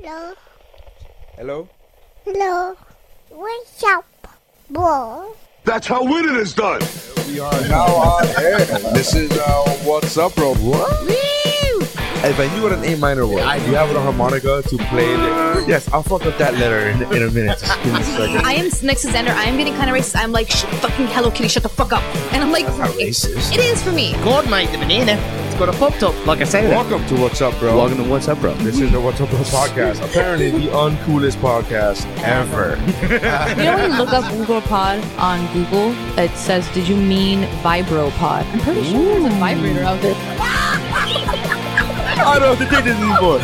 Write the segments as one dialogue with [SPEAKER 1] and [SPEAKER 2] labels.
[SPEAKER 1] Hello.
[SPEAKER 2] Hello?
[SPEAKER 1] Hello. What's up, boy?
[SPEAKER 3] That's how winning is done.
[SPEAKER 2] We are now on air. This is uh, What's Up, Bro. What? If I knew what an A minor was, I do have a harmonica to play it. Yes, I'll fuck up that letter in, in a minute. Just give me a second.
[SPEAKER 4] I am next to Xander. I am getting kind of racist. I'm like, "Sh- fucking Hello Kitty, shut the fuck up. And I'm like,
[SPEAKER 2] not racist.
[SPEAKER 4] It is for me.
[SPEAKER 5] God made the banana. It's got a pop top, like I said.
[SPEAKER 2] Welcome to What's Up, Bro.
[SPEAKER 5] Welcome to What's Up, bro.
[SPEAKER 2] This is the What's Up, Bro podcast. Apparently, the uncoolest podcast ever.
[SPEAKER 6] You know when you look up Pod on Google, it says, "Did you mean vibropod?" I'm pretty sure there's a vibrator out there.
[SPEAKER 2] I don't have to take this anymore.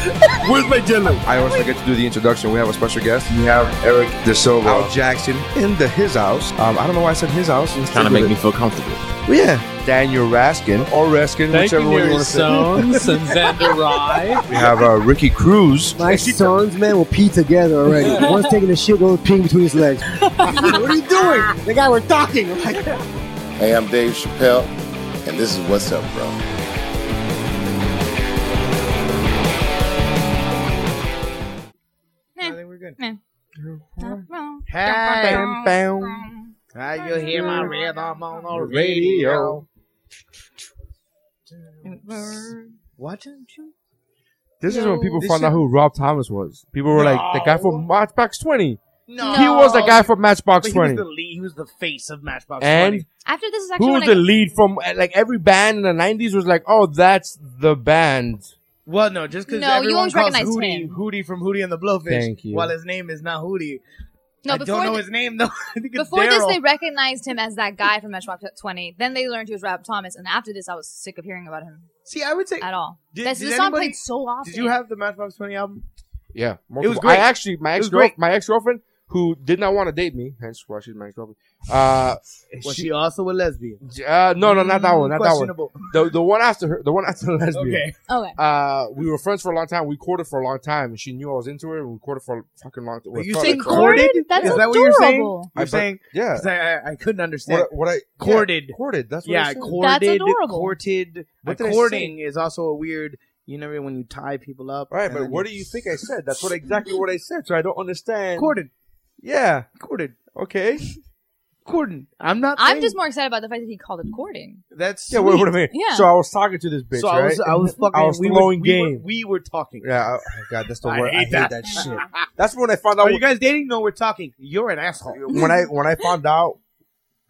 [SPEAKER 2] Where's my jello? I always forget to do the introduction. We have a special guest. We have Eric DeSilva. Al Jackson in the his house. Um, I don't know why I said his house. It's
[SPEAKER 5] Kind of make me feel comfortable.
[SPEAKER 2] yeah. Daniel Raskin or Raskin,
[SPEAKER 7] Thank
[SPEAKER 2] whichever
[SPEAKER 7] you,
[SPEAKER 2] one you
[SPEAKER 7] Mary
[SPEAKER 2] want to say.
[SPEAKER 7] Sones and Xander Rye.
[SPEAKER 2] We have uh, Ricky Cruz.
[SPEAKER 8] My sons, man, will pee together already. One's taking a shit, the other's peeing between his legs. what are you doing? The guy we're talking. I'm like,
[SPEAKER 9] Hey, I'm Dave Chappelle, and this is What's Up, Bro.
[SPEAKER 4] I
[SPEAKER 5] think we're good.
[SPEAKER 4] you hear my
[SPEAKER 5] rhythm on the
[SPEAKER 2] radio.
[SPEAKER 5] Why don't you?
[SPEAKER 2] This is when people
[SPEAKER 5] This
[SPEAKER 2] found out
[SPEAKER 5] is-
[SPEAKER 2] who Rob Thomas was. People were like, the guy from Matchbox 20.
[SPEAKER 5] No.
[SPEAKER 2] He was the guy from
[SPEAKER 5] But
[SPEAKER 2] Matchbox
[SPEAKER 5] he was
[SPEAKER 2] 20.
[SPEAKER 5] the lead. He was the face of Matchbox
[SPEAKER 2] And
[SPEAKER 5] 20.
[SPEAKER 4] After this is actually
[SPEAKER 2] who was
[SPEAKER 4] when
[SPEAKER 2] the
[SPEAKER 4] I,
[SPEAKER 2] lead from, like, every band in the 90s was like, oh, that's the band.
[SPEAKER 5] Well, no, just because
[SPEAKER 4] No, you
[SPEAKER 5] everyone
[SPEAKER 4] won't
[SPEAKER 5] calls
[SPEAKER 4] recognize
[SPEAKER 5] Hootie
[SPEAKER 4] him.
[SPEAKER 5] Hootie from Hootie and the Blowfish.
[SPEAKER 2] Thank you.
[SPEAKER 5] While his name is not Hootie.
[SPEAKER 4] no
[SPEAKER 5] I
[SPEAKER 4] before
[SPEAKER 5] don't know
[SPEAKER 4] thi-
[SPEAKER 5] his name though. I think it's
[SPEAKER 4] before this
[SPEAKER 5] Daryl.
[SPEAKER 4] they recognized him as that guy from Matchbox Twenty. Then they learned he was Rob Thomas, and after this I was sick of hearing about him
[SPEAKER 5] See, I would say.
[SPEAKER 4] at all.
[SPEAKER 5] Did-
[SPEAKER 4] this
[SPEAKER 5] did
[SPEAKER 4] this song
[SPEAKER 5] anybody-
[SPEAKER 4] played so often.
[SPEAKER 5] Did you have the Matchbox Twenty album?
[SPEAKER 2] Yeah, multiple.
[SPEAKER 5] was great.
[SPEAKER 2] I actually my
[SPEAKER 5] was
[SPEAKER 2] ex girl,
[SPEAKER 5] great.
[SPEAKER 2] my ex girlfriend who did not want to date me, hence why she's my ex girlfriend. Uh,
[SPEAKER 5] Was she,
[SPEAKER 2] she,
[SPEAKER 5] also a lesbian?
[SPEAKER 2] uh, no, no, not that one, not that one.
[SPEAKER 5] Questionable.
[SPEAKER 2] The the one after her, the one after the lesbian.
[SPEAKER 5] Okay.
[SPEAKER 4] okay?
[SPEAKER 2] Uh, we were friends for a long time. We courted for a long time, and she knew I was into her. And we courted for a fucking long time.
[SPEAKER 5] Are you
[SPEAKER 2] Fuck,
[SPEAKER 5] saying
[SPEAKER 2] like,
[SPEAKER 5] courted?
[SPEAKER 4] That's
[SPEAKER 5] Is that what you're saying?
[SPEAKER 4] adorable.
[SPEAKER 2] I
[SPEAKER 5] You're
[SPEAKER 2] bu-
[SPEAKER 5] saying?
[SPEAKER 2] Yeah.
[SPEAKER 5] 'cause I, I, I couldn't understand.
[SPEAKER 2] What, what I
[SPEAKER 5] Courted.
[SPEAKER 2] Yeah, courted. That's what
[SPEAKER 5] yeah,
[SPEAKER 2] I said.
[SPEAKER 5] courted.
[SPEAKER 4] That's adorable.
[SPEAKER 5] Courted.
[SPEAKER 2] What did I say?
[SPEAKER 5] courting is also a weird. You know when you tie people up.
[SPEAKER 2] All right,
[SPEAKER 5] and
[SPEAKER 2] but
[SPEAKER 5] then
[SPEAKER 2] what do you think I said? That's what exactly what I said. So I don't understand.
[SPEAKER 5] Courted.
[SPEAKER 2] Yeah.
[SPEAKER 5] Courted.
[SPEAKER 2] Okay.
[SPEAKER 5] Courting. I'm not.
[SPEAKER 4] I'm
[SPEAKER 5] saying-
[SPEAKER 4] just more excited about the fact that he called it courting.
[SPEAKER 5] That's
[SPEAKER 2] Yeah. What, what I mean.
[SPEAKER 4] Yeah.
[SPEAKER 2] So I was talking to this bitch.
[SPEAKER 5] So I was.
[SPEAKER 2] right?
[SPEAKER 5] I was fucking.
[SPEAKER 2] I was
[SPEAKER 5] we were-
[SPEAKER 2] throwing
[SPEAKER 5] we were-
[SPEAKER 2] game.
[SPEAKER 5] We were talking.
[SPEAKER 2] Yeah, I, oh, God, that's the
[SPEAKER 5] I
[SPEAKER 2] word. I
[SPEAKER 5] hate
[SPEAKER 2] hate
[SPEAKER 5] that.
[SPEAKER 2] that shit. That's when I found out
[SPEAKER 5] Are you guys dating? No, we're talking. You're an asshole.
[SPEAKER 2] when I when I found out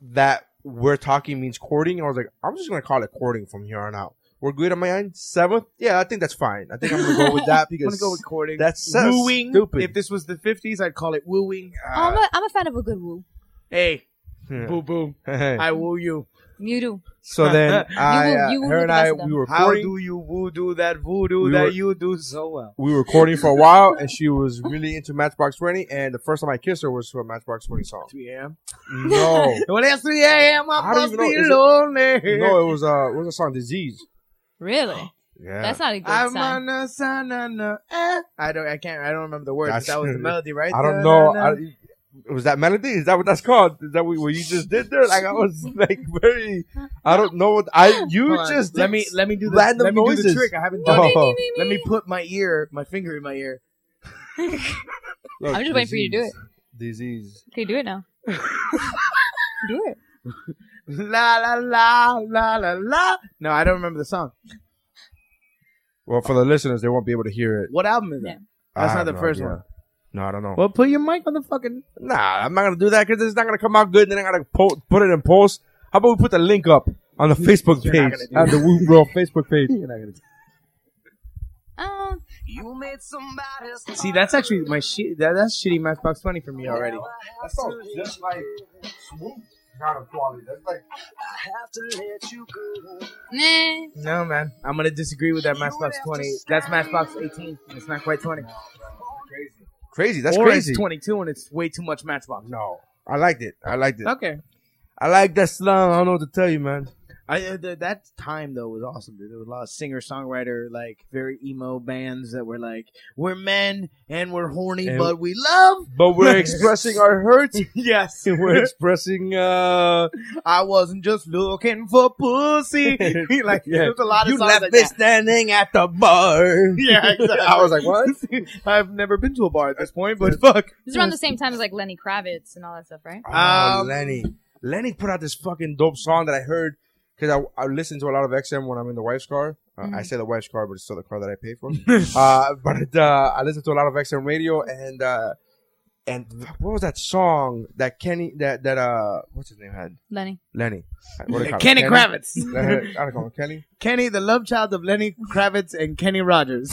[SPEAKER 2] that we're talking means courting, I was like, I'm just gonna call it courting from here on out. We're good on my end. Seventh, yeah, I think that's fine. I think I'm gonna go with that
[SPEAKER 5] I'm gonna
[SPEAKER 2] because
[SPEAKER 5] go with courting.
[SPEAKER 2] that's so
[SPEAKER 5] wooing.
[SPEAKER 2] stupid. Uh,
[SPEAKER 5] If this was the 50s, I'd call it wooing.
[SPEAKER 4] I'm, a, I'm a fan of a good woo.
[SPEAKER 5] Hey,
[SPEAKER 2] Yeah.
[SPEAKER 5] boo boo,
[SPEAKER 2] Hey.
[SPEAKER 5] I woo you.
[SPEAKER 4] You do.
[SPEAKER 2] so then I, uh,
[SPEAKER 4] you will
[SPEAKER 2] her
[SPEAKER 4] be
[SPEAKER 2] and
[SPEAKER 4] the
[SPEAKER 2] I,
[SPEAKER 4] best of them.
[SPEAKER 2] we were
[SPEAKER 5] How
[SPEAKER 2] courting.
[SPEAKER 5] do you woo do that voodoo
[SPEAKER 2] We
[SPEAKER 5] that
[SPEAKER 2] were-
[SPEAKER 5] you do so well?
[SPEAKER 2] we were courting for a while, and she was really into Matchbox Twenty. And the first time I kissed her was for a Matchbox Twenty song.
[SPEAKER 5] 3 a.m.
[SPEAKER 2] No,
[SPEAKER 5] Well, that's 3 a.m. I
[SPEAKER 2] I don't
[SPEAKER 5] must
[SPEAKER 2] even know.
[SPEAKER 5] be
[SPEAKER 2] Is it-
[SPEAKER 5] lonely.
[SPEAKER 2] no, it was uh, what was the song? Disease.
[SPEAKER 4] Really?
[SPEAKER 2] Yeah,
[SPEAKER 4] That's not a good
[SPEAKER 5] I'm
[SPEAKER 4] sign.
[SPEAKER 5] on a sun on a- eh. I don't. I can't. I don't remember the words.
[SPEAKER 2] That's-
[SPEAKER 5] but That was the melody, right?
[SPEAKER 2] I
[SPEAKER 5] Da-
[SPEAKER 2] don't know.
[SPEAKER 5] da-
[SPEAKER 2] I,
[SPEAKER 5] da.
[SPEAKER 2] was that melody? Is that what that's called? Is that what, what you just did there? Like I was like very. I don't know what I. You
[SPEAKER 5] Hold on.
[SPEAKER 2] just
[SPEAKER 5] let
[SPEAKER 2] did
[SPEAKER 5] me let me do the
[SPEAKER 2] random
[SPEAKER 5] let me do
[SPEAKER 2] noises.
[SPEAKER 5] the trick. I haven't done it.
[SPEAKER 2] Oh,
[SPEAKER 5] Let me put my ear, my finger in my ear.
[SPEAKER 2] look,
[SPEAKER 4] I'm just waiting for you to do it.
[SPEAKER 2] Disease.
[SPEAKER 4] Okay, do it now. do it.
[SPEAKER 5] La la la la la la. No, I don't remember the song.
[SPEAKER 2] Well, for the listeners, they won't be able to hear it.
[SPEAKER 5] What album is that?
[SPEAKER 4] Yeah.
[SPEAKER 2] I
[SPEAKER 5] That's
[SPEAKER 2] have
[SPEAKER 5] not the
[SPEAKER 2] no
[SPEAKER 5] first
[SPEAKER 2] idea.
[SPEAKER 5] one.
[SPEAKER 2] No, I don't know.
[SPEAKER 5] Well, put your mic on the fucking.
[SPEAKER 2] Nah, I'm not gonna do that because it's not gonna come out good. Then I gotta po- put it in post. How about we put the link up on the Facebook
[SPEAKER 5] You're not
[SPEAKER 2] page,
[SPEAKER 5] gonna
[SPEAKER 2] on
[SPEAKER 5] do
[SPEAKER 2] the Woo Bro Facebook page?
[SPEAKER 4] Oh,
[SPEAKER 5] See, that's actually my shit. That, that's shitty Matchbox Twenty for me already.
[SPEAKER 2] That sounds Oh, just like smooth kind of quality. That's like
[SPEAKER 4] nah.
[SPEAKER 5] No, man, I'm gonna disagree with that Matchbox Twenty. That's Matchbox Eighteen. It's not quite twenty.
[SPEAKER 2] crazy. That's
[SPEAKER 5] or
[SPEAKER 2] crazy.
[SPEAKER 5] It's Twenty-two, and it's way too much Matchbox.
[SPEAKER 2] No, I liked it. I liked it.
[SPEAKER 5] Okay.
[SPEAKER 2] I like that slime. I don't know what to tell you, man.
[SPEAKER 5] I uh, th- that time though was awesome. Dude. There was a lot of singer songwriter, like very emo bands that were like, "We're men and we're horny,
[SPEAKER 10] And-
[SPEAKER 5] but we love."
[SPEAKER 2] But we're expressing our hurt.
[SPEAKER 5] yes,
[SPEAKER 10] We're expressing. Uh,
[SPEAKER 5] I wasn't just looking for pussy. like
[SPEAKER 10] Yeah.
[SPEAKER 5] there's a lot of
[SPEAKER 10] you
[SPEAKER 5] songs
[SPEAKER 10] left
[SPEAKER 5] like
[SPEAKER 10] me
[SPEAKER 5] that.
[SPEAKER 10] standing at the bar.
[SPEAKER 5] Yeah, exactly.
[SPEAKER 2] I was like, what?
[SPEAKER 5] I've never been to a bar at this point, but fuck.
[SPEAKER 6] This is around the same time as like Lenny Kravitz and all that stuff, right?
[SPEAKER 2] Ah,
[SPEAKER 5] Um,
[SPEAKER 2] Lenny. Lenny put out this fucking dope song that I heard because I, I listen to a lot of XM when I'm in the wife's car. Uh, I say the wife's car, but it's still the car that I pay for. uh, but uh, I listen to a lot of XM radio and uh, and what was that song that Kenny that that uh what's his name had
[SPEAKER 6] Lenny.
[SPEAKER 2] Lenny what do they call it?
[SPEAKER 5] Kenny Kravitz,
[SPEAKER 2] Lenny? I don't call him Kenny.
[SPEAKER 5] Kenny, the love child of Lenny Kravitz and Kenny Rogers.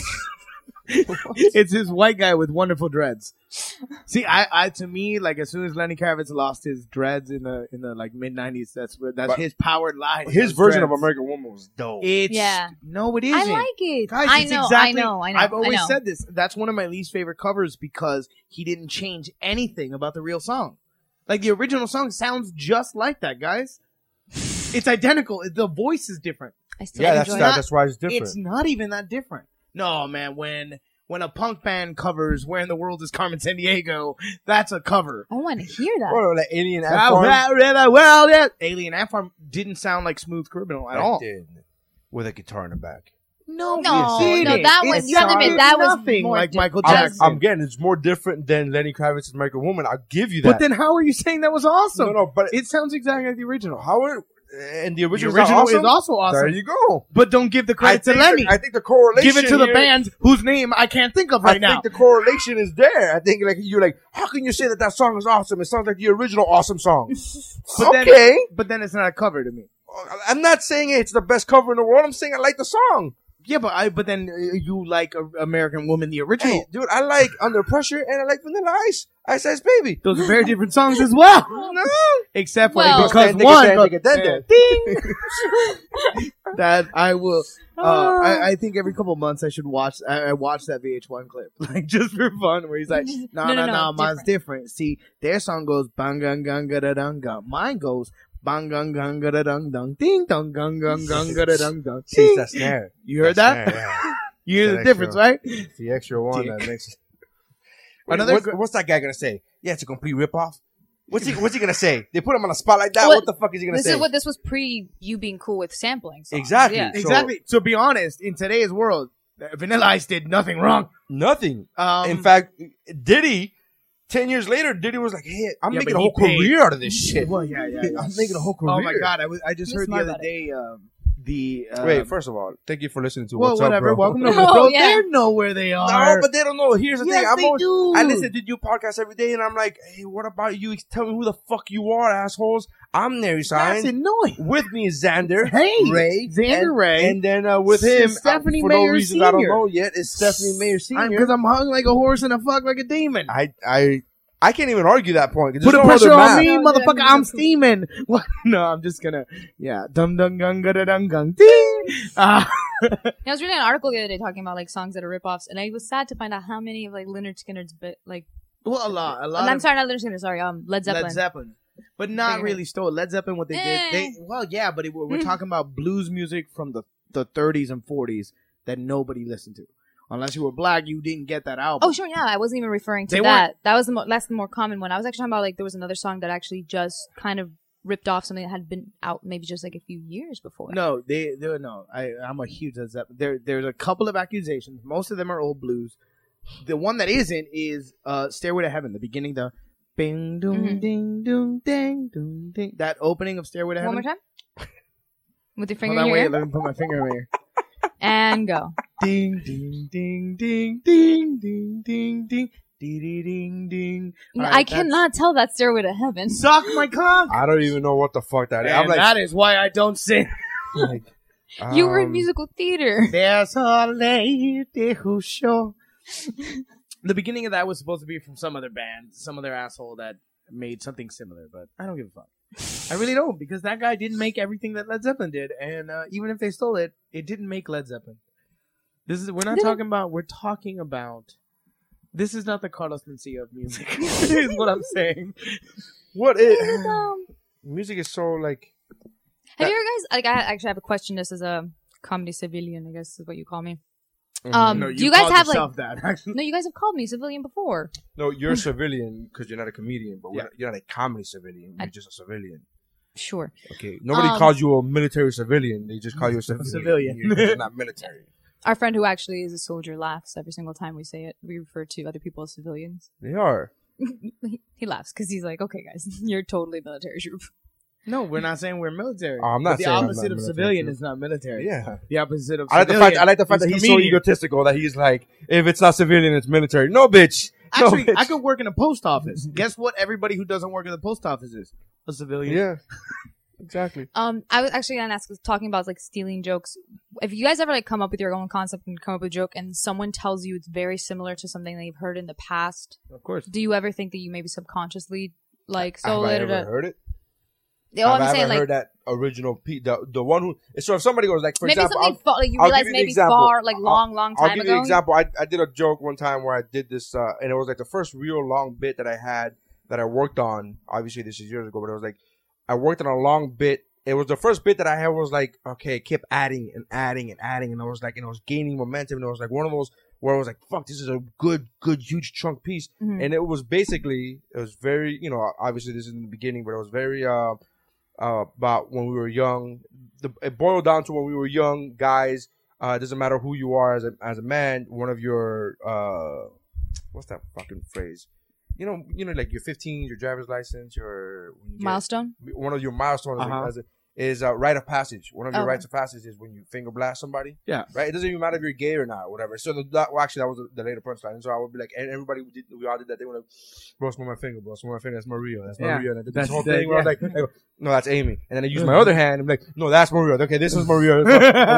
[SPEAKER 5] it's his white guy with wonderful dreads. See, I, I, to me, like as soon as Lenny Kravitz lost his dreads in the in the like mid '90s, that's where that's
[SPEAKER 2] But-
[SPEAKER 5] his power lied.
[SPEAKER 2] His version of
[SPEAKER 5] America.
[SPEAKER 2] American Woman was dope.
[SPEAKER 5] It's
[SPEAKER 6] Yeah.
[SPEAKER 5] no, it
[SPEAKER 6] I
[SPEAKER 5] isn't.
[SPEAKER 6] like it.
[SPEAKER 5] Guys,
[SPEAKER 6] I
[SPEAKER 5] it's
[SPEAKER 6] know,
[SPEAKER 5] exactly,
[SPEAKER 6] I know, I know.
[SPEAKER 5] I've always
[SPEAKER 6] I know.
[SPEAKER 5] said this. That's one of my least favorite covers because he didn't change anything about the real song. Like the original song sounds just like that, guys. It's identical. The voice is different.
[SPEAKER 6] I still
[SPEAKER 2] yeah, that's
[SPEAKER 6] enjoy
[SPEAKER 2] that,
[SPEAKER 6] it.
[SPEAKER 2] that's why it's different.
[SPEAKER 5] It's not even that different. No, man, when when a punk band covers "Where in the World Is Carmen San Diego," that's a cover.
[SPEAKER 6] I want to hear that.
[SPEAKER 2] Bro, like Alien Ant
[SPEAKER 5] Wow,
[SPEAKER 2] Farm?
[SPEAKER 5] wow, wow, wow, yeah. Alien Ant Farm didn't sound like Smooth Criminal at
[SPEAKER 2] I
[SPEAKER 5] all.
[SPEAKER 2] did. With a guitar in the back.
[SPEAKER 5] No,
[SPEAKER 6] No,
[SPEAKER 5] it
[SPEAKER 2] Oh,
[SPEAKER 6] no,
[SPEAKER 5] didn't.
[SPEAKER 6] that
[SPEAKER 5] It
[SPEAKER 6] was- you have to admit,
[SPEAKER 5] sounded
[SPEAKER 6] that was
[SPEAKER 5] nothing
[SPEAKER 6] more
[SPEAKER 5] like
[SPEAKER 6] di-
[SPEAKER 5] Michael
[SPEAKER 6] I'm-
[SPEAKER 5] Jackson.
[SPEAKER 2] I'm getting it's more different than Lenny Kravitz's American Woman. I'll give you that.
[SPEAKER 5] But then, how are you saying that was awesome?
[SPEAKER 2] no, no, but
[SPEAKER 5] It sounds exactly like the original.
[SPEAKER 2] how are and the
[SPEAKER 5] The
[SPEAKER 2] original,
[SPEAKER 5] original
[SPEAKER 2] awesome?
[SPEAKER 5] is also awesome,
[SPEAKER 2] There you go.
[SPEAKER 5] but don't give the credit to
[SPEAKER 2] think
[SPEAKER 5] Lenny.
[SPEAKER 2] The, I think the correlation.
[SPEAKER 5] give it to the
[SPEAKER 2] here-
[SPEAKER 5] band whose name I can't think of
[SPEAKER 2] I
[SPEAKER 5] right
[SPEAKER 2] think
[SPEAKER 5] now.
[SPEAKER 2] the correlation is there. I think like you're like, how can you say that that song is awesome? It sounds like the original awesome song.
[SPEAKER 5] But then-
[SPEAKER 2] okay,
[SPEAKER 5] but then it's not a cover to me.
[SPEAKER 2] I'm not saying it's the best cover in the world. I'm saying I like the song.
[SPEAKER 5] Yeah, but I. But then uh, you like a, American Woman, the original.
[SPEAKER 2] Hey, dude, I like Under Pressure and I like Vanilla Ice. Ice Ice Baby.
[SPEAKER 5] Those are very different songs as well. Except for
[SPEAKER 6] Well-
[SPEAKER 5] because
[SPEAKER 2] Digga,
[SPEAKER 5] one,
[SPEAKER 2] digga,
[SPEAKER 5] but-
[SPEAKER 2] digga,
[SPEAKER 5] Ding. that I will. Uh,
[SPEAKER 2] Ah.
[SPEAKER 5] I, I think every couple months I should watch. I, I watch that VH1 clip, like just for fun, where he's like, "No, no,
[SPEAKER 6] No,
[SPEAKER 5] no,
[SPEAKER 6] no, no,
[SPEAKER 5] mine's different." See, their song goes "bang gang gang da dung gang," mine goes "bang gang gang da dung dung ding dong gang gang gang da dung dung."
[SPEAKER 2] See,
[SPEAKER 5] ding."
[SPEAKER 2] it's that snare.
[SPEAKER 5] You heard
[SPEAKER 2] That
[SPEAKER 5] that?
[SPEAKER 2] snare, yeah.
[SPEAKER 5] You hear
[SPEAKER 2] That
[SPEAKER 5] the
[SPEAKER 2] extra-
[SPEAKER 5] difference, right?
[SPEAKER 2] It's the extra one that makes
[SPEAKER 5] Another
[SPEAKER 2] Another
[SPEAKER 5] gr-
[SPEAKER 2] what's that guy gonna say? Yeah, it's a complete ripoff. What's he what's he gonna say? They put him on a spot like that,
[SPEAKER 6] Well,
[SPEAKER 2] what, the fuck is he gonna
[SPEAKER 6] This
[SPEAKER 2] say?
[SPEAKER 6] is what this was pre you being cool with sampling. songs.
[SPEAKER 2] Exactly.
[SPEAKER 6] Yeah.
[SPEAKER 2] So-
[SPEAKER 5] Exactly. To be honest, in today's world, Vanilla Ice did nothing wrong.
[SPEAKER 2] Nothing.
[SPEAKER 5] Um,
[SPEAKER 2] In fact, Diddy, ten years later, Diddy was like, Hey, I'm
[SPEAKER 5] Yeah,
[SPEAKER 2] making
[SPEAKER 5] but
[SPEAKER 2] a
[SPEAKER 5] he
[SPEAKER 2] whole
[SPEAKER 5] paid.
[SPEAKER 2] career out of this shit.
[SPEAKER 5] Well, yeah, yeah, yeah.
[SPEAKER 2] I'm making a whole career.
[SPEAKER 5] Oh my god! I, was, I just
[SPEAKER 6] You're
[SPEAKER 5] heard the
[SPEAKER 6] smart
[SPEAKER 5] other
[SPEAKER 6] about
[SPEAKER 5] day um, the uh,
[SPEAKER 2] Wait, first of all, thank you for listening to
[SPEAKER 5] well,
[SPEAKER 2] What's
[SPEAKER 5] whatever.
[SPEAKER 2] Up, bro.
[SPEAKER 5] Welcome to
[SPEAKER 6] No,
[SPEAKER 5] bro.
[SPEAKER 6] Oh, yeah.
[SPEAKER 5] They know where they are.
[SPEAKER 2] No, but they don't know. Here's the
[SPEAKER 5] yes,
[SPEAKER 2] thing. I'm
[SPEAKER 5] they
[SPEAKER 2] always,
[SPEAKER 5] do.
[SPEAKER 2] I listen to your podcast every day, and I'm like, "Hey, what about you? Tell me who the fuck you are, assholes." I'm Nary
[SPEAKER 5] That's
[SPEAKER 2] Sign.
[SPEAKER 5] annoying.
[SPEAKER 2] With me is Xander.
[SPEAKER 5] Hey,
[SPEAKER 2] Ray,
[SPEAKER 5] Xander
[SPEAKER 2] and,
[SPEAKER 5] Ray.
[SPEAKER 2] and then uh, with
[SPEAKER 5] S-
[SPEAKER 2] him,
[SPEAKER 5] Stephanie
[SPEAKER 2] uh, for
[SPEAKER 5] Mayer
[SPEAKER 2] no reasons I don't
[SPEAKER 5] Senior.
[SPEAKER 2] know yet, is Stephanie Mayer Senior.
[SPEAKER 5] Because I'm, hung like a horse and a fuck like a demon.
[SPEAKER 2] I, I, I can't even argue that point. 'cause
[SPEAKER 5] Put
[SPEAKER 2] there's
[SPEAKER 5] the
[SPEAKER 2] no
[SPEAKER 5] pressure
[SPEAKER 2] other
[SPEAKER 5] on
[SPEAKER 2] map.
[SPEAKER 5] me,
[SPEAKER 6] No,
[SPEAKER 5] motherfucker.
[SPEAKER 6] dude, I mean,
[SPEAKER 5] I'm
[SPEAKER 6] that's-
[SPEAKER 5] steaming. What? No, I'm just gonna. Yeah. Dum dum gung gada dum gung ding. Ah,
[SPEAKER 6] I was reading an article the other day talking about like songs that are ripoffs, and I was sad to find out how many of like Leonard Skinner's bit like.
[SPEAKER 5] well, a lot, a lot.
[SPEAKER 6] I'm
[SPEAKER 5] of
[SPEAKER 6] sorry, not Leonard Skinner. Sorry, um, Led Zeppelin.
[SPEAKER 5] Led Zeppelin. But not
[SPEAKER 6] Figured.
[SPEAKER 5] really stole Led Zeppelin. What they
[SPEAKER 6] Eh. Hmm.
[SPEAKER 5] did, they well, yeah, but it, we're, we're talking about blues music from the the 30s and 40s that nobody listened to, unless you were black, you didn't get that album.
[SPEAKER 6] Oh sure, yeah. I wasn't even referring to
[SPEAKER 5] They
[SPEAKER 6] that. That was the mo- that's the more common one. I was actually talking about like there was another song that actually just kind of ripped off something that had been out maybe just like a few years before.
[SPEAKER 5] No, they, they were- no. I I'm a huge Led Zeppelin. There there's a couple of accusations. Most of them are old blues. The one that isn't is uh Stairway to Heaven. The beginning, the bing doom
[SPEAKER 6] Mhm.
[SPEAKER 5] ding doom ding doom ding. That opening of Stairway to
[SPEAKER 6] One
[SPEAKER 5] Heaven.
[SPEAKER 6] more time. With your
[SPEAKER 5] Hold
[SPEAKER 6] finger
[SPEAKER 5] on,
[SPEAKER 6] in your
[SPEAKER 5] wait.
[SPEAKER 6] ear.
[SPEAKER 5] Let me put my finger in here.
[SPEAKER 6] and go.
[SPEAKER 5] ding ding ding ding ding ding ding ding ding ding ding. All right,
[SPEAKER 6] I
[SPEAKER 5] that's-
[SPEAKER 6] cannot tell that stairway to heaven.
[SPEAKER 5] suck my cock.
[SPEAKER 2] I don't even know what the fuck that is. I'm
[SPEAKER 5] And
[SPEAKER 2] like,
[SPEAKER 5] that is why I don't sing.
[SPEAKER 6] you were in
[SPEAKER 2] um,
[SPEAKER 6] musical theater.
[SPEAKER 5] There's a lady who sure. the beginning of that was supposed to be from some other band, some other asshole that made something similar, but I don't give a fuck. I really don't because that guy didn't make everything that Led Zeppelin did, and uh, even if they stole it, it didn't make Led Zeppelin. This is we're not
[SPEAKER 6] Didn't-
[SPEAKER 5] talking about. We're talking about. This is not the Carlos Mencia of music. is what I'm saying.
[SPEAKER 2] What is
[SPEAKER 6] Um,
[SPEAKER 2] music is so like
[SPEAKER 6] Have you ever guys like I actually have a question. This is a comedy civilian, I guess is what you call me. Um,
[SPEAKER 5] Mm-hmm. No,
[SPEAKER 6] do you guys
[SPEAKER 5] called
[SPEAKER 6] have like?
[SPEAKER 5] yourself that actually?
[SPEAKER 6] No, you guys have called me civilian before.
[SPEAKER 2] No, you're a civilian because you're not a comedian, but we're
[SPEAKER 5] Yeah.
[SPEAKER 2] not- you're not a comedy civilian. You're just a civilian.
[SPEAKER 6] Sure.
[SPEAKER 2] Okay. Nobody
[SPEAKER 6] Um,
[SPEAKER 2] calls you a military civilian. They just call you a civilian.
[SPEAKER 5] Civilian.
[SPEAKER 2] You're just not military.
[SPEAKER 6] Our friend who actually is a soldier laughs every single time we say it. We refer to other people as civilians.
[SPEAKER 2] They are.
[SPEAKER 6] He- he laughs because he's like, "Okay, guys, you're totally military troop."
[SPEAKER 5] No, we're not saying we're military.
[SPEAKER 2] Oh, I'm
[SPEAKER 5] But
[SPEAKER 2] not
[SPEAKER 5] the
[SPEAKER 2] saying I'm not
[SPEAKER 5] opposite of
[SPEAKER 2] military,
[SPEAKER 5] civilian
[SPEAKER 2] too.
[SPEAKER 5] is not military.
[SPEAKER 2] Yeah.
[SPEAKER 5] The opposite of
[SPEAKER 2] I like the
[SPEAKER 5] civilian
[SPEAKER 2] fact. I like the fact that
[SPEAKER 5] is
[SPEAKER 2] he's so
[SPEAKER 5] comedian.
[SPEAKER 2] egotistical that he's like, if it's not civilian, it's military. No, bitch. No,
[SPEAKER 5] Actually,
[SPEAKER 2] bitch.
[SPEAKER 5] I could work in a post office. Guess what? Everybody who doesn't work in the post office is a civilian.
[SPEAKER 2] Yeah. exactly.
[SPEAKER 6] Um, I was actually gonna ask, talking about like stealing jokes. If you guys ever like come up with your own concept and come up with a joke, and someone tells you it's very similar to something that you've heard in the past,
[SPEAKER 5] of course.
[SPEAKER 6] do you ever think that you maybe subconsciously like so
[SPEAKER 2] Have I
[SPEAKER 6] later?
[SPEAKER 2] ever heard it?
[SPEAKER 6] Oh, I'm
[SPEAKER 2] Have I
[SPEAKER 6] saying
[SPEAKER 2] ever
[SPEAKER 6] like
[SPEAKER 2] heard that original Pete, the the one who? So if somebody goes like, for
[SPEAKER 6] maybe
[SPEAKER 2] example,
[SPEAKER 6] something
[SPEAKER 2] I'll,
[SPEAKER 6] far, like you
[SPEAKER 2] I'll
[SPEAKER 6] realize
[SPEAKER 2] give you the
[SPEAKER 6] maybe
[SPEAKER 2] example.
[SPEAKER 6] far like
[SPEAKER 2] I'll-
[SPEAKER 6] long, long
[SPEAKER 2] I'll
[SPEAKER 6] time
[SPEAKER 2] give you
[SPEAKER 6] ago.
[SPEAKER 2] an example. I, I did a joke one time where I did this, uh, and it was like the first real long bit that I had that I worked on. Obviously, this is years ago, but it was like I worked on a long bit. It was the first bit that I had was like, okay, it kept adding and adding and adding, and it was like, and it was gaining momentum, and it was like one of those where I was like, fuck, this is a good, good, huge chunk piece,
[SPEAKER 6] Mhm.
[SPEAKER 2] and it was basically, it was very, you know, obviously this is in the beginning, but it was very, uh, uh, about when we were young. The, it boiled down to when we were young guys. Uh, it doesn't matter who you are as a as a man. One of your uh, what's that fucking phrase? You know, you know, like your 15, your driver's license, your when you get-
[SPEAKER 6] Milestone.
[SPEAKER 2] One of your milestones like,
[SPEAKER 5] Uh-huh.
[SPEAKER 2] as a, is a rite of passage. One of your
[SPEAKER 6] Oh.
[SPEAKER 2] rites of passage is when you finger blast somebody.
[SPEAKER 5] Yeah.
[SPEAKER 2] Right. It doesn't even matter if you're gay or not, or whatever. So the, that, well, actually, that was the, the later punchline. And so I would be like, and everybody we did, we all did that. They were like, bro, smell my finger, bro, smell my finger. That's Maria. That's
[SPEAKER 5] Yeah.
[SPEAKER 2] Maria. And I did this
[SPEAKER 5] That's
[SPEAKER 2] whole
[SPEAKER 5] the- Mm-hmm.
[SPEAKER 2] thing where I was like, I go, no, that's Amy. And then I use my other hand. I'm like, no, that's Maria. Okay, this is Maria. And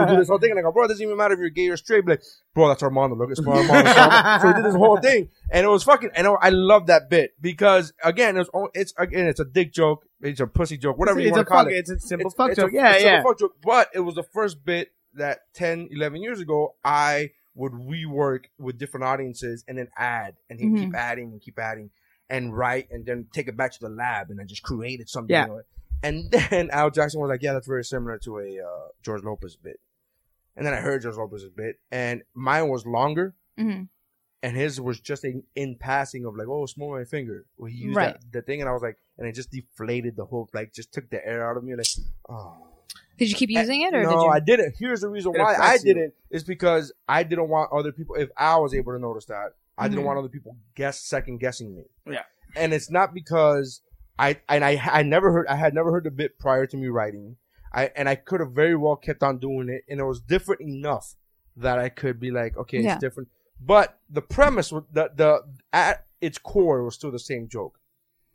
[SPEAKER 2] we do this whole thing. And I go, bro, it doesn't even matter if you're gay or straight. Be like, bro, that's Armando. Look, it's Armando. So we did this whole thing, and it was fucking. And I- I love that bit because again, it's it's again, it's a dick joke. It's a pussy joke. Whatever you
[SPEAKER 5] it's
[SPEAKER 2] want
[SPEAKER 5] a
[SPEAKER 2] to call
[SPEAKER 5] fuck.
[SPEAKER 2] it
[SPEAKER 5] It's a simple
[SPEAKER 2] it's-
[SPEAKER 5] fuck
[SPEAKER 2] it's
[SPEAKER 5] joke.
[SPEAKER 2] a-
[SPEAKER 5] yeah,
[SPEAKER 2] it's a
[SPEAKER 5] yeah.
[SPEAKER 2] fuck joke, but it was the first bit that 10, 11 years ago, I would rework with different audiences and then add and then
[SPEAKER 5] Mm-hmm.
[SPEAKER 2] keep adding and keep adding and write and then take it back to the lab and I just created something.
[SPEAKER 5] Yeah.
[SPEAKER 2] you know. And then Al Jackson was like, yeah, that's very similar to a uh, George Lopez bit. And then I heard George Lopez's bit and mine was longer.
[SPEAKER 6] hmm
[SPEAKER 2] And his was just in, in passing of like, oh, smell my finger. Well, he used
[SPEAKER 6] Right.
[SPEAKER 2] that, the thing, and I was like, and it just deflated the whole, like, just took the air out of me. Like, oh,
[SPEAKER 6] Did you keep using it or
[SPEAKER 2] no,
[SPEAKER 6] did you?
[SPEAKER 2] I didn't. Here's the reason
[SPEAKER 5] It
[SPEAKER 2] why I
[SPEAKER 5] affects you.
[SPEAKER 2] didn't is because I didn't want other people. If I was able to notice that, I didn't want other people guess second guessing me.
[SPEAKER 5] Mm-hmm. Yeah.
[SPEAKER 2] and it's not because I and I I never heard I had never heard the bit prior to me writing. I and I could have very well kept on doing it, and it was different enough that I could be like, okay,
[SPEAKER 6] Yeah.
[SPEAKER 2] it's different. But the premise, was- the the at its core, it was still the same joke.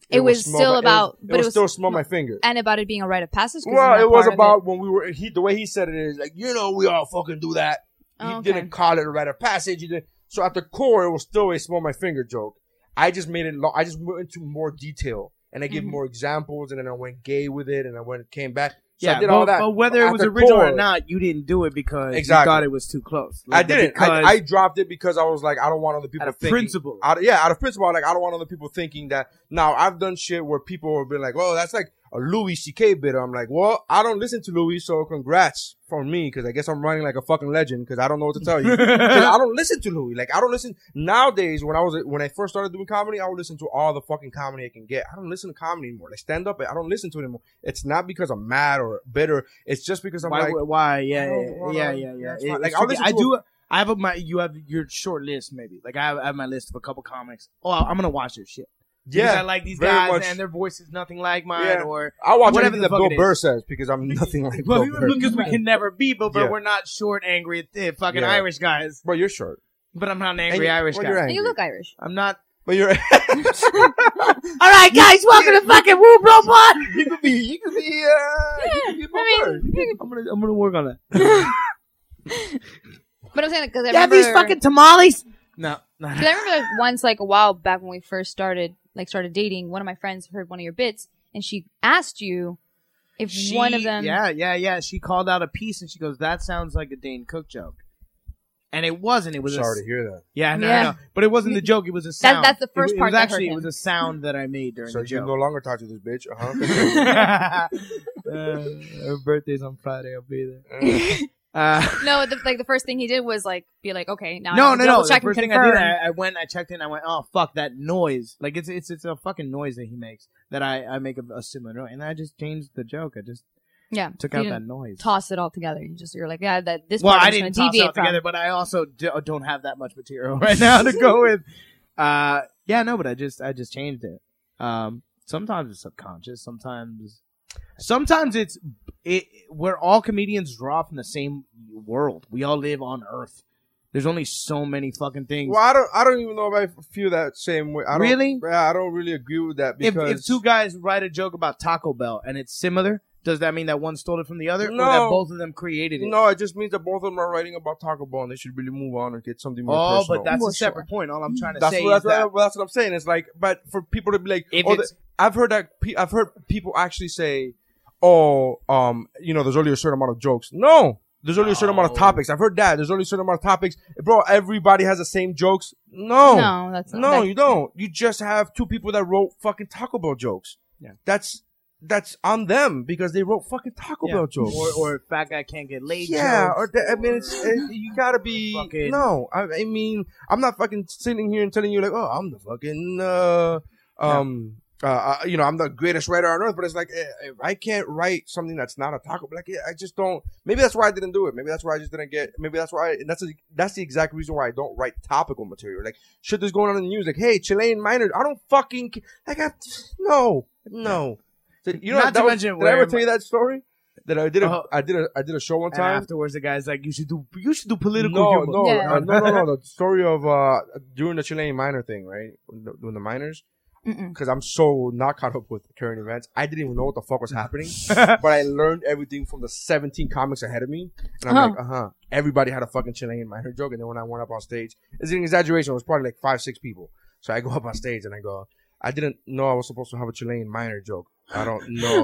[SPEAKER 6] It was
[SPEAKER 2] smell
[SPEAKER 6] still
[SPEAKER 2] my- it was-
[SPEAKER 6] about-
[SPEAKER 2] It
[SPEAKER 6] but it
[SPEAKER 2] was,
[SPEAKER 6] was-
[SPEAKER 2] still smell my finger.
[SPEAKER 6] and about it being a rite of passage. 'cause
[SPEAKER 2] Well,
[SPEAKER 6] isn't that
[SPEAKER 2] it was
[SPEAKER 6] part of
[SPEAKER 2] about when we were he the way he said it is like you know we all fucking do that. He
[SPEAKER 6] Oh, okay.
[SPEAKER 2] didn't call it a rite of passage. He didn't. So at the core, it was still a smell my finger joke. I just made it. Lo- I just went into more detail and I gave
[SPEAKER 5] Mm-hmm.
[SPEAKER 6] Mhm.
[SPEAKER 2] more examples and then I went gay with it and I went came back. So
[SPEAKER 5] yeah,
[SPEAKER 2] I did
[SPEAKER 5] but,
[SPEAKER 2] all that.
[SPEAKER 5] but whether
[SPEAKER 2] At
[SPEAKER 5] it was
[SPEAKER 2] the
[SPEAKER 5] original
[SPEAKER 2] core,
[SPEAKER 5] or not, you didn't do it because
[SPEAKER 2] Exactly.
[SPEAKER 5] you thought it was too close.
[SPEAKER 2] I
[SPEAKER 5] Like,
[SPEAKER 2] didn't. I,
[SPEAKER 5] because
[SPEAKER 2] I dropped it because I was like, I don't want other people
[SPEAKER 5] out of
[SPEAKER 2] thinking.
[SPEAKER 5] principle.
[SPEAKER 2] Out of, yeah, out of principle, like I don't want other people thinking that. Now I've done shit where people have been like, "Oh, that's like a Louis C.K. bit." I'm like, "Well, I don't listen to Louis, so congrats for me, because I guess I'm running like a fucking legend, because I don't know what to tell you. 'Cause I don't listen to Louis. Like I don't listen nowadays. When I was when I first started doing comedy, I would listen to all the fucking comedy I can get. I don't listen to comedy anymore. Like stand up, I don't listen to it anymore. It's not because I'm mad or bitter. It's just because I'm
[SPEAKER 5] why?
[SPEAKER 2] like,
[SPEAKER 5] why? Yeah,
[SPEAKER 2] I
[SPEAKER 5] yeah,
[SPEAKER 2] don't wanna-
[SPEAKER 5] yeah, yeah, yeah.
[SPEAKER 2] that's
[SPEAKER 5] It-
[SPEAKER 2] fine. Like,
[SPEAKER 5] it's
[SPEAKER 2] I'll
[SPEAKER 5] tricky.
[SPEAKER 2] listen
[SPEAKER 5] I
[SPEAKER 2] to
[SPEAKER 5] do. I have a, my. You have your short list, maybe. Like I have, I have my list of a couple comics. Oh, I'm gonna watch their shit. Because I
[SPEAKER 2] yeah.
[SPEAKER 5] like these
[SPEAKER 2] very
[SPEAKER 5] guys,
[SPEAKER 2] much.
[SPEAKER 5] and their voice is nothing like mine.
[SPEAKER 2] Yeah.
[SPEAKER 5] Or
[SPEAKER 2] I watch
[SPEAKER 5] whatever
[SPEAKER 2] everything
[SPEAKER 5] the
[SPEAKER 2] that Bill
[SPEAKER 5] fuck it
[SPEAKER 2] Burr
[SPEAKER 5] is.
[SPEAKER 2] says because I'm nothing like
[SPEAKER 5] well,
[SPEAKER 2] Bill Burr.
[SPEAKER 5] because we can never be, but, but
[SPEAKER 2] Yeah.
[SPEAKER 5] we're not short, angry, th- fucking
[SPEAKER 2] Yeah.
[SPEAKER 5] Irish guys.
[SPEAKER 2] Bro, you're short.
[SPEAKER 5] But I'm not an angry
[SPEAKER 2] you-
[SPEAKER 5] Irish
[SPEAKER 2] well,
[SPEAKER 5] guy.
[SPEAKER 2] you're
[SPEAKER 6] And
[SPEAKER 2] angry.
[SPEAKER 6] you look Irish.
[SPEAKER 5] I'm not.
[SPEAKER 2] But you're
[SPEAKER 5] All right, guys, welcome to fucking Woo Bro Pod.
[SPEAKER 2] you could be you could be uh you could be Bill
[SPEAKER 6] I
[SPEAKER 2] Burr.
[SPEAKER 5] I'm gonna, I'm gonna work on that.
[SPEAKER 6] But I'm saying because I
[SPEAKER 5] You have
[SPEAKER 6] remember
[SPEAKER 5] these fucking tamales. No, no.
[SPEAKER 6] Because I remember that once, like a while back when we first started, like started dating, one of my friends heard one of your bits, and she asked you if
[SPEAKER 5] She-
[SPEAKER 6] one of them.
[SPEAKER 5] Yeah, yeah, yeah. She called out a piece and she goes, "That sounds like a Dane Cook joke," and it wasn't. It was a
[SPEAKER 2] Sorry to hear that.
[SPEAKER 5] yeah, no,
[SPEAKER 6] Yeah.
[SPEAKER 5] no, no. But it wasn't the joke. It was a sound.
[SPEAKER 6] that's the first
[SPEAKER 5] it, It
[SPEAKER 6] part
[SPEAKER 5] was
[SPEAKER 6] that hurt
[SPEAKER 5] actually
[SPEAKER 6] him.
[SPEAKER 5] it was a sound that I made during
[SPEAKER 2] So
[SPEAKER 5] the
[SPEAKER 2] you
[SPEAKER 5] joke.
[SPEAKER 2] Uh-huh. no longer talk to this bitch, uh huh.
[SPEAKER 5] Uh, her birthday's on Friday. I'll be there. Uh,
[SPEAKER 6] No, the, like the first thing he did was like be like, okay, now
[SPEAKER 5] no,
[SPEAKER 6] I
[SPEAKER 5] no, no. The
[SPEAKER 6] Check
[SPEAKER 5] first
[SPEAKER 6] and
[SPEAKER 5] thing I did,
[SPEAKER 6] confirm.
[SPEAKER 5] I, I went, I checked in, I went, oh fuck that noise! Like it's it's it's a fucking noise that he makes that I I make a, a similar noise, and I just changed the joke. I just
[SPEAKER 6] yeah,
[SPEAKER 5] took
[SPEAKER 6] you
[SPEAKER 5] out that
[SPEAKER 6] didn't
[SPEAKER 5] noise.
[SPEAKER 6] Toss it all together. You just you're like, yeah, that this
[SPEAKER 5] well,
[SPEAKER 6] part
[SPEAKER 5] I
[SPEAKER 6] I'm just
[SPEAKER 5] didn't toss
[SPEAKER 6] gonna
[SPEAKER 5] it
[SPEAKER 6] deviate
[SPEAKER 5] out
[SPEAKER 6] from.
[SPEAKER 5] together, but I also do, don't have that much material right now to go with. Uh, yeah, no, but I just I just changed it. Um, sometimes it's subconscious. Sometimes, sometimes it's it. We're all comedians draw from the same world. We all live on Earth. There's only so many fucking things.
[SPEAKER 2] Well, I don't. I don't even know if I feel that same way. I don't,
[SPEAKER 5] Really?
[SPEAKER 2] Yeah, I don't really agree with that
[SPEAKER 5] if,
[SPEAKER 2] because
[SPEAKER 5] if two guys write a joke about Taco Bell and it's similar, does that mean that one stole it from the other, or that
[SPEAKER 2] No.
[SPEAKER 5] both of them created it?
[SPEAKER 2] no, it just means that both of them are writing about Taco Bell, and they should really move on and get something more
[SPEAKER 5] oh,
[SPEAKER 2] personal.
[SPEAKER 5] but that's
[SPEAKER 6] Well,
[SPEAKER 5] a separate point. All I'm trying to
[SPEAKER 2] that's
[SPEAKER 5] say
[SPEAKER 2] what, that's,
[SPEAKER 5] is that
[SPEAKER 2] what, well, that's what I'm saying. It's like, but for people to be like,
[SPEAKER 5] If
[SPEAKER 2] oh, the,
[SPEAKER 5] it's-
[SPEAKER 2] I've heard that pe- I've heard people actually say, oh, um, you know, there's only a certain amount of jokes. No, there's only a certain amount of
[SPEAKER 5] No.
[SPEAKER 2] topics. I've heard that. There's only a certain amount of topics, bro. Everybody has the same jokes. No,
[SPEAKER 6] No, that's not,
[SPEAKER 2] No,
[SPEAKER 6] that-
[SPEAKER 2] you don't. You just have two people that wrote fucking Taco Bell jokes.
[SPEAKER 5] Yeah.
[SPEAKER 2] That's that's on them because they wrote fucking Taco
[SPEAKER 5] Yeah.
[SPEAKER 2] Bell jokes.
[SPEAKER 5] or, or fat guy can't get laid.
[SPEAKER 2] yeah,
[SPEAKER 5] jokes.
[SPEAKER 2] or that, I mean, it's, it, you gotta be
[SPEAKER 5] Fucking-
[SPEAKER 2] no. I, I mean, I'm not fucking sitting here and telling you like, oh, I'm the fucking uh, um, uh, uh, you know, I'm the greatest writer on earth. But it's like, eh, if I can't write something that's not a Taco Bell, like, eh, I just don't. Maybe that's why I didn't do it. Maybe that's why I just didn't get. Maybe that's why. and that's the that's the exact reason why I don't write topical material. Like shit that's going on in the news. Like, hey, Chilean miners. I don't fucking. ca- Like, I no, no. So, you know,
[SPEAKER 5] Not
[SPEAKER 2] that
[SPEAKER 5] to
[SPEAKER 2] was-
[SPEAKER 5] mention
[SPEAKER 2] did I
[SPEAKER 5] where
[SPEAKER 2] ever
[SPEAKER 5] my-
[SPEAKER 2] tell you that story? That I did a I
[SPEAKER 5] Uh,
[SPEAKER 2] did a I did a show one
[SPEAKER 5] And
[SPEAKER 2] time.
[SPEAKER 5] afterwards, the guy's like, "You should do, you should do political
[SPEAKER 2] No,
[SPEAKER 5] humor."
[SPEAKER 2] no,
[SPEAKER 6] Yeah.
[SPEAKER 2] uh, no, no, no. The story of uh during the Chilean miner thing, right? When the, when the miners,
[SPEAKER 6] Mm-mm.
[SPEAKER 2] because I'm so not caught up with current events, I didn't even know what the fuck was happening. but I learned everything from the 17 comics ahead of me, and I'm
[SPEAKER 6] Oh.
[SPEAKER 2] like, uh huh. Everybody had a fucking Chilean miner joke, and then when I went up on stage, it's an exaggeration. It was probably like five, six people. So I go up on stage and I go, I didn't know I was supposed to have a Chilean miner joke. I don't know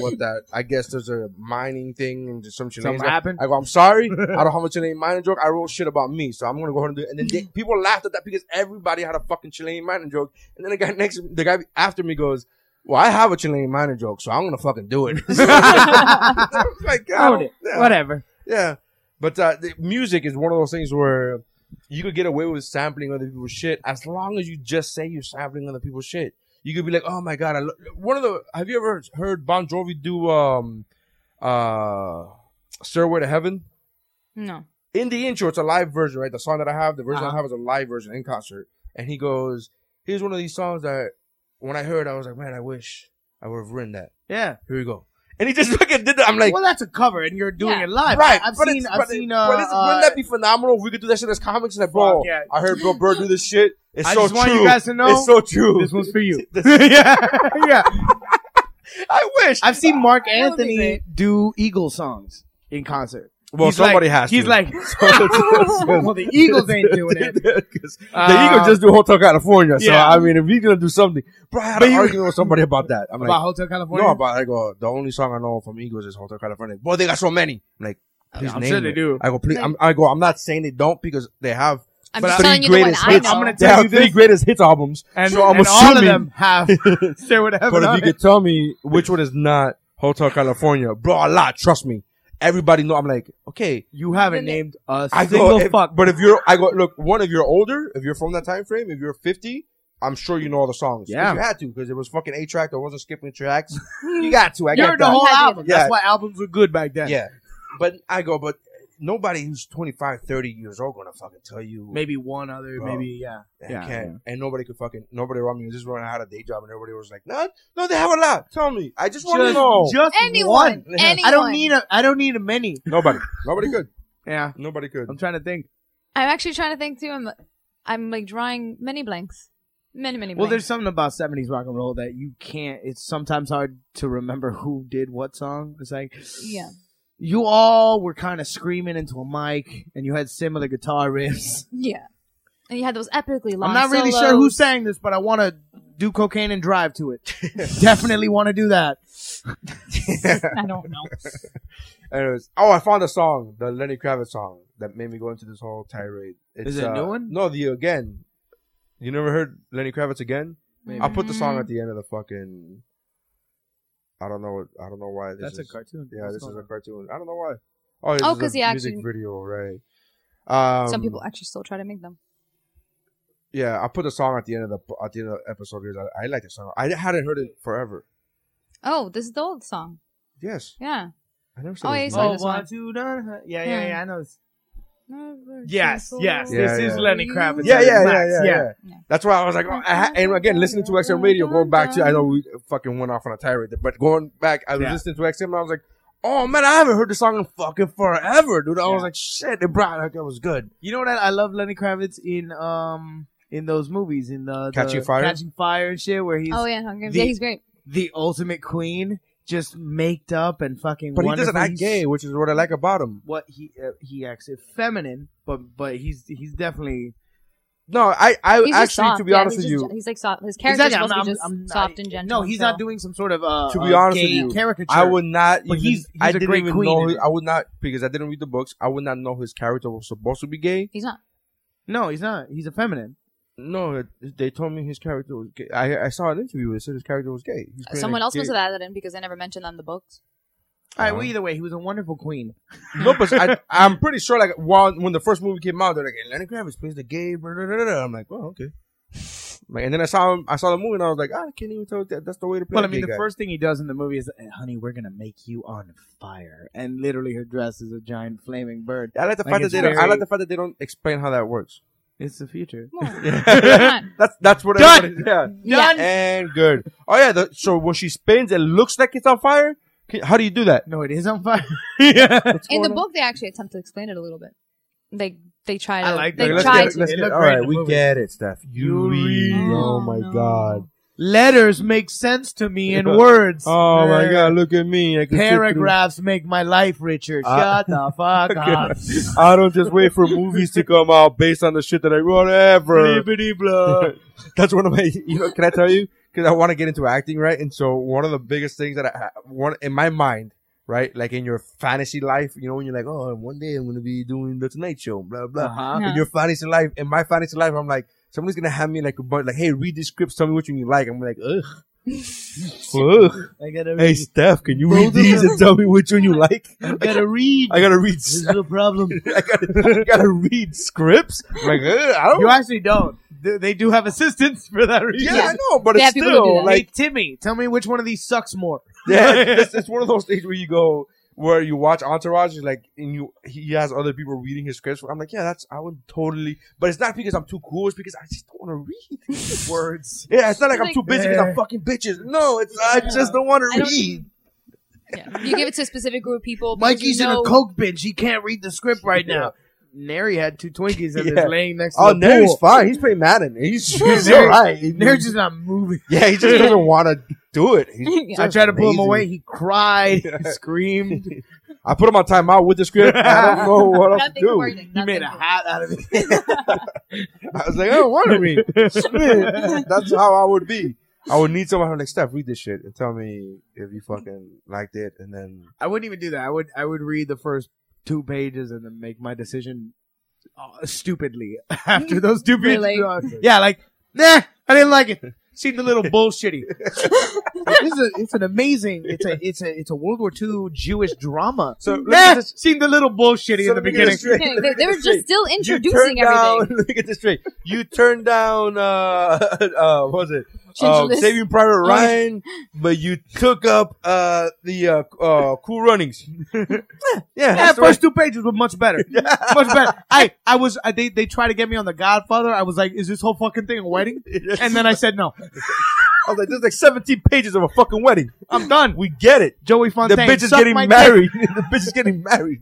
[SPEAKER 2] what that. I guess there's a mining thing and just some Chilean.
[SPEAKER 5] Something happened?
[SPEAKER 2] I go, I'm sorry. I don't have a Chilean minor joke. I wrote shit about me, so I'm gonna go ahead and do it. And then they, people laughed at that because everybody had a fucking Chilean minor joke. And then the guy next, the guy after me goes, "Well, I have a Chilean minor joke, so I'm gonna fucking do it." I was like, God,
[SPEAKER 5] Own it.
[SPEAKER 2] yeah,
[SPEAKER 5] Whatever.
[SPEAKER 2] yeah. But uh, the music is one of those things where you could get away with sampling other people's shit as long as you just say you're sampling other people's shit. You could be like, "Oh my god!" I lo-. One of the Have you ever heard Bon Jovi do um, uh, "Stairway to Heaven"?
[SPEAKER 6] no.
[SPEAKER 2] in the intro, it's a live version, right? The song that I have, the version
[SPEAKER 5] Uh-huh.
[SPEAKER 2] I have is a live version in concert. And he goes, Here's one of these songs that when I heard, I was like, Man, I wish I would have written that.
[SPEAKER 5] Yeah.
[SPEAKER 2] Here we go. And he just fucking did that. I'm like,
[SPEAKER 5] well, that's a cover, and you're doing
[SPEAKER 6] Yeah.
[SPEAKER 5] it live.
[SPEAKER 2] Right,
[SPEAKER 5] I- I've
[SPEAKER 2] but
[SPEAKER 5] seen.
[SPEAKER 2] it's,
[SPEAKER 5] I've
[SPEAKER 2] but
[SPEAKER 5] seen.
[SPEAKER 2] it-
[SPEAKER 5] Uh,
[SPEAKER 2] but it's-
[SPEAKER 5] uh,
[SPEAKER 2] wouldn't that be phenomenal if we could do that shit as comics? And like, bro,
[SPEAKER 5] Fuck, yeah.
[SPEAKER 2] I heard Bro Bird do this shit. It's
[SPEAKER 5] I
[SPEAKER 2] so
[SPEAKER 5] just
[SPEAKER 2] true.
[SPEAKER 5] want you guys to know
[SPEAKER 2] it's so true.
[SPEAKER 5] this one's for you.
[SPEAKER 2] This-
[SPEAKER 5] yeah, yeah.
[SPEAKER 2] I wish.
[SPEAKER 5] I've seen Mark
[SPEAKER 6] That would be
[SPEAKER 5] Anthony
[SPEAKER 6] great.
[SPEAKER 5] do Eagle songs in concert.
[SPEAKER 2] well,
[SPEAKER 5] He's
[SPEAKER 2] somebody
[SPEAKER 5] like,
[SPEAKER 2] has.
[SPEAKER 5] He's
[SPEAKER 2] to.
[SPEAKER 5] like, well, the Eagles ain't doing it.
[SPEAKER 2] 'Cause the
[SPEAKER 5] Uh,
[SPEAKER 2] Eagles just do Hotel California. So
[SPEAKER 5] yeah.
[SPEAKER 2] I mean, if he's gonna do something, bro, I had
[SPEAKER 5] But
[SPEAKER 2] an
[SPEAKER 5] you-
[SPEAKER 2] argument with somebody about that. I'm like,
[SPEAKER 5] About Hotel California.
[SPEAKER 2] No, but I go, the only song I know from Eagles is Hotel California. Boy, they got so many. I'm like, please
[SPEAKER 5] I'm
[SPEAKER 2] name
[SPEAKER 5] sure they
[SPEAKER 2] it.
[SPEAKER 5] do.
[SPEAKER 2] I go, please. I'm, I go, I'm not saying they don't because they have
[SPEAKER 6] I'm
[SPEAKER 2] But
[SPEAKER 6] just
[SPEAKER 2] I-
[SPEAKER 6] telling you
[SPEAKER 2] three
[SPEAKER 6] the one
[SPEAKER 2] greatest
[SPEAKER 6] I
[SPEAKER 2] hits.
[SPEAKER 6] know.
[SPEAKER 5] I'm gonna
[SPEAKER 2] they
[SPEAKER 5] tell
[SPEAKER 2] have
[SPEAKER 5] you
[SPEAKER 2] three
[SPEAKER 5] this.
[SPEAKER 2] greatest hits albums.
[SPEAKER 5] and,
[SPEAKER 2] so I'm
[SPEAKER 5] and all of
[SPEAKER 2] assuming-
[SPEAKER 5] them have Stairway to Heaven.
[SPEAKER 2] But if
[SPEAKER 5] on
[SPEAKER 2] you could
[SPEAKER 5] it.
[SPEAKER 2] tell me which one is not Hotel California, bro, a lot. Trust me. Everybody know. I'm like, okay.
[SPEAKER 5] You haven't named a
[SPEAKER 2] I
[SPEAKER 5] single
[SPEAKER 2] go, if-
[SPEAKER 5] fuck.
[SPEAKER 2] but if you're, I go, look, one, if you're older, if you're from that time frame, if you're 50, I'm sure you know all the songs. 'Cause
[SPEAKER 5] Yeah.
[SPEAKER 2] You had to because it was fucking A track. I wasn't skipping tracks. you got to. I
[SPEAKER 5] you're
[SPEAKER 2] got
[SPEAKER 5] the
[SPEAKER 2] that.
[SPEAKER 5] whole
[SPEAKER 6] Yeah.
[SPEAKER 5] album.
[SPEAKER 2] Yeah.
[SPEAKER 5] That's why albums were good back then.
[SPEAKER 2] Yeah. But I go, but nobody who's 25, 30 years old gonna fucking tell you.
[SPEAKER 5] Maybe one other.
[SPEAKER 2] Bro.
[SPEAKER 5] Maybe yeah.
[SPEAKER 2] I
[SPEAKER 5] yeah.
[SPEAKER 2] can't. And nobody could fucking, nobody around me. This is when I had a day job and everybody was like, no, no, they have a lot. Tell me. I just want to
[SPEAKER 5] Just,
[SPEAKER 2] know.
[SPEAKER 5] just
[SPEAKER 6] Anyone,
[SPEAKER 5] one.
[SPEAKER 6] anyone.
[SPEAKER 5] I don't need a. I don't need a many.
[SPEAKER 2] nobody. Nobody could.
[SPEAKER 5] Yeah.
[SPEAKER 2] Nobody could.
[SPEAKER 5] I'm trying to think.
[SPEAKER 6] I'm actually trying to think too. I'm, I'm like drawing many blanks, many many. Blanks.
[SPEAKER 5] Well, there's something about 70s rock and roll that you can't. It's sometimes hard to remember who did what song. It's like
[SPEAKER 6] yeah.
[SPEAKER 5] you all were kind of screaming into a mic, and you had similar guitar riffs.
[SPEAKER 6] Yeah. And you had those epically long
[SPEAKER 5] I'm not really
[SPEAKER 6] solos.
[SPEAKER 5] sure who sang this, but I want to do cocaine and drive to it. Definitely want to do that.
[SPEAKER 6] I don't know.
[SPEAKER 2] Anyways, oh, I found a song, the Lenny Kravitz song, that made me go into this whole tirade. It's,
[SPEAKER 5] Is it a
[SPEAKER 2] uh,
[SPEAKER 5] new one?
[SPEAKER 2] No, the again. You never heard Lenny Kravitz again? I'll put the song at the end of the fucking. I don't know. I don't know why. This
[SPEAKER 5] That's
[SPEAKER 2] is,
[SPEAKER 5] a cartoon.
[SPEAKER 2] Yeah,
[SPEAKER 5] What's
[SPEAKER 2] this
[SPEAKER 5] going
[SPEAKER 2] is a
[SPEAKER 5] on?
[SPEAKER 2] cartoon. I don't know why. Oh,
[SPEAKER 6] Oh,
[SPEAKER 2] because
[SPEAKER 6] 'cause he
[SPEAKER 2] music
[SPEAKER 6] actually-
[SPEAKER 2] video, right? Um,
[SPEAKER 6] Some people actually still try to make them.
[SPEAKER 2] Yeah, I put the song at the end of the at the end of the episode because I, I like the song. I hadn't heard it forever.
[SPEAKER 6] Oh, this is the old song.
[SPEAKER 2] Yes,
[SPEAKER 6] Yeah.
[SPEAKER 2] I never said.
[SPEAKER 6] Oh,
[SPEAKER 2] it
[SPEAKER 6] yeah,
[SPEAKER 2] was
[SPEAKER 6] he's
[SPEAKER 2] mine.
[SPEAKER 6] like-
[SPEAKER 5] Oh,
[SPEAKER 6] this
[SPEAKER 5] one,
[SPEAKER 6] one.
[SPEAKER 5] two, done. huh? Yeah, yeah,
[SPEAKER 6] Yeah.
[SPEAKER 5] yeah. I know. This.
[SPEAKER 6] Never
[SPEAKER 5] Yes,
[SPEAKER 6] since
[SPEAKER 5] yes.
[SPEAKER 6] I-
[SPEAKER 2] Yeah,
[SPEAKER 5] this is
[SPEAKER 2] yeah.
[SPEAKER 5] Lenny Kravitz.
[SPEAKER 2] Yeah, yeah, yeah,
[SPEAKER 5] Max,
[SPEAKER 2] yeah, yeah.
[SPEAKER 6] Yeah.
[SPEAKER 2] That's why I was like, oh, I ha- and again, listening to XM radio, going back to, I know we fucking went off on a tirade, there, but going back, I was
[SPEAKER 5] Yeah.
[SPEAKER 2] listening to XM and I was like, oh man, I haven't heard the song in fucking forever, dude. I was
[SPEAKER 5] Yeah.
[SPEAKER 2] like, shit, it brought, like, it was good.
[SPEAKER 5] You know what? I, I love Lenny Kravitz in um in those movies in the, the
[SPEAKER 2] Catching Fire?
[SPEAKER 5] Catching Fire and shit, where he's
[SPEAKER 6] Oh yeah, Hunger Games.
[SPEAKER 5] the-
[SPEAKER 6] yeah, he's great.
[SPEAKER 5] the ultimate queen, just maked up and fucking.
[SPEAKER 2] But he
[SPEAKER 5] wonderful.
[SPEAKER 2] doesn't act
[SPEAKER 5] He's-
[SPEAKER 2] gay, which is what I like about him.
[SPEAKER 5] What he uh, he acts feminine, but but he's he's definitely
[SPEAKER 2] No, I, I
[SPEAKER 6] He's just
[SPEAKER 2] actually,
[SPEAKER 6] soft.
[SPEAKER 2] to be
[SPEAKER 6] Yeah,
[SPEAKER 2] honest
[SPEAKER 6] he's
[SPEAKER 2] with
[SPEAKER 6] just-
[SPEAKER 2] you,
[SPEAKER 6] he's like soft. His character is
[SPEAKER 5] Exactly, I'm
[SPEAKER 6] supposed to be
[SPEAKER 5] not-
[SPEAKER 6] just
[SPEAKER 5] I'm not-
[SPEAKER 6] soft and gentle.
[SPEAKER 5] No, he's
[SPEAKER 6] so-
[SPEAKER 5] not doing some sort of uh,
[SPEAKER 2] To be
[SPEAKER 5] uh,
[SPEAKER 2] honest
[SPEAKER 5] gay
[SPEAKER 2] with you,
[SPEAKER 5] caricature.
[SPEAKER 2] I would not
[SPEAKER 5] But
[SPEAKER 2] even,
[SPEAKER 5] he's- he's
[SPEAKER 2] I
[SPEAKER 5] a
[SPEAKER 2] didn't
[SPEAKER 5] great
[SPEAKER 2] even
[SPEAKER 5] queen
[SPEAKER 2] know,
[SPEAKER 5] in
[SPEAKER 2] his-
[SPEAKER 5] it.
[SPEAKER 2] I would not, because I didn't read the books, I would not know his character was supposed to be gay.
[SPEAKER 6] He's not.
[SPEAKER 5] No, he's not. He's a feminine.
[SPEAKER 2] No, it- they told me his character was gay. I, I saw an interview where it said his character was gay. He's playing a
[SPEAKER 6] Someone else
[SPEAKER 2] gay-
[SPEAKER 6] must have added in because I never mentioned that in the books.
[SPEAKER 5] All right.
[SPEAKER 2] Uh-huh.
[SPEAKER 5] Well, either way, he was a wonderful queen.
[SPEAKER 2] No, but I, I'm pretty sure, like, while, when the first movie came out, they're like, Lenny Kravitz plays the gay, blah, blah, blah, blah." I'm like, well, okay. Like, and then I saw him, I saw the movie and I was like, "Ah, I can't even tell that that's the way to play
[SPEAKER 5] Well, I
[SPEAKER 2] a
[SPEAKER 5] mean,
[SPEAKER 2] gay
[SPEAKER 5] the
[SPEAKER 2] guy.
[SPEAKER 5] first thing he does in the movie is, "Eh, "Honey, we're gonna make you on fire," and literally her dress is a giant flaming bird.
[SPEAKER 2] I like the
[SPEAKER 5] Like,
[SPEAKER 2] fact that
[SPEAKER 5] it's
[SPEAKER 2] they don't, I
[SPEAKER 5] very-
[SPEAKER 2] like the fact that they don't explain how that works.
[SPEAKER 5] It's the future.
[SPEAKER 2] that's that's what
[SPEAKER 5] Done.
[SPEAKER 2] everybody- yeah.
[SPEAKER 6] Yeah.
[SPEAKER 2] And good. Oh yeah, the, so when she spins, it looks like it's on fire. Can- How do you do that?
[SPEAKER 5] No, it is on fire. yeah.
[SPEAKER 6] In the book, they actually attempt to explain it a little bit. They they try to.
[SPEAKER 5] I like
[SPEAKER 6] they
[SPEAKER 5] that.
[SPEAKER 2] let's
[SPEAKER 6] try
[SPEAKER 2] get, it-
[SPEAKER 6] to.
[SPEAKER 2] let's
[SPEAKER 5] It
[SPEAKER 2] get,
[SPEAKER 5] looked
[SPEAKER 2] all
[SPEAKER 5] great in
[SPEAKER 2] right,
[SPEAKER 5] the
[SPEAKER 2] we
[SPEAKER 5] movie.
[SPEAKER 2] get it, Steph.
[SPEAKER 5] You
[SPEAKER 2] You read.
[SPEAKER 5] read.
[SPEAKER 2] Oh my
[SPEAKER 6] no.
[SPEAKER 2] god.
[SPEAKER 5] Letters make sense to me in words.
[SPEAKER 2] Oh my
[SPEAKER 5] Uh,
[SPEAKER 2] god, look at me. I can sit through-
[SPEAKER 5] Paragraphs make my life richer.
[SPEAKER 2] Uh,
[SPEAKER 5] Shut the fuck up.
[SPEAKER 2] I don't just wait for movies to come out based on the shit that I whatever.
[SPEAKER 5] Blibbity blah.
[SPEAKER 2] That's one of my. You know, can I tell you? Because I want to get into acting, right? And so one of the biggest things that I ha- one in my mind, right, like in your fantasy life, you know, when you're like, oh, one day I'm gonna be doing the Tonight Show, blah blah.
[SPEAKER 5] Uh-huh.
[SPEAKER 6] Yeah.
[SPEAKER 2] In your fantasy life, in my fantasy life, I'm like, somebody's gonna have me like a bunch, like, hey, read this script, tell me which one you like. I'm like, ugh, ugh.
[SPEAKER 5] I gotta
[SPEAKER 2] Hey,
[SPEAKER 5] read.
[SPEAKER 2] Steph, can you
[SPEAKER 5] Both
[SPEAKER 2] read
[SPEAKER 5] of
[SPEAKER 2] these
[SPEAKER 5] them.
[SPEAKER 2] and tell me which one you like?
[SPEAKER 5] I gotta read.
[SPEAKER 2] I gotta read.
[SPEAKER 5] This is a problem.
[SPEAKER 2] I gotta, I gotta read scripts. I'm like, "Ugh, I don't.
[SPEAKER 5] You actually don't. They, they do have assistants for that reason.
[SPEAKER 2] yeah, I know, but
[SPEAKER 6] They have
[SPEAKER 2] it's
[SPEAKER 6] people who do
[SPEAKER 2] still
[SPEAKER 6] that.
[SPEAKER 5] Like
[SPEAKER 2] like,
[SPEAKER 5] Timmy, tell me which one of these sucks more.
[SPEAKER 2] yeah, it's, it's one of those things where you go, where you watch Entourage, you're like, and you he has other people reading his scripts. I'm like, yeah, that's I would totally, but it's not because I'm too cool. It's because I just don't want to read.
[SPEAKER 5] Words.
[SPEAKER 2] Yeah, it's not like I'm
[SPEAKER 6] Like-
[SPEAKER 2] too busy because I'm fucking bitches. No, it's I just don't want
[SPEAKER 6] I
[SPEAKER 2] to
[SPEAKER 6] don't-
[SPEAKER 2] read.
[SPEAKER 6] Yeah. You give it to a specific group of people. because
[SPEAKER 5] Mikey's
[SPEAKER 6] you
[SPEAKER 5] in a
[SPEAKER 6] know-
[SPEAKER 5] coke binge. He can't read the script right
[SPEAKER 2] Yeah.
[SPEAKER 5] now. Nary had two Twinkies and
[SPEAKER 2] Yeah.
[SPEAKER 5] is laying next to
[SPEAKER 2] Oh,
[SPEAKER 5] the
[SPEAKER 2] Nary's
[SPEAKER 5] pool.
[SPEAKER 2] fine. He's playing Madden. He's, he's
[SPEAKER 5] Nary-
[SPEAKER 2] all right.
[SPEAKER 5] Nary's just not moving.
[SPEAKER 2] yeah, he just doesn't want to do it. He's
[SPEAKER 6] Yeah.
[SPEAKER 5] I tried to pull him
[SPEAKER 2] amazing.
[SPEAKER 5] away. He cried, he screamed.
[SPEAKER 2] I put him on timeout with the script. I don't know what else to
[SPEAKER 6] Nothing
[SPEAKER 2] do.
[SPEAKER 6] working,
[SPEAKER 5] He
[SPEAKER 6] nothing
[SPEAKER 5] made a
[SPEAKER 6] working.
[SPEAKER 5] hat out of it.
[SPEAKER 2] I was like, oh, I don't want to read. Shit. That's how I would be. I would need someone who's like, Steph, read this shit and tell me if you fucking liked it. And then
[SPEAKER 5] I wouldn't even do that. I would I would read the first two pages and then make my decision uh, stupidly after those two pages.
[SPEAKER 6] Really?
[SPEAKER 5] Uh, yeah, like nah, I didn't like it. Seemed a little bullshitty. it's, a, it's an amazing. It's a it's a it's a World War II Jewish drama.
[SPEAKER 2] So, let me
[SPEAKER 5] nah,
[SPEAKER 2] just-
[SPEAKER 5] seemed a little bullshitty in the
[SPEAKER 2] Let me get
[SPEAKER 5] beginning.
[SPEAKER 2] this straight.
[SPEAKER 6] Okay,
[SPEAKER 2] Let me
[SPEAKER 6] they,
[SPEAKER 2] get
[SPEAKER 6] they were
[SPEAKER 2] this straight.
[SPEAKER 6] just still
[SPEAKER 2] You
[SPEAKER 6] introducing
[SPEAKER 2] turned down.
[SPEAKER 6] everything.
[SPEAKER 2] Let me get this straight. You turned down. Uh, uh, what was it?
[SPEAKER 6] Schindler's
[SPEAKER 2] Um, Saving Private Ryan, but you took up uh the uh, uh Cool Runnings. yeah,
[SPEAKER 5] Yeah,
[SPEAKER 2] that's
[SPEAKER 5] first two pages were much better. Much better. I I was I, they they tried to get me on the Godfather. I was like, is this whole fucking thing a wedding?
[SPEAKER 2] right.
[SPEAKER 5] And then I said no.
[SPEAKER 2] I was like, "There's like 17 pages of a fucking wedding.
[SPEAKER 5] I'm done.
[SPEAKER 2] We get it.
[SPEAKER 5] Joey
[SPEAKER 2] The
[SPEAKER 5] Fontaine.
[SPEAKER 2] bitch is
[SPEAKER 5] suck
[SPEAKER 2] getting
[SPEAKER 5] my dick.
[SPEAKER 2] married. the bitch is getting married."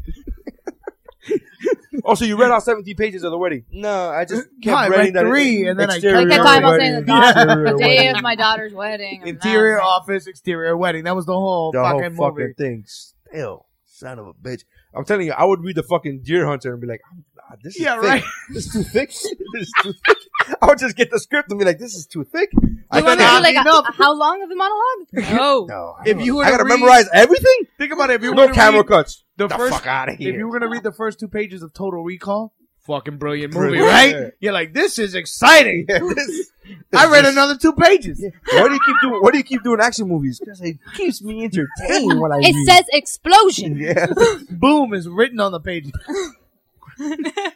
[SPEAKER 2] also, you read all 17 pages of the wedding. No, I just
[SPEAKER 5] No, I
[SPEAKER 2] kept
[SPEAKER 5] read
[SPEAKER 2] reading that
[SPEAKER 5] three, and then I-
[SPEAKER 2] exterior
[SPEAKER 6] Like that time I was
[SPEAKER 2] wedding,
[SPEAKER 6] saying the daughter-
[SPEAKER 2] exterior
[SPEAKER 6] the day
[SPEAKER 2] wedding.
[SPEAKER 6] of my daughter's wedding. and
[SPEAKER 5] Interior
[SPEAKER 6] that.
[SPEAKER 5] office, exterior wedding. That was the whole
[SPEAKER 2] the
[SPEAKER 5] fucking
[SPEAKER 2] whole
[SPEAKER 5] movie.
[SPEAKER 2] fucking thing. Still, son of a bitch. I'm telling you, I would read the fucking Deer Hunter and be like, I'm- ah, "This is
[SPEAKER 5] Yeah,
[SPEAKER 2] thick.
[SPEAKER 5] right.
[SPEAKER 2] This is too thick. This is too thick." I would just get the script and be like, "This is too thick." I
[SPEAKER 6] You want
[SPEAKER 2] gotta,
[SPEAKER 6] me to do
[SPEAKER 5] think-
[SPEAKER 6] like a, how long of the monologue? Oh,
[SPEAKER 2] no, I
[SPEAKER 5] If
[SPEAKER 2] don't-
[SPEAKER 5] you were
[SPEAKER 2] I
[SPEAKER 5] to
[SPEAKER 2] gotta
[SPEAKER 5] read-
[SPEAKER 2] memorize everything.
[SPEAKER 5] Think about it. If you were
[SPEAKER 2] No
[SPEAKER 5] to
[SPEAKER 2] camera
[SPEAKER 5] read
[SPEAKER 2] cuts.
[SPEAKER 5] the
[SPEAKER 2] The
[SPEAKER 5] first,
[SPEAKER 2] fuck out of
[SPEAKER 5] if you
[SPEAKER 2] here.
[SPEAKER 5] were gonna read the first two pages of Total Recall, fucking brilliant movie, right?
[SPEAKER 2] Yeah.
[SPEAKER 5] You're like, this is exciting.
[SPEAKER 2] this-
[SPEAKER 5] I read another two pages.
[SPEAKER 2] Why do you keep doing? Why do you keep doing action movies? Because it keeps me entertained when I
[SPEAKER 6] It
[SPEAKER 2] read.
[SPEAKER 6] says explosion.
[SPEAKER 2] yeah,
[SPEAKER 5] Boom is written on the page.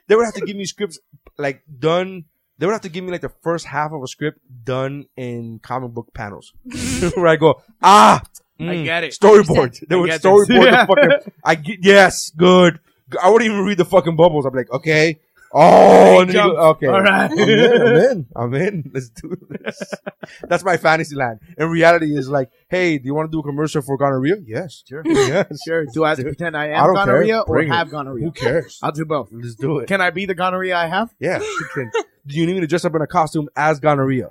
[SPEAKER 2] they would have to give me scripts like done. They would have to give me like the first half of a script done in comic book panels, where I go, ah,
[SPEAKER 5] I
[SPEAKER 2] mm,
[SPEAKER 5] get it.
[SPEAKER 2] storyboard. They
[SPEAKER 5] I
[SPEAKER 2] would
[SPEAKER 5] get this.
[SPEAKER 2] storyboard
[SPEAKER 5] Yeah.
[SPEAKER 2] the fucking. I get yes, good. I wouldn't even read the fucking bubbles. I'm like, okay, oh, and then you go, okay,
[SPEAKER 5] All right.
[SPEAKER 2] I'm in, I'm in. I'm in. Let's do this. That's my fantasy land. In reality, is like, hey, do you want to do a commercial for gonorrhea? Yes, sure. Yes.
[SPEAKER 5] Sure. Do I have to pretend I am
[SPEAKER 2] I don't care.
[SPEAKER 5] gonorrhea or
[SPEAKER 2] Bring it.
[SPEAKER 5] have gonorrhea?
[SPEAKER 2] Who cares?
[SPEAKER 5] I'll do both.
[SPEAKER 2] Let's do it.
[SPEAKER 5] Can I be the gonorrhea I have?
[SPEAKER 2] Yeah. you can. Do you need me to dress up in a costume as gonorrhea?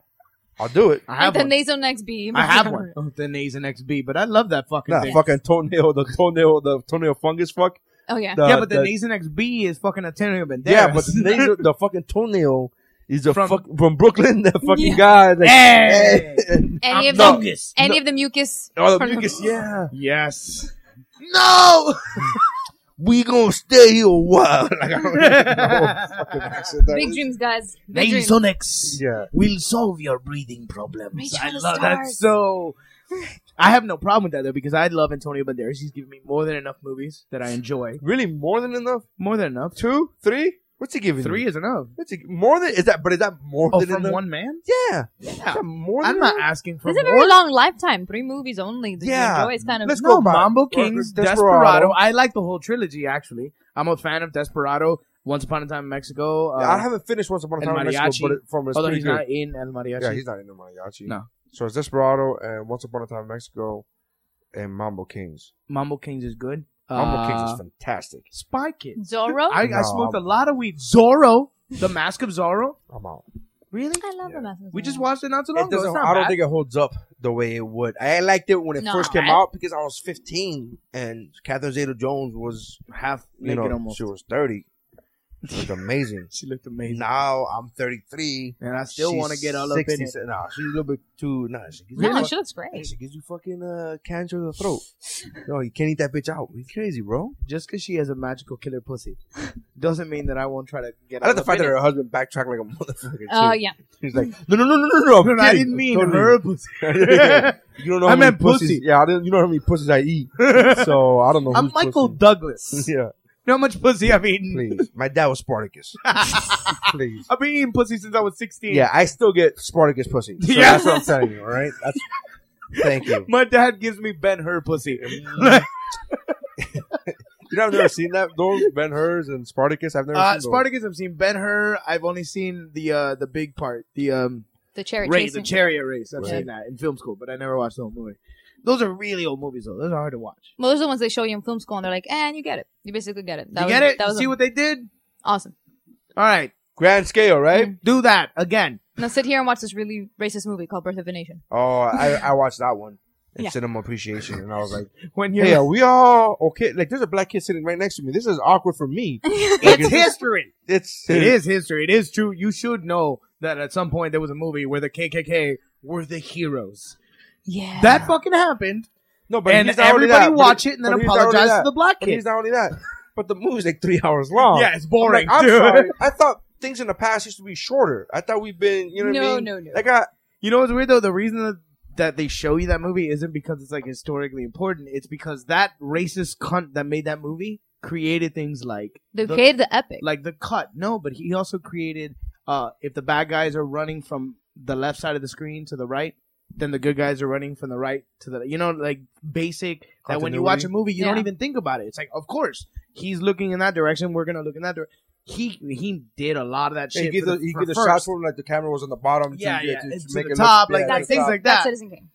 [SPEAKER 2] I'll do it.
[SPEAKER 5] I
[SPEAKER 6] Like
[SPEAKER 5] have
[SPEAKER 6] the
[SPEAKER 5] one.
[SPEAKER 6] nasal next B.
[SPEAKER 5] I have one. Oh, the Nays and XB, but I love that fucking
[SPEAKER 2] Nah,
[SPEAKER 5] thing.
[SPEAKER 2] fucking toenail, the toenail, the toenail fungus fuck.
[SPEAKER 6] Oh yeah.
[SPEAKER 5] yeah, but uh, the, Nays and XB is fucking Antonio Banderas.
[SPEAKER 2] Yeah, but the, nasal, the fucking toenail is a
[SPEAKER 5] From-
[SPEAKER 2] fuck from Brooklyn. That fucking
[SPEAKER 6] Yeah.
[SPEAKER 2] guy. Like,
[SPEAKER 5] Hey!
[SPEAKER 6] Any of the
[SPEAKER 5] Fungus.
[SPEAKER 6] any of the mucus.
[SPEAKER 2] Oh, the
[SPEAKER 6] from-
[SPEAKER 2] biggest, yeah.
[SPEAKER 5] Yes.
[SPEAKER 2] No, we gonna stay here a while. Like, I don't even know what fucking accent that
[SPEAKER 6] Big
[SPEAKER 2] was.
[SPEAKER 6] dreams, guys. Big dreams.
[SPEAKER 5] Nasonex
[SPEAKER 2] Yeah,
[SPEAKER 5] will solve your breathing problems.
[SPEAKER 6] Reach
[SPEAKER 5] I
[SPEAKER 6] for the
[SPEAKER 5] love that
[SPEAKER 6] stars.
[SPEAKER 5] so. I have no problem with that though because I love Antonio Banderas. He's given me more than enough movies that I enjoy.
[SPEAKER 2] really more than enough.
[SPEAKER 5] More than enough.
[SPEAKER 2] Two, three. What's he giving?
[SPEAKER 5] Three
[SPEAKER 2] you?
[SPEAKER 5] is enough.
[SPEAKER 2] What's he, more than is that? But is that more
[SPEAKER 5] Oh,
[SPEAKER 2] than
[SPEAKER 5] from
[SPEAKER 2] enough?
[SPEAKER 5] one man?
[SPEAKER 2] Yeah,
[SPEAKER 5] Yeah.
[SPEAKER 2] Is that more than
[SPEAKER 5] I'm not
[SPEAKER 2] enough?
[SPEAKER 5] asking for
[SPEAKER 6] It's a
[SPEAKER 5] more.
[SPEAKER 6] very long lifetime. Three movies only. That
[SPEAKER 2] Yeah.
[SPEAKER 6] You enjoy. It's kind of
[SPEAKER 2] Let's
[SPEAKER 5] no,
[SPEAKER 2] go back.
[SPEAKER 5] Mambo
[SPEAKER 2] Or
[SPEAKER 5] Kings,
[SPEAKER 2] Desperado.
[SPEAKER 5] Desperado. I like the whole trilogy actually. I'm a fan of Desperado. Once Upon a Time in Mexico. Uh,
[SPEAKER 2] Yeah, I haven't finished Once Upon a
[SPEAKER 5] El
[SPEAKER 2] Time in Mexico,
[SPEAKER 5] Mariachi.
[SPEAKER 2] but it, from it's
[SPEAKER 5] although
[SPEAKER 2] pretty
[SPEAKER 5] he's
[SPEAKER 2] good.
[SPEAKER 5] not in El Mariachi.
[SPEAKER 2] Yeah, he's not in the mariachi.
[SPEAKER 5] No.
[SPEAKER 2] So it's Desperado and Once Upon a Time in Mexico and Mambo Kings.
[SPEAKER 5] Mambo Kings is good.
[SPEAKER 2] Mambo Kings
[SPEAKER 5] Uh,
[SPEAKER 2] is fantastic.
[SPEAKER 5] Spy Kids.
[SPEAKER 6] Zorro.
[SPEAKER 5] I, I
[SPEAKER 2] No,
[SPEAKER 5] smoked a lot of weed. Zorro, The Mask of Zorro.
[SPEAKER 2] I'm out.
[SPEAKER 5] Really?
[SPEAKER 6] I love
[SPEAKER 2] Yeah.
[SPEAKER 6] the method.
[SPEAKER 5] We just watched it not too long
[SPEAKER 2] It
[SPEAKER 5] ago. It's
[SPEAKER 2] doesn't,
[SPEAKER 5] not
[SPEAKER 2] I don't
[SPEAKER 5] bad.
[SPEAKER 2] think it holds up the way it would. I liked it when it
[SPEAKER 6] No.
[SPEAKER 2] first came out because I was 15 and Catherine Zeta-Jones was,
[SPEAKER 5] half
[SPEAKER 2] you know, she was 30. It was amazing.
[SPEAKER 5] She looked amazing,
[SPEAKER 2] now I'm 33.
[SPEAKER 5] and I still
[SPEAKER 2] She's
[SPEAKER 5] want to get all up
[SPEAKER 2] 60,
[SPEAKER 5] in it.
[SPEAKER 2] so- Nah, she's a little bit too. Nah, she gives,
[SPEAKER 6] No,
[SPEAKER 2] you,
[SPEAKER 6] she looks
[SPEAKER 2] fuck-
[SPEAKER 6] great.
[SPEAKER 2] she gives you fucking uh, cancer of the throat. no, you can't eat that bitch out. You crazy, bro.
[SPEAKER 5] Just because she has a magical killer pussy, doesn't mean that I won't try to get.
[SPEAKER 2] I
[SPEAKER 5] all
[SPEAKER 2] like the
[SPEAKER 5] up
[SPEAKER 2] fact
[SPEAKER 5] in
[SPEAKER 2] that
[SPEAKER 5] it.
[SPEAKER 2] her husband backtracked like a motherfucker. Too.
[SPEAKER 6] Oh yeah.
[SPEAKER 2] He's like, no, no, no, no, no, no. I'm
[SPEAKER 5] No, no, I
[SPEAKER 2] kidding.
[SPEAKER 5] didn't mean
[SPEAKER 2] Totally.
[SPEAKER 5] her pussy.
[SPEAKER 2] you don't know.
[SPEAKER 5] I
[SPEAKER 2] how many
[SPEAKER 5] meant pussy.
[SPEAKER 2] pussies- Yeah, I didn't. You know how many pussies I eat. So I don't know.
[SPEAKER 5] I'm
[SPEAKER 2] whose
[SPEAKER 5] Michael
[SPEAKER 2] pussy.
[SPEAKER 5] Douglas.
[SPEAKER 2] Yeah,
[SPEAKER 5] You know how much pussy I've eaten?
[SPEAKER 2] please. My dad was Spartacus. please.
[SPEAKER 5] I've been eating pussy since I was 16.
[SPEAKER 2] Yeah, I still get Spartacus pussy. So
[SPEAKER 5] Yeah.
[SPEAKER 2] that's what I'm telling you. All right. That's, thank you.
[SPEAKER 5] My dad gives me Ben Hur pussy.
[SPEAKER 2] Mm, You know, I've never seen that. Those Ben Hur's and Spartacus. I've never
[SPEAKER 5] Uh,
[SPEAKER 2] seen those.
[SPEAKER 5] Spartacus, I've seen Ben Hur. I've only seen the uh, the big part, the um,
[SPEAKER 6] The chariot.
[SPEAKER 5] Ray, the
[SPEAKER 6] chasing-
[SPEAKER 5] chariot race. I've
[SPEAKER 2] Right.
[SPEAKER 5] seen that in film school, but I never watched the whole movie. Those are really old movies, though. Those are hard to watch.
[SPEAKER 6] Well, those are the ones they show you in film school, and they're like, "And you get it. You basically get it. That
[SPEAKER 5] you
[SPEAKER 6] was,
[SPEAKER 5] get it?
[SPEAKER 6] That was
[SPEAKER 5] See what they did?
[SPEAKER 6] awesome.
[SPEAKER 5] All right,
[SPEAKER 2] Grand scale, right?
[SPEAKER 5] do that again.
[SPEAKER 6] Now sit here and watch this really racist movie called Birth of a Nation.
[SPEAKER 2] Oh, I, I watched that one. in
[SPEAKER 6] Yeah.
[SPEAKER 2] Cinema appreciation, and I was like,
[SPEAKER 5] When you're
[SPEAKER 2] "Hey, are we all okay?" Like, there's a black kid sitting right next to me. This is awkward for me.
[SPEAKER 5] it's history.
[SPEAKER 2] It's
[SPEAKER 5] It is history. It is true. You should know that at some point there was a movie where the KKK were the heroes.
[SPEAKER 6] Yeah.
[SPEAKER 5] That fucking happened,
[SPEAKER 2] No, but
[SPEAKER 5] and
[SPEAKER 2] he's not only
[SPEAKER 5] everybody
[SPEAKER 2] that, but-
[SPEAKER 5] watch it and then
[SPEAKER 2] but he's not only
[SPEAKER 5] apologize
[SPEAKER 2] that.
[SPEAKER 5] to the black
[SPEAKER 2] But he's
[SPEAKER 5] kid.
[SPEAKER 2] not only that. But the movie's like three hours long.
[SPEAKER 5] Yeah, it's
[SPEAKER 2] I'm
[SPEAKER 5] boring.
[SPEAKER 2] like, I'm
[SPEAKER 5] dude.
[SPEAKER 2] sorry. I thought things in the past used to be shorter. I thought we've been, you know, what I
[SPEAKER 6] No,
[SPEAKER 2] mean?
[SPEAKER 6] no, no.
[SPEAKER 2] Like I,
[SPEAKER 5] You know what's weird though? The reason that, that they show you that movie isn't because it's like historically important. It's because that racist cunt that made that movie created things like
[SPEAKER 6] They created the epic.
[SPEAKER 5] like the cut. No, but he also created uh if the bad guys are running from the left side of the screen to the right, then the good guys are running from the right to the you know like basic that when you watch a movie you don't
[SPEAKER 6] Yeah.
[SPEAKER 5] even think about it. It's like of course he's looking in that direction. We're gonna look in that direction. He he did a lot of that shit.
[SPEAKER 2] he get
[SPEAKER 5] for
[SPEAKER 2] the,
[SPEAKER 5] the,
[SPEAKER 2] he
[SPEAKER 5] for
[SPEAKER 2] get the
[SPEAKER 5] first.
[SPEAKER 2] shots from like the camera was on the bottom.
[SPEAKER 5] Yeah,
[SPEAKER 2] to,
[SPEAKER 5] yeah,
[SPEAKER 2] to, to
[SPEAKER 5] it's to
[SPEAKER 2] make
[SPEAKER 5] the
[SPEAKER 2] it
[SPEAKER 5] top, like
[SPEAKER 2] look, yeah,
[SPEAKER 5] that,
[SPEAKER 2] to the
[SPEAKER 5] things
[SPEAKER 2] top.
[SPEAKER 5] like that.
[SPEAKER 6] That's Citizen Kane.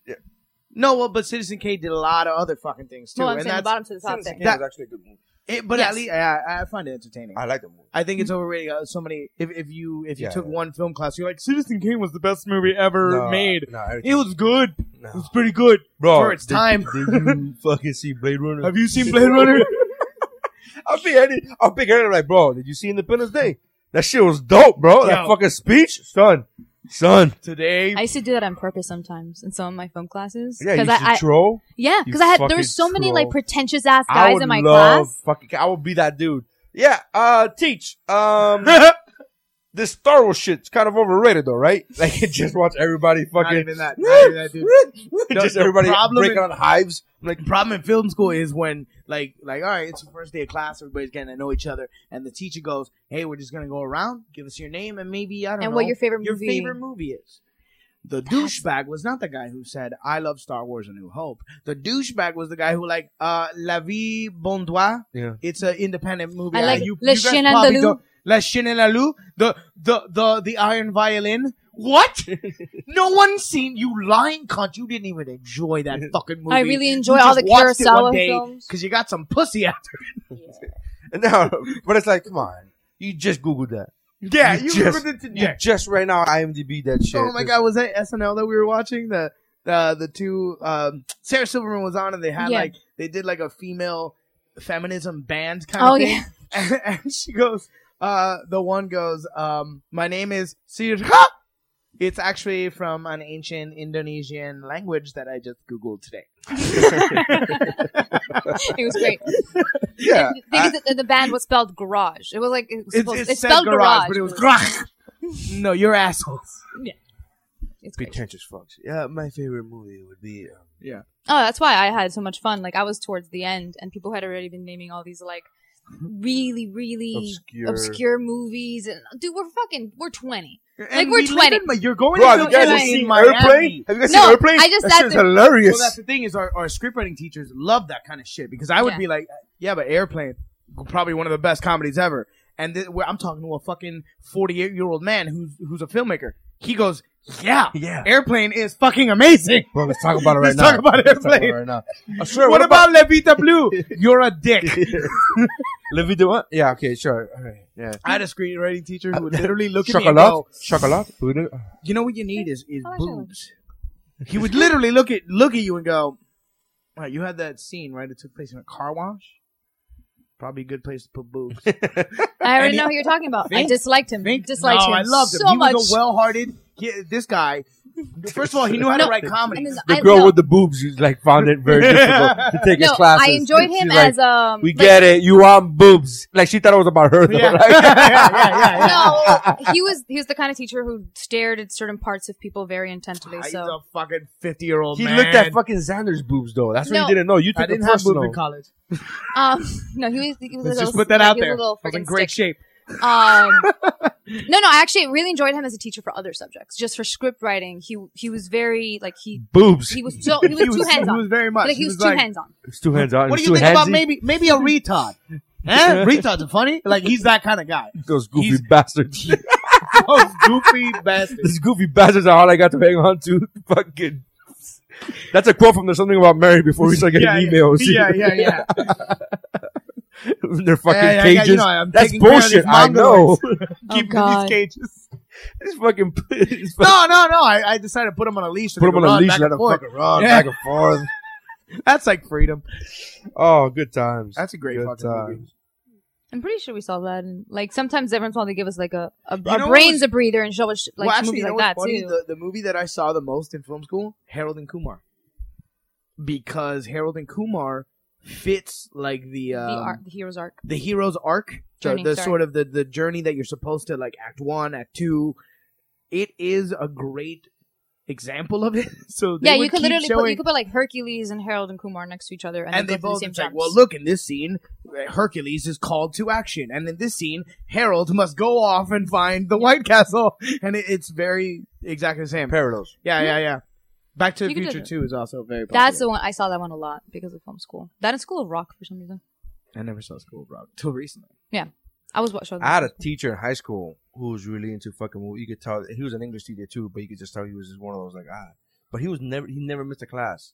[SPEAKER 5] No, well, but Citizen Kane did a lot of other fucking things too.
[SPEAKER 6] No, I'm
[SPEAKER 5] and
[SPEAKER 6] saying the
[SPEAKER 5] that's,
[SPEAKER 6] bottom to the top
[SPEAKER 2] Citizen
[SPEAKER 6] thing.
[SPEAKER 2] Kane
[SPEAKER 5] That-
[SPEAKER 2] was actually a good movie.
[SPEAKER 5] it, but
[SPEAKER 6] Yes.
[SPEAKER 5] at least I, I find it entertaining.
[SPEAKER 2] I
[SPEAKER 5] I,
[SPEAKER 2] like the movie.
[SPEAKER 5] think it's overrated. Uh, so many. If, if you if you
[SPEAKER 2] Yeah,
[SPEAKER 5] took
[SPEAKER 2] yeah.
[SPEAKER 5] one film class, you're like Citizen Kane was the best movie ever
[SPEAKER 2] No,
[SPEAKER 5] made.
[SPEAKER 2] no, everything-
[SPEAKER 5] It was good.
[SPEAKER 2] no.
[SPEAKER 5] It was pretty good
[SPEAKER 2] bro.
[SPEAKER 5] for its
[SPEAKER 2] did-
[SPEAKER 5] time.
[SPEAKER 2] Did you fucking see Blade Runner?
[SPEAKER 5] Have you seen Blade Runner?
[SPEAKER 2] I'll be any, I'll be any, like, bro, did you see Independence Day? That shit was dope, bro. That
[SPEAKER 5] Yo.
[SPEAKER 2] fucking speech, son, son.
[SPEAKER 5] Today,
[SPEAKER 6] I used to do that on purpose sometimes in some of my film classes.
[SPEAKER 2] Yeah, you
[SPEAKER 6] Because
[SPEAKER 2] should
[SPEAKER 6] I, I,
[SPEAKER 2] troll.
[SPEAKER 6] yeah,
[SPEAKER 2] You
[SPEAKER 6] because I had
[SPEAKER 2] fucking
[SPEAKER 6] there's so many
[SPEAKER 2] troll.
[SPEAKER 6] like pretentious ass
[SPEAKER 2] I
[SPEAKER 6] guys
[SPEAKER 2] would
[SPEAKER 6] in my
[SPEAKER 2] love
[SPEAKER 6] class.
[SPEAKER 2] fucking. I would be that dude. Yeah, uh, teach. Um, this Star Wars shit's kind of overrated though, right? Like, just watch everybody fucking.
[SPEAKER 5] even that. Not even that, dude. The-
[SPEAKER 2] just
[SPEAKER 5] the
[SPEAKER 2] everybody
[SPEAKER 5] problem
[SPEAKER 2] breaking
[SPEAKER 5] in-
[SPEAKER 2] on hives.
[SPEAKER 5] Like problem in film school is when like like all right, it's the first day of class, everybody's getting to know each other, and the teacher goes, "Hey, we're just gonna go around, give us your name, and maybe I don't
[SPEAKER 6] And
[SPEAKER 5] know
[SPEAKER 6] what your favorite
[SPEAKER 5] your
[SPEAKER 6] movie-
[SPEAKER 5] favorite movie is." The douchebag was not the guy who said, "I love Star Wars: A New Hope." The douchebag was the guy who like, uh, "La Vie Bondois."
[SPEAKER 2] Yeah.
[SPEAKER 5] It's an independent movie.
[SPEAKER 6] I
[SPEAKER 5] Uh,
[SPEAKER 6] like
[SPEAKER 5] you,
[SPEAKER 6] Le
[SPEAKER 5] you guys
[SPEAKER 6] Chien
[SPEAKER 5] probably
[SPEAKER 6] Andalou.
[SPEAKER 5] don't- Le Chien Andalou. The the the the Iron Violin. What? no one's seen you lying cunt. You didn't even enjoy that fucking movie.
[SPEAKER 6] I really enjoy all the Kurosawa films.
[SPEAKER 5] because you got some pussy after.
[SPEAKER 2] And now, but it's like, come on, you just googled that.
[SPEAKER 5] Yeah, you
[SPEAKER 2] just,
[SPEAKER 5] googled it today.
[SPEAKER 2] you just right now IMDb that shit.
[SPEAKER 5] Oh my god, was that SNL that we were watching? The the the two um, Sarah Silverman was on and they had
[SPEAKER 6] Yeah.
[SPEAKER 5] like they did like a female feminism band kind of
[SPEAKER 6] Oh,
[SPEAKER 5] thing.
[SPEAKER 6] yeah.
[SPEAKER 5] And, and she goes, uh, the one goes, um, my name is Sirha. It's actually from an ancient Indonesian language that I just googled today.
[SPEAKER 6] it was great.
[SPEAKER 2] Yeah,
[SPEAKER 6] The, thing is that the band was spelled garage. It was like it was
[SPEAKER 5] It's,
[SPEAKER 6] supposed,
[SPEAKER 5] it
[SPEAKER 6] it's,
[SPEAKER 5] said
[SPEAKER 6] spelled garage,
[SPEAKER 5] but it was grach. no, you're assholes.
[SPEAKER 6] It's great.
[SPEAKER 2] pretentious fucks. Yeah, my favorite movie would be. Um,
[SPEAKER 5] Yeah.
[SPEAKER 6] Oh, that's why I had so much fun. Like I was towards the end, and people had already been naming all these like really, really
[SPEAKER 2] Obscure.
[SPEAKER 6] obscure, movies. And dude, we're fucking we're twenty. Like
[SPEAKER 5] And
[SPEAKER 6] we're
[SPEAKER 5] we live
[SPEAKER 6] twenty.
[SPEAKER 5] in Ma- you're going
[SPEAKER 2] Bro,
[SPEAKER 5] to
[SPEAKER 2] you guys have
[SPEAKER 5] in
[SPEAKER 2] seen
[SPEAKER 5] Miami.
[SPEAKER 2] Airplane? Have you guys
[SPEAKER 6] No,
[SPEAKER 2] seen Airplane?
[SPEAKER 6] I just
[SPEAKER 2] that
[SPEAKER 6] sat
[SPEAKER 2] shit's
[SPEAKER 6] there-
[SPEAKER 2] hilarious.
[SPEAKER 5] Well, that's the thing is our, our scriptwriting teachers love that kind of shit because I would
[SPEAKER 6] Yeah.
[SPEAKER 5] be like, yeah, but Airplane, probably one of the best comedies ever. And th- where I'm talking to a fucking 48 year old man who's who's a filmmaker. He goes, yeah,
[SPEAKER 2] Yeah.
[SPEAKER 5] Airplane is fucking amazing.
[SPEAKER 2] Bro, let's talk about it right
[SPEAKER 5] Let's
[SPEAKER 2] now.
[SPEAKER 5] talk about
[SPEAKER 2] Let's talk
[SPEAKER 5] Airplane.
[SPEAKER 2] about it right now. I swear,
[SPEAKER 5] what about Levita Blue? You're a dick.
[SPEAKER 2] Levita what? Yeah, okay, sure. All right. Yeah.
[SPEAKER 5] I had a screenwriting teacher who would literally look at me and
[SPEAKER 2] Chocolate?
[SPEAKER 5] go,
[SPEAKER 2] Chocolate? Who do-
[SPEAKER 5] you know what you need is is
[SPEAKER 6] I like that one.
[SPEAKER 5] boobs. He would literally look at look at you and go, "All right, you had that scene right? It took place in a car wash. Probably a good place to put boobs."
[SPEAKER 6] I
[SPEAKER 5] And
[SPEAKER 6] already
[SPEAKER 5] he-
[SPEAKER 6] know who you're talking about. I
[SPEAKER 5] Think-
[SPEAKER 6] disliked him.
[SPEAKER 5] Think-
[SPEAKER 6] disliked
[SPEAKER 5] no,
[SPEAKER 6] him.
[SPEAKER 5] I loved him.
[SPEAKER 6] so
[SPEAKER 5] he
[SPEAKER 6] much.
[SPEAKER 5] was a well-hearted. He, this guy, first of all, he knew how to
[SPEAKER 6] No.
[SPEAKER 5] write comedy.
[SPEAKER 6] And then
[SPEAKER 2] The
[SPEAKER 6] I-
[SPEAKER 2] girl
[SPEAKER 6] no,
[SPEAKER 2] with the boobs, you like found it very difficult to take his
[SPEAKER 6] no,
[SPEAKER 2] classes.
[SPEAKER 6] I enjoyed him
[SPEAKER 2] She's like,
[SPEAKER 6] as um.
[SPEAKER 2] We
[SPEAKER 6] like,
[SPEAKER 2] get it. You want boobs? Like she thought it was about her. Though.
[SPEAKER 5] Yeah. Oh,
[SPEAKER 2] Like,
[SPEAKER 5] yeah, yeah, yeah, yeah.
[SPEAKER 6] No, he was he was the kind of teacher who stared at certain parts of people very intensely.
[SPEAKER 5] He's
[SPEAKER 6] So
[SPEAKER 5] a fucking fifty-year-old
[SPEAKER 2] he
[SPEAKER 5] man.
[SPEAKER 2] looked at fucking Xander's boobs though. That's what
[SPEAKER 6] No.
[SPEAKER 2] you didn't know. You
[SPEAKER 5] I
[SPEAKER 2] took it
[SPEAKER 5] didn't have boobs
[SPEAKER 2] personal.
[SPEAKER 5] in college.
[SPEAKER 6] um, no, he was. He was a
[SPEAKER 5] Let's
[SPEAKER 6] little,
[SPEAKER 5] just put that out
[SPEAKER 6] he was a
[SPEAKER 5] there. I
[SPEAKER 6] little
[SPEAKER 5] was in
[SPEAKER 6] freaking
[SPEAKER 5] great shape.
[SPEAKER 6] Um, no, no, I actually really enjoyed him as a teacher for other subjects. Just for script writing, he he was very like he
[SPEAKER 2] boobs.
[SPEAKER 6] he was so he was too hands
[SPEAKER 5] He was
[SPEAKER 6] on.
[SPEAKER 5] very much.
[SPEAKER 6] Like he was too
[SPEAKER 5] like,
[SPEAKER 6] hands on.
[SPEAKER 2] It's two hands on.
[SPEAKER 5] What do
[SPEAKER 2] it's
[SPEAKER 5] you
[SPEAKER 2] two
[SPEAKER 5] think about
[SPEAKER 2] handsy.
[SPEAKER 5] maybe maybe a retard? Eh? Retards are funny. Like he's that kind of guy.
[SPEAKER 2] Those goofy
[SPEAKER 5] He's-
[SPEAKER 2] bastards.
[SPEAKER 5] Those goofy bastards.
[SPEAKER 2] Those goofy bastards are all I got to hang on to. Fucking. That's a quote from there's something about Mary before we start getting
[SPEAKER 5] Yeah, yeah.
[SPEAKER 2] emails.
[SPEAKER 5] Yeah, yeah, yeah.
[SPEAKER 2] They're fucking
[SPEAKER 5] Yeah, yeah, yeah, you
[SPEAKER 2] cages.
[SPEAKER 5] know, I'm
[SPEAKER 2] That's
[SPEAKER 5] taking care of
[SPEAKER 2] bullshit.
[SPEAKER 5] these
[SPEAKER 2] I know.
[SPEAKER 5] mongoloids.
[SPEAKER 6] Oh, God.
[SPEAKER 2] cages. These fucking. These fucking
[SPEAKER 5] No, no, no. I, I decided to put him on a leash. so
[SPEAKER 2] put
[SPEAKER 5] they
[SPEAKER 2] them
[SPEAKER 5] could
[SPEAKER 2] on a
[SPEAKER 5] run
[SPEAKER 2] leash,
[SPEAKER 5] back
[SPEAKER 2] let
[SPEAKER 5] and
[SPEAKER 2] them
[SPEAKER 5] forth.
[SPEAKER 2] fucking run
[SPEAKER 5] Yeah.
[SPEAKER 2] back and forth.
[SPEAKER 5] That's like freedom.
[SPEAKER 2] Oh, good times.
[SPEAKER 5] That's a great
[SPEAKER 2] Good
[SPEAKER 5] fucking movie.
[SPEAKER 2] times.
[SPEAKER 6] I'm pretty sure we saw that. And like sometimes every once in a while they give us like a, a
[SPEAKER 5] know
[SPEAKER 6] our
[SPEAKER 5] what
[SPEAKER 6] brains
[SPEAKER 5] was-
[SPEAKER 6] a breather and show us like
[SPEAKER 5] well, actually,
[SPEAKER 6] movies
[SPEAKER 5] you know
[SPEAKER 6] like
[SPEAKER 5] what's
[SPEAKER 6] that
[SPEAKER 5] funny?
[SPEAKER 6] too.
[SPEAKER 5] The, the movie that I saw the most in film school, Harold and Kumar, because Harold and Kumar fits like the
[SPEAKER 6] the,
[SPEAKER 5] um, the,
[SPEAKER 6] arc, the hero's arc.
[SPEAKER 5] hero's arc, the-
[SPEAKER 6] Journey,
[SPEAKER 5] the,
[SPEAKER 6] sorry.
[SPEAKER 5] sort of the the journey that you're supposed to like act one, act two. It is a great example of it. So they
[SPEAKER 6] Yeah,
[SPEAKER 5] would
[SPEAKER 6] you could
[SPEAKER 5] keep
[SPEAKER 6] literally put,
[SPEAKER 5] showing-
[SPEAKER 6] you could put like Hercules and Harold and Kumar next to each other, and,
[SPEAKER 5] and they
[SPEAKER 6] go through
[SPEAKER 5] both
[SPEAKER 6] the same
[SPEAKER 5] it's like,
[SPEAKER 6] jumps.
[SPEAKER 5] well, look in this scene, Hercules is called to action, and in this scene, Harold must go off and find the White Castle, and it, it's very exactly the same.
[SPEAKER 2] Parallels.
[SPEAKER 5] Yeah, yeah, yeah. Back to the
[SPEAKER 6] You can do
[SPEAKER 5] Future
[SPEAKER 6] that.
[SPEAKER 5] Two is also very. Popular.
[SPEAKER 6] That's the one I saw that one a lot because of film school. That in School of Rock for some reason.
[SPEAKER 5] I never saw School of Rock till recently.
[SPEAKER 6] I was watching.
[SPEAKER 2] I had a teacher in high school who was really into fucking movies. You could tell he was an English teacher too, but you could just tell he was just one of those like ah. But he was never he never missed a class,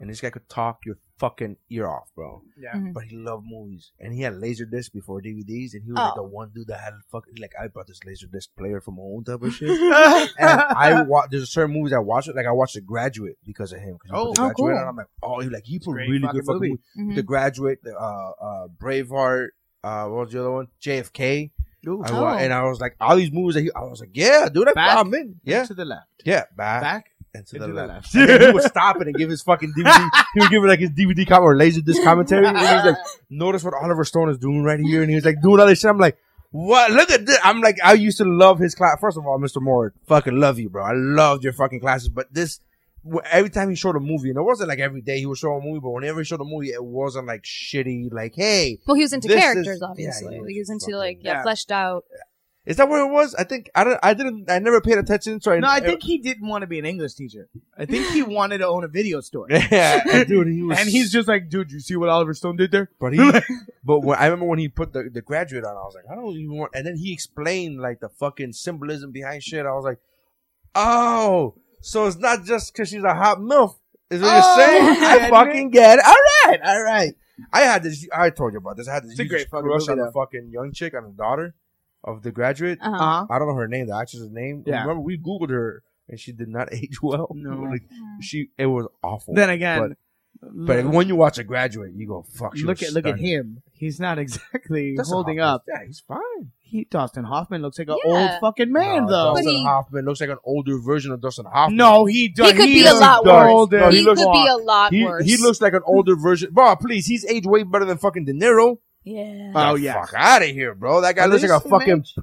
[SPEAKER 2] and this guy could talk your fucking ear off, bro.
[SPEAKER 5] Yeah.
[SPEAKER 6] Mhm.
[SPEAKER 2] But he loved movies, and he had laser discs before DVDs, and he was like
[SPEAKER 6] Oh.
[SPEAKER 2] the one dude that had fucking like I brought this laser disc player from home type of shit. And I watch. There's a certain movies I watch it. Like I watched The Graduate because of him. 'cause he
[SPEAKER 5] Oh, Mm-hmm.
[SPEAKER 2] put The
[SPEAKER 6] oh,
[SPEAKER 2] Graduate
[SPEAKER 6] cool.
[SPEAKER 2] on, I'm like, oh, he like he put
[SPEAKER 5] great
[SPEAKER 2] really
[SPEAKER 5] fucking
[SPEAKER 2] good fucking
[SPEAKER 5] movie.
[SPEAKER 2] movie. The Graduate, the uh, uh, Braveheart. Uh, what was the other one? JFK. I wa-
[SPEAKER 6] Oh.
[SPEAKER 2] and I was like, all these movies that he, I was like, yeah, dude, I,
[SPEAKER 5] Back.
[SPEAKER 2] I'm in. Yeah,
[SPEAKER 5] To the left,
[SPEAKER 2] yeah, back.
[SPEAKER 5] back
[SPEAKER 2] and to
[SPEAKER 5] And
[SPEAKER 2] the
[SPEAKER 5] to the
[SPEAKER 2] left.
[SPEAKER 5] left.
[SPEAKER 2] And he would stop it and give his fucking DVD. he would give it like his DVD com or laser disc commentary. And he was like, "Notice what Oliver Stone is doing right here," and he was like doing all this shit. I'm like. What? Look at this. I'm like, I used to love his class. First of all, Mr. Moore, fucking love you, bro. I loved your fucking classes, but this, wh- every time he showed a movie, and it wasn't like every day he would show a movie, but whenever he showed a movie, it wasn't like shitty, like, hey.
[SPEAKER 6] Well, he was into
[SPEAKER 2] this is-
[SPEAKER 6] characters,
[SPEAKER 2] yeah,
[SPEAKER 6] obviously.
[SPEAKER 2] he
[SPEAKER 6] Like,
[SPEAKER 2] was
[SPEAKER 6] he was into
[SPEAKER 2] fucking-
[SPEAKER 6] like yeah,
[SPEAKER 2] yeah.
[SPEAKER 6] fleshed out.
[SPEAKER 2] Is that what it was? I think I don't. I didn't. I never paid attention. So
[SPEAKER 5] No, I think he didn't want to be an English teacher. I think he wanted to own a video store.
[SPEAKER 2] Yeah, dude, he was-
[SPEAKER 5] and he's just like, dude, you see what Oliver Stone did there?
[SPEAKER 2] But he, but when, I remember when he put the, the graduate on, I was like, I don't even want. And then he explained like the fucking symbolism behind shit. I was like, oh, so it's not just because she's a hot milf. Is what
[SPEAKER 5] Oh,
[SPEAKER 2] you're saying?
[SPEAKER 5] I get
[SPEAKER 2] I
[SPEAKER 5] it.
[SPEAKER 2] fucking get it. All right, all right. I had this. I told you about this. I had this
[SPEAKER 5] It's a
[SPEAKER 2] huge
[SPEAKER 5] great fucking
[SPEAKER 2] crush
[SPEAKER 5] movie,
[SPEAKER 2] on the
[SPEAKER 5] though.
[SPEAKER 2] fucking young chick on the daughter of the graduate.
[SPEAKER 5] Uh-huh. Uh-huh.
[SPEAKER 2] I don't know her name, the actress's name.
[SPEAKER 5] Yeah.
[SPEAKER 2] Remember, we googled her and she did not age well.
[SPEAKER 5] No.
[SPEAKER 2] like, she it was awful.
[SPEAKER 5] Then again,
[SPEAKER 2] but, but when you watch a graduate, you go fuck. she
[SPEAKER 5] look
[SPEAKER 2] was
[SPEAKER 5] at look at
[SPEAKER 2] stunning.
[SPEAKER 5] him. He's not exactly
[SPEAKER 2] Dustin
[SPEAKER 5] holding
[SPEAKER 2] Hoffman's-
[SPEAKER 5] up.
[SPEAKER 2] Yeah, he's fine.
[SPEAKER 5] He Dustin Hoffman looks like an
[SPEAKER 6] Yeah.
[SPEAKER 5] old fucking man
[SPEAKER 2] No,
[SPEAKER 5] though.
[SPEAKER 2] Dustin Hoffman looks like an older version of Dustin Hoffman.
[SPEAKER 5] No, he does.
[SPEAKER 6] He could be a
[SPEAKER 5] is
[SPEAKER 6] lot
[SPEAKER 5] dark.
[SPEAKER 6] worse.
[SPEAKER 5] Dude,
[SPEAKER 6] He
[SPEAKER 2] looks-
[SPEAKER 6] could be a lot
[SPEAKER 2] he,
[SPEAKER 6] worse.
[SPEAKER 2] He looks like an older version. Bro, please, he's aged way better than fucking De Niro.
[SPEAKER 6] yeah.
[SPEAKER 5] Oh
[SPEAKER 2] The
[SPEAKER 5] yeah,
[SPEAKER 2] fuck out of here, bro. That guy
[SPEAKER 5] At
[SPEAKER 2] looks like
[SPEAKER 5] least
[SPEAKER 2] a
[SPEAKER 5] in
[SPEAKER 2] fucking
[SPEAKER 5] age.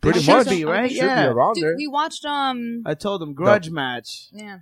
[SPEAKER 2] pretty
[SPEAKER 5] He should
[SPEAKER 2] much
[SPEAKER 5] be, right?
[SPEAKER 2] Should
[SPEAKER 5] Yeah.
[SPEAKER 2] be around
[SPEAKER 6] Dude,
[SPEAKER 2] there.
[SPEAKER 6] we watched um
[SPEAKER 5] I told him grudge match.
[SPEAKER 6] yeah.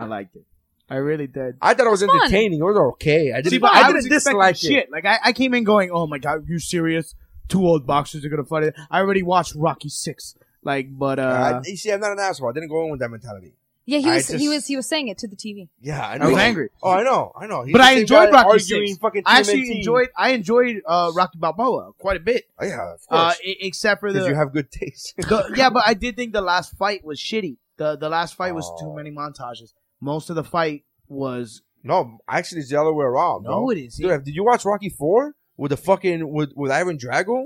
[SPEAKER 5] I liked it. I really did.
[SPEAKER 2] I thought it was
[SPEAKER 6] It's fun.
[SPEAKER 2] entertaining. It was okay. I didn't.
[SPEAKER 5] See, but
[SPEAKER 2] I
[SPEAKER 5] I,
[SPEAKER 2] didn't
[SPEAKER 5] was expecting
[SPEAKER 2] dislike it.
[SPEAKER 5] shit. Like I, I came in going, "Oh my god, you serious? Two old boxers are gonna fight it." I already watched Rocky Six. Like, but uh,
[SPEAKER 2] Uh, I- you see, I'm not an asshole. I didn't go in with that mentality.
[SPEAKER 6] Yeah, he
[SPEAKER 2] I
[SPEAKER 6] was he
[SPEAKER 2] just-
[SPEAKER 6] was he was saying it to the TV.
[SPEAKER 2] Yeah, I
[SPEAKER 5] I
[SPEAKER 2] know.
[SPEAKER 5] was angry.
[SPEAKER 2] Oh, I know, I know. He's
[SPEAKER 5] But
[SPEAKER 2] the
[SPEAKER 5] I
[SPEAKER 2] same
[SPEAKER 5] enjoyed
[SPEAKER 2] guy
[SPEAKER 5] Rocky
[SPEAKER 2] arguing
[SPEAKER 5] Six.
[SPEAKER 2] Fucking
[SPEAKER 5] I actually
[SPEAKER 2] TMNT.
[SPEAKER 5] enjoyed. I enjoyed uh, Rocky Balboa quite a bit.
[SPEAKER 2] Oh, yeah, of course.
[SPEAKER 5] Uh, e- except for
[SPEAKER 2] 'Cause
[SPEAKER 5] the,
[SPEAKER 2] you have good taste.
[SPEAKER 5] the- yeah, but I did think the last fight was shitty. the The last fight was
[SPEAKER 2] Oh.
[SPEAKER 5] too many montages. Most of the fight was
[SPEAKER 2] No, actually, it's the other way around.
[SPEAKER 5] no,
[SPEAKER 2] bro.
[SPEAKER 5] it is.
[SPEAKER 2] Dude, did you watch Rocky Four with the fucking with with Ivan Drago?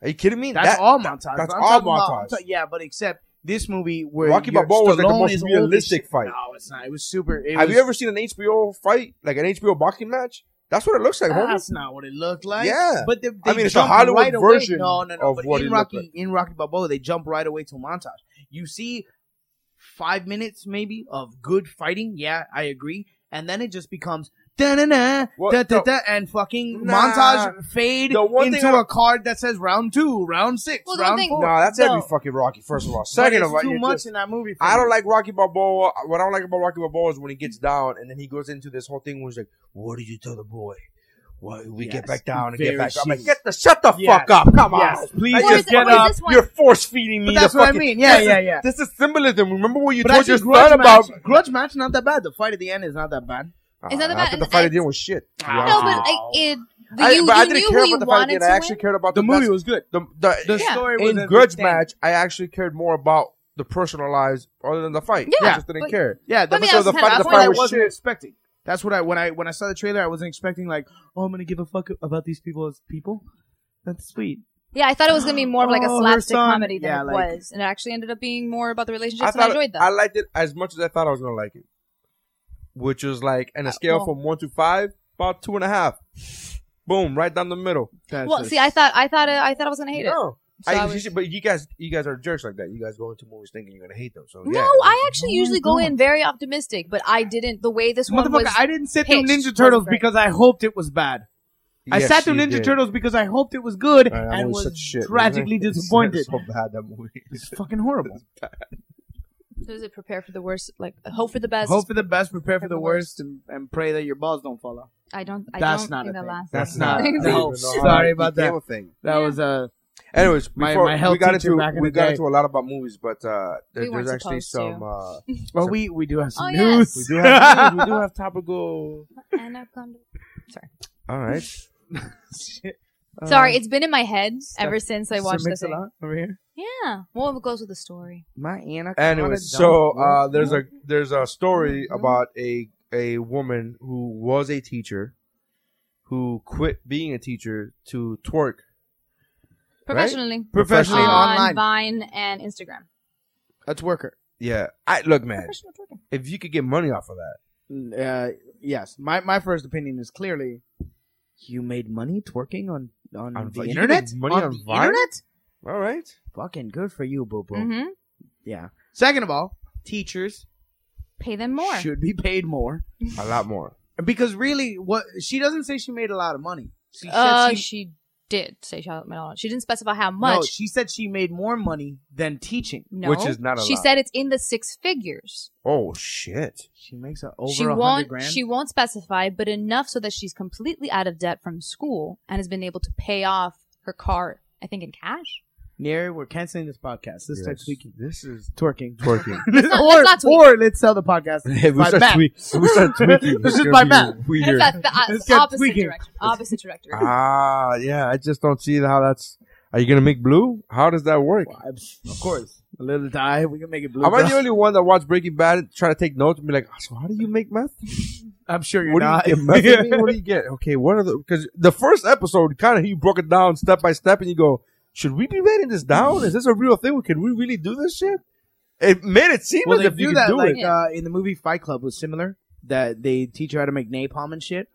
[SPEAKER 2] Are you kidding me?
[SPEAKER 5] That's
[SPEAKER 2] That-
[SPEAKER 5] all montage.
[SPEAKER 2] that's
[SPEAKER 5] I'm
[SPEAKER 2] all
[SPEAKER 5] talking about-
[SPEAKER 2] montage.
[SPEAKER 5] I'm ta- yeah, but except this movie where
[SPEAKER 2] Rocky
[SPEAKER 5] you're-
[SPEAKER 2] Balboa was like the
[SPEAKER 5] Stallone
[SPEAKER 2] most
[SPEAKER 5] is old as
[SPEAKER 2] realistic
[SPEAKER 5] shit.
[SPEAKER 2] fight.
[SPEAKER 5] No, it's not. It was super. it
[SPEAKER 2] Have
[SPEAKER 5] was-
[SPEAKER 2] you ever seen an HBO fight, like an HBO boxing match? That's what it looks like, homie.
[SPEAKER 5] That's not what it looked like.
[SPEAKER 2] Yeah.
[SPEAKER 5] but they, they
[SPEAKER 2] mean, it's a
[SPEAKER 5] jump
[SPEAKER 2] Hollywood
[SPEAKER 5] right away.
[SPEAKER 2] version
[SPEAKER 5] No, no, no.
[SPEAKER 2] of
[SPEAKER 5] but
[SPEAKER 2] what
[SPEAKER 5] in
[SPEAKER 2] it looked
[SPEAKER 5] Rocky, in Rocky Balboa, they jump right away to a montage. You see five minutes maybe of good fighting. Yeah, I agree. And then it just becomes da da da
[SPEAKER 2] What
[SPEAKER 5] da da
[SPEAKER 2] the-
[SPEAKER 5] da, and fucking
[SPEAKER 2] Nah.
[SPEAKER 5] montage fade
[SPEAKER 2] The one thing
[SPEAKER 5] into
[SPEAKER 2] I-
[SPEAKER 5] a card that says round two, round six,
[SPEAKER 6] Well, the one
[SPEAKER 5] round
[SPEAKER 6] thing-
[SPEAKER 5] four.
[SPEAKER 2] No, that's every
[SPEAKER 6] No.
[SPEAKER 2] fucking Rocky. First of all,
[SPEAKER 5] But
[SPEAKER 2] second
[SPEAKER 5] it's
[SPEAKER 2] of all,
[SPEAKER 5] too
[SPEAKER 2] you're
[SPEAKER 5] much
[SPEAKER 2] just-
[SPEAKER 5] in that movie. for
[SPEAKER 2] I
[SPEAKER 5] me.
[SPEAKER 2] don't like Rocky Balboa. What I don't like about Rocky Balboa is when he gets down and then he goes into this whole thing where he's like, "What did you tell the boy? What we get
[SPEAKER 5] Yes,
[SPEAKER 2] back down and
[SPEAKER 5] very
[SPEAKER 2] get back up? I'm like,
[SPEAKER 5] shitty.
[SPEAKER 2] get the shut the
[SPEAKER 5] Yes,
[SPEAKER 2] fuck up! Come
[SPEAKER 5] yes,
[SPEAKER 2] on,
[SPEAKER 5] please
[SPEAKER 2] I
[SPEAKER 6] Or
[SPEAKER 2] just
[SPEAKER 6] is-
[SPEAKER 2] get
[SPEAKER 6] or is
[SPEAKER 2] up.
[SPEAKER 6] this one-
[SPEAKER 2] You're force feeding me.
[SPEAKER 5] But that's
[SPEAKER 2] the
[SPEAKER 5] what I
[SPEAKER 2] fucking-
[SPEAKER 5] mean. Yeah,
[SPEAKER 2] This
[SPEAKER 5] yeah,
[SPEAKER 2] is-
[SPEAKER 5] yeah.
[SPEAKER 2] This is symbolism. Remember what you
[SPEAKER 5] But
[SPEAKER 2] told
[SPEAKER 5] actually,
[SPEAKER 2] your
[SPEAKER 5] grudge
[SPEAKER 2] son about?
[SPEAKER 5] match, grudge match, not that bad. The fight at the end is not that bad.
[SPEAKER 6] Is that the
[SPEAKER 2] Ah, I
[SPEAKER 6] bad-
[SPEAKER 2] thought the
[SPEAKER 6] and-
[SPEAKER 2] fight
[SPEAKER 6] and-
[SPEAKER 2] I did was shit. to be
[SPEAKER 5] Ah.
[SPEAKER 2] honest
[SPEAKER 6] No, but
[SPEAKER 2] with you.
[SPEAKER 6] I, it the,
[SPEAKER 2] I,
[SPEAKER 6] you,
[SPEAKER 2] but I
[SPEAKER 6] you
[SPEAKER 2] didn't
[SPEAKER 6] knew
[SPEAKER 2] care
[SPEAKER 6] who
[SPEAKER 2] about
[SPEAKER 6] you
[SPEAKER 2] the fight
[SPEAKER 6] wanted
[SPEAKER 2] again.
[SPEAKER 6] to
[SPEAKER 2] I actually
[SPEAKER 6] win.
[SPEAKER 2] cared about
[SPEAKER 5] The
[SPEAKER 2] the
[SPEAKER 5] movie
[SPEAKER 2] best-
[SPEAKER 5] was good.
[SPEAKER 2] the the,
[SPEAKER 5] The
[SPEAKER 6] Yeah.
[SPEAKER 5] story was
[SPEAKER 2] in grudge
[SPEAKER 5] entertaining.
[SPEAKER 2] match. I actually cared more about the personalized rather than the fight. I
[SPEAKER 6] Yeah.
[SPEAKER 2] just didn't
[SPEAKER 6] But-
[SPEAKER 2] care.
[SPEAKER 5] Yeah, that
[SPEAKER 6] But I mean,
[SPEAKER 5] was
[SPEAKER 6] that was
[SPEAKER 5] the
[SPEAKER 6] kind of
[SPEAKER 5] fight.
[SPEAKER 6] the
[SPEAKER 5] The
[SPEAKER 6] point
[SPEAKER 5] fight I
[SPEAKER 6] was-
[SPEAKER 5] wasn't expecting. That's what I when I when I saw the trailer, I wasn't expecting like, oh, I'm gonna give a fuck about these people as people. That's sweet.
[SPEAKER 6] Yeah, I thought it was gonna be more of like a
[SPEAKER 5] Oh, her
[SPEAKER 6] slapstick
[SPEAKER 5] son.
[SPEAKER 6] comedy than
[SPEAKER 5] Yeah,
[SPEAKER 6] it
[SPEAKER 5] like-
[SPEAKER 6] was, and it actually ended up being more about the relationships.
[SPEAKER 2] I
[SPEAKER 6] and I
[SPEAKER 2] thought
[SPEAKER 6] enjoyed that.
[SPEAKER 2] I liked it as much as I thought I was gonna like it, which was like on a scale
[SPEAKER 6] Uh, well-
[SPEAKER 2] from one to five, about two and a half. Boom, right down the middle.
[SPEAKER 5] That's
[SPEAKER 6] well,
[SPEAKER 5] a-
[SPEAKER 6] see, I thought I thought it, I thought I was gonna hate it.
[SPEAKER 5] Oh.
[SPEAKER 2] No,
[SPEAKER 6] So
[SPEAKER 2] I,
[SPEAKER 6] I
[SPEAKER 2] you
[SPEAKER 6] was-
[SPEAKER 2] should- but you guys, you guys are jerks like that. You guys go into movies thinking you're gonna hate them. So
[SPEAKER 6] No,
[SPEAKER 2] yeah.
[SPEAKER 6] I
[SPEAKER 5] Oh
[SPEAKER 6] actually usually go in very optimistic, but I didn't. The way this one was,
[SPEAKER 5] motherfucker, I didn't sit through
[SPEAKER 6] pitched
[SPEAKER 5] Ninja Turtles
[SPEAKER 6] was great.
[SPEAKER 5] because I hoped it was bad. I
[SPEAKER 2] Yes,
[SPEAKER 5] sat through
[SPEAKER 2] you
[SPEAKER 5] Ninja
[SPEAKER 2] did.
[SPEAKER 5] Turtles because I hoped it was good
[SPEAKER 2] Alright, that
[SPEAKER 5] and
[SPEAKER 2] movie's
[SPEAKER 5] was
[SPEAKER 2] such shit, man.
[SPEAKER 5] tragically
[SPEAKER 2] It's
[SPEAKER 5] disappointed.
[SPEAKER 2] So bad that movie.
[SPEAKER 5] It's fucking horrible.
[SPEAKER 6] does it prepare for the worst? Like hope for the best.
[SPEAKER 5] Hope for the best, prepare for the worst, and, and pray that your balls don't fall out.
[SPEAKER 6] I don't. I
[SPEAKER 5] That's
[SPEAKER 6] don't
[SPEAKER 5] not
[SPEAKER 6] think
[SPEAKER 5] a
[SPEAKER 6] that
[SPEAKER 5] thing.
[SPEAKER 6] lasts.
[SPEAKER 5] That's
[SPEAKER 2] I
[SPEAKER 5] not.
[SPEAKER 2] don't even know
[SPEAKER 5] No,
[SPEAKER 2] how
[SPEAKER 5] sorry
[SPEAKER 2] it
[SPEAKER 5] about
[SPEAKER 2] became
[SPEAKER 5] that.
[SPEAKER 2] a thing.
[SPEAKER 5] That
[SPEAKER 6] Yeah.
[SPEAKER 5] was uh,
[SPEAKER 2] Anyways,
[SPEAKER 5] My-
[SPEAKER 2] before
[SPEAKER 5] my health
[SPEAKER 2] we got
[SPEAKER 5] teacher
[SPEAKER 2] into
[SPEAKER 5] back in
[SPEAKER 2] we
[SPEAKER 5] the
[SPEAKER 2] got
[SPEAKER 5] day.
[SPEAKER 2] into a lot about movies, but uh, there,
[SPEAKER 6] We weren't
[SPEAKER 2] there's actually
[SPEAKER 6] supposed
[SPEAKER 2] some.
[SPEAKER 6] to.
[SPEAKER 2] Uh,
[SPEAKER 5] well, we we do have some
[SPEAKER 6] Oh, yes.
[SPEAKER 5] news.
[SPEAKER 2] we do have we do have topical.
[SPEAKER 6] Anaconda.
[SPEAKER 2] All right.
[SPEAKER 5] Uh,
[SPEAKER 6] Sorry, it's been in my head ever since I
[SPEAKER 5] So
[SPEAKER 6] watched
[SPEAKER 5] mix
[SPEAKER 6] this.
[SPEAKER 5] a lot over here.
[SPEAKER 6] Yeah. Well, it goes with the story.
[SPEAKER 5] My anaconda.
[SPEAKER 2] Anyway, so uh, there's a there's a story about a a woman who was a teacher who quit being a teacher to twerk
[SPEAKER 6] Professionally.
[SPEAKER 5] Professionally
[SPEAKER 6] on
[SPEAKER 5] online.
[SPEAKER 6] Vine and Instagram.
[SPEAKER 5] a twerker.
[SPEAKER 2] Yeah, I look, man.
[SPEAKER 6] Professional twerking.
[SPEAKER 2] If you could get money off of that,
[SPEAKER 5] Uh, yes, my my first opinion is clearly you made money twerking on on,
[SPEAKER 2] On Vi-
[SPEAKER 5] the
[SPEAKER 2] you
[SPEAKER 5] internet.
[SPEAKER 2] made money on
[SPEAKER 5] the
[SPEAKER 2] Vine?
[SPEAKER 5] internet.
[SPEAKER 2] all right.
[SPEAKER 5] Fucking good for you, boo boo.
[SPEAKER 6] Mm-hmm.
[SPEAKER 5] Yeah. Second of all, teachers
[SPEAKER 6] Pay them more.
[SPEAKER 5] Should be paid more.
[SPEAKER 2] a lot more.
[SPEAKER 5] Because really, what she doesn't say she made a lot of money. She said
[SPEAKER 6] Uh,
[SPEAKER 5] she-
[SPEAKER 6] she did say Charlotte McDonald. She didn't specify how
[SPEAKER 5] No,
[SPEAKER 6] much.
[SPEAKER 5] she said she made more money than teaching,
[SPEAKER 6] No. She said it's in the six figures.
[SPEAKER 2] Oh shit!
[SPEAKER 5] She makes a over
[SPEAKER 6] she
[SPEAKER 5] a
[SPEAKER 6] won't.
[SPEAKER 5] hundred grand.
[SPEAKER 6] She won't specify, but enough so that she's completely out of debt from school and has been able to pay off her car. I think in cash.
[SPEAKER 5] Neri, we're canceling this podcast. This next week.
[SPEAKER 2] This is
[SPEAKER 5] twerking.
[SPEAKER 2] Twerking.
[SPEAKER 6] not-
[SPEAKER 5] or,
[SPEAKER 6] that's not
[SPEAKER 5] or let's sell the podcast.
[SPEAKER 2] If we
[SPEAKER 5] by
[SPEAKER 2] start
[SPEAKER 5] Matt.
[SPEAKER 2] tweak- if we start tweaking,
[SPEAKER 5] this is
[SPEAKER 2] it's gonna
[SPEAKER 5] by
[SPEAKER 2] be
[SPEAKER 5] Matt.
[SPEAKER 2] weird.
[SPEAKER 6] That's the uh,
[SPEAKER 5] Let's get
[SPEAKER 6] opposite
[SPEAKER 5] tweaking.
[SPEAKER 6] direction. Opposite direction.
[SPEAKER 2] Ah, yeah. I just don't see how that's. Are you gonna make blue? How does that work?
[SPEAKER 5] Of course. A little die. We can make it blue.
[SPEAKER 2] Am I the
[SPEAKER 5] bro.
[SPEAKER 2] only one that watched Breaking Bad and try to take notes and be like, so how do you make meth?
[SPEAKER 5] I'm sure you're
[SPEAKER 2] What do
[SPEAKER 5] not.
[SPEAKER 2] you get? methamphetamine? What do you get? Okay, what are the because the first episode kind of he broke it down step by step, and you go, should we be writing this down? Is this a real thing? Can we really do this shit? It made it seem
[SPEAKER 5] well,
[SPEAKER 2] as
[SPEAKER 5] they
[SPEAKER 2] if you
[SPEAKER 5] do
[SPEAKER 2] could
[SPEAKER 5] that
[SPEAKER 2] do
[SPEAKER 5] like
[SPEAKER 2] it.
[SPEAKER 5] uh, in the movie Fight Club was similar. That they teach you how to make napalm and shit.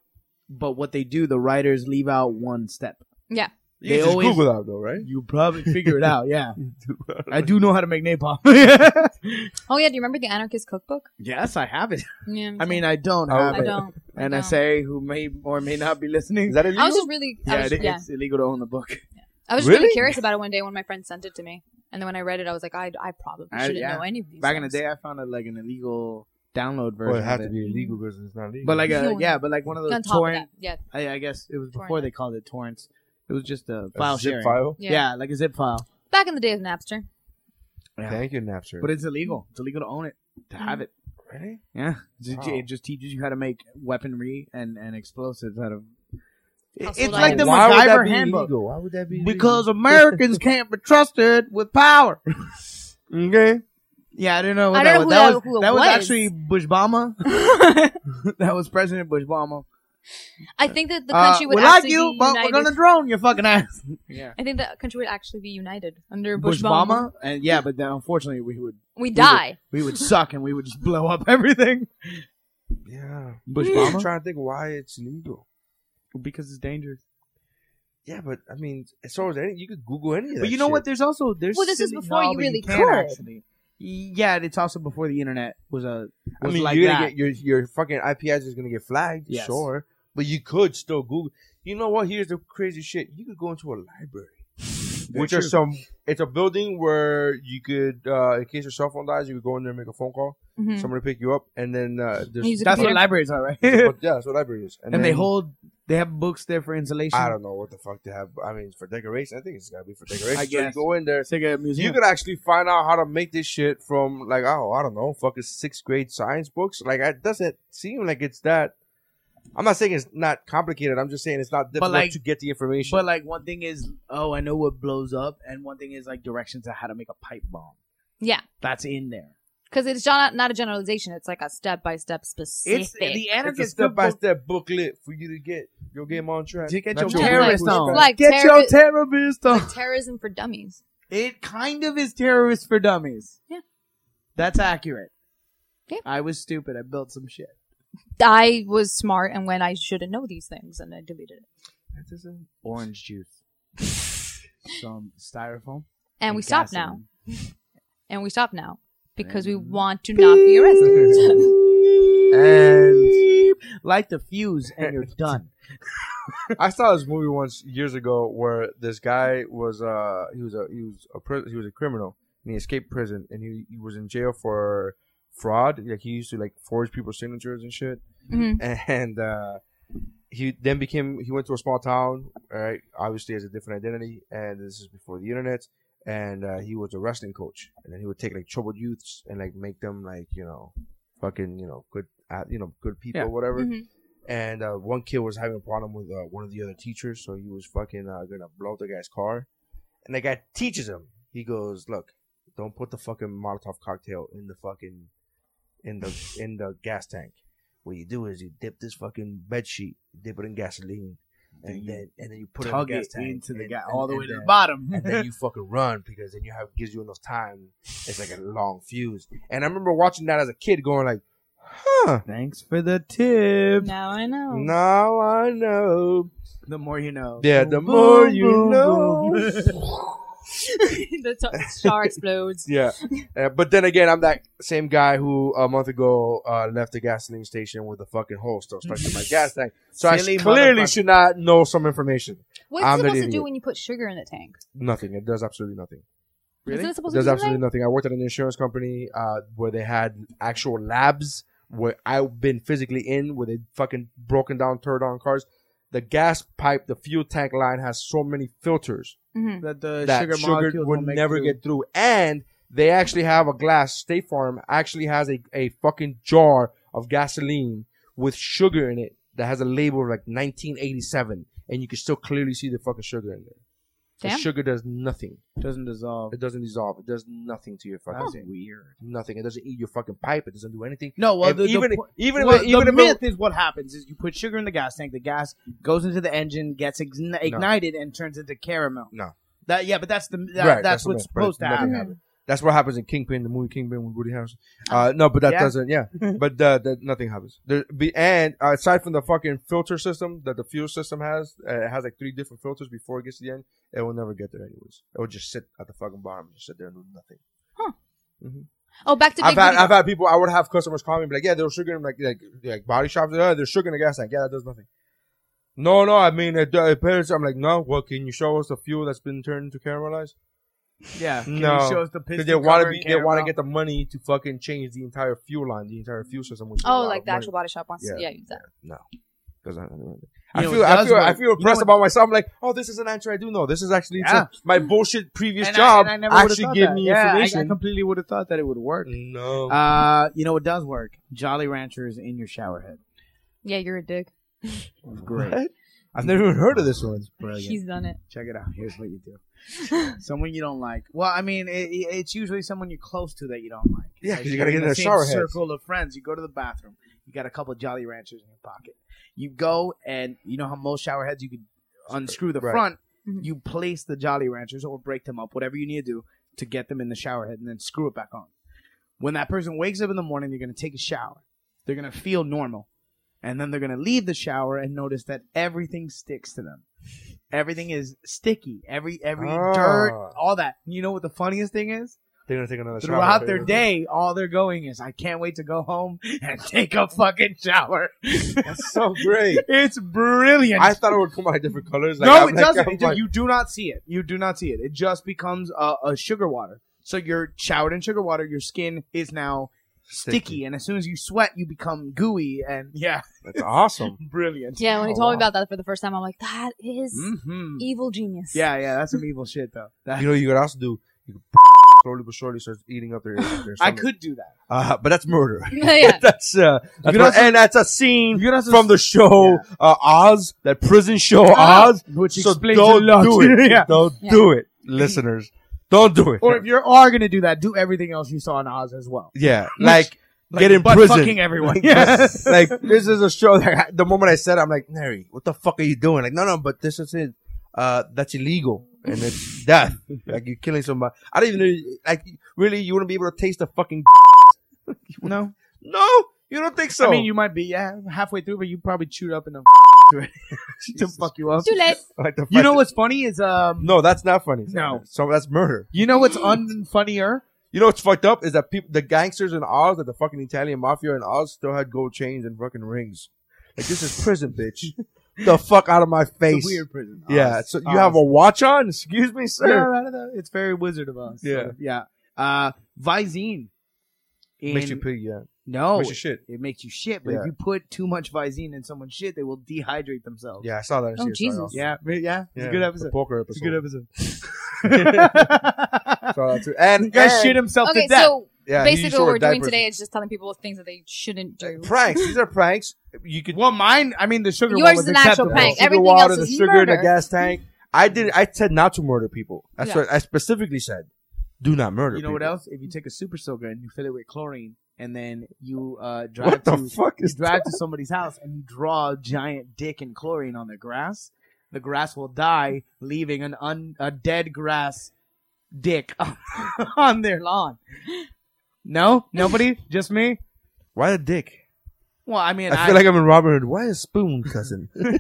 [SPEAKER 5] But what they do, the writers leave out one step.
[SPEAKER 6] Yeah.
[SPEAKER 2] You
[SPEAKER 5] They
[SPEAKER 2] just
[SPEAKER 5] always
[SPEAKER 2] Google that though, right?
[SPEAKER 5] you probably figure it out. Yeah, I do know how to make napalm.
[SPEAKER 6] Oh yeah. Do you remember the Anarchist Cookbook?
[SPEAKER 5] yes, I have it.
[SPEAKER 6] Yeah.
[SPEAKER 5] I mean, I don't
[SPEAKER 2] Oh,
[SPEAKER 5] have
[SPEAKER 6] I
[SPEAKER 5] it.
[SPEAKER 6] don't. I
[SPEAKER 5] And I
[SPEAKER 6] don't.
[SPEAKER 5] say who may or may not be listening.
[SPEAKER 2] Is that illegal?
[SPEAKER 6] I was just really.
[SPEAKER 5] yeah,
[SPEAKER 6] I was,
[SPEAKER 5] it-
[SPEAKER 6] yeah.
[SPEAKER 5] it's illegal to own the book.
[SPEAKER 6] I was just really?
[SPEAKER 2] Really?
[SPEAKER 6] curious about it one day when my friend sent it to me, and then when I read it, I was like, I, I probably
[SPEAKER 5] I-
[SPEAKER 6] shouldn't
[SPEAKER 5] yeah.
[SPEAKER 6] know any of these.
[SPEAKER 5] Back in the
[SPEAKER 6] things.
[SPEAKER 5] day, I found it like an illegal download version.
[SPEAKER 2] well, it has
[SPEAKER 5] of
[SPEAKER 2] to
[SPEAKER 5] it.
[SPEAKER 2] be illegal because it's not legal.
[SPEAKER 5] But like, a,
[SPEAKER 6] No.
[SPEAKER 5] yeah, but like one of
[SPEAKER 6] on
[SPEAKER 5] those
[SPEAKER 6] top of
[SPEAKER 5] torrent.
[SPEAKER 6] that, yeah,
[SPEAKER 5] I, I guess it was before
[SPEAKER 6] Torrent.
[SPEAKER 5] they called it torrents. It was just a
[SPEAKER 2] A
[SPEAKER 5] file
[SPEAKER 2] zip
[SPEAKER 5] sharing.
[SPEAKER 2] file.
[SPEAKER 6] yeah,
[SPEAKER 5] yeah, like a zip file.
[SPEAKER 6] Back in the day of Napster.
[SPEAKER 5] Yeah.
[SPEAKER 2] Thank you, Napster.
[SPEAKER 5] But it's illegal. It's illegal to own it, to
[SPEAKER 6] Mm.
[SPEAKER 5] have it.
[SPEAKER 2] Really?
[SPEAKER 5] Yeah. It-
[SPEAKER 2] Wow.
[SPEAKER 5] It just teaches you how to make weaponry and, and explosives out of. It's
[SPEAKER 6] Household
[SPEAKER 5] like the
[SPEAKER 6] items.
[SPEAKER 2] Why would that
[SPEAKER 5] MacGyver
[SPEAKER 2] be
[SPEAKER 5] handbook.
[SPEAKER 2] illegal? Why would that be?
[SPEAKER 5] Because Americans can't be trusted with power.
[SPEAKER 2] illegal? okay,
[SPEAKER 5] Yeah, I don't know. What
[SPEAKER 6] I
[SPEAKER 5] that
[SPEAKER 6] don't
[SPEAKER 5] was.
[SPEAKER 6] know who
[SPEAKER 5] that,
[SPEAKER 6] that- who
[SPEAKER 5] was,
[SPEAKER 6] it
[SPEAKER 5] that was
[SPEAKER 6] was.
[SPEAKER 5] actually Bush Obama. that was President Bush Obama.
[SPEAKER 6] I think that the
[SPEAKER 5] Uh,
[SPEAKER 6] country would
[SPEAKER 5] we like
[SPEAKER 6] actually
[SPEAKER 5] you,
[SPEAKER 6] be
[SPEAKER 5] but
[SPEAKER 6] united.
[SPEAKER 5] we're gonna drone your fucking ass. yeah.
[SPEAKER 6] I think the country would actually be united under
[SPEAKER 5] Bush
[SPEAKER 6] Bush
[SPEAKER 5] Obama, and yeah, but then unfortunately we would
[SPEAKER 6] We die.
[SPEAKER 5] we would suck and we would just blow up everything.
[SPEAKER 2] yeah.
[SPEAKER 5] Bush
[SPEAKER 2] I'm
[SPEAKER 5] Obama
[SPEAKER 2] trying to think why it's illegal.
[SPEAKER 5] because it's dangerous.
[SPEAKER 2] Yeah, but I mean, so is any, you could Google any of that.
[SPEAKER 5] But you know
[SPEAKER 2] shit.
[SPEAKER 5] what? There's also there's
[SPEAKER 6] Well, this is
[SPEAKER 5] silly-
[SPEAKER 6] before
[SPEAKER 5] no,
[SPEAKER 6] you
[SPEAKER 5] but
[SPEAKER 6] really
[SPEAKER 5] can
[SPEAKER 6] could.
[SPEAKER 5] Actually. Yeah, and it's also before the internet was a.
[SPEAKER 2] I
[SPEAKER 5] was
[SPEAKER 2] mean,
[SPEAKER 5] like
[SPEAKER 2] you're
[SPEAKER 5] that.
[SPEAKER 2] gonna get your your fucking IP address is gonna get flagged,
[SPEAKER 5] Yes.
[SPEAKER 2] sure, but you could still Google. You know what? Here's the crazy shit. You could go into a library, which are
[SPEAKER 5] true.
[SPEAKER 2] some. It's a building where you could, uh, in case your cell phone dies, you could go in there and make a phone call.
[SPEAKER 6] Mhm.
[SPEAKER 2] Somebody pick you up, and then uh,
[SPEAKER 6] Use
[SPEAKER 2] there's
[SPEAKER 6] a
[SPEAKER 5] That's what
[SPEAKER 6] computer.
[SPEAKER 5] libraries are, right? and
[SPEAKER 2] but yeah, that's what library is. And,
[SPEAKER 5] they
[SPEAKER 2] then-
[SPEAKER 5] hold they have books there for insulation.
[SPEAKER 2] I don't know what the fuck they have. I mean, for decoration, I think it's gotta be for decoration.
[SPEAKER 5] I
[SPEAKER 2] So you
[SPEAKER 5] guess.
[SPEAKER 2] go in there,
[SPEAKER 5] It's like a
[SPEAKER 2] you
[SPEAKER 5] museum.
[SPEAKER 2] could actually find out how to make this shit from like oh I don't know fucking sixth grade science books. Like it doesn't seem like it's that. I'm not saying it's not complicated. I'm just saying it's not difficult
[SPEAKER 5] like-
[SPEAKER 2] to get the information.
[SPEAKER 5] but like one thing is, oh, I know what blows up, and one thing is like directions on how to make a pipe bomb.
[SPEAKER 6] Yeah,
[SPEAKER 5] That's in there.
[SPEAKER 6] because it's not not a generalization. It's like a step by step specific.
[SPEAKER 5] It's the
[SPEAKER 2] it's a
[SPEAKER 5] anarchist
[SPEAKER 2] step by
[SPEAKER 5] cookbook.
[SPEAKER 2] step booklet for you to get your game on track.
[SPEAKER 5] To get
[SPEAKER 2] Not
[SPEAKER 5] your
[SPEAKER 6] It's
[SPEAKER 5] terrorist
[SPEAKER 6] like,
[SPEAKER 5] on.
[SPEAKER 6] It's like
[SPEAKER 5] Get
[SPEAKER 6] terror-
[SPEAKER 5] your terrorist on.
[SPEAKER 6] like terrorism for dummies.
[SPEAKER 5] It kind of is terrorist for dummies.
[SPEAKER 6] Yeah.
[SPEAKER 5] That's accurate.
[SPEAKER 6] Yeah.
[SPEAKER 5] I was stupid. I built some shit.
[SPEAKER 6] I was smart, and when I shouldn't know these things, and I deleted it.
[SPEAKER 5] Orange juice. some styrofoam.
[SPEAKER 6] And we stopped now.
[SPEAKER 5] gasoline.
[SPEAKER 6] And we stop now because
[SPEAKER 2] Mm.
[SPEAKER 6] we want to not be arrested.
[SPEAKER 2] And
[SPEAKER 5] Light the fuse and you're done.
[SPEAKER 2] I saw this movie once years ago where this guy was uh he was a he was a pri- he was a criminal and he escaped prison and he, he was in jail for fraud like he used to like forge people's signatures and shit
[SPEAKER 6] Mhm.
[SPEAKER 2] and uh, he then became he went to a small town all right obviously has a different identity and this is before the internet and uh, he was a wrestling coach and then he would take like troubled youths and like make them like you know fucking you know good uh, you know good people
[SPEAKER 5] Yeah.
[SPEAKER 2] or whatever
[SPEAKER 6] Mhm.
[SPEAKER 2] and uh, one kid was having a problem with uh, one of the other teachers so he was fucking uh, gonna blow up the guy's car and the guy teaches him he goes look don't put the fucking molotov cocktail in the fucking in the in the gas tank what you do is you dip this fucking bed sheet, dip it in gasoline, and
[SPEAKER 5] you
[SPEAKER 2] then and then you put it in the
[SPEAKER 5] Tug
[SPEAKER 2] gas
[SPEAKER 5] it
[SPEAKER 2] tank
[SPEAKER 5] into the
[SPEAKER 2] and-
[SPEAKER 5] guy
[SPEAKER 2] and-
[SPEAKER 5] all the
[SPEAKER 2] and
[SPEAKER 5] way to the
[SPEAKER 2] then-
[SPEAKER 5] bottom.
[SPEAKER 2] and then you fucking run because then you have gives you enough time. It's like a long fuse. And I remember watching that as a kid, going like, "Huh?
[SPEAKER 5] Thanks for the tip.
[SPEAKER 6] now I
[SPEAKER 5] Oh.
[SPEAKER 6] know.
[SPEAKER 2] Now I know."
[SPEAKER 5] The more you know.
[SPEAKER 2] Yeah, the
[SPEAKER 5] Boom,
[SPEAKER 2] more
[SPEAKER 5] boom,
[SPEAKER 2] you
[SPEAKER 5] boom,
[SPEAKER 2] know.
[SPEAKER 5] boom.
[SPEAKER 6] the t- star explodes.
[SPEAKER 2] Yeah, Uh, but then again, I'm that same guy who a month ago uh, left the gasoline station with a fucking hole still stuck in my gas tank. So
[SPEAKER 5] Silly
[SPEAKER 2] I clearly
[SPEAKER 5] motherfucker.
[SPEAKER 2] should not know some information.
[SPEAKER 6] What's it
[SPEAKER 2] I'm an
[SPEAKER 6] supposed to do
[SPEAKER 2] idiot.
[SPEAKER 6] when you put sugar in the tank?
[SPEAKER 2] Nothing. It does absolutely nothing.
[SPEAKER 6] Really? Isn't it supposed
[SPEAKER 2] does
[SPEAKER 6] to do
[SPEAKER 2] absolutely nothing. I worked at an insurance company uh, where they had actual labs where I've been physically in where they fucking broken down turned on cars. The gas pipe, the fuel tank line has so many filters
[SPEAKER 6] Mhm.
[SPEAKER 5] That the
[SPEAKER 2] that
[SPEAKER 5] sugar,
[SPEAKER 2] sugar,
[SPEAKER 5] molecules
[SPEAKER 2] would
[SPEAKER 5] won't make
[SPEAKER 2] never
[SPEAKER 5] through.
[SPEAKER 2] get through. And they actually have a glass. State Farm actually has a, a fucking jar of gasoline with sugar in it that has a label of like 1987, and you can still clearly see the fucking sugar in there. The
[SPEAKER 6] Damn.
[SPEAKER 2] sugar does nothing.
[SPEAKER 5] doesn't dissolve.
[SPEAKER 2] It doesn't dissolve. It does nothing to your fucking.
[SPEAKER 5] That's
[SPEAKER 2] thing.
[SPEAKER 5] weird.
[SPEAKER 2] Nothing. It doesn't eat your fucking pipe. It doesn't do anything.
[SPEAKER 5] No, well,
[SPEAKER 2] And
[SPEAKER 5] the,
[SPEAKER 2] even
[SPEAKER 5] the, po-
[SPEAKER 2] even
[SPEAKER 5] well,
[SPEAKER 2] if, even
[SPEAKER 5] the
[SPEAKER 2] if
[SPEAKER 5] myth
[SPEAKER 2] it,
[SPEAKER 5] is what happens is you put sugar in the gas tank, the gas goes into the engine, gets ign- ignited, and turns into caramel.
[SPEAKER 2] No.
[SPEAKER 5] that yeah, but that's the that,
[SPEAKER 2] Right,
[SPEAKER 5] that's,
[SPEAKER 2] that's the
[SPEAKER 5] what's
[SPEAKER 2] myth, but
[SPEAKER 5] supposed to
[SPEAKER 2] nothing
[SPEAKER 5] happen.
[SPEAKER 2] happened. that's what happens in Kingpin, the movie Kingpin with Woody Harrelson. Uh, no, but that
[SPEAKER 5] Yeah.
[SPEAKER 2] doesn't. Yeah, but uh, that nothing happens. There be and uh, aside from the fucking filter system that the fuel system has, uh, it has like three different filters before it gets to the end. It will never get there anyways. It will just sit at the fucking bottom, just sit there and do nothing.
[SPEAKER 6] Oh, back to
[SPEAKER 2] I've
[SPEAKER 6] Big
[SPEAKER 2] had
[SPEAKER 6] Booty-
[SPEAKER 2] I've had people. I would have customers call me and be like, "Yeah, they're sugar in like like like body shops. Yeah, they're sugar in the gas tank. Yeah, that does nothing." No, no. I mean, it, uh, it appears. I'm like, no. Well, can you show us the fuel that's been turned into caramelized?
[SPEAKER 5] Yeah, can you
[SPEAKER 2] No.
[SPEAKER 5] show us the
[SPEAKER 2] 'Cause
[SPEAKER 5] piston
[SPEAKER 2] they want to
[SPEAKER 5] cover
[SPEAKER 2] be,
[SPEAKER 5] and
[SPEAKER 2] they want to
[SPEAKER 5] caramel?
[SPEAKER 2] get the money to fucking change the entire fuel line, the entire fuel system. Which is a
[SPEAKER 6] Oh,
[SPEAKER 2] lot
[SPEAKER 6] like
[SPEAKER 2] of
[SPEAKER 6] the
[SPEAKER 2] money.
[SPEAKER 6] actual body shop wants.
[SPEAKER 2] Yeah.
[SPEAKER 6] Yeah, yeah exactly.
[SPEAKER 2] No, doesn't. I
[SPEAKER 5] know,
[SPEAKER 2] feel,
[SPEAKER 5] it
[SPEAKER 2] I
[SPEAKER 5] does
[SPEAKER 2] feel,
[SPEAKER 5] work.
[SPEAKER 2] I feel oppressed
[SPEAKER 5] You know
[SPEAKER 2] about myself. I'm like, oh, this is an answer I do know. This is actually
[SPEAKER 5] Yeah.
[SPEAKER 2] some- my bullshit previous
[SPEAKER 5] And I-
[SPEAKER 2] job
[SPEAKER 5] and I never would've
[SPEAKER 2] actually
[SPEAKER 5] thought
[SPEAKER 2] gave
[SPEAKER 5] that.
[SPEAKER 2] me
[SPEAKER 5] Yeah, I- I,
[SPEAKER 2] information.
[SPEAKER 5] completely would have thought that it would work.
[SPEAKER 2] no,
[SPEAKER 5] Uh, you know it does work. Jolly Ranchers in your shower head.
[SPEAKER 6] Yeah, you're a dick.
[SPEAKER 5] Great.
[SPEAKER 2] I've never even heard of this one.
[SPEAKER 5] Brilliant.
[SPEAKER 6] He's done it.
[SPEAKER 5] Check it out. Here's what you do. someone you don't like. Well, I mean, it, it- it's usually someone you're close to that you don't like.
[SPEAKER 2] Yeah,
[SPEAKER 5] Like,
[SPEAKER 2] 'cause you gotta
[SPEAKER 5] you're in
[SPEAKER 2] get in
[SPEAKER 5] the
[SPEAKER 2] their
[SPEAKER 5] same
[SPEAKER 2] shower heads.
[SPEAKER 5] circle of friends. You go to the bathroom. You got a couple of Jolly Ranchers in your pocket. You go and you know how most shower heads you could unscrew the
[SPEAKER 2] Right.
[SPEAKER 5] front.
[SPEAKER 6] Mhm.
[SPEAKER 5] You place the Jolly Ranchers or break them up, whatever you need to do to get them in the shower head, and then screw it back on. When that person wakes up in the morning, they're gonna take a shower. They're gonna feel normal, and then they're gonna leave the shower and notice that everything sticks to them. Everything is sticky. Every every
[SPEAKER 2] Ah.
[SPEAKER 5] dirt, all that. You know what the funniest thing is?
[SPEAKER 2] They're gonna take another shower
[SPEAKER 5] Throughout
[SPEAKER 2] after
[SPEAKER 5] their
[SPEAKER 2] this.
[SPEAKER 5] day, all they're going is, I can't wait to go home and take a fucking shower.
[SPEAKER 2] That's so great.
[SPEAKER 5] it's brilliant.
[SPEAKER 2] I thought it would come out in different colors. Like,
[SPEAKER 5] no,
[SPEAKER 2] I'm
[SPEAKER 5] it
[SPEAKER 2] like-
[SPEAKER 5] doesn't.
[SPEAKER 2] I'm
[SPEAKER 5] It ju-
[SPEAKER 2] like,
[SPEAKER 5] you do not see it. You do not see it. It just becomes a, a sugar water. So you're showered in sugar water. Your skin is now sticky, and as soon as you sweat, you become gooey. And yeah,
[SPEAKER 2] That's awesome.
[SPEAKER 5] brilliant.
[SPEAKER 6] Yeah, when he
[SPEAKER 2] Oh,
[SPEAKER 6] told me
[SPEAKER 2] wow. Mm.
[SPEAKER 6] about that for the first time, I'm like, that is
[SPEAKER 5] hmm
[SPEAKER 6] evil genius.
[SPEAKER 5] Yeah, yeah, that's some evil shit though. That-
[SPEAKER 2] You know, what you could also do. You could slowly but surely starts eating up their. their
[SPEAKER 5] I
[SPEAKER 2] stomach.
[SPEAKER 5] could do that.
[SPEAKER 2] uh, but that's murder.
[SPEAKER 6] yeah.
[SPEAKER 2] that's uh, that's
[SPEAKER 5] could
[SPEAKER 2] what-
[SPEAKER 5] also-
[SPEAKER 2] and that's a scene
[SPEAKER 5] could also
[SPEAKER 2] from the show uh, Oz, that prison show Oh, Oz.
[SPEAKER 5] Ah, Which
[SPEAKER 2] So
[SPEAKER 5] explains
[SPEAKER 2] don't
[SPEAKER 5] a lot.
[SPEAKER 2] do it.
[SPEAKER 5] yeah.
[SPEAKER 2] Don't
[SPEAKER 6] Yeah.
[SPEAKER 2] do it, listeners. Don't do it.
[SPEAKER 5] Or if you are gonna do that, do everything else you saw in Oz as well.
[SPEAKER 2] yeah, like,
[SPEAKER 5] Like
[SPEAKER 2] get in
[SPEAKER 5] butt
[SPEAKER 2] prison.
[SPEAKER 5] fucking everyone.
[SPEAKER 2] Like, like this is a show. That I- the moment I said, it, I'm like, Neri, what the fuck are you doing? Like, no, no, but this is it. Uh, that's illegal and it's death. like you're killing somebody. I don't even know. Like, really, you wouldn't be able to taste the fucking.
[SPEAKER 5] no,
[SPEAKER 2] No, you don't think so.
[SPEAKER 5] I mean you might be yeah halfway through, but you probably chewed up enough to
[SPEAKER 2] Jesus.
[SPEAKER 5] fuck you up.
[SPEAKER 6] Too late.
[SPEAKER 2] Like the
[SPEAKER 5] You
[SPEAKER 2] fact
[SPEAKER 5] know
[SPEAKER 2] that-
[SPEAKER 5] what's funny is um
[SPEAKER 2] No, that's not funny.
[SPEAKER 5] No.
[SPEAKER 2] so that's murder.
[SPEAKER 5] you know what's unfunnier.
[SPEAKER 2] You know what's fucked up is that people, the gangsters in Oz, that the fucking Italian mafia in Oz, still had gold chains and fucking rings. Like this is prison, bitch. the fuck out of my
[SPEAKER 5] It's a
[SPEAKER 2] face.
[SPEAKER 5] weird prison. Oh,
[SPEAKER 2] Yeah.
[SPEAKER 5] Oz.
[SPEAKER 2] So you
[SPEAKER 5] Oz.
[SPEAKER 2] have a watch on? Excuse me, sir.
[SPEAKER 5] Yeah, I don't know. it's very Wizard of Oz. sort
[SPEAKER 2] Yeah.
[SPEAKER 5] of. yeah. Uh, Visine. In,
[SPEAKER 2] Makes you pee. Yeah.
[SPEAKER 5] no,
[SPEAKER 2] Makes you shit.
[SPEAKER 5] it makes you shit. But
[SPEAKER 2] Yeah.
[SPEAKER 5] if you put too much Visine in someone's shit, they will dehydrate themselves.
[SPEAKER 2] Yeah, I saw that. in
[SPEAKER 6] Oh,
[SPEAKER 2] CSI
[SPEAKER 6] Jesus.
[SPEAKER 2] Oz.
[SPEAKER 5] yeah, yeah. It's
[SPEAKER 2] Yeah,
[SPEAKER 5] a good
[SPEAKER 2] the
[SPEAKER 5] episode.
[SPEAKER 2] poker episode.
[SPEAKER 5] It's a good episode.
[SPEAKER 2] Saw that too. And
[SPEAKER 5] You guys
[SPEAKER 2] and-
[SPEAKER 5] shit himself
[SPEAKER 6] Okay,
[SPEAKER 5] to death.
[SPEAKER 6] so
[SPEAKER 2] Yeah, he
[SPEAKER 6] basically
[SPEAKER 2] showed
[SPEAKER 6] what we're doing
[SPEAKER 2] diapers.
[SPEAKER 6] today is just telling people things that they shouldn't do.
[SPEAKER 2] Pranks. These are pranks. You could
[SPEAKER 5] well, mine. I mean, the sugar
[SPEAKER 6] Yours
[SPEAKER 5] one was
[SPEAKER 6] is an actual
[SPEAKER 5] acceptable.
[SPEAKER 6] prank.
[SPEAKER 2] sugar
[SPEAKER 6] Everything
[SPEAKER 2] water,
[SPEAKER 6] else
[SPEAKER 2] the
[SPEAKER 6] is
[SPEAKER 2] sugar in
[SPEAKER 6] murder.
[SPEAKER 2] the gas tank. I did. I said not to murder people. That's
[SPEAKER 6] Yeah.
[SPEAKER 2] what I specifically said. Do not murder.
[SPEAKER 5] You know what
[SPEAKER 2] people.
[SPEAKER 5] else? If you take a super soaker and you fill it with chlorine, and then you uh, drive
[SPEAKER 2] What the
[SPEAKER 5] to
[SPEAKER 2] fuck
[SPEAKER 5] you
[SPEAKER 2] is
[SPEAKER 5] drive to somebody's house and you draw a giant dick in chlorine on the grass, the grass will die, leaving an un, a dead grass dick on their lawn. No, nobody, just me.
[SPEAKER 2] Why a dick?
[SPEAKER 5] Well, I mean,
[SPEAKER 2] I feel like I'm in Robin Hood. Why a spoon, cousin? Because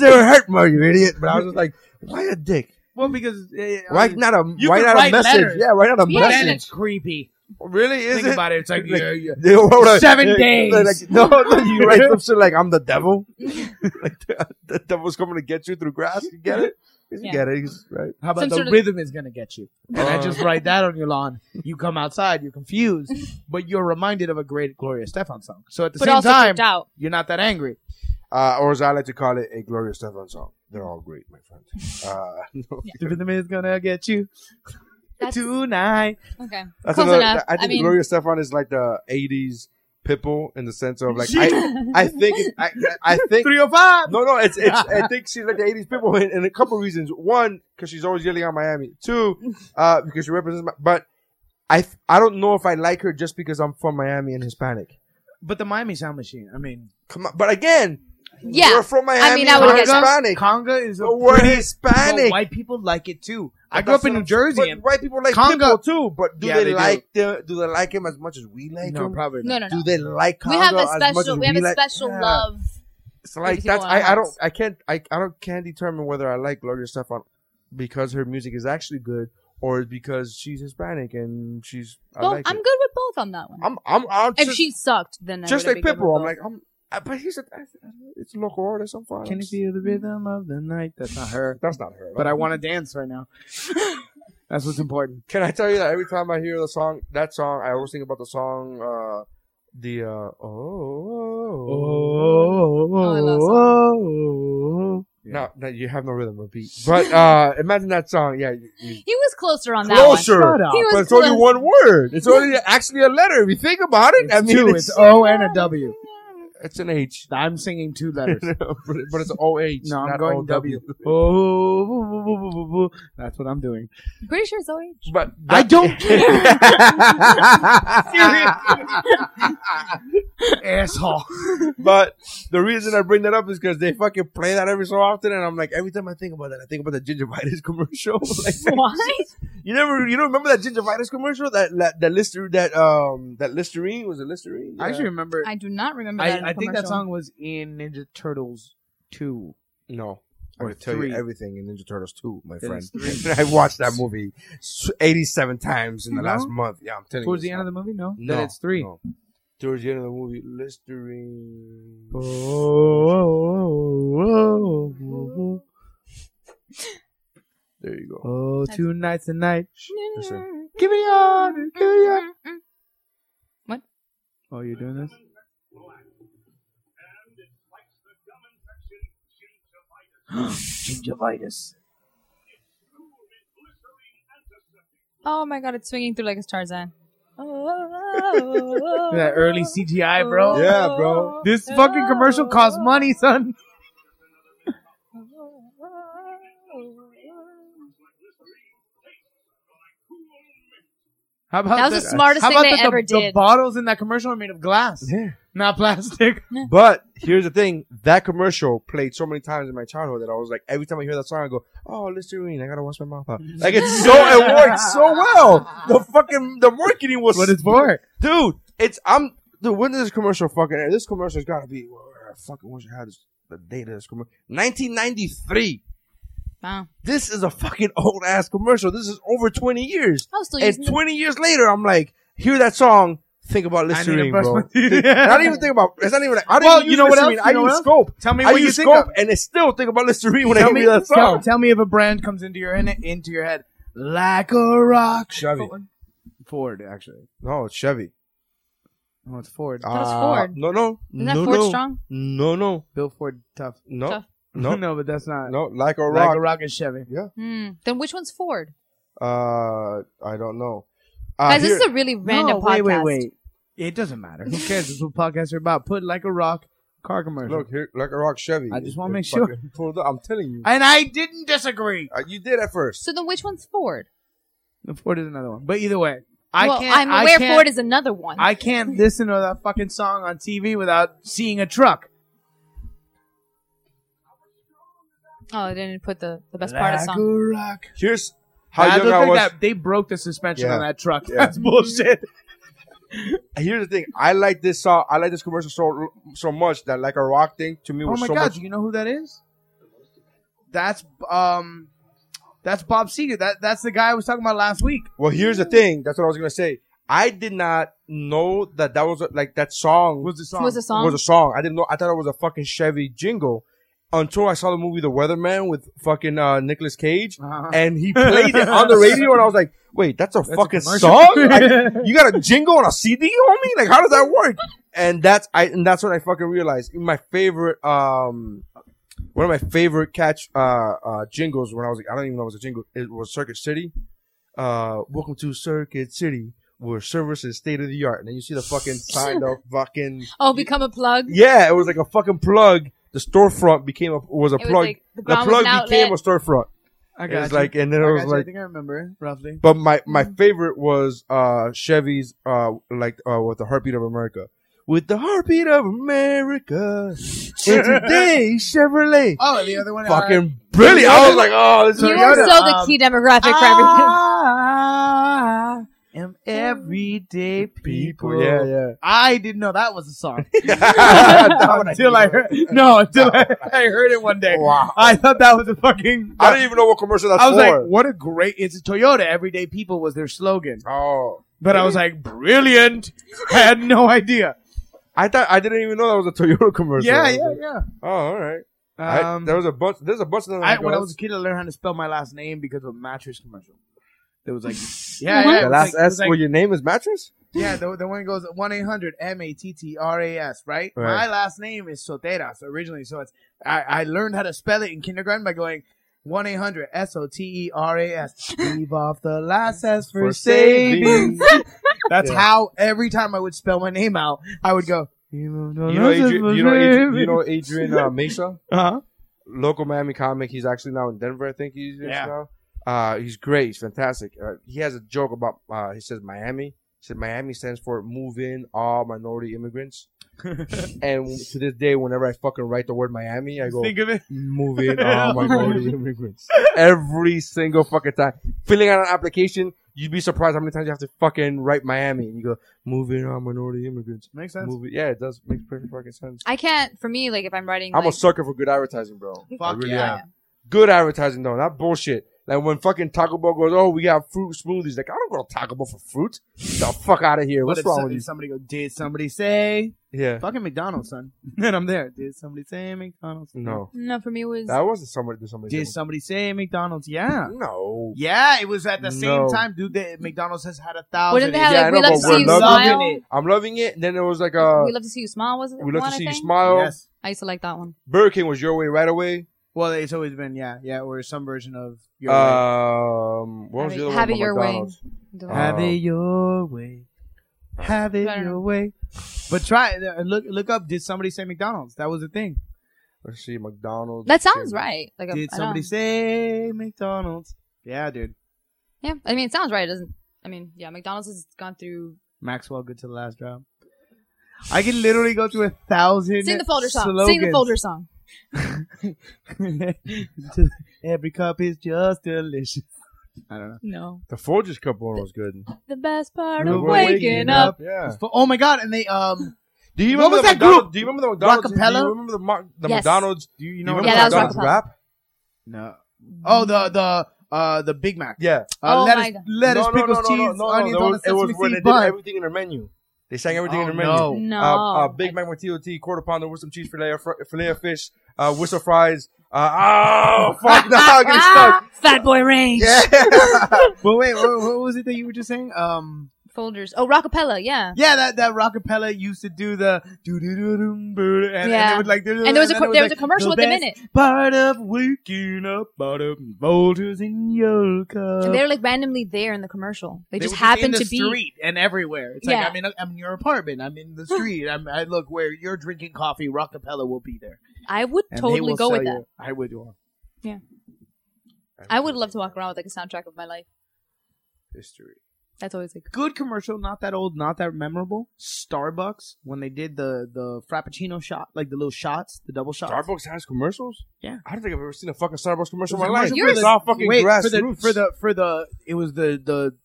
[SPEAKER 2] they were hurt, Mo, you idiot. But I was just like, Why a dick?
[SPEAKER 5] Well, because eh, I
[SPEAKER 2] Why
[SPEAKER 5] mean,
[SPEAKER 2] not a
[SPEAKER 5] you
[SPEAKER 2] why
[SPEAKER 5] could
[SPEAKER 2] not a
[SPEAKER 5] write
[SPEAKER 2] message?
[SPEAKER 5] letters.
[SPEAKER 2] Yeah, why not a
[SPEAKER 5] But then
[SPEAKER 2] message?
[SPEAKER 5] it's creepy.
[SPEAKER 2] Really? Is
[SPEAKER 5] Think
[SPEAKER 2] it?
[SPEAKER 5] about it. It's like, yeah, yeah.
[SPEAKER 2] They wrote a-
[SPEAKER 5] Seven
[SPEAKER 2] like,
[SPEAKER 5] days.
[SPEAKER 2] like, no, no, you write some shit like I'm the devil. like the, the devil's coming to get you through grass. You get it? You
[SPEAKER 6] Yeah.
[SPEAKER 2] get it? He's- right?
[SPEAKER 5] How about
[SPEAKER 6] Some
[SPEAKER 5] the
[SPEAKER 6] sort of-
[SPEAKER 5] rhythm is gonna get you? And I
[SPEAKER 2] Uh.
[SPEAKER 5] just write that on your lawn. You come outside, you're confused, but you're reminded of a great Gloria Stefan song. So at the
[SPEAKER 6] But
[SPEAKER 5] same
[SPEAKER 6] also
[SPEAKER 5] time,
[SPEAKER 6] tripped out.
[SPEAKER 5] you're not that angry.
[SPEAKER 2] Uh, or as I like to call it, a Gloria Stefan song. They're all great, my friend. Uh, no.
[SPEAKER 5] The rhythm is gonna get you
[SPEAKER 6] That's-
[SPEAKER 5] tonight.
[SPEAKER 6] Okay.
[SPEAKER 2] That's
[SPEAKER 6] Close
[SPEAKER 2] another-
[SPEAKER 6] enough.
[SPEAKER 2] I think
[SPEAKER 6] I mean-
[SPEAKER 2] Gloria Stefan is like the '80s Pitbull in the sense of like I, I think it, I, I think
[SPEAKER 5] 305.
[SPEAKER 2] no no it's, it's I think she's like the '80s Pitbull in, in a couple reasons. One, because she's always yelling out Miami. Two, uh, because she represents. My, but I th- I don't know if I like her just because I'm from Miami and Hispanic.
[SPEAKER 5] But the Miami Sound Machine. I mean,
[SPEAKER 2] Come on, but again,
[SPEAKER 6] Yeah.
[SPEAKER 2] we're from Miami.
[SPEAKER 6] mean, I would
[SPEAKER 2] we're
[SPEAKER 6] guess-
[SPEAKER 2] Hispanic.
[SPEAKER 5] conga is a
[SPEAKER 2] But we're
[SPEAKER 5] pretty-
[SPEAKER 2] Hispanic.
[SPEAKER 5] but white people like it too. I
[SPEAKER 2] But
[SPEAKER 5] grew up
[SPEAKER 2] that's
[SPEAKER 5] in
[SPEAKER 2] what
[SPEAKER 5] New
[SPEAKER 2] I'm-
[SPEAKER 5] Jersey.
[SPEAKER 2] but
[SPEAKER 5] and
[SPEAKER 2] white people like
[SPEAKER 5] Conga-
[SPEAKER 2] Pitbull too, but do
[SPEAKER 5] Yeah,
[SPEAKER 2] they,
[SPEAKER 5] they do.
[SPEAKER 2] like the do they like him as much as we like
[SPEAKER 5] no,
[SPEAKER 2] him?
[SPEAKER 5] probably
[SPEAKER 6] No,
[SPEAKER 5] not.
[SPEAKER 6] no, no.
[SPEAKER 2] Do they like Conga
[SPEAKER 6] we have a
[SPEAKER 2] as much as
[SPEAKER 6] special. We
[SPEAKER 2] we
[SPEAKER 6] have a
[SPEAKER 2] like?
[SPEAKER 6] special
[SPEAKER 2] Yeah.
[SPEAKER 6] love.
[SPEAKER 2] It's like
[SPEAKER 6] people
[SPEAKER 2] that's
[SPEAKER 6] in our
[SPEAKER 2] I, I don't
[SPEAKER 6] hearts.
[SPEAKER 2] I can't I, I don't can't determine whether I like Gloria Stefan because her music is actually good or because she's Hispanic and she's I
[SPEAKER 6] Well,
[SPEAKER 2] like
[SPEAKER 6] I'm
[SPEAKER 2] it.
[SPEAKER 6] good with both on that one.
[SPEAKER 2] I'm I'm I'm
[SPEAKER 6] if
[SPEAKER 2] just,
[SPEAKER 6] she sucked, then I
[SPEAKER 2] just
[SPEAKER 6] would've
[SPEAKER 2] like
[SPEAKER 6] been good
[SPEAKER 2] Pitbull.
[SPEAKER 6] with
[SPEAKER 2] I'm
[SPEAKER 6] both.
[SPEAKER 2] like I'm I- but he's a it's local artist. I'm fine.
[SPEAKER 5] Can you
[SPEAKER 2] That's-
[SPEAKER 5] feel the rhythm of the night? That's not her.
[SPEAKER 2] That's not her.
[SPEAKER 5] But I want to dance right now. That's what's important.
[SPEAKER 2] Can I tell you that every time I hear the song, that song, I always think about the song, uh, the uh, oh,
[SPEAKER 6] I love
[SPEAKER 2] No, no, you have no rhythm or beat. But uh, imagine that song. Yeah, you, you-
[SPEAKER 6] He was closer on that one.
[SPEAKER 2] closer.
[SPEAKER 5] Shut up.
[SPEAKER 6] He was
[SPEAKER 2] But it's only
[SPEAKER 6] close.
[SPEAKER 2] one word. It's only actually a letter. If you think about it,
[SPEAKER 5] It's
[SPEAKER 2] I mean,
[SPEAKER 5] two.
[SPEAKER 2] it's,
[SPEAKER 5] It's O and a W.
[SPEAKER 2] it's an H.
[SPEAKER 5] I'm singing two letters.
[SPEAKER 2] but it- but it's O H.
[SPEAKER 5] No, I'm
[SPEAKER 2] not
[SPEAKER 5] going
[SPEAKER 2] O
[SPEAKER 5] W. Oh, that's what I'm doing.
[SPEAKER 6] I'm pretty sure it's OH.
[SPEAKER 2] But
[SPEAKER 5] I don't care, asshole.
[SPEAKER 2] But the reason I bring that up is because they fucking play that every so often, and I'm like, every time I think about that, I think about the gingivitis commercial. like,
[SPEAKER 6] Why?
[SPEAKER 2] you never, you don't remember that gingivitis commercial? That that that lister, that um, that listerine was it listerine?
[SPEAKER 5] I actually remember.
[SPEAKER 6] I do not remember that.
[SPEAKER 5] I,
[SPEAKER 6] in
[SPEAKER 5] I
[SPEAKER 6] the
[SPEAKER 5] think that
[SPEAKER 6] commercial.
[SPEAKER 5] song was in Ninja Turtles two.
[SPEAKER 2] no. I
[SPEAKER 5] Or
[SPEAKER 2] could tell
[SPEAKER 5] three.
[SPEAKER 2] you everything in Ninja Turtles 2, my
[SPEAKER 5] Then
[SPEAKER 2] friend.
[SPEAKER 5] it's
[SPEAKER 2] I watched that movie s- 87 times in the
[SPEAKER 5] No?
[SPEAKER 2] last month. Yeah, I'm telling
[SPEAKER 5] Towards the
[SPEAKER 2] you.
[SPEAKER 5] end of the movie, no.
[SPEAKER 2] No,
[SPEAKER 5] then it's three.
[SPEAKER 2] no. Towards the end of the movie, listerine.
[SPEAKER 5] Oh, oh, oh, oh,
[SPEAKER 2] There you go.
[SPEAKER 5] oh, oh, two nights a night.
[SPEAKER 2] Listen.
[SPEAKER 5] Give me on, give me on.
[SPEAKER 6] What?
[SPEAKER 5] Oh, you're doing this? Gingivitis.
[SPEAKER 6] Oh my god, it's swinging through like it's Tarzan. oh,
[SPEAKER 5] That early CGI, bro.
[SPEAKER 2] Yeah, bro.
[SPEAKER 5] This fucking commercial costs money, son. How about
[SPEAKER 6] That was the smartest
[SPEAKER 5] how
[SPEAKER 6] thing
[SPEAKER 5] about
[SPEAKER 6] they
[SPEAKER 5] that the,
[SPEAKER 6] ever
[SPEAKER 5] the
[SPEAKER 6] did.
[SPEAKER 5] bottles in that commercial are made of glass,
[SPEAKER 2] Yeah.
[SPEAKER 5] not plastic.
[SPEAKER 2] But here's the thing: that commercial played so many times in my childhood that I was like, every time I hear that song, I go, "Oh, Listerine! I gotta wash my mouth out." Like it's so it works so well. The fucking the marketing was
[SPEAKER 5] what it's for?
[SPEAKER 2] dude. It's I'm dude. When did this commercial fucking air? This commercial's gotta be. I fucking wish I had this, the date of this commercial. 1993.
[SPEAKER 6] Wow.
[SPEAKER 2] This is a fucking old ass commercial. This is over 20 years.
[SPEAKER 6] I was still using
[SPEAKER 2] And
[SPEAKER 6] the-
[SPEAKER 2] 20 years later, I'm like, hear that song. Think about Listerine,
[SPEAKER 5] brush
[SPEAKER 2] bro.
[SPEAKER 5] my teeth.
[SPEAKER 2] And I don't even think about. It's not even. Like, I don't
[SPEAKER 5] Well,
[SPEAKER 2] even
[SPEAKER 5] you
[SPEAKER 2] use
[SPEAKER 5] know what
[SPEAKER 2] Listerine.
[SPEAKER 5] else? You know what
[SPEAKER 2] I use
[SPEAKER 5] else?
[SPEAKER 2] scope.
[SPEAKER 5] Tell me
[SPEAKER 2] I
[SPEAKER 5] what you
[SPEAKER 2] use
[SPEAKER 5] think
[SPEAKER 2] scope,
[SPEAKER 5] of.
[SPEAKER 2] and I still think about Listerine when I
[SPEAKER 5] Tell
[SPEAKER 2] hear
[SPEAKER 5] me,
[SPEAKER 2] that
[SPEAKER 5] tell,
[SPEAKER 2] song.
[SPEAKER 5] tell me if a brand comes into your into your head like a rock.
[SPEAKER 2] Chevy.
[SPEAKER 5] Ford, actually.
[SPEAKER 2] No, it's Chevy.
[SPEAKER 5] No, it's Ford.
[SPEAKER 6] thought it was
[SPEAKER 2] Uh,
[SPEAKER 6] Ford.
[SPEAKER 2] No, no.
[SPEAKER 6] Isn't that
[SPEAKER 2] no,
[SPEAKER 6] Ford
[SPEAKER 2] no.
[SPEAKER 6] strong?
[SPEAKER 2] No, no,
[SPEAKER 5] Bill Ford, tough.
[SPEAKER 2] no,
[SPEAKER 6] Tough.
[SPEAKER 2] no, no,
[SPEAKER 5] no, but that's not.
[SPEAKER 2] Like a
[SPEAKER 5] like
[SPEAKER 2] rock.
[SPEAKER 5] a rock and Chevy.
[SPEAKER 6] Hmm. Then which one's Ford?
[SPEAKER 2] Uh, I don't know. Uh,
[SPEAKER 6] Guys,
[SPEAKER 2] here-
[SPEAKER 6] this is a really
[SPEAKER 5] no,
[SPEAKER 6] random podcast.
[SPEAKER 5] Wait, wait, wait. It doesn't matter. Who cares? this is what podcasts are about. Put like a rock car commercial.
[SPEAKER 2] Look here, like a rock Chevy.
[SPEAKER 5] I just
[SPEAKER 2] It-
[SPEAKER 5] wanna
[SPEAKER 2] it
[SPEAKER 5] make sure.
[SPEAKER 2] fucking pulled up. I'm telling you,
[SPEAKER 5] And I didn't disagree.
[SPEAKER 2] Uh, you did at first.
[SPEAKER 6] So then which one's Ford?
[SPEAKER 5] The Ford is another one. But either way, I
[SPEAKER 6] well,
[SPEAKER 5] can't.
[SPEAKER 6] I'm
[SPEAKER 5] I
[SPEAKER 6] aware
[SPEAKER 5] can't-
[SPEAKER 6] Ford is another one.
[SPEAKER 5] I can't listen to that fucking song on TV without seeing a truck.
[SPEAKER 6] oh, I didn't put the, the best
[SPEAKER 5] like
[SPEAKER 6] part of the song.
[SPEAKER 5] a rock.
[SPEAKER 2] Here's how
[SPEAKER 5] That
[SPEAKER 2] young
[SPEAKER 5] looked
[SPEAKER 2] I
[SPEAKER 5] like
[SPEAKER 2] was.
[SPEAKER 5] that- They broke the suspension
[SPEAKER 2] Yeah.
[SPEAKER 5] on that truck.
[SPEAKER 2] Yeah.
[SPEAKER 5] That's bullshit.
[SPEAKER 2] Here's the thing. I like this song. I like this commercial so so much that like a rock thing to me
[SPEAKER 5] Oh
[SPEAKER 2] was
[SPEAKER 5] my
[SPEAKER 2] so
[SPEAKER 5] god,
[SPEAKER 2] much.
[SPEAKER 5] do you know who that is? That's um That's Bob Seger. That that's the guy I was talking about last week.
[SPEAKER 2] Well, here's the thing. That's what I was gonna say. I did not know that that was a, like that song was the
[SPEAKER 6] song. Was a song?
[SPEAKER 2] was a song. I didn't know. I thought it was a fucking Chevy jingle until I saw the movie The Weatherman with fucking uh, Nicolas Cage, and he played it on the radio, and I was like, "Wait, Uh-huh. that's a fucking
[SPEAKER 5] commercial.
[SPEAKER 2] song? Like, you got a jingle on a CD, homie? Like, how does that work?" And that's I, and that's when I fucking realized my favorite um one of my favorite catch uh, uh, jingles when I was like, I don't even know it was a jingle. It was Circuit City. Uh, welcome to Circuit City, where service is state of the art. And then you see the fucking sign of fucking
[SPEAKER 6] Oh, become a plug.
[SPEAKER 2] yeah, it was like a fucking plug. The storefront became a was a
[SPEAKER 6] It was
[SPEAKER 2] plug.
[SPEAKER 6] like the
[SPEAKER 2] the,
[SPEAKER 6] ground was
[SPEAKER 2] plug
[SPEAKER 6] an outlet.
[SPEAKER 2] became a storefront.
[SPEAKER 5] I
[SPEAKER 2] It was
[SPEAKER 5] got you.
[SPEAKER 2] like, and then
[SPEAKER 5] I
[SPEAKER 2] it was
[SPEAKER 5] got you. I
[SPEAKER 2] like,
[SPEAKER 5] think I remember roughly.
[SPEAKER 2] but my my
[SPEAKER 6] Mm-hmm.
[SPEAKER 2] favorite was uh Chevy's uh like uh with the heartbeat of America. With the heartbeat of America, and today Chevrolet,
[SPEAKER 5] Oh, the other one.
[SPEAKER 6] Uh,
[SPEAKER 2] fucking brilliant. I was like, oh, this
[SPEAKER 6] You
[SPEAKER 2] is
[SPEAKER 6] are so the
[SPEAKER 5] um,
[SPEAKER 6] key demographic for
[SPEAKER 2] Ah!
[SPEAKER 6] everything.
[SPEAKER 5] I am everyday people.
[SPEAKER 2] people. Yeah, yeah.
[SPEAKER 5] I didn't know that was a song until I heard. No, until I, I heard it one day.
[SPEAKER 2] Wow.
[SPEAKER 5] I thought that was a fucking.
[SPEAKER 2] I don't even know what commercial that's
[SPEAKER 5] I was
[SPEAKER 2] for.
[SPEAKER 5] like, what a great. It's a Toyota. Everyday people was their slogan.
[SPEAKER 2] oh,
[SPEAKER 5] But I was like, brilliant. I had no idea.
[SPEAKER 2] I thought I didn't even know that was a Toyota commercial.
[SPEAKER 5] Yeah,
[SPEAKER 2] I was
[SPEAKER 5] yeah,
[SPEAKER 2] like,
[SPEAKER 5] yeah.
[SPEAKER 2] Oh, all right. I,
[SPEAKER 5] Um,
[SPEAKER 2] there was a bunch. There's a bunch of them.
[SPEAKER 5] I,
[SPEAKER 2] that
[SPEAKER 5] when I
[SPEAKER 2] goes.
[SPEAKER 5] was a kid, I learned how to spell my last name because of a mattress commercial. There was like, yeah, yeah. it
[SPEAKER 2] the
[SPEAKER 5] was
[SPEAKER 2] last
[SPEAKER 5] like- it was
[SPEAKER 2] S
[SPEAKER 5] like-
[SPEAKER 2] where your name is mattress.
[SPEAKER 5] Yeah, the, the one goes 1 800 M A T T R A S, right?
[SPEAKER 2] Right.
[SPEAKER 5] My last name is Soteras originally. So it's I, I learned how to spell it in kindergarten by going 1 800 S O T E R A S. Leave off the last S for,
[SPEAKER 2] For
[SPEAKER 5] savings.
[SPEAKER 2] savings.
[SPEAKER 5] That's
[SPEAKER 2] Yeah.
[SPEAKER 5] how every time I would spell my name out, I would go, Oh,
[SPEAKER 2] You know, Adrian, you know, Adrian, you know Adrian uh, Mesa,
[SPEAKER 5] uh-huh.
[SPEAKER 2] local Miami comic. He's actually now in Denver, I think he's is
[SPEAKER 5] Yeah.
[SPEAKER 2] now. Uh, he's great. He's fantastic. Uh, he has a joke about. Uh, he says Miami. He said Miami stands for move in all minority immigrants. and to this day, whenever I fucking write the word Miami, I go
[SPEAKER 5] Think of it.
[SPEAKER 2] move in all minority immigrants every single fucking time. Filling out an application, you'd be surprised how many times you have to fucking write Miami, and you go move in all minority immigrants.
[SPEAKER 5] Makes sense.
[SPEAKER 2] Move it. Yeah, it does make perfect fucking sense.
[SPEAKER 6] I can't. For me, like if I'm writing,
[SPEAKER 2] I'm a
[SPEAKER 6] like,
[SPEAKER 2] sucker for good advertising, bro. I
[SPEAKER 5] Fuck
[SPEAKER 2] really
[SPEAKER 5] yeah.
[SPEAKER 2] am. Good advertising though, not bullshit. Like when fucking Taco Bell goes, oh, we got fruit smoothies. Like I don't go to Taco Bell for fruit. Get the fuck out of here.
[SPEAKER 5] What
[SPEAKER 2] What's
[SPEAKER 5] if
[SPEAKER 2] wrong
[SPEAKER 5] some-
[SPEAKER 2] with you?
[SPEAKER 5] somebody go, did somebody say?
[SPEAKER 2] Yeah.
[SPEAKER 5] Fucking McDonald's, son. and I'm there. Did somebody say McDonald's?
[SPEAKER 2] No,
[SPEAKER 6] No, for me it was
[SPEAKER 2] that wasn't somebody. Did somebody?
[SPEAKER 5] Did
[SPEAKER 2] say-
[SPEAKER 5] somebody say McDonald's? Yeah.
[SPEAKER 2] No.
[SPEAKER 5] Yeah, it was at the same
[SPEAKER 2] No.
[SPEAKER 5] time, dude. That McDonald's has had a thousand.
[SPEAKER 6] Wouldn't they have
[SPEAKER 2] Yeah, I
[SPEAKER 6] like we
[SPEAKER 2] know,
[SPEAKER 6] love to
[SPEAKER 2] but we're
[SPEAKER 6] see you
[SPEAKER 2] loving
[SPEAKER 6] smile?
[SPEAKER 5] it.
[SPEAKER 2] I'm loving it. And then there was like a
[SPEAKER 6] we love to see you smile. Was it?
[SPEAKER 2] we love
[SPEAKER 6] one,
[SPEAKER 2] to
[SPEAKER 6] I
[SPEAKER 2] see you
[SPEAKER 6] think?
[SPEAKER 2] smile.
[SPEAKER 5] Yes.
[SPEAKER 6] I used to like that one.
[SPEAKER 2] Burger King was your way right away.
[SPEAKER 5] Well, it's always been yeah, yeah, or some version of your
[SPEAKER 2] Uh,
[SPEAKER 5] way.
[SPEAKER 2] Um, what
[SPEAKER 6] Have
[SPEAKER 2] was
[SPEAKER 6] it-
[SPEAKER 2] the
[SPEAKER 6] have
[SPEAKER 2] other one
[SPEAKER 6] it
[SPEAKER 2] by
[SPEAKER 6] your way.
[SPEAKER 2] McDonald's?
[SPEAKER 6] The-
[SPEAKER 2] Uh,
[SPEAKER 5] Have it your way. Have it
[SPEAKER 6] I don't
[SPEAKER 5] your
[SPEAKER 6] know.
[SPEAKER 5] way. But try it. Uh, look look up. Did somebody say McDonald's? That was the thing.
[SPEAKER 2] Let's see, McDonald's.
[SPEAKER 6] that sounds right. Like
[SPEAKER 5] Did
[SPEAKER 6] I
[SPEAKER 5] somebody
[SPEAKER 6] don't-
[SPEAKER 5] say McDonald's? Yeah, dude.
[SPEAKER 6] Yeah, I mean it sounds right. It doesn't. I mean, yeah, McDonald's has gone through.
[SPEAKER 5] Maxwell, good to the last drop. I can literally go through a thousand.
[SPEAKER 6] Sing the folder song. Sing the
[SPEAKER 5] slogans.
[SPEAKER 6] folder song.
[SPEAKER 5] Every cup is just delicious. I don't know.
[SPEAKER 6] No,
[SPEAKER 2] The Folgers Cup one was good.
[SPEAKER 6] the best part
[SPEAKER 5] We're
[SPEAKER 6] of waking
[SPEAKER 5] waking
[SPEAKER 6] up.
[SPEAKER 2] Yeah.
[SPEAKER 5] But- oh my god! And they um,
[SPEAKER 2] Do you
[SPEAKER 5] What
[SPEAKER 2] remember
[SPEAKER 5] was
[SPEAKER 2] the
[SPEAKER 5] that
[SPEAKER 2] McDonald's-
[SPEAKER 5] group?
[SPEAKER 2] Do you remember the McDonald's? Do
[SPEAKER 5] Rockapella?
[SPEAKER 2] you remember the, Mo- the
[SPEAKER 6] Yes.
[SPEAKER 2] McDonald's?
[SPEAKER 5] do you, you
[SPEAKER 2] You
[SPEAKER 5] know?
[SPEAKER 2] remember
[SPEAKER 6] Yeah,
[SPEAKER 2] the
[SPEAKER 6] that was Rockapella.
[SPEAKER 2] McDonald's rap?
[SPEAKER 5] no. Oh, the the uh the Big Mac.
[SPEAKER 2] Yeah.
[SPEAKER 5] Uh,
[SPEAKER 6] Oh
[SPEAKER 5] lettuce,
[SPEAKER 6] my God.
[SPEAKER 5] lettuce,
[SPEAKER 2] no, no,
[SPEAKER 5] pickles,
[SPEAKER 2] no, no,
[SPEAKER 5] cheese,
[SPEAKER 2] no, no,
[SPEAKER 5] onions
[SPEAKER 2] no,
[SPEAKER 5] on a
[SPEAKER 2] it was, it was
[SPEAKER 5] sesame
[SPEAKER 2] when they
[SPEAKER 5] seed
[SPEAKER 2] did
[SPEAKER 5] bun.
[SPEAKER 2] everything in their menu. They sang everything
[SPEAKER 5] Oh,
[SPEAKER 2] in their menu.
[SPEAKER 5] no.
[SPEAKER 6] No,
[SPEAKER 2] Uh, uh, Big Mac with TOT, quarter pounder with some cheese, filet of, fr- filet of fish, uh, whistle fries. Uh, oh, fuck, no, I'm getting
[SPEAKER 6] Ah,
[SPEAKER 2] stuck.
[SPEAKER 6] Fat Boy Range.
[SPEAKER 5] But wait, what, what was it that you were just saying? Um,
[SPEAKER 6] Folders. Oh, Rockapella. Yeah.
[SPEAKER 5] yeah, that that Rockapella used to do the do do do do do, and- and
[SPEAKER 6] Yeah.
[SPEAKER 5] it would like do- do-
[SPEAKER 6] And there was a
[SPEAKER 5] then
[SPEAKER 6] co-
[SPEAKER 5] it
[SPEAKER 6] there was
[SPEAKER 5] like,
[SPEAKER 6] a commercial with them in
[SPEAKER 5] best
[SPEAKER 6] it,
[SPEAKER 5] Part of waking up, part of boulders in your cup.
[SPEAKER 6] and they're like randomly there in the commercial. They, just
[SPEAKER 5] would be
[SPEAKER 6] happen
[SPEAKER 5] in the
[SPEAKER 6] to be.
[SPEAKER 5] street and everywhere. It's
[SPEAKER 6] Yeah.
[SPEAKER 5] like I'm in, I'm in your apartment. I'm in the street. I'm, I look where you're drinking coffee. Rockapella will be there.
[SPEAKER 6] I would
[SPEAKER 5] And they
[SPEAKER 6] totally
[SPEAKER 5] will
[SPEAKER 6] go
[SPEAKER 5] sell
[SPEAKER 6] with that.
[SPEAKER 5] you- I would. uh,
[SPEAKER 6] I would love to walk around with like a soundtrack of my life.
[SPEAKER 2] History.
[SPEAKER 6] That's always like
[SPEAKER 5] Good commercial, not that old, not that memorable. Starbucks when they did the the frappuccino shot, like the little shots, the double shots.
[SPEAKER 2] Starbucks has commercials?
[SPEAKER 5] Yeah.
[SPEAKER 2] I don't think I've ever seen a fucking Starbucks commercial
[SPEAKER 5] It was
[SPEAKER 2] in my
[SPEAKER 5] a
[SPEAKER 2] life.
[SPEAKER 5] commercial
[SPEAKER 6] Yours-
[SPEAKER 2] It's all fucking
[SPEAKER 5] Wait
[SPEAKER 2] grass
[SPEAKER 5] for the
[SPEAKER 2] roots.
[SPEAKER 5] for the for the it was the the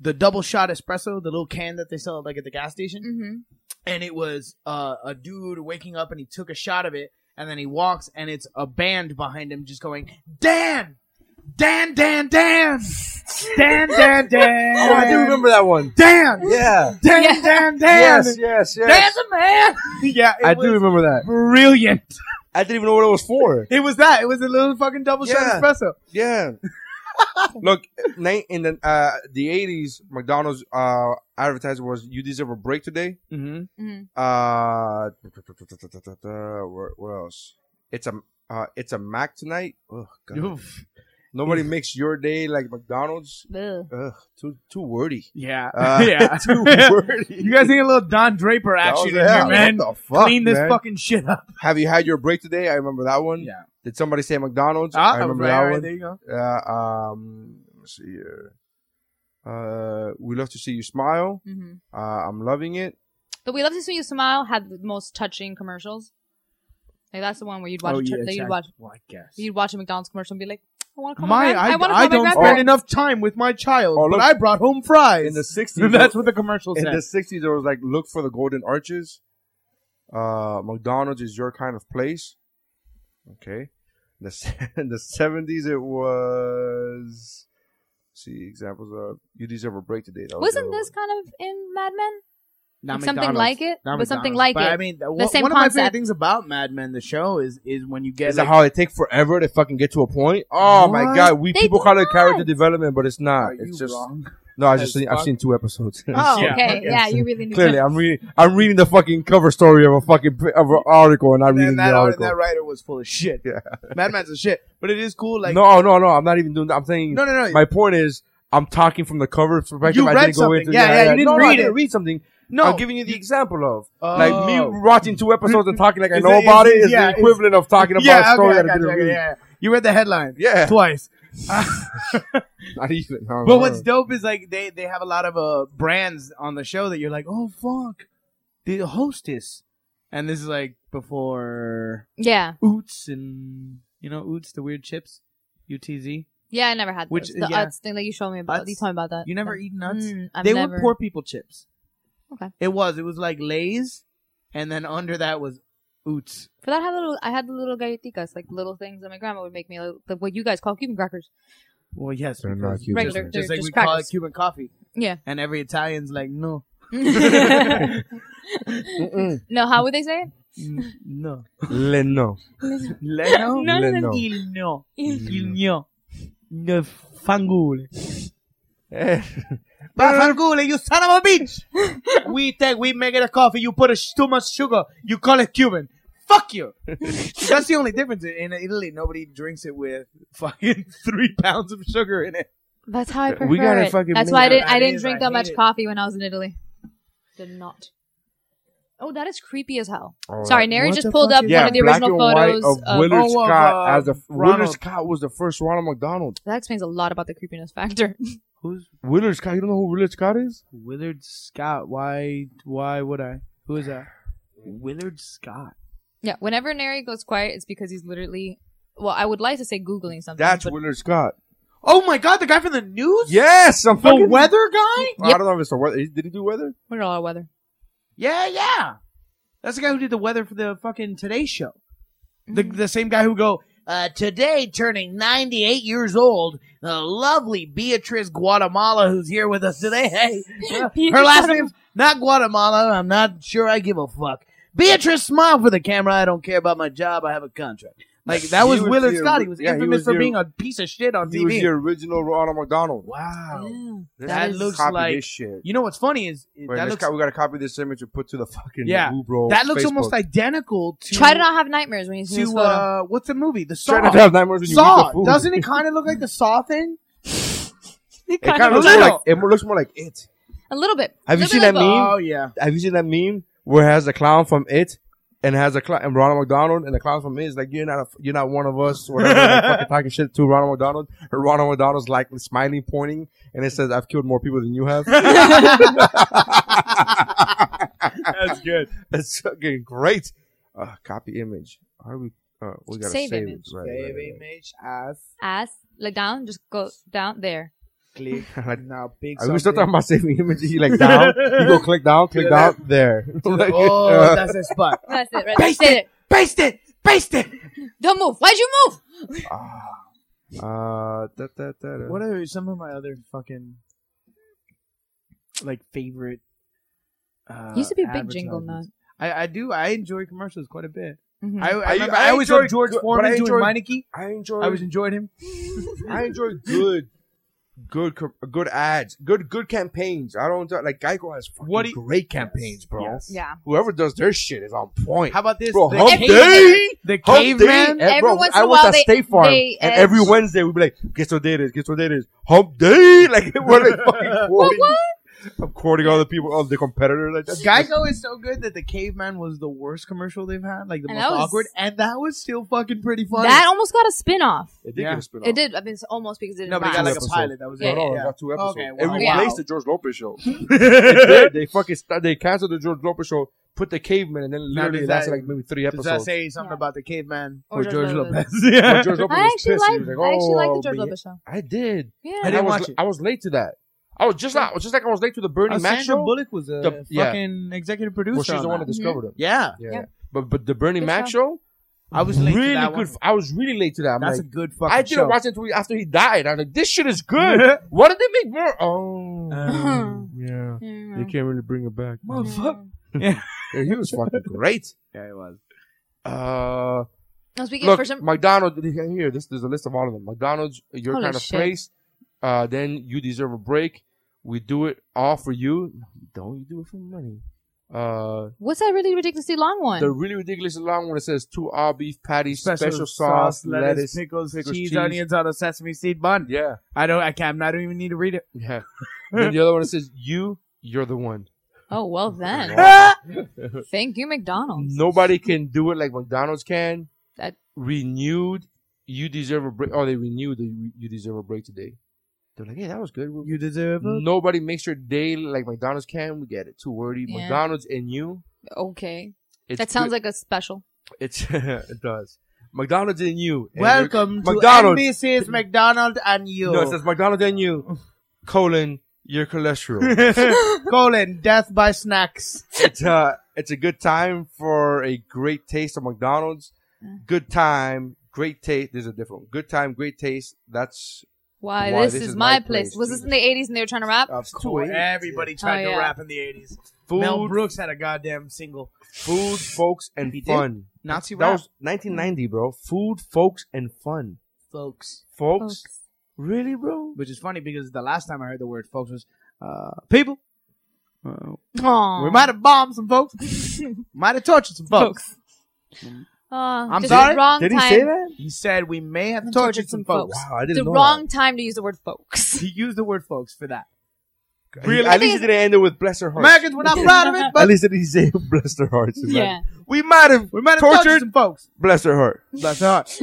[SPEAKER 5] the double shot espresso, the little can that they sell like at the gas station.
[SPEAKER 6] hmm
[SPEAKER 5] and it was uh, a dude waking up and he took a shot of it and then he walks and it's a band behind him just going dan Dan, Dan, Dan, Dan, Dan, Dan.
[SPEAKER 2] Oh, I do remember that one.
[SPEAKER 5] Dan,
[SPEAKER 2] Yeah.
[SPEAKER 5] Dan, Dan, Dan.
[SPEAKER 2] Yes, yes, yes.
[SPEAKER 5] Dan's a man. yeah, it
[SPEAKER 2] I
[SPEAKER 5] was
[SPEAKER 2] do remember that.
[SPEAKER 5] Brilliant.
[SPEAKER 2] I didn't even know what it was for.
[SPEAKER 5] It was that. It was a little fucking double
[SPEAKER 2] Yeah.
[SPEAKER 5] shot espresso.
[SPEAKER 2] Yeah. Look, Nate, in the uh, the 80s, McDonald's uh, advertisement was you deserve a break today.
[SPEAKER 5] Mm-hmm.
[SPEAKER 6] Mhm.
[SPEAKER 2] Uh, where, where else? It's a uh, it's a Mac tonight. Ugh, God. Nobody makes your day like McDonald's.
[SPEAKER 6] Ugh.
[SPEAKER 2] Ugh, too too wordy.
[SPEAKER 5] Yeah,
[SPEAKER 2] Uh,
[SPEAKER 5] yeah.
[SPEAKER 2] too wordy.
[SPEAKER 5] You guys need a little Don Draper
[SPEAKER 2] That
[SPEAKER 5] action
[SPEAKER 2] was-
[SPEAKER 5] in
[SPEAKER 2] yeah,
[SPEAKER 5] here, man.
[SPEAKER 2] What the fuck,
[SPEAKER 5] Clean this
[SPEAKER 2] man?
[SPEAKER 5] fucking shit up.
[SPEAKER 2] Have you had your break today? I remember that one.
[SPEAKER 5] Yeah.
[SPEAKER 2] Did somebody say McDonald's?
[SPEAKER 5] Ah,
[SPEAKER 2] I remember
[SPEAKER 5] right,
[SPEAKER 2] that
[SPEAKER 5] right,
[SPEAKER 2] one.
[SPEAKER 5] There you go.
[SPEAKER 2] Yeah. Um. Let me see here. Uh, we love to see you smile.
[SPEAKER 6] hmm
[SPEAKER 2] Uh, I'm loving it.
[SPEAKER 6] But we love to see you smile. Had the most touching commercials. Like that's the one where you'd
[SPEAKER 5] Oh,
[SPEAKER 2] Oh,
[SPEAKER 6] watch. a tur- that you'd watch.
[SPEAKER 5] Well, I guess.
[SPEAKER 6] You'd watch a McDonald's commercial and be like, I want to call my.
[SPEAKER 5] My,
[SPEAKER 6] Grand-
[SPEAKER 5] I,
[SPEAKER 6] I, want to
[SPEAKER 5] I
[SPEAKER 6] call
[SPEAKER 5] don't
[SPEAKER 6] my
[SPEAKER 5] spend
[SPEAKER 6] grandparents.
[SPEAKER 5] enough time with my child,
[SPEAKER 2] Oh,
[SPEAKER 5] but
[SPEAKER 2] look.
[SPEAKER 5] I brought home fries.
[SPEAKER 2] In the '60s,
[SPEAKER 5] That's what the commercial
[SPEAKER 2] in
[SPEAKER 5] said.
[SPEAKER 2] the '60s, there was like, look for the golden arches. Uh, McDonald's is your kind of place. Okay. The s- in the '70s, it was. See examples of you deserve a break today. That was the
[SPEAKER 6] Wasn't
[SPEAKER 2] other
[SPEAKER 6] this
[SPEAKER 2] one.
[SPEAKER 6] kind of in Mad Men?
[SPEAKER 5] Not
[SPEAKER 6] Like something
[SPEAKER 5] McDonald's.
[SPEAKER 6] like it,
[SPEAKER 5] Not
[SPEAKER 6] but something
[SPEAKER 5] McDonald's.
[SPEAKER 6] like
[SPEAKER 5] But
[SPEAKER 6] it.
[SPEAKER 5] I mean, one-
[SPEAKER 6] same
[SPEAKER 5] one of my favorite
[SPEAKER 6] concept.
[SPEAKER 5] things about Mad Men, the show, is is when you get
[SPEAKER 2] Is
[SPEAKER 5] like,
[SPEAKER 2] that how it take forever to fucking get to a point? Oh my
[SPEAKER 5] What?
[SPEAKER 2] god, we
[SPEAKER 6] They
[SPEAKER 2] people call it
[SPEAKER 6] do
[SPEAKER 2] character
[SPEAKER 6] not.
[SPEAKER 2] development, but it's not.
[SPEAKER 5] Are
[SPEAKER 2] It's
[SPEAKER 5] you
[SPEAKER 2] just
[SPEAKER 5] wrong?
[SPEAKER 2] no. I just
[SPEAKER 5] As
[SPEAKER 2] seen, I've
[SPEAKER 5] fuck?
[SPEAKER 2] seen two episodes.
[SPEAKER 6] Oh,
[SPEAKER 5] Yeah.
[SPEAKER 6] okay. Yeah, you really need
[SPEAKER 2] Clearly,
[SPEAKER 6] to.
[SPEAKER 2] I'm reading. I'm reading the fucking cover story of a fucking of an article, and I'm reading
[SPEAKER 5] And that,
[SPEAKER 2] the
[SPEAKER 5] art-
[SPEAKER 2] article.
[SPEAKER 5] that writer was full of shit.
[SPEAKER 2] Yeah.
[SPEAKER 5] Mad Men's a shit, but it is cool. Like
[SPEAKER 2] no, no, no. I'm not even doing. that. I'm saying.
[SPEAKER 5] no, no, no.
[SPEAKER 2] My point is, I'm talking from the cover perspective.
[SPEAKER 5] You
[SPEAKER 2] I
[SPEAKER 5] read
[SPEAKER 2] didn't go
[SPEAKER 5] something.
[SPEAKER 2] into.
[SPEAKER 5] Yeah, yeah, you didn't
[SPEAKER 2] no, no, I
[SPEAKER 5] read
[SPEAKER 2] didn't
[SPEAKER 5] it.
[SPEAKER 2] read something.
[SPEAKER 5] no,
[SPEAKER 2] I'm giving you the example of
[SPEAKER 5] Oh.
[SPEAKER 2] like me watching two episodes and talking like I
[SPEAKER 5] Is
[SPEAKER 2] know
[SPEAKER 5] it-
[SPEAKER 2] about
[SPEAKER 5] is
[SPEAKER 2] it
[SPEAKER 5] it-
[SPEAKER 2] is
[SPEAKER 5] yeah,
[SPEAKER 2] the
[SPEAKER 5] is-
[SPEAKER 2] equivalent of talking about
[SPEAKER 5] yeah,
[SPEAKER 2] a story
[SPEAKER 5] okay, I
[SPEAKER 2] that I
[SPEAKER 5] got you,
[SPEAKER 2] didn't
[SPEAKER 5] I got you,
[SPEAKER 2] read.
[SPEAKER 5] yeah, yeah. You read the headline
[SPEAKER 2] Yeah,
[SPEAKER 5] twice.
[SPEAKER 2] not even. I
[SPEAKER 5] But
[SPEAKER 2] don't know.
[SPEAKER 5] what's dope is like they they have a lot of uh brands on the show that you're like, oh fuck, the hostess, and this is like before
[SPEAKER 6] Yeah,
[SPEAKER 5] Oots and you know Oots the weird chips, UTZ.
[SPEAKER 6] yeah. I never had
[SPEAKER 5] Which-
[SPEAKER 6] those. the
[SPEAKER 5] yeah.
[SPEAKER 6] Utz thing that you showed me about.
[SPEAKER 5] Utz?
[SPEAKER 6] You told me about that.
[SPEAKER 5] You never
[SPEAKER 6] Yeah.
[SPEAKER 5] eat nuts?
[SPEAKER 6] Mm, I've
[SPEAKER 5] they
[SPEAKER 6] never.
[SPEAKER 5] were poor people chips.
[SPEAKER 6] Okay.
[SPEAKER 5] It was it was like Lay's, and then under that was Oots.
[SPEAKER 6] For that, I had little. I had the little galletitas, like little things that my grandma would make me, like, the- what you guys call Cuban crackers.
[SPEAKER 5] Well, yes,
[SPEAKER 2] They're
[SPEAKER 5] because
[SPEAKER 2] not Cuban.
[SPEAKER 6] Regular,
[SPEAKER 5] just,
[SPEAKER 6] they're
[SPEAKER 5] just like
[SPEAKER 6] just
[SPEAKER 5] we call it
[SPEAKER 6] crackers.
[SPEAKER 5] Cuban coffee,
[SPEAKER 6] Yeah.
[SPEAKER 5] and every Italian's like, no,
[SPEAKER 6] no, how would they say it?
[SPEAKER 5] n- no,
[SPEAKER 2] Leno?
[SPEAKER 5] Leno,
[SPEAKER 6] None of them
[SPEAKER 2] Leno.
[SPEAKER 5] il no,
[SPEAKER 6] eat.
[SPEAKER 5] il no, no fangule.
[SPEAKER 2] Eh.
[SPEAKER 5] Bafangule, you son of a bitch! we take, we make it a coffee. You put a sh- too much sugar. You call it Cuban. Fuck you. That's the only difference. In Italy, nobody drinks it with fucking three pounds of sugar in it.
[SPEAKER 6] That's how I prefer
[SPEAKER 2] We gotta
[SPEAKER 6] it.
[SPEAKER 2] fucking
[SPEAKER 6] That's
[SPEAKER 2] move
[SPEAKER 6] why I
[SPEAKER 5] on.
[SPEAKER 6] didn't. I
[SPEAKER 5] That
[SPEAKER 6] didn't
[SPEAKER 5] is,
[SPEAKER 6] drink
[SPEAKER 5] I
[SPEAKER 6] that much
[SPEAKER 5] hate it.
[SPEAKER 6] coffee when I was in Italy. Did not. Oh, that is creepy as hell.
[SPEAKER 2] Oh,
[SPEAKER 6] Sorry,
[SPEAKER 2] that-
[SPEAKER 6] Neri
[SPEAKER 5] what
[SPEAKER 6] just
[SPEAKER 5] the
[SPEAKER 6] pulled
[SPEAKER 5] fuck
[SPEAKER 6] up
[SPEAKER 5] is
[SPEAKER 2] yeah,
[SPEAKER 6] one of the
[SPEAKER 2] black
[SPEAKER 6] original
[SPEAKER 2] and white
[SPEAKER 6] photos.
[SPEAKER 2] of
[SPEAKER 6] Of
[SPEAKER 2] Willard
[SPEAKER 5] oh, of,
[SPEAKER 2] Scott
[SPEAKER 5] uh,
[SPEAKER 2] as the Willard
[SPEAKER 5] Ronald.
[SPEAKER 2] Scott was the first Ronald McDonald.
[SPEAKER 6] Oh, that explains a lot about the creepiness factor.
[SPEAKER 5] Who's
[SPEAKER 2] Willard Scott, you don't know who Willard Scott is?
[SPEAKER 5] Willard Scott? Why? Why would I? Who is that? Willard Scott.
[SPEAKER 6] yeah, whenever Neri goes quiet, it's because he's literally. Well, I would like to say googling something.
[SPEAKER 2] That's
[SPEAKER 6] but
[SPEAKER 2] Willard Scott.
[SPEAKER 5] Oh my God! The guy from the news.
[SPEAKER 2] Yes, I'm
[SPEAKER 5] The
[SPEAKER 2] fucking. Uh,
[SPEAKER 5] weather guy.
[SPEAKER 2] I don't know if it's the weather. Did he do weather?
[SPEAKER 6] we all our weather.
[SPEAKER 5] Yeah, yeah. That's the guy who did the weather for the fucking Today Show. The,
[SPEAKER 2] Mm-hmm.
[SPEAKER 5] the same guy who go, uh, today turning 98 years old, the lovely Beatrice Guatemala who's here with us today. Hey, uh, her last name's not Guatemala. I'm not sure I give a fuck. Beatrice, smile for the camera. I don't care about my job. I have a contract. Like, that
[SPEAKER 2] He
[SPEAKER 5] was,
[SPEAKER 2] was
[SPEAKER 5] Willard
[SPEAKER 2] your-
[SPEAKER 5] Scott. He was
[SPEAKER 2] yeah, he
[SPEAKER 5] infamous
[SPEAKER 2] was
[SPEAKER 5] for
[SPEAKER 2] your-
[SPEAKER 5] being a piece of shit on
[SPEAKER 2] He
[SPEAKER 5] TV.
[SPEAKER 2] was the original Ronald McDonald.
[SPEAKER 5] wow.
[SPEAKER 6] Yeah.
[SPEAKER 5] That
[SPEAKER 6] is-
[SPEAKER 5] looks
[SPEAKER 2] copy
[SPEAKER 5] like-
[SPEAKER 2] this shit.
[SPEAKER 5] You know what's funny is
[SPEAKER 2] Wait,
[SPEAKER 5] that
[SPEAKER 2] let's
[SPEAKER 5] looks
[SPEAKER 2] co- we gotta copy this image and put to the fucking
[SPEAKER 5] Yeah.
[SPEAKER 2] Woo bro.
[SPEAKER 5] that looks
[SPEAKER 2] Facebook.
[SPEAKER 5] almost identical
[SPEAKER 2] Mm.
[SPEAKER 5] to
[SPEAKER 6] Try to not have nightmares when you see this
[SPEAKER 5] to
[SPEAKER 6] photo.
[SPEAKER 5] uh, what's the movie? The
[SPEAKER 2] Try
[SPEAKER 5] Saw.
[SPEAKER 2] not to have nightmares when you eat the
[SPEAKER 5] Saw.
[SPEAKER 2] food.
[SPEAKER 5] Doesn't it kind of look like the Saw thing?
[SPEAKER 2] It kind of looks more like it looks more like it.
[SPEAKER 6] a little bit.
[SPEAKER 2] Have you
[SPEAKER 6] Little bit
[SPEAKER 2] seen that
[SPEAKER 6] of a-
[SPEAKER 2] meme?
[SPEAKER 5] Oh yeah.
[SPEAKER 2] Have you seen that meme where it has a clown from it and has a clown and Ronald McDonald and the clown from it is like you're not a, you're not one of us or whatever like, fucking talking shit to Ronald McDonald and Ronald McDonald's like smiling pointing and it says I've killed more people than you have. That's good. That's fucking great. Uh, copy image. How do we? Uh, we gotta
[SPEAKER 6] Save
[SPEAKER 2] save, it.
[SPEAKER 6] image.
[SPEAKER 2] Right, right,
[SPEAKER 5] Baby,
[SPEAKER 2] right,
[SPEAKER 5] Mitch, ass,
[SPEAKER 6] Ass, like down, just go down there.
[SPEAKER 5] click.
[SPEAKER 2] Like-
[SPEAKER 5] now, big.
[SPEAKER 2] Are we still talking
[SPEAKER 5] something.
[SPEAKER 2] about saving images? You like down, you go click down, click down, there. Like,
[SPEAKER 5] Oh,
[SPEAKER 2] uh,
[SPEAKER 5] that's a spot.
[SPEAKER 6] That's it, right?
[SPEAKER 5] Paste
[SPEAKER 6] Stay
[SPEAKER 5] it. Paste it. Paste it.
[SPEAKER 6] there. Don't move. Why'd you move?
[SPEAKER 2] ah, Uh, da, da, da, da.
[SPEAKER 5] What are some of my other fucking like favorite? Uh,
[SPEAKER 6] used to be a big jingle nut.
[SPEAKER 5] advertisements? I, I do. I enjoy commercials quite a bit.
[SPEAKER 6] Mhm.
[SPEAKER 5] I, I,
[SPEAKER 2] I-
[SPEAKER 5] remember,
[SPEAKER 2] I
[SPEAKER 5] I, always
[SPEAKER 2] enjoy-
[SPEAKER 5] enjoyed George
[SPEAKER 2] but
[SPEAKER 5] Foreman
[SPEAKER 2] I
[SPEAKER 5] doing
[SPEAKER 2] enjoy-
[SPEAKER 5] Meineke.
[SPEAKER 2] I enjoy.
[SPEAKER 5] I always enjoyed him.
[SPEAKER 2] I enjoy good, good, com- good ads, good, good campaigns. I don't like Geico has fucking
[SPEAKER 5] What do you-
[SPEAKER 2] great campaigns, bro.
[SPEAKER 6] yeah.
[SPEAKER 2] Whoever does their shit is on point.
[SPEAKER 5] How about this?
[SPEAKER 2] Bro,
[SPEAKER 5] the
[SPEAKER 2] hump
[SPEAKER 5] cave-
[SPEAKER 2] day!
[SPEAKER 5] the
[SPEAKER 2] Hump
[SPEAKER 5] caveman.
[SPEAKER 2] day. Eh,
[SPEAKER 6] Every
[SPEAKER 2] bro,
[SPEAKER 6] once in
[SPEAKER 2] I
[SPEAKER 6] a
[SPEAKER 2] was
[SPEAKER 6] while
[SPEAKER 2] at
[SPEAKER 6] they-
[SPEAKER 2] State Farm,
[SPEAKER 6] they
[SPEAKER 2] and every
[SPEAKER 6] edge.
[SPEAKER 2] Wednesday we'd be like, "Guess what day it is? Guess what day it is? Hump day!" Like we're like fucking quoting. I'm quoting all the people, all the competitors. Like that's
[SPEAKER 5] Geico is so good that the caveman was the worst commercial they've had, like the
[SPEAKER 6] And
[SPEAKER 5] most
[SPEAKER 6] that was-
[SPEAKER 5] awkward, and that was still fucking pretty funny.
[SPEAKER 6] That almost got a spin off.
[SPEAKER 2] It did
[SPEAKER 5] Yeah.
[SPEAKER 2] get a spin
[SPEAKER 6] It did. I mean, it's almost because it didn't
[SPEAKER 5] no, but it got
[SPEAKER 6] last.
[SPEAKER 5] like a
[SPEAKER 2] episodes.
[SPEAKER 5] pilot. That was
[SPEAKER 6] Yeah,
[SPEAKER 5] it.
[SPEAKER 2] No, no, it
[SPEAKER 5] Yeah.
[SPEAKER 2] got two episodes.
[SPEAKER 5] Okay,
[SPEAKER 2] It
[SPEAKER 5] wow.
[SPEAKER 2] replaced
[SPEAKER 6] Wow.
[SPEAKER 2] the George Lopez show. it did. They fucking st- they canceled the George Lopez show, put the caveman, and then literally
[SPEAKER 5] does
[SPEAKER 2] it
[SPEAKER 5] that-
[SPEAKER 2] lasted like maybe three
[SPEAKER 5] Does
[SPEAKER 2] episodes.
[SPEAKER 5] that say something
[SPEAKER 6] Yeah.
[SPEAKER 5] about the caveman
[SPEAKER 6] Or George Lopez.
[SPEAKER 5] yeah.
[SPEAKER 2] But George Lopez
[SPEAKER 6] I
[SPEAKER 2] was
[SPEAKER 6] actually
[SPEAKER 2] pissed. He
[SPEAKER 6] like.
[SPEAKER 2] was like,
[SPEAKER 6] I actually like
[SPEAKER 2] "Oh,
[SPEAKER 6] the George
[SPEAKER 2] but
[SPEAKER 6] Lopez show.
[SPEAKER 2] I did.
[SPEAKER 6] Yeah.
[SPEAKER 5] I didn't
[SPEAKER 2] was,
[SPEAKER 5] watch it.
[SPEAKER 2] I was late to that. I was just not, I was just like I was late to the Bernie
[SPEAKER 5] Uh,
[SPEAKER 2] Mac
[SPEAKER 5] Sandra
[SPEAKER 2] show.
[SPEAKER 5] Bullock was a
[SPEAKER 2] The- yeah.
[SPEAKER 5] fucking executive producer.
[SPEAKER 2] Well, she's
[SPEAKER 5] on
[SPEAKER 2] the one that
[SPEAKER 5] that.
[SPEAKER 2] discovered him.
[SPEAKER 5] Yeah,
[SPEAKER 2] Yeah.
[SPEAKER 6] Yep.
[SPEAKER 2] But but the Bernie
[SPEAKER 6] Good
[SPEAKER 2] Mac
[SPEAKER 6] show.
[SPEAKER 2] show,
[SPEAKER 5] I was late
[SPEAKER 2] really
[SPEAKER 5] to that
[SPEAKER 2] good.
[SPEAKER 5] one.
[SPEAKER 2] f- I was really late to that. I'm
[SPEAKER 5] That's
[SPEAKER 2] like,
[SPEAKER 5] a good fucking
[SPEAKER 2] I didn't
[SPEAKER 5] show.
[SPEAKER 2] watch it until after he died. I was like, this shit is good. Why did they make more? Oh,
[SPEAKER 6] Um,
[SPEAKER 2] yeah.
[SPEAKER 6] Yeah.
[SPEAKER 2] They can't really bring it back. Mm-hmm.
[SPEAKER 5] Motherfucker.
[SPEAKER 2] Yeah, he was fucking great.
[SPEAKER 5] Yeah, it was.
[SPEAKER 2] Uh,
[SPEAKER 6] No, speaking
[SPEAKER 2] look,
[SPEAKER 6] for some,
[SPEAKER 2] McDonald's. Here, this there's a list of all of them. McDonald's, your
[SPEAKER 6] Holy
[SPEAKER 2] kind of
[SPEAKER 6] shit.
[SPEAKER 2] place. Uh, then you deserve a break. We do it all for you. No, you don't. You do it for money. Uh,
[SPEAKER 6] what's that really ridiculously long one?
[SPEAKER 2] the really ridiculous long one that says two all beef patties, special, sauce, lettuce.
[SPEAKER 5] pickles,
[SPEAKER 2] pickles,
[SPEAKER 5] cheese,
[SPEAKER 2] cheese.
[SPEAKER 5] onions on a sesame seed bun.
[SPEAKER 2] Yeah,
[SPEAKER 5] I don't. I can't. I don't even need to read it.
[SPEAKER 2] yeah. then the other one that says you, you're the one.
[SPEAKER 6] oh well, then. Thank you, McDonald's.
[SPEAKER 2] Nobody can do it like McDonald's can.
[SPEAKER 6] That-
[SPEAKER 2] renewed. You deserve a break. Oh, they renewed. The, you deserve a break today. They're like, hey, that was good. We're-
[SPEAKER 5] You deserve it.
[SPEAKER 2] Nobody makes your day like McDonald's can. We get it. Too wordy.
[SPEAKER 6] Yeah.
[SPEAKER 2] McDonald's and you.
[SPEAKER 6] Okay,
[SPEAKER 2] It's
[SPEAKER 6] that sounds like a special.
[SPEAKER 2] like it's it does. McDonald's and you. And
[SPEAKER 5] Welcome to
[SPEAKER 2] McDonald's.
[SPEAKER 5] NBC's McDonald and you.
[SPEAKER 2] you're- No, it says McDonald's and you. colon your cholesterol.
[SPEAKER 5] colon death by snacks.
[SPEAKER 2] it's a it's a good time for a great taste of McDonald's. Good time, great taste. There's a different one. Good time, great taste. That's
[SPEAKER 6] Why,
[SPEAKER 2] Why,
[SPEAKER 6] this, is, my place.
[SPEAKER 2] place. Uh,
[SPEAKER 6] Was this in the '80s and they were trying to rap?
[SPEAKER 2] of
[SPEAKER 5] Everybody tried
[SPEAKER 6] Oh, yeah.
[SPEAKER 5] to rap in the eighties.
[SPEAKER 2] Food,
[SPEAKER 5] Mel Brooks had a goddamn single.
[SPEAKER 2] food, folks, and
[SPEAKER 5] He did.
[SPEAKER 2] fun.
[SPEAKER 5] Nazi
[SPEAKER 2] That
[SPEAKER 5] rap.
[SPEAKER 2] was 1990, bro. Food, folks, and fun.
[SPEAKER 5] folks.
[SPEAKER 2] Folks, really, bro?
[SPEAKER 5] Which is funny because the last time I heard the word folks was uh, people. Uh,
[SPEAKER 6] Aw.
[SPEAKER 5] we might have bombed some folks. might have tortured some folks.
[SPEAKER 6] Aw,
[SPEAKER 5] I'm
[SPEAKER 6] just
[SPEAKER 5] sorry?
[SPEAKER 6] Uh, The wrong
[SPEAKER 2] Did he
[SPEAKER 6] time.
[SPEAKER 2] say that?
[SPEAKER 5] He said we may have tortured, some folks.
[SPEAKER 2] Wow, I didn't
[SPEAKER 6] The
[SPEAKER 2] know.
[SPEAKER 6] wrong time to use the word folks.
[SPEAKER 5] He used the word folks for that.
[SPEAKER 2] that. Really? At least it didn't end it with bless her heart.
[SPEAKER 5] Americans were not proud of it,
[SPEAKER 2] At
[SPEAKER 5] but
[SPEAKER 2] least it didn't say bless her heart.
[SPEAKER 6] yeah,
[SPEAKER 2] We might have
[SPEAKER 5] we might have tortured,
[SPEAKER 2] tortured
[SPEAKER 5] some folks.
[SPEAKER 2] bless her heart.
[SPEAKER 5] Bless her heart.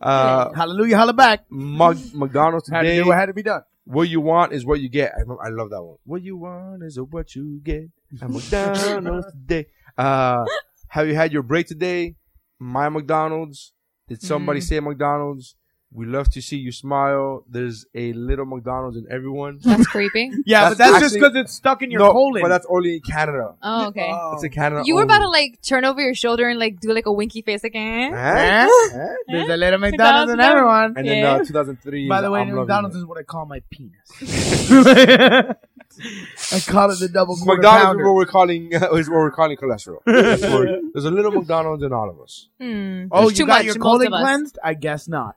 [SPEAKER 2] Uh,
[SPEAKER 5] Hallelujah, holla back.
[SPEAKER 2] Mc- McDonald's
[SPEAKER 5] Had to
[SPEAKER 2] today.
[SPEAKER 5] do what had to be done.
[SPEAKER 2] What you want is what you get. I, remember- I love that one. What you want is what you get. At McDonald's today. Uh, have you had your break today? My McDonald's. Did somebody say McDonald's? We love to see you smile. There's a little McDonald's in everyone.
[SPEAKER 6] that's creepy.
[SPEAKER 5] Yeah,
[SPEAKER 2] That's
[SPEAKER 5] but that's just
[SPEAKER 2] actually-
[SPEAKER 5] because it's stuck in your
[SPEAKER 2] no,
[SPEAKER 5] colon.
[SPEAKER 2] but that's only in Canada.
[SPEAKER 6] Oh, okay.
[SPEAKER 2] That's in Canada.
[SPEAKER 6] you were about
[SPEAKER 5] Oh.
[SPEAKER 6] to
[SPEAKER 2] only.
[SPEAKER 6] like turn over your shoulder and like do like a winky face, like eh?
[SPEAKER 2] Huh? Huh?
[SPEAKER 5] There's a little McDonald's in
[SPEAKER 6] McDonald's.
[SPEAKER 5] everyone.
[SPEAKER 2] And then uh, 2003.
[SPEAKER 5] By the way,
[SPEAKER 2] I'm loving
[SPEAKER 5] McDonald's
[SPEAKER 2] it.
[SPEAKER 5] is what I call my penis. I call it the double quarter
[SPEAKER 2] McDonald's is
[SPEAKER 5] pounder.
[SPEAKER 2] what we're calling is what we're calling cholesterol. That's what- There's a little McDonald's in all of us.
[SPEAKER 6] Hmm.
[SPEAKER 5] Oh,
[SPEAKER 6] There's
[SPEAKER 5] you
[SPEAKER 6] too
[SPEAKER 5] got
[SPEAKER 6] much
[SPEAKER 5] your
[SPEAKER 6] in most
[SPEAKER 5] colon
[SPEAKER 6] of us.
[SPEAKER 5] cleansed? I guess not.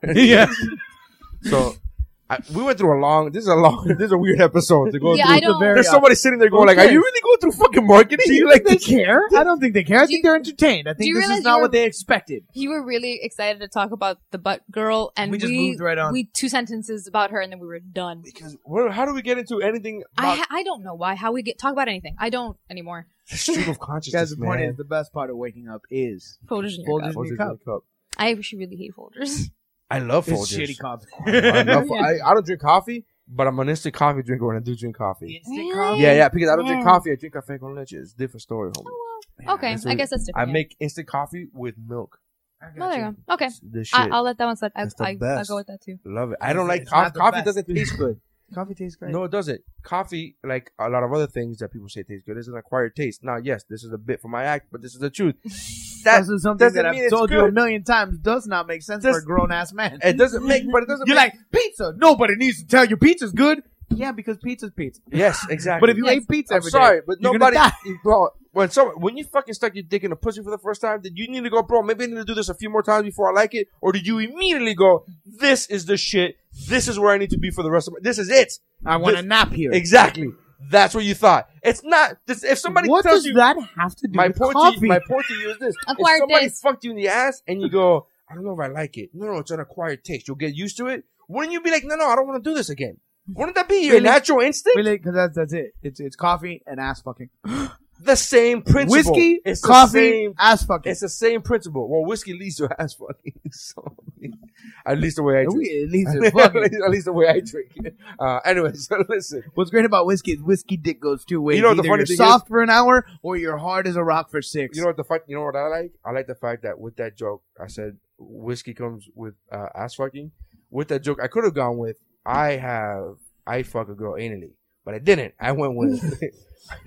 [SPEAKER 2] So I, we went through a long. This is a long. This is a weird episode to go
[SPEAKER 6] Yeah,
[SPEAKER 2] through.
[SPEAKER 6] I don't.
[SPEAKER 5] very-
[SPEAKER 2] There's somebody sitting there going, "Like, are
[SPEAKER 5] Okay.
[SPEAKER 2] you really going through fucking marketing?
[SPEAKER 5] Do you
[SPEAKER 2] like
[SPEAKER 5] think they care? I don't think they care. I
[SPEAKER 6] Do you-
[SPEAKER 5] think they're entertained. I
[SPEAKER 6] do
[SPEAKER 5] think
[SPEAKER 6] you
[SPEAKER 5] this
[SPEAKER 6] realize
[SPEAKER 5] is not
[SPEAKER 6] you
[SPEAKER 5] what
[SPEAKER 6] were-
[SPEAKER 5] they expected.
[SPEAKER 6] You were really excited to talk about the butt girl, and
[SPEAKER 5] We
[SPEAKER 6] we
[SPEAKER 5] just moved right on.
[SPEAKER 6] We two sentences about her, and then we were done.
[SPEAKER 2] Because where, how do we get into anything
[SPEAKER 6] I
[SPEAKER 2] about
[SPEAKER 6] ha- I don't know why how we get talk about anything. I don't anymore.
[SPEAKER 2] the stream of
[SPEAKER 5] Guys,
[SPEAKER 2] consciousness,
[SPEAKER 5] the point is
[SPEAKER 2] man?
[SPEAKER 5] the best part of waking up is
[SPEAKER 6] Folders in your
[SPEAKER 5] Folders
[SPEAKER 6] cup.
[SPEAKER 5] in your
[SPEAKER 2] Folgers
[SPEAKER 5] cup.
[SPEAKER 2] Milk Cup.
[SPEAKER 6] I actually really hate folders.
[SPEAKER 2] I love Folgers.
[SPEAKER 5] It's shitty coffee.
[SPEAKER 2] I, love, I, I don't drink coffee, but I'm an instant coffee drinker when I do drink coffee. Yeah, yeah, because I don't drink
[SPEAKER 6] Yeah.
[SPEAKER 2] coffee. I drink cafe con leche. It's a different story, homie.
[SPEAKER 6] Okay,
[SPEAKER 2] That's
[SPEAKER 6] I
[SPEAKER 2] what-
[SPEAKER 6] guess that's
[SPEAKER 2] I
[SPEAKER 6] different.
[SPEAKER 2] make instant coffee with milk.
[SPEAKER 6] Oh, there you go. Okay,
[SPEAKER 2] It's The shit.
[SPEAKER 6] I, I'll let that one slide. I,
[SPEAKER 2] That's the
[SPEAKER 6] I, I'll
[SPEAKER 2] best.
[SPEAKER 6] go with that too.
[SPEAKER 2] love it. I don't like
[SPEAKER 5] It's not
[SPEAKER 2] coffee.
[SPEAKER 5] the
[SPEAKER 2] Coffee
[SPEAKER 5] best.
[SPEAKER 2] doesn't taste good.
[SPEAKER 5] Coffee tastes great.
[SPEAKER 2] No, it doesn't. Coffee, like a lot of other things that people say taste good, is an acquired taste. Now, yes, this is a bit for my act, but this is the truth.
[SPEAKER 5] That is something
[SPEAKER 2] doesn't
[SPEAKER 5] that
[SPEAKER 2] mean
[SPEAKER 5] I've
[SPEAKER 2] it's
[SPEAKER 5] told you a
[SPEAKER 2] good.
[SPEAKER 5] million times does not make sense for a grown ass man.
[SPEAKER 2] It doesn't make, but it doesn't.
[SPEAKER 5] You're
[SPEAKER 2] make-
[SPEAKER 5] like pizza. Nobody needs to tell you pizza's good. Yeah, because pizza's pizza.
[SPEAKER 2] Yes, exactly.
[SPEAKER 5] But if you ate pizza
[SPEAKER 2] I'm
[SPEAKER 5] every day,
[SPEAKER 2] sorry, but
[SPEAKER 5] you're
[SPEAKER 2] nobody.
[SPEAKER 5] gonna die.
[SPEAKER 2] you- Bro, when some when you fucking stuck your dick in a pussy for the first time, did you need to go, bro? Maybe I need to do this a few more times before I like it, or did you immediately go, "This is the shit. This is where I need to be for the rest of my. This is it.
[SPEAKER 5] I want
[SPEAKER 2] This-
[SPEAKER 5] to nap here.
[SPEAKER 2] Exactly. That's what you thought. It's not. This, if somebody
[SPEAKER 5] What
[SPEAKER 2] tells
[SPEAKER 5] does
[SPEAKER 2] you
[SPEAKER 5] that have to do
[SPEAKER 2] my
[SPEAKER 5] with
[SPEAKER 2] point, to
[SPEAKER 5] coffee?
[SPEAKER 2] you, my point to you is this: if
[SPEAKER 6] Acquired
[SPEAKER 2] somebody
[SPEAKER 6] taste.
[SPEAKER 2] fucked you in the ass and you go, "I don't know if I like it," no, no, it's an acquired taste. You'll get used to it. Wouldn't you be like, "No, no, I don't want to do this again"? Wouldn't that be your
[SPEAKER 5] Really?
[SPEAKER 2] natural instinct?
[SPEAKER 5] Really, because that's that's it. It's it's coffee and ass fucking.
[SPEAKER 2] The same principle.
[SPEAKER 5] Whiskey,
[SPEAKER 2] it's the
[SPEAKER 5] coffee,
[SPEAKER 2] same-
[SPEAKER 5] ass fucking.
[SPEAKER 2] It's the same principle. Well, whiskey leads to ass fucking. So, at least the way I drink.
[SPEAKER 5] We- at least it's
[SPEAKER 2] at,
[SPEAKER 5] fucking.
[SPEAKER 2] least, at least the way I drink. Uh, anyway, so listen.
[SPEAKER 5] What's great about whiskey is whiskey dick goes two ways.
[SPEAKER 2] You know what the
[SPEAKER 5] Either
[SPEAKER 2] funny
[SPEAKER 5] you're
[SPEAKER 2] thing
[SPEAKER 5] soft for an hour or you're hard as a rock for six.
[SPEAKER 2] You know what the fuck? You know what I like? I like the fact that with that joke, I said whiskey comes with uh, ass fucking. With that joke, I could have gone with I have I fuck a girl anally, but I didn't. I went with.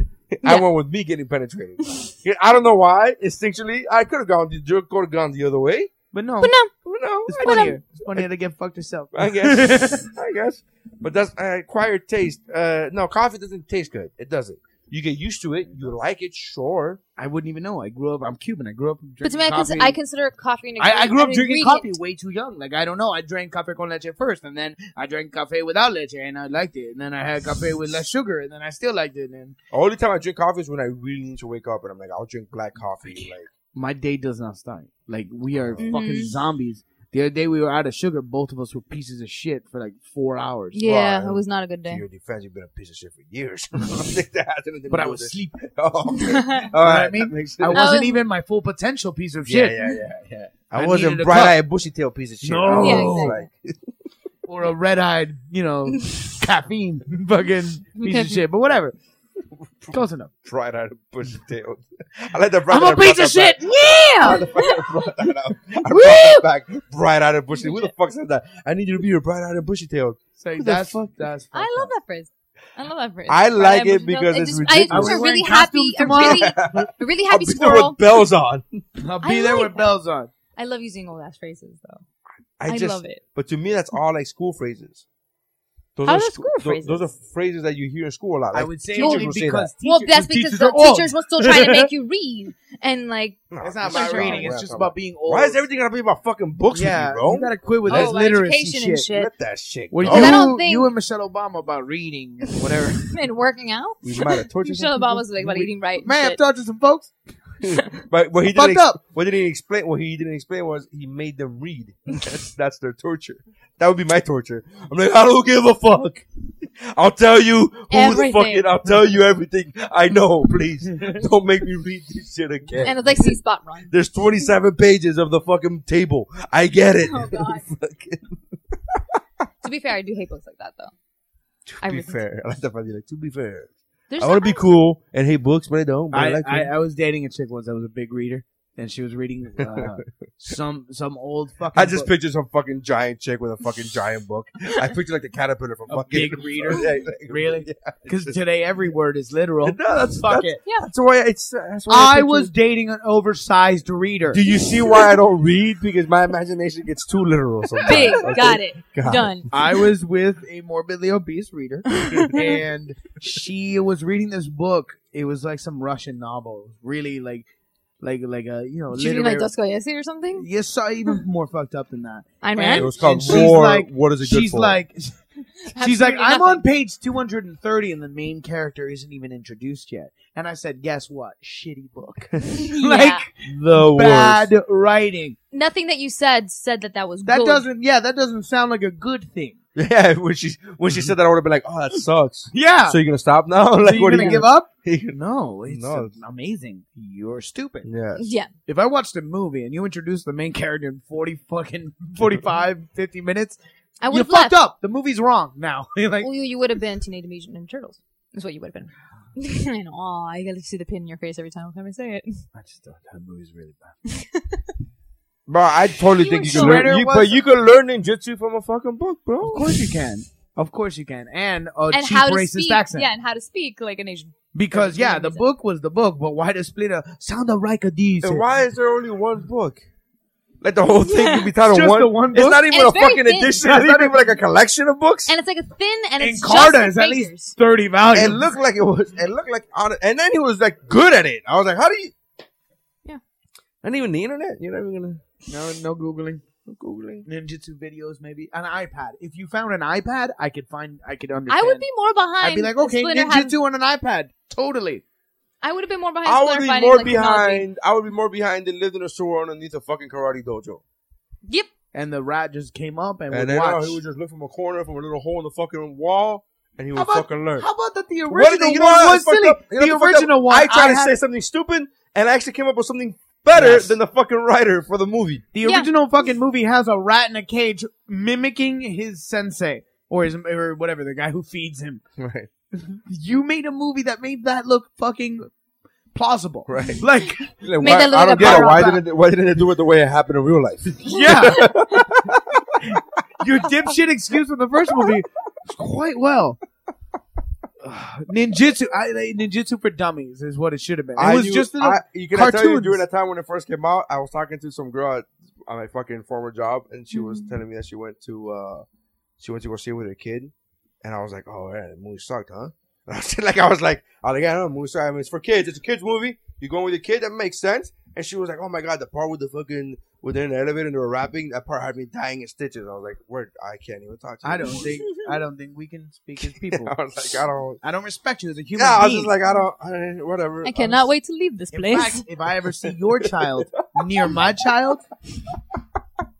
[SPEAKER 2] I went with me getting penetrated. Yeah, I don't know why. Instinctually, I could have gone. The joke could have gone the other way.
[SPEAKER 5] but no,
[SPEAKER 6] But no,
[SPEAKER 2] Who knows?
[SPEAKER 5] it's
[SPEAKER 2] I don't know.
[SPEAKER 5] funnier. It's funnier to get fucked yourself.
[SPEAKER 2] I guess. I guess. But that's uh, acquired taste. Uh, no, coffee doesn't taste good. It doesn't. You get used to it. You like it, sure.
[SPEAKER 5] I wouldn't even know. I grew up. I'm Cuban. I grew up. Drinking
[SPEAKER 6] but to me, I,
[SPEAKER 5] coffee.
[SPEAKER 6] cons- I consider coffee an
[SPEAKER 5] I, I grew up
[SPEAKER 6] an
[SPEAKER 5] drinking
[SPEAKER 6] ingredient.
[SPEAKER 5] coffee way too young. Like I don't know. I drank cafe con leche first, and then I drank cafe without leche, and I liked it. And then I had cafe with less sugar, and then I still liked it. And
[SPEAKER 2] The only time I drink coffee is when I really need to wake up and I'm like, I'll drink black coffee. Like,
[SPEAKER 5] my day does not start. Like we are
[SPEAKER 2] Mm-hmm.
[SPEAKER 6] Mhm.
[SPEAKER 5] fucking zombies. The other day we were out of sugar. Both of us were pieces of shit for like four hours.
[SPEAKER 6] Yeah,
[SPEAKER 2] Why?
[SPEAKER 6] it was not a good
[SPEAKER 2] to
[SPEAKER 6] day.
[SPEAKER 2] your defense, you've been a piece of shit for years. I don't think that has anything to
[SPEAKER 5] But I
[SPEAKER 2] do
[SPEAKER 5] was
[SPEAKER 2] with it.
[SPEAKER 5] sleeping.
[SPEAKER 2] Oh, okay.
[SPEAKER 6] I
[SPEAKER 2] All
[SPEAKER 5] I
[SPEAKER 2] right.
[SPEAKER 5] mean,
[SPEAKER 2] that makes
[SPEAKER 5] I
[SPEAKER 2] sense.
[SPEAKER 5] wasn't
[SPEAKER 6] was-
[SPEAKER 5] even my full potential piece of
[SPEAKER 2] yeah,
[SPEAKER 5] shit.
[SPEAKER 2] yeah, yeah, yeah. I,
[SPEAKER 5] I
[SPEAKER 2] wasn't
[SPEAKER 5] needed a
[SPEAKER 2] bright eyed, bushy tail piece of shit.
[SPEAKER 5] No.
[SPEAKER 6] Yeah, exactly.
[SPEAKER 2] Like,
[SPEAKER 5] Or a red eyed, you know, caffeine fucking piece of shit. But whatever. Close enough.
[SPEAKER 2] bright eyed, bushy tail. I like the bright
[SPEAKER 5] I'm a piece of shit.
[SPEAKER 2] I
[SPEAKER 6] Yeah.
[SPEAKER 2] brought that up. I brought that back. Bright eyed and bushy. Who the fuck said that? I need you to be your bright eyed and bushy tailed.
[SPEAKER 5] It's like, that's that's.
[SPEAKER 6] I love that phrase. I love that phrase.
[SPEAKER 2] I like
[SPEAKER 6] Right,
[SPEAKER 2] it
[SPEAKER 6] but
[SPEAKER 2] because
[SPEAKER 6] it
[SPEAKER 2] it's
[SPEAKER 6] just- I
[SPEAKER 2] ridiculous.
[SPEAKER 6] just
[SPEAKER 5] Are
[SPEAKER 6] a
[SPEAKER 5] we
[SPEAKER 6] really
[SPEAKER 5] wearing
[SPEAKER 6] happy, a
[SPEAKER 5] costumes
[SPEAKER 6] really, a really happy
[SPEAKER 2] I'll be there
[SPEAKER 6] squirrel.
[SPEAKER 2] with bells on.
[SPEAKER 5] I'll
[SPEAKER 6] I
[SPEAKER 5] be there
[SPEAKER 6] like
[SPEAKER 5] with bells on.
[SPEAKER 6] I love using old ass phrases though.
[SPEAKER 2] I
[SPEAKER 6] I,
[SPEAKER 2] just,
[SPEAKER 6] love it.
[SPEAKER 2] But to me, that's all like school phrases. Those
[SPEAKER 6] How
[SPEAKER 2] are
[SPEAKER 6] are
[SPEAKER 2] sc-
[SPEAKER 6] school
[SPEAKER 2] tho-
[SPEAKER 6] phrases?
[SPEAKER 2] Those are phrases that you hear in school a lot.
[SPEAKER 5] I
[SPEAKER 2] Like,
[SPEAKER 5] would say
[SPEAKER 2] teachers
[SPEAKER 5] only
[SPEAKER 2] will
[SPEAKER 5] because
[SPEAKER 2] say that.
[SPEAKER 5] teachers,
[SPEAKER 6] well, that's because
[SPEAKER 5] teachers
[SPEAKER 6] the
[SPEAKER 5] are old.
[SPEAKER 6] teachers were still trying to make you read, and like
[SPEAKER 2] No,
[SPEAKER 5] It's not
[SPEAKER 2] that's
[SPEAKER 5] about
[SPEAKER 6] Teachers are
[SPEAKER 5] reading.
[SPEAKER 6] old.
[SPEAKER 5] It's just about being old.
[SPEAKER 2] Why is everything gonna be about fucking books
[SPEAKER 5] Yeah,
[SPEAKER 2] with you, bro?
[SPEAKER 5] you gotta quit with
[SPEAKER 6] oh,
[SPEAKER 5] this literacy
[SPEAKER 6] education
[SPEAKER 5] shit.
[SPEAKER 6] and shit,
[SPEAKER 2] Let that shit
[SPEAKER 5] Were
[SPEAKER 2] go.
[SPEAKER 5] you,
[SPEAKER 6] I don't think-
[SPEAKER 5] you and Michelle Obama about reading and whatever.
[SPEAKER 6] and working out.
[SPEAKER 2] We might have tortured
[SPEAKER 6] Michelle
[SPEAKER 2] some
[SPEAKER 6] Obama was like about
[SPEAKER 5] We-
[SPEAKER 6] eating right. and
[SPEAKER 5] Man, I'm
[SPEAKER 6] shit.
[SPEAKER 5] talking to some folks.
[SPEAKER 2] people. But what he
[SPEAKER 5] Fucked
[SPEAKER 2] didn't ex-
[SPEAKER 5] up.
[SPEAKER 2] what didn't he explain? What he didn't explain was he made them read. That's, that's their torture. That would be my torture. I'm like, I don't give a fuck. I'll tell you who
[SPEAKER 6] Everything.
[SPEAKER 2] the fucking. I'll tell you everything I know. Please don't make me read this shit again.
[SPEAKER 6] and it's like C spot run.
[SPEAKER 2] There's 27 pages of the fucking table. I get it.
[SPEAKER 6] Oh god.
[SPEAKER 2] Fucking-
[SPEAKER 6] to be fair, I do hate books like that though. I
[SPEAKER 2] to be
[SPEAKER 6] really-
[SPEAKER 2] fair, I like that. fact, you're Like, to be fair,
[SPEAKER 6] There's
[SPEAKER 2] I want to be
[SPEAKER 6] not-
[SPEAKER 2] cool and hate books, but I don't. But I,
[SPEAKER 5] I,
[SPEAKER 2] like
[SPEAKER 5] I,
[SPEAKER 2] them.
[SPEAKER 5] I was dating a chick once that was a big reader, and she was reading uh, some some old fucking.
[SPEAKER 2] I just
[SPEAKER 5] book.
[SPEAKER 2] picture some fucking giant chick with a fucking giant book. I picture like the caterpillar from
[SPEAKER 5] A
[SPEAKER 2] fucking
[SPEAKER 5] big reader?
[SPEAKER 2] Yeah, like-
[SPEAKER 5] Really?
[SPEAKER 2] Yeah, it's
[SPEAKER 5] because
[SPEAKER 2] just-
[SPEAKER 5] today every word is literal.
[SPEAKER 2] No, that's
[SPEAKER 5] Fuck
[SPEAKER 2] that's,
[SPEAKER 5] it.
[SPEAKER 2] that's why it's. That's why
[SPEAKER 5] I
[SPEAKER 2] picture-
[SPEAKER 5] was dating an oversized reader.
[SPEAKER 2] Do you see why I don't read? Because my imagination gets too literal. Sometimes.
[SPEAKER 6] Big,
[SPEAKER 2] okay?
[SPEAKER 6] got it,
[SPEAKER 2] God.
[SPEAKER 6] done.
[SPEAKER 5] I was with a morbidly obese reader, and she was reading this book. It was like some Russian novel, really like, like, like a you know,
[SPEAKER 6] Did you read like Hmm.
[SPEAKER 5] literary.
[SPEAKER 6] Dostoevsky or something?
[SPEAKER 5] Yes, so even more fucked up than that.
[SPEAKER 6] Ayn
[SPEAKER 5] Man,
[SPEAKER 2] It
[SPEAKER 6] Rand.
[SPEAKER 2] was called
[SPEAKER 5] And she's
[SPEAKER 2] War.
[SPEAKER 5] like-
[SPEAKER 2] what is it good
[SPEAKER 5] she's
[SPEAKER 2] for?
[SPEAKER 5] like, she's like,
[SPEAKER 6] Absolutely
[SPEAKER 5] I'm
[SPEAKER 6] nothing.
[SPEAKER 5] on page 230, and the main character isn't even introduced yet. And I said, guess what? Shitty book,
[SPEAKER 6] Yeah.
[SPEAKER 5] like
[SPEAKER 2] the worst.
[SPEAKER 5] bad writing.
[SPEAKER 6] Nothing that you said said that that was
[SPEAKER 5] That
[SPEAKER 6] good.
[SPEAKER 5] doesn't, yeah, that doesn't sound like a good thing.
[SPEAKER 2] Yeah, when she when she said that, I would have been like, "Oh, that sucks."
[SPEAKER 5] Yeah,
[SPEAKER 2] So you're gonna stop now?
[SPEAKER 5] so
[SPEAKER 2] Like,
[SPEAKER 5] you're
[SPEAKER 2] what
[SPEAKER 5] gonna
[SPEAKER 2] are you
[SPEAKER 5] give up?
[SPEAKER 2] give
[SPEAKER 5] No, it's
[SPEAKER 2] No,
[SPEAKER 5] uh,
[SPEAKER 2] it's-
[SPEAKER 5] amazing. You're stupid.
[SPEAKER 2] Yeah.
[SPEAKER 6] Yeah,
[SPEAKER 5] if I watched a movie and you introduced the main character in 40 fucking 45, 50 minutes,
[SPEAKER 6] I would
[SPEAKER 5] you
[SPEAKER 6] have
[SPEAKER 5] fucked
[SPEAKER 6] left.
[SPEAKER 5] up. The movie's wrong now. You're like,
[SPEAKER 6] Well, you, you would have been Teenage Mutant Ninja Turtles. That's what you would have been. and oh, I gotta see the pin in your face every time I say it.
[SPEAKER 5] I just thought that movie's really bad.
[SPEAKER 2] Bro, I totally
[SPEAKER 6] You
[SPEAKER 2] think
[SPEAKER 6] and
[SPEAKER 2] you can learn.
[SPEAKER 5] Shredder
[SPEAKER 2] You,
[SPEAKER 5] was-
[SPEAKER 2] but you can learn ninjutsu from a fucking book,
[SPEAKER 5] Of
[SPEAKER 2] bro.
[SPEAKER 5] course you can. Of course you can. And a
[SPEAKER 6] and
[SPEAKER 5] cheap
[SPEAKER 6] how to
[SPEAKER 5] racist
[SPEAKER 6] speak?
[SPEAKER 5] accent.
[SPEAKER 6] Yeah, and how to speak like an Asian.
[SPEAKER 5] Because yeah, the book was the book, but why the split up? Sound of Rika D's.
[SPEAKER 2] And why is there only one book? Like the whole thing could be titled
[SPEAKER 5] Just
[SPEAKER 2] one.
[SPEAKER 5] the one
[SPEAKER 2] It's
[SPEAKER 5] book?
[SPEAKER 2] not even
[SPEAKER 6] It's
[SPEAKER 2] a
[SPEAKER 6] very
[SPEAKER 2] fucking
[SPEAKER 6] thin.
[SPEAKER 2] edition. It's not even like a collection of books.
[SPEAKER 6] And it's like a thin and
[SPEAKER 5] And
[SPEAKER 6] it's
[SPEAKER 5] Carta
[SPEAKER 6] just
[SPEAKER 5] is
[SPEAKER 6] the
[SPEAKER 5] at least
[SPEAKER 6] figures.
[SPEAKER 5] thirty volumes.
[SPEAKER 2] It looked like it was. It looked like on. And then he was like good at it. I was like, how do you?
[SPEAKER 6] Yeah.
[SPEAKER 2] And even the internet. You're not even gonna. No, no googling. No googling.
[SPEAKER 5] ninjutsu videos, maybe an iPad. If you found an iPad, I could find, I could
[SPEAKER 6] I
[SPEAKER 5] understand.
[SPEAKER 6] would be more behind.
[SPEAKER 5] I'd be like, okay,
[SPEAKER 6] Splinter having-
[SPEAKER 5] ninjutsu on an iPad, totally.
[SPEAKER 6] I would have been more behind.
[SPEAKER 2] I
[SPEAKER 6] Splinter
[SPEAKER 2] would be
[SPEAKER 6] finding,
[SPEAKER 2] more
[SPEAKER 6] like, technology.
[SPEAKER 2] behind. I would be more behind than lived in a sewer underneath a fucking karate dojo.
[SPEAKER 6] Yep.
[SPEAKER 5] And the rat just came up and,
[SPEAKER 2] And
[SPEAKER 5] would
[SPEAKER 2] then
[SPEAKER 5] watch.
[SPEAKER 2] oh, he would just look from a corner from a little hole in the fucking wall, and he would
[SPEAKER 5] How about-
[SPEAKER 2] fucking learn.
[SPEAKER 5] How about that the
[SPEAKER 2] What did
[SPEAKER 5] original
[SPEAKER 2] they- you know
[SPEAKER 5] one
[SPEAKER 2] what?
[SPEAKER 5] was
[SPEAKER 2] Fucked
[SPEAKER 5] silly?
[SPEAKER 2] up. You know
[SPEAKER 5] the
[SPEAKER 2] what fucked up?
[SPEAKER 5] original one,
[SPEAKER 2] I tried to
[SPEAKER 5] had-
[SPEAKER 2] say something stupid, and I actually came up with something better
[SPEAKER 5] Yes.
[SPEAKER 2] than the fucking writer for the movie.
[SPEAKER 5] The
[SPEAKER 6] Yeah.
[SPEAKER 5] original fucking movie has a rat in a cage mimicking his sensei or his or whatever the guy who feeds him.
[SPEAKER 2] Right.
[SPEAKER 5] You made a movie that made that look fucking plausible.
[SPEAKER 2] Right.
[SPEAKER 5] Like
[SPEAKER 6] Made that look
[SPEAKER 2] I
[SPEAKER 6] like
[SPEAKER 2] don't
[SPEAKER 6] a
[SPEAKER 2] get it.
[SPEAKER 6] barrel
[SPEAKER 2] Why
[SPEAKER 6] bat.
[SPEAKER 2] didn't it, why didn't it do it the way it happened in real life?
[SPEAKER 5] yeah. Your dipshit excuse from the first movie is quite well. Ugh, ninjutsu, I, I- ninjutsu for dummies is what it should have been. It
[SPEAKER 2] I
[SPEAKER 5] was
[SPEAKER 2] knew-
[SPEAKER 5] just a little
[SPEAKER 2] I, you can I tell you
[SPEAKER 5] cartoons.
[SPEAKER 2] during that time when it first came out, I was talking to some girl at, at my fucking former job, and she
[SPEAKER 5] Mm-hmm.
[SPEAKER 2] was telling me that she went to uh, she went to go see it with her kid, and I was like, "Oh man, the movie sucked, huh?" And I was like, "I was like, I was like, yeah, no, the movie sucked. I mean, it's for kids. It's a kids movie. You going with your kid? That makes sense." And she was like, "Oh my god, the part with the fucking with they're in the elevator and they were rapping, that part had me dying in stitches." I was like, "Word, I can't even talk to you."
[SPEAKER 5] I don't think I don't think we can speak as people.
[SPEAKER 2] I was like, I don't.
[SPEAKER 5] I don't respect you as a human
[SPEAKER 2] Yeah, I was
[SPEAKER 5] being.
[SPEAKER 2] just like, I don't. I, don't- whatever.
[SPEAKER 6] I
[SPEAKER 2] I'm-
[SPEAKER 6] cannot wait to leave this
[SPEAKER 5] In
[SPEAKER 6] place.
[SPEAKER 5] fact, if I ever see your child near my child,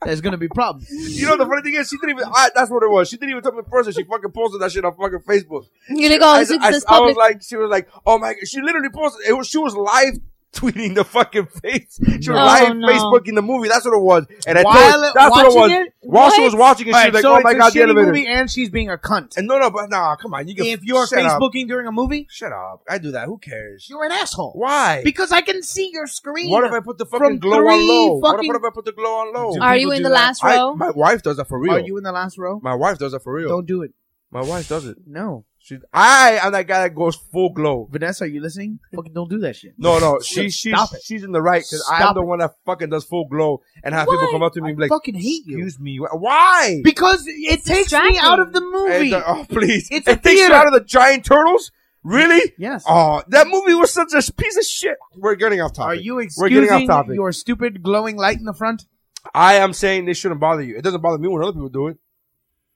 [SPEAKER 5] there's gonna be problems.
[SPEAKER 2] You know the funny thing is, she didn't even. I, that's what it was. She didn't even tell me in person. She fucking posted that shit on fucking Facebook.
[SPEAKER 6] You're like, oh,
[SPEAKER 2] I,
[SPEAKER 6] this is
[SPEAKER 2] I-
[SPEAKER 6] this
[SPEAKER 2] I was
[SPEAKER 6] public.
[SPEAKER 2] like, she was like, oh my. She literally posted. It was she was live tweeting the fucking face. She was
[SPEAKER 6] No. Oh,
[SPEAKER 2] live
[SPEAKER 6] no.
[SPEAKER 2] Facebooking the movie. That's what it was. And I
[SPEAKER 5] While
[SPEAKER 2] told her,
[SPEAKER 5] it-
[SPEAKER 2] that's what it was.
[SPEAKER 5] watching it?
[SPEAKER 2] While she
[SPEAKER 6] What?
[SPEAKER 2] was watching it, she
[SPEAKER 5] Alright,
[SPEAKER 2] was like,
[SPEAKER 5] so
[SPEAKER 2] oh
[SPEAKER 5] it's
[SPEAKER 2] my
[SPEAKER 5] a
[SPEAKER 2] god, the
[SPEAKER 5] shitty
[SPEAKER 2] elevator.
[SPEAKER 5] movie, and she's being a cunt.
[SPEAKER 2] And no, no, but nah, come on. You can
[SPEAKER 5] If you're
[SPEAKER 2] shut up.
[SPEAKER 5] Facebooking during a movie,
[SPEAKER 2] shut up. I do that. Who cares?
[SPEAKER 5] you're an asshole.
[SPEAKER 2] Why?
[SPEAKER 5] Because I can see your screen.
[SPEAKER 2] What if I put the
[SPEAKER 5] From
[SPEAKER 2] fucking glow on
[SPEAKER 5] three
[SPEAKER 2] low? What
[SPEAKER 5] fucking-
[SPEAKER 2] if- What if I put the glow on low?
[SPEAKER 5] Dude,
[SPEAKER 6] Are
[SPEAKER 5] people
[SPEAKER 6] you in
[SPEAKER 5] do
[SPEAKER 6] the
[SPEAKER 5] that.
[SPEAKER 6] last
[SPEAKER 2] I-
[SPEAKER 6] row?
[SPEAKER 2] my wife does that for real.
[SPEAKER 5] Are you in the last row?
[SPEAKER 2] my wife does that for real.
[SPEAKER 5] Don't do it.
[SPEAKER 2] My wife does it.
[SPEAKER 5] No.
[SPEAKER 2] She, I am that guy that goes full glow.
[SPEAKER 5] Vanessa, are you listening? Fucking don't do that shit.
[SPEAKER 2] No, no, she, she,
[SPEAKER 5] Stop it.
[SPEAKER 2] she's in the right because I'm
[SPEAKER 5] Stop
[SPEAKER 2] the
[SPEAKER 5] it.
[SPEAKER 2] one that fucking does full glow and have people come up to me and
[SPEAKER 5] I
[SPEAKER 2] be like,
[SPEAKER 5] fucking hate you.
[SPEAKER 2] "Excuse me, wh- why?"
[SPEAKER 5] Because it takes me
[SPEAKER 6] distracting.
[SPEAKER 5] out of the
[SPEAKER 2] And
[SPEAKER 5] movie.
[SPEAKER 2] the- oh, please!
[SPEAKER 5] It's a
[SPEAKER 2] it takes you
[SPEAKER 5] theater.
[SPEAKER 2] out of the giant turtles. Really?
[SPEAKER 5] yes.
[SPEAKER 2] Oh, that movie was such a piece of shit. We're getting off
[SPEAKER 5] are
[SPEAKER 2] topic.
[SPEAKER 5] you
[SPEAKER 2] We're getting off
[SPEAKER 5] excusing
[SPEAKER 2] topic.
[SPEAKER 5] your stupid glowing light in the front?
[SPEAKER 2] I am saying this shouldn't bother you. It doesn't bother me when other people do it.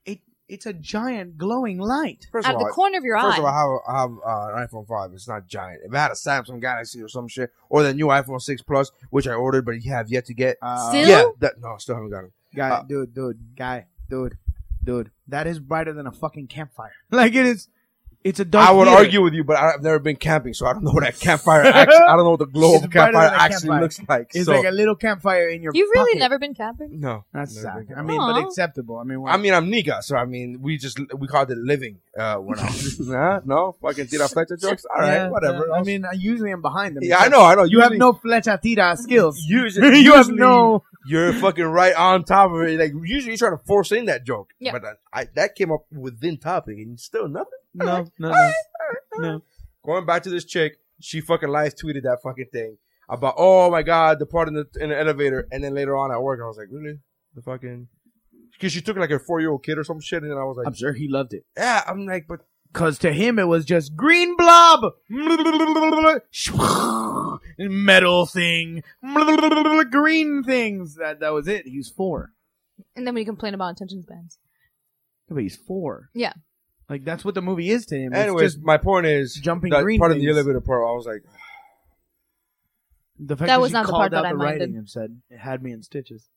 [SPEAKER 5] It it's a giant glowing light.
[SPEAKER 2] First
[SPEAKER 6] Out
[SPEAKER 2] of
[SPEAKER 6] of
[SPEAKER 2] all,
[SPEAKER 6] the corner of your
[SPEAKER 2] First of all,
[SPEAKER 6] eye.
[SPEAKER 2] I have, I have uh, an iPhone 5. It's not giant. If I had a Samsung Galaxy or some shit, or the new iPhone 6 Plus, which I ordered but have yet to get.
[SPEAKER 5] Uh,
[SPEAKER 6] Still?
[SPEAKER 2] Yeah, that, no, I still haven't got it.
[SPEAKER 5] Guy,
[SPEAKER 2] Uh,
[SPEAKER 5] dude, dude, guy, dude, dude. That is brighter than a fucking campfire. Like it is. It's a dark.
[SPEAKER 2] I would
[SPEAKER 5] theater.
[SPEAKER 2] argue with you, but I- I've never been camping, so I don't know what that campfire. Actually, I don't know what the glow
[SPEAKER 5] It's
[SPEAKER 2] of
[SPEAKER 5] brighter
[SPEAKER 2] campfire
[SPEAKER 5] than a
[SPEAKER 2] actually
[SPEAKER 5] campfire.
[SPEAKER 2] looks like.
[SPEAKER 5] It's
[SPEAKER 2] so-
[SPEAKER 5] like a little campfire in your.
[SPEAKER 6] You've really
[SPEAKER 5] pocket.
[SPEAKER 6] never been camping?
[SPEAKER 2] no,
[SPEAKER 5] That's
[SPEAKER 2] Never
[SPEAKER 5] sad.
[SPEAKER 2] been
[SPEAKER 5] I mean,
[SPEAKER 6] Aw.
[SPEAKER 5] but acceptable. I mean,
[SPEAKER 2] I mean, I'm Nika, so I mean, we just we called it living uh, when I was Nah, no fucking did I fletcher jokes. All right, whatever.
[SPEAKER 5] I mean, I usually am behind them.
[SPEAKER 2] yeah, I know, I know.
[SPEAKER 5] You have
[SPEAKER 2] Usually-
[SPEAKER 5] no flecha tira skills.
[SPEAKER 2] Usually,
[SPEAKER 5] you have
[SPEAKER 2] usually
[SPEAKER 5] no.
[SPEAKER 2] You're fucking right on top of it. Like usually, you try to force in that joke,
[SPEAKER 6] Yeah.
[SPEAKER 2] but I, I, that came up within topic, and still nothing.
[SPEAKER 5] No, no, no.
[SPEAKER 2] going back to this chick, she fucking live tweeted that fucking thing about oh my god the part in the in the elevator, and then later on at work I was like really the fucking because she took like a four year old kid or some shit, and then I was like
[SPEAKER 5] I'm sure he loved it.
[SPEAKER 2] yeah I'm like but
[SPEAKER 5] Cause to him it was just green blob, metal thing, green things. That that was it. He's four.
[SPEAKER 6] And then when you complain about attention spans.
[SPEAKER 5] Yeah, But he's four.
[SPEAKER 6] Yeah.
[SPEAKER 5] Like that's what the movie is to him. It's
[SPEAKER 2] anyways
[SPEAKER 5] just
[SPEAKER 2] my point is
[SPEAKER 5] jumping
[SPEAKER 2] that
[SPEAKER 5] green
[SPEAKER 2] part of the
[SPEAKER 5] things.
[SPEAKER 2] elevator part I was like
[SPEAKER 5] the fact
[SPEAKER 6] That
[SPEAKER 5] that,
[SPEAKER 6] was
[SPEAKER 5] she
[SPEAKER 6] not the
[SPEAKER 5] called
[SPEAKER 6] part
[SPEAKER 5] out
[SPEAKER 6] that I
[SPEAKER 5] the
[SPEAKER 6] minded.
[SPEAKER 5] writing and said it had me in stitches.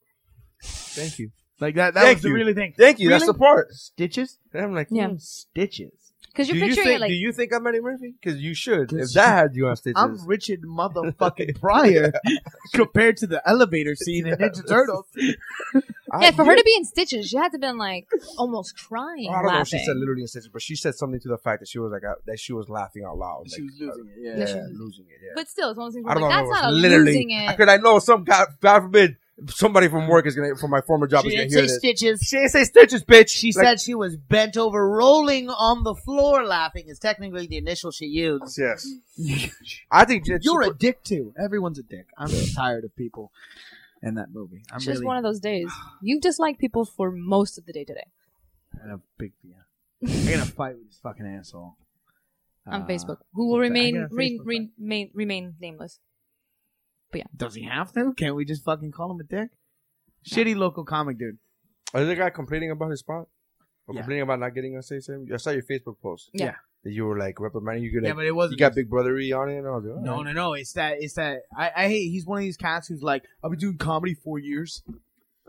[SPEAKER 2] thank you
[SPEAKER 5] Like that. That
[SPEAKER 2] Thank
[SPEAKER 5] was
[SPEAKER 2] you.
[SPEAKER 5] the really thing.
[SPEAKER 2] thank you that's the
[SPEAKER 5] Really?
[SPEAKER 2] part
[SPEAKER 5] Stitches.
[SPEAKER 2] and I'm like
[SPEAKER 6] Yeah.
[SPEAKER 2] hmm,
[SPEAKER 5] "Mm, Stitches.
[SPEAKER 6] Because
[SPEAKER 2] do
[SPEAKER 6] you're
[SPEAKER 2] you
[SPEAKER 6] picturing
[SPEAKER 2] think
[SPEAKER 6] it like,
[SPEAKER 2] do you think I'm Eddie Murphy because you should if
[SPEAKER 5] Because
[SPEAKER 2] that had you on stitches
[SPEAKER 5] I'm Richard motherfucking Pryor compared to the elevator scene in Ninja Turtles.
[SPEAKER 2] I-
[SPEAKER 6] yeah, for her
[SPEAKER 2] you-
[SPEAKER 6] to be in stitches, she had to been like almost crying.
[SPEAKER 2] I don't know if she
[SPEAKER 6] laughing.
[SPEAKER 2] said literally in stitches but she said something to the fact that she was like uh, that she was laughing out loud like,
[SPEAKER 5] it. Yeah.
[SPEAKER 2] yeah, losing it yeah
[SPEAKER 6] But still, it's one of those things
[SPEAKER 2] I
[SPEAKER 6] where
[SPEAKER 2] don't
[SPEAKER 6] like,
[SPEAKER 2] know.
[SPEAKER 6] that's
[SPEAKER 2] if it
[SPEAKER 6] not
[SPEAKER 2] was
[SPEAKER 6] a
[SPEAKER 2] literally,
[SPEAKER 6] losing it.
[SPEAKER 2] Because I know some God, God forbid, somebody from work is gonna from my former job
[SPEAKER 5] She
[SPEAKER 2] is gonna
[SPEAKER 5] didn't
[SPEAKER 2] hear
[SPEAKER 5] say
[SPEAKER 2] this.
[SPEAKER 5] stitches.
[SPEAKER 2] She didn't say stitches, bitch.
[SPEAKER 5] She
[SPEAKER 2] Like-
[SPEAKER 5] said she was bent over, rolling on the floor, laughing. Is technically the initial she used.
[SPEAKER 2] Yes. I think
[SPEAKER 5] you're a dick too. Everyone's a dick. I'm just tired of people in that movie. I'm
[SPEAKER 6] It's just
[SPEAKER 5] really
[SPEAKER 6] one of those days. You disliked people for most of the day today
[SPEAKER 5] in a big yeah. I'm gonna fight with this fucking asshole
[SPEAKER 6] on
[SPEAKER 2] Ah,
[SPEAKER 5] Uh,
[SPEAKER 6] Facebook, who will
[SPEAKER 5] okay, I
[SPEAKER 6] remain
[SPEAKER 5] got a
[SPEAKER 6] re,
[SPEAKER 5] Facebook
[SPEAKER 6] re, remain remain nameless.
[SPEAKER 5] Does he have to? Can't we just fucking call him a dick? Shitty local comic dude.
[SPEAKER 2] Is the guy complaining about his spot? Or
[SPEAKER 5] Yeah.
[SPEAKER 2] complaining about not getting on stage? time? I saw your Facebook post.
[SPEAKER 5] Yeah. Yeah.
[SPEAKER 2] That you were like reprimanding. You could,
[SPEAKER 5] Yeah,
[SPEAKER 2] like,
[SPEAKER 5] but it wasn't
[SPEAKER 2] You got Big Brothery on it. And I was like,
[SPEAKER 5] No,
[SPEAKER 2] alright.
[SPEAKER 5] no, no. It's that. It's that. I, I hate. He's one of these cats who's like, I've been doing comedy four years,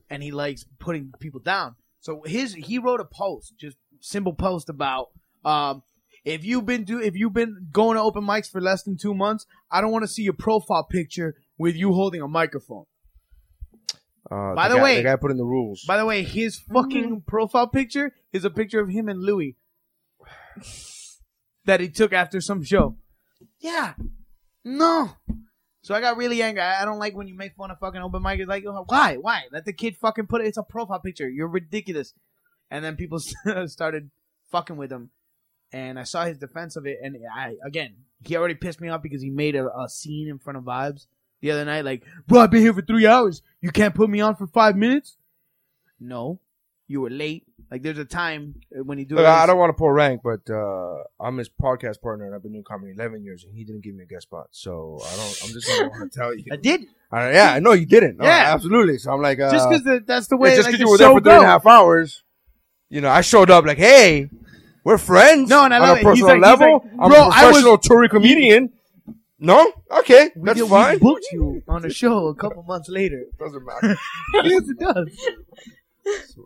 [SPEAKER 5] and he likes putting people down. So his he wrote a post, just simple post about um, if you've been do if you've been going to open mics for less than two months, I don't want to see your profile picture with you holding a microphone.
[SPEAKER 2] Uh,
[SPEAKER 5] By the
[SPEAKER 2] guy-
[SPEAKER 5] way-
[SPEAKER 2] the guy put in the rules.
[SPEAKER 5] By the way, his fucking profile picture is a picture of him and Louis that he took after some show. Yeah. No. So I got really angry. I I don't like when you make fun of fucking open mic. It's like, why? Why? Let the kid fucking put it. It's a profile picture. You're ridiculous. And then people started fucking with him. And I saw his defense of it. And I, again, he already pissed me off because he made a, a scene in front of Vibes the other night. Like, bro, I've been here for three hours. You can't put me on for five minutes? No. You were late. Like, there's a time when you do
[SPEAKER 2] Look,
[SPEAKER 5] it.
[SPEAKER 2] I I don't want to pull rank, but uh, I'm his podcast partner, and I've been doing comedy 11 years, and he didn't give me a guest spot. So I don't. I'm just gonna want to tell you.
[SPEAKER 5] I did.
[SPEAKER 2] I, yeah, I know you didn't. No,
[SPEAKER 5] Yeah.
[SPEAKER 2] absolutely. So I'm like, uh,
[SPEAKER 5] Just because that's the
[SPEAKER 2] yeah,
[SPEAKER 5] way
[SPEAKER 2] just
[SPEAKER 5] like,
[SPEAKER 2] because
[SPEAKER 5] the
[SPEAKER 2] you were there
[SPEAKER 5] show
[SPEAKER 2] for three and a
[SPEAKER 5] goes.
[SPEAKER 2] half hours, you know, I showed up like, hey, we're friends.
[SPEAKER 5] No, and I love
[SPEAKER 2] on a
[SPEAKER 5] it. He's
[SPEAKER 2] personal
[SPEAKER 5] like- he's
[SPEAKER 2] level,
[SPEAKER 5] like, bro, I
[SPEAKER 2] I'm a
[SPEAKER 5] was-
[SPEAKER 2] professional touring comedian. No, okay, that's
[SPEAKER 5] We
[SPEAKER 2] fine.
[SPEAKER 5] booked you on a show a couple months later.
[SPEAKER 2] Doesn't matter.
[SPEAKER 5] yes, it does.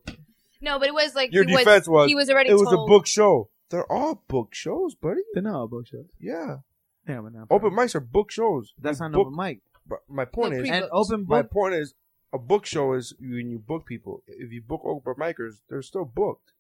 [SPEAKER 6] No, but it was like
[SPEAKER 2] Your
[SPEAKER 6] he
[SPEAKER 2] defense was,
[SPEAKER 6] he was already
[SPEAKER 2] it was
[SPEAKER 6] told,
[SPEAKER 2] a book show. They're all book shows, buddy.
[SPEAKER 5] They're not all book shows.
[SPEAKER 2] Yeah,
[SPEAKER 5] Yeah, but not.
[SPEAKER 2] open mics are book shows.
[SPEAKER 5] That's not an
[SPEAKER 2] book-
[SPEAKER 5] open mic.
[SPEAKER 2] But my point
[SPEAKER 6] No,
[SPEAKER 2] is,
[SPEAKER 6] pre-booked.
[SPEAKER 5] And open
[SPEAKER 2] my
[SPEAKER 5] book.
[SPEAKER 2] point is, a book show is when you book people. If you book open micers, they're still booked.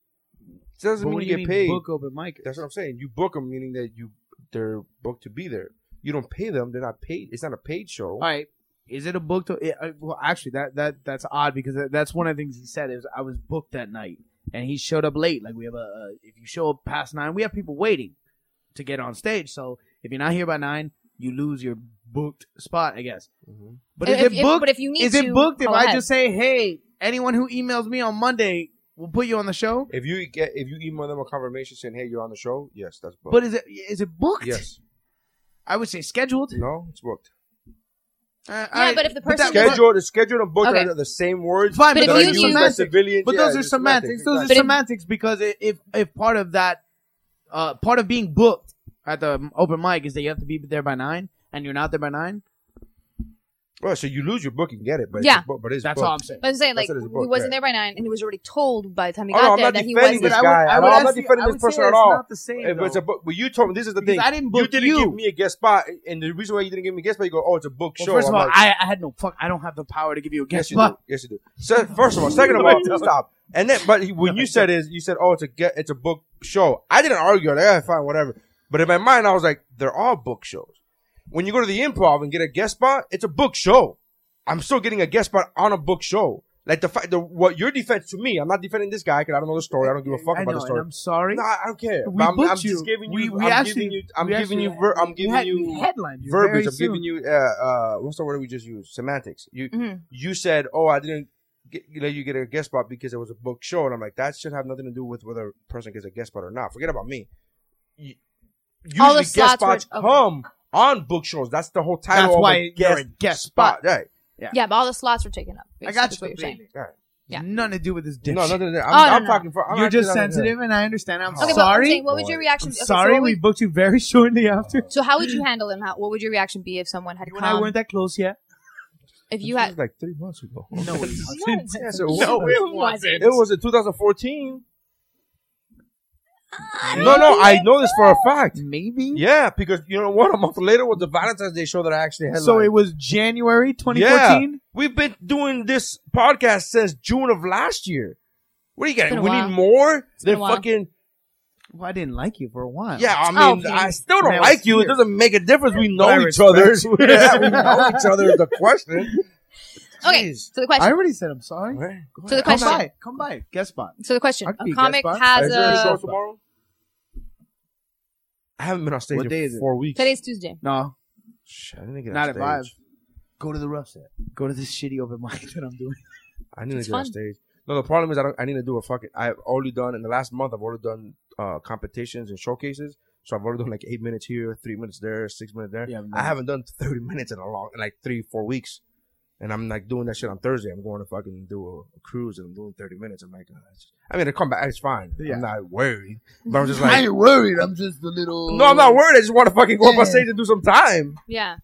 [SPEAKER 2] It
[SPEAKER 5] But
[SPEAKER 2] doesn't
[SPEAKER 5] what
[SPEAKER 2] mean
[SPEAKER 5] do
[SPEAKER 2] you get paid.
[SPEAKER 5] Book open mic.
[SPEAKER 2] That's what I'm saying. You book them, meaning that you they're booked to be there. You don't pay them; they're not paid. It's not a paid show.
[SPEAKER 5] All right. Is it a book? To, it, uh, well, actually, that that that's odd because that, that's one of the things he said is I was booked that night and he showed up late. Like we have a, a if you show up past nine, we have people waiting to get on stage. So if you're not here by nine, you lose your booked spot, I guess. But is
[SPEAKER 6] if,
[SPEAKER 5] it
[SPEAKER 6] if-
[SPEAKER 5] booked?
[SPEAKER 6] but if you need
[SPEAKER 5] is
[SPEAKER 6] to,
[SPEAKER 5] it booked if
[SPEAKER 6] go
[SPEAKER 5] I
[SPEAKER 6] ahead.
[SPEAKER 5] just say, hey, anyone who emails me on Monday will put you on the show?
[SPEAKER 2] If you get if you email them a confirmation saying, "Hey, you're on the show," yes, that's booked.
[SPEAKER 5] But is it is it booked?
[SPEAKER 2] yes,
[SPEAKER 5] I would say scheduled.
[SPEAKER 2] no, it's booked.
[SPEAKER 5] Uh,
[SPEAKER 6] Yeah,
[SPEAKER 5] I-
[SPEAKER 6] but if the person-
[SPEAKER 5] that-
[SPEAKER 2] Scheduled, the scheduled and booked
[SPEAKER 6] Okay.
[SPEAKER 2] are the same words.
[SPEAKER 5] Fine, but,
[SPEAKER 6] But if
[SPEAKER 2] that
[SPEAKER 5] those
[SPEAKER 6] you
[SPEAKER 5] are
[SPEAKER 6] use-
[SPEAKER 5] semantics.
[SPEAKER 2] civilians,
[SPEAKER 5] But
[SPEAKER 2] yeah,
[SPEAKER 5] those are
[SPEAKER 2] it's
[SPEAKER 5] semantics. Those are
[SPEAKER 2] exactly.
[SPEAKER 6] But if-
[SPEAKER 5] semantics because i- if if part of that, uh, part of being booked at the open mic is that you have to be there by nine, and you're not there by nine.
[SPEAKER 2] Well, so you lose your booking, get it? But
[SPEAKER 6] Yeah.
[SPEAKER 2] it's, book- but it's
[SPEAKER 5] That's
[SPEAKER 2] booked.
[SPEAKER 5] all I'm saying.
[SPEAKER 6] But I'm saying, like,
[SPEAKER 2] That's what
[SPEAKER 6] he
[SPEAKER 2] it's booked,
[SPEAKER 6] wasn't
[SPEAKER 2] yeah.
[SPEAKER 6] there by nine, and he was already told by the time he
[SPEAKER 2] Oh,
[SPEAKER 6] got
[SPEAKER 2] no, I'm
[SPEAKER 6] there
[SPEAKER 2] not
[SPEAKER 6] that he
[SPEAKER 2] defending
[SPEAKER 6] wasn't.
[SPEAKER 2] this
[SPEAKER 5] But I would-
[SPEAKER 2] guy.
[SPEAKER 5] I
[SPEAKER 2] I
[SPEAKER 5] would
[SPEAKER 2] am not
[SPEAKER 5] actually-
[SPEAKER 2] defending
[SPEAKER 5] I
[SPEAKER 2] this
[SPEAKER 5] would say
[SPEAKER 2] person at
[SPEAKER 5] that's
[SPEAKER 2] all.
[SPEAKER 5] not the same,
[SPEAKER 2] If it's
[SPEAKER 5] though.
[SPEAKER 2] a book, well, you told me this is the
[SPEAKER 5] Because
[SPEAKER 2] thing.
[SPEAKER 5] I didn't book
[SPEAKER 2] didn't
[SPEAKER 5] you.
[SPEAKER 2] give me a guest spot, and the reason why you didn't give me a guest spot, you go, "Oh, it's a book show."
[SPEAKER 5] well, first
[SPEAKER 2] I'm
[SPEAKER 5] of all,
[SPEAKER 2] like,
[SPEAKER 5] I, I had no fuck. I don't have the power to give you a
[SPEAKER 2] yes,
[SPEAKER 5] guess.
[SPEAKER 2] you
[SPEAKER 5] But
[SPEAKER 2] do. Yes, you do. So, first of all, second of all, stop. And then, but he- when you said is you said, "Oh, it's a get, it's a book show." I didn't argue. Like, eh, fine, whatever. But in my mind, I was like, "They're all book shows." When you go to the improv and get a guest spot, it's a book show. I'm still getting a guest spot on a book show. Like the fact, the what your defense to me, I'm not defending this guy because I don't know the story. I don't give a fuck
[SPEAKER 5] I
[SPEAKER 2] about
[SPEAKER 5] know,
[SPEAKER 2] the
[SPEAKER 5] and
[SPEAKER 2] story.
[SPEAKER 5] I'm sorry.
[SPEAKER 2] No, I I don't care.
[SPEAKER 5] We
[SPEAKER 2] But I'm,
[SPEAKER 5] booked
[SPEAKER 2] I'm
[SPEAKER 5] you.
[SPEAKER 2] just giving you.
[SPEAKER 5] We- we
[SPEAKER 2] I'm
[SPEAKER 5] actually-
[SPEAKER 2] giving you. I'm
[SPEAKER 5] we
[SPEAKER 2] giving you.
[SPEAKER 5] actually-
[SPEAKER 2] Ver- I'm
[SPEAKER 5] we
[SPEAKER 2] giving
[SPEAKER 5] had- we
[SPEAKER 2] you
[SPEAKER 5] headlined you very
[SPEAKER 2] verbiage. I'm
[SPEAKER 5] soon.
[SPEAKER 2] giving you. Uh, uh, what's the word we just used? Semantics. You
[SPEAKER 6] Mhm.
[SPEAKER 2] you said, oh, I didn't get, you know, you get a guest spot because it was a book show, and I'm like, that should have nothing to do with whether a person gets a guest spot or not. Forget about me. You,
[SPEAKER 6] All the
[SPEAKER 2] usually guest
[SPEAKER 6] slots were-
[SPEAKER 2] spots
[SPEAKER 6] okay.
[SPEAKER 2] come on book shows. That's the whole title.
[SPEAKER 5] That's
[SPEAKER 2] of
[SPEAKER 5] why
[SPEAKER 2] a
[SPEAKER 5] you're
[SPEAKER 2] guest,
[SPEAKER 5] a guest
[SPEAKER 2] spot. Right.
[SPEAKER 6] yeah, but all the slots were taken up.
[SPEAKER 5] I got
[SPEAKER 6] is
[SPEAKER 5] you.
[SPEAKER 6] What you're saying.
[SPEAKER 5] completely.
[SPEAKER 2] Right.
[SPEAKER 6] Yeah.
[SPEAKER 5] Nothing to do with this
[SPEAKER 2] No,
[SPEAKER 5] dick.
[SPEAKER 2] nothing. I'm,
[SPEAKER 6] no,
[SPEAKER 2] I'm
[SPEAKER 6] no.
[SPEAKER 2] talking for. I'm
[SPEAKER 5] You're
[SPEAKER 2] actually
[SPEAKER 5] just
[SPEAKER 2] not into that.
[SPEAKER 5] sensitive, and I understand. I'm
[SPEAKER 6] Okay, but I'm
[SPEAKER 5] sorry.
[SPEAKER 6] saying, what would your
[SPEAKER 2] Boy.
[SPEAKER 6] reaction?
[SPEAKER 5] I'm
[SPEAKER 6] okay, so
[SPEAKER 5] sorry.
[SPEAKER 6] what
[SPEAKER 5] we
[SPEAKER 6] would-
[SPEAKER 5] booked you very shortly after.
[SPEAKER 6] So how would you handle him? How, what would your reaction be if someone had
[SPEAKER 5] You and I
[SPEAKER 6] come?
[SPEAKER 5] weren't that close yet.
[SPEAKER 6] if
[SPEAKER 2] This
[SPEAKER 6] you
[SPEAKER 2] was
[SPEAKER 6] had,
[SPEAKER 2] like three months ago.
[SPEAKER 5] No, it wasn't.
[SPEAKER 2] Yes, it was.
[SPEAKER 5] No, it
[SPEAKER 2] It
[SPEAKER 5] wasn't.
[SPEAKER 2] was in 2014. No, no, I know this for a fact.
[SPEAKER 5] Maybe.
[SPEAKER 2] Yeah, because you know what? A month later was the Valentine's Day show that I actually had.
[SPEAKER 5] So it was January 2014.
[SPEAKER 2] Yeah, we've been doing this podcast since June of last year. What do you
[SPEAKER 6] been
[SPEAKER 2] got?
[SPEAKER 6] a
[SPEAKER 2] We
[SPEAKER 6] while.
[SPEAKER 2] need more
[SPEAKER 6] been
[SPEAKER 2] than
[SPEAKER 6] a while. Oh.
[SPEAKER 2] fucking.
[SPEAKER 5] Well, I didn't like you for a while.
[SPEAKER 2] Yeah, I mean,
[SPEAKER 6] okay.
[SPEAKER 2] I still don't
[SPEAKER 5] Man,
[SPEAKER 2] like
[SPEAKER 5] it's
[SPEAKER 2] you.
[SPEAKER 5] weird.
[SPEAKER 2] It doesn't make a difference. We
[SPEAKER 5] I
[SPEAKER 2] know each
[SPEAKER 5] respect
[SPEAKER 2] other. yeah, we know each other. is The question.
[SPEAKER 6] Okay,
[SPEAKER 5] Jeez.
[SPEAKER 6] so the question.
[SPEAKER 5] I already said I'm sorry.
[SPEAKER 6] So
[SPEAKER 5] Come
[SPEAKER 6] the question-
[SPEAKER 5] by. Come by. Guest spot.
[SPEAKER 6] So the question:
[SPEAKER 5] I could
[SPEAKER 6] A
[SPEAKER 5] be guest
[SPEAKER 6] comic
[SPEAKER 5] spot.
[SPEAKER 6] has
[SPEAKER 5] Is there
[SPEAKER 6] a.
[SPEAKER 5] show
[SPEAKER 2] tomorrow? I haven't been on stage
[SPEAKER 5] What day
[SPEAKER 2] in
[SPEAKER 5] is it?
[SPEAKER 2] four weeks.
[SPEAKER 6] Today's Tuesday.
[SPEAKER 5] No,
[SPEAKER 2] Shit, I didn't get on
[SPEAKER 5] not at
[SPEAKER 2] stage.
[SPEAKER 5] five. Go to the rough set. Go to this shitty open mic that I'm doing.
[SPEAKER 2] I need to
[SPEAKER 6] It's
[SPEAKER 2] get on
[SPEAKER 6] fun.
[SPEAKER 2] stage. No, the problem is I don't. I need to do a fucking. I've already done in the last month. I've already done uh, competitions and showcases. So I've already done like eight minutes here, three minutes there, six minutes there.
[SPEAKER 5] Yeah, I've
[SPEAKER 2] I haven't done thirty minutes in a long, in like three, four weeks. And I'm like doing that shit on Thursday. I'm going to fucking do a, a cruise and I'm doing thirty minutes. I'm like, uh, it's just- I mean, I come back. It's fine.
[SPEAKER 5] Yeah.
[SPEAKER 2] I'm not worried, but I'm just
[SPEAKER 5] I
[SPEAKER 2] like,
[SPEAKER 5] ain't worried. I'm just a little.
[SPEAKER 2] no, I'm not worried. I just want to fucking go up on stage and do some time.
[SPEAKER 6] Yeah.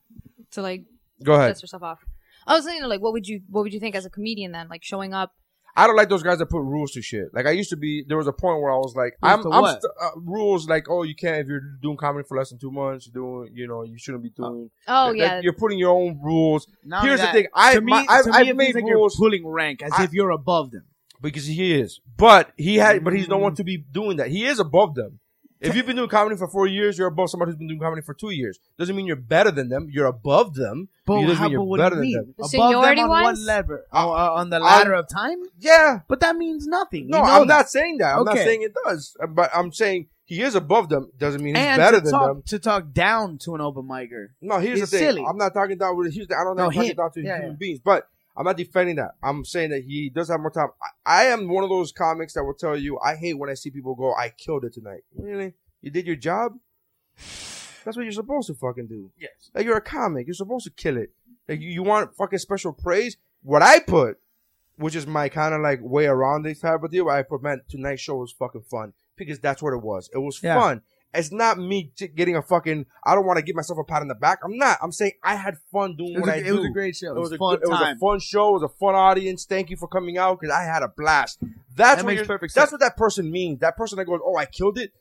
[SPEAKER 6] To like
[SPEAKER 2] Go ahead.
[SPEAKER 6] dust yourself off. I was thinking, like, what would you what would you think as a comedian then? Like showing up.
[SPEAKER 2] I don't like those guys that put rules to shit. Like I used to be. There was a point where I was like,
[SPEAKER 5] Rules
[SPEAKER 2] I'm,
[SPEAKER 5] to
[SPEAKER 2] I'm
[SPEAKER 5] what?
[SPEAKER 2] st- uh, rules like, oh, you can't if you're doing comedy for less than two months. You're doing, you know, you shouldn't be doing.
[SPEAKER 6] Oh
[SPEAKER 2] like,
[SPEAKER 6] yeah.
[SPEAKER 2] you're putting your own rules.
[SPEAKER 5] Not
[SPEAKER 2] Here's
[SPEAKER 5] that.
[SPEAKER 2] the thing. I,
[SPEAKER 5] to me,
[SPEAKER 2] my, I've,
[SPEAKER 5] to me
[SPEAKER 2] I've
[SPEAKER 5] it
[SPEAKER 2] made
[SPEAKER 5] feels like
[SPEAKER 2] rules
[SPEAKER 5] you're pulling rank as
[SPEAKER 2] I-
[SPEAKER 5] if you're above them.
[SPEAKER 2] because he is, but he had, but he's no one to be doing that. He is above them. If you've been doing comedy for four years, you're above somebody who's been doing comedy for two years. Doesn't mean you're better than them. You're above them.
[SPEAKER 5] But
[SPEAKER 2] It doesn't
[SPEAKER 5] how,
[SPEAKER 2] mean you're
[SPEAKER 5] but what
[SPEAKER 2] better
[SPEAKER 5] do
[SPEAKER 2] than
[SPEAKER 5] you mean?
[SPEAKER 2] them. Oh.
[SPEAKER 5] Above
[SPEAKER 6] Seniority
[SPEAKER 5] them on
[SPEAKER 6] wise?
[SPEAKER 5] one lever, uh, uh, on the
[SPEAKER 2] I-
[SPEAKER 5] ladder of time.
[SPEAKER 2] Yeah.
[SPEAKER 5] But that means nothing.
[SPEAKER 2] No,
[SPEAKER 5] We know
[SPEAKER 2] I'm
[SPEAKER 5] that.
[SPEAKER 2] not saying that. I'm not
[SPEAKER 5] Okay.
[SPEAKER 2] saying it does. But I'm saying he is above them. Doesn't mean he's
[SPEAKER 5] And
[SPEAKER 2] better
[SPEAKER 5] to
[SPEAKER 2] than
[SPEAKER 5] talk
[SPEAKER 2] them.
[SPEAKER 5] to talk down to an open micer.
[SPEAKER 2] No, here's
[SPEAKER 5] It's
[SPEAKER 2] the thing.
[SPEAKER 5] silly.
[SPEAKER 2] I'm not talking down with Houston. I don't
[SPEAKER 5] No,
[SPEAKER 2] know. I'm talking
[SPEAKER 5] him.
[SPEAKER 2] down to
[SPEAKER 5] Yeah,
[SPEAKER 2] human
[SPEAKER 5] yeah.
[SPEAKER 2] beings, but I'm not defending that. I'm saying that he does have more time. I, I am one of those comics that will tell you I hate when I see people go, "I killed it tonight." Really? You did your job. That's what you're supposed to fucking do.
[SPEAKER 5] Yes.
[SPEAKER 2] Like you're a comic. You're supposed to kill it. Like you, you want fucking special praise. What I put, which is my kind of like way around this type of deal, where I put man, tonight's show was fucking fun because that's what it was. It was
[SPEAKER 5] Yeah.
[SPEAKER 2] fun. It's not me j- getting a fucking. I don't want to give myself a pat on the back. I'm not. I'm saying I had fun doing
[SPEAKER 5] It was,
[SPEAKER 2] what I
[SPEAKER 5] a,
[SPEAKER 2] do.
[SPEAKER 5] it was a great show. It was,
[SPEAKER 2] a
[SPEAKER 5] a fun
[SPEAKER 2] good- it was a
[SPEAKER 5] time.
[SPEAKER 2] fun show. It was a fun audience. Thank you for coming out because I had a blast.
[SPEAKER 5] That
[SPEAKER 2] That's what
[SPEAKER 5] makes
[SPEAKER 2] you're-
[SPEAKER 5] perfect
[SPEAKER 2] That's
[SPEAKER 5] sense.
[SPEAKER 2] what that person means. That person that goes, "Oh, I killed it."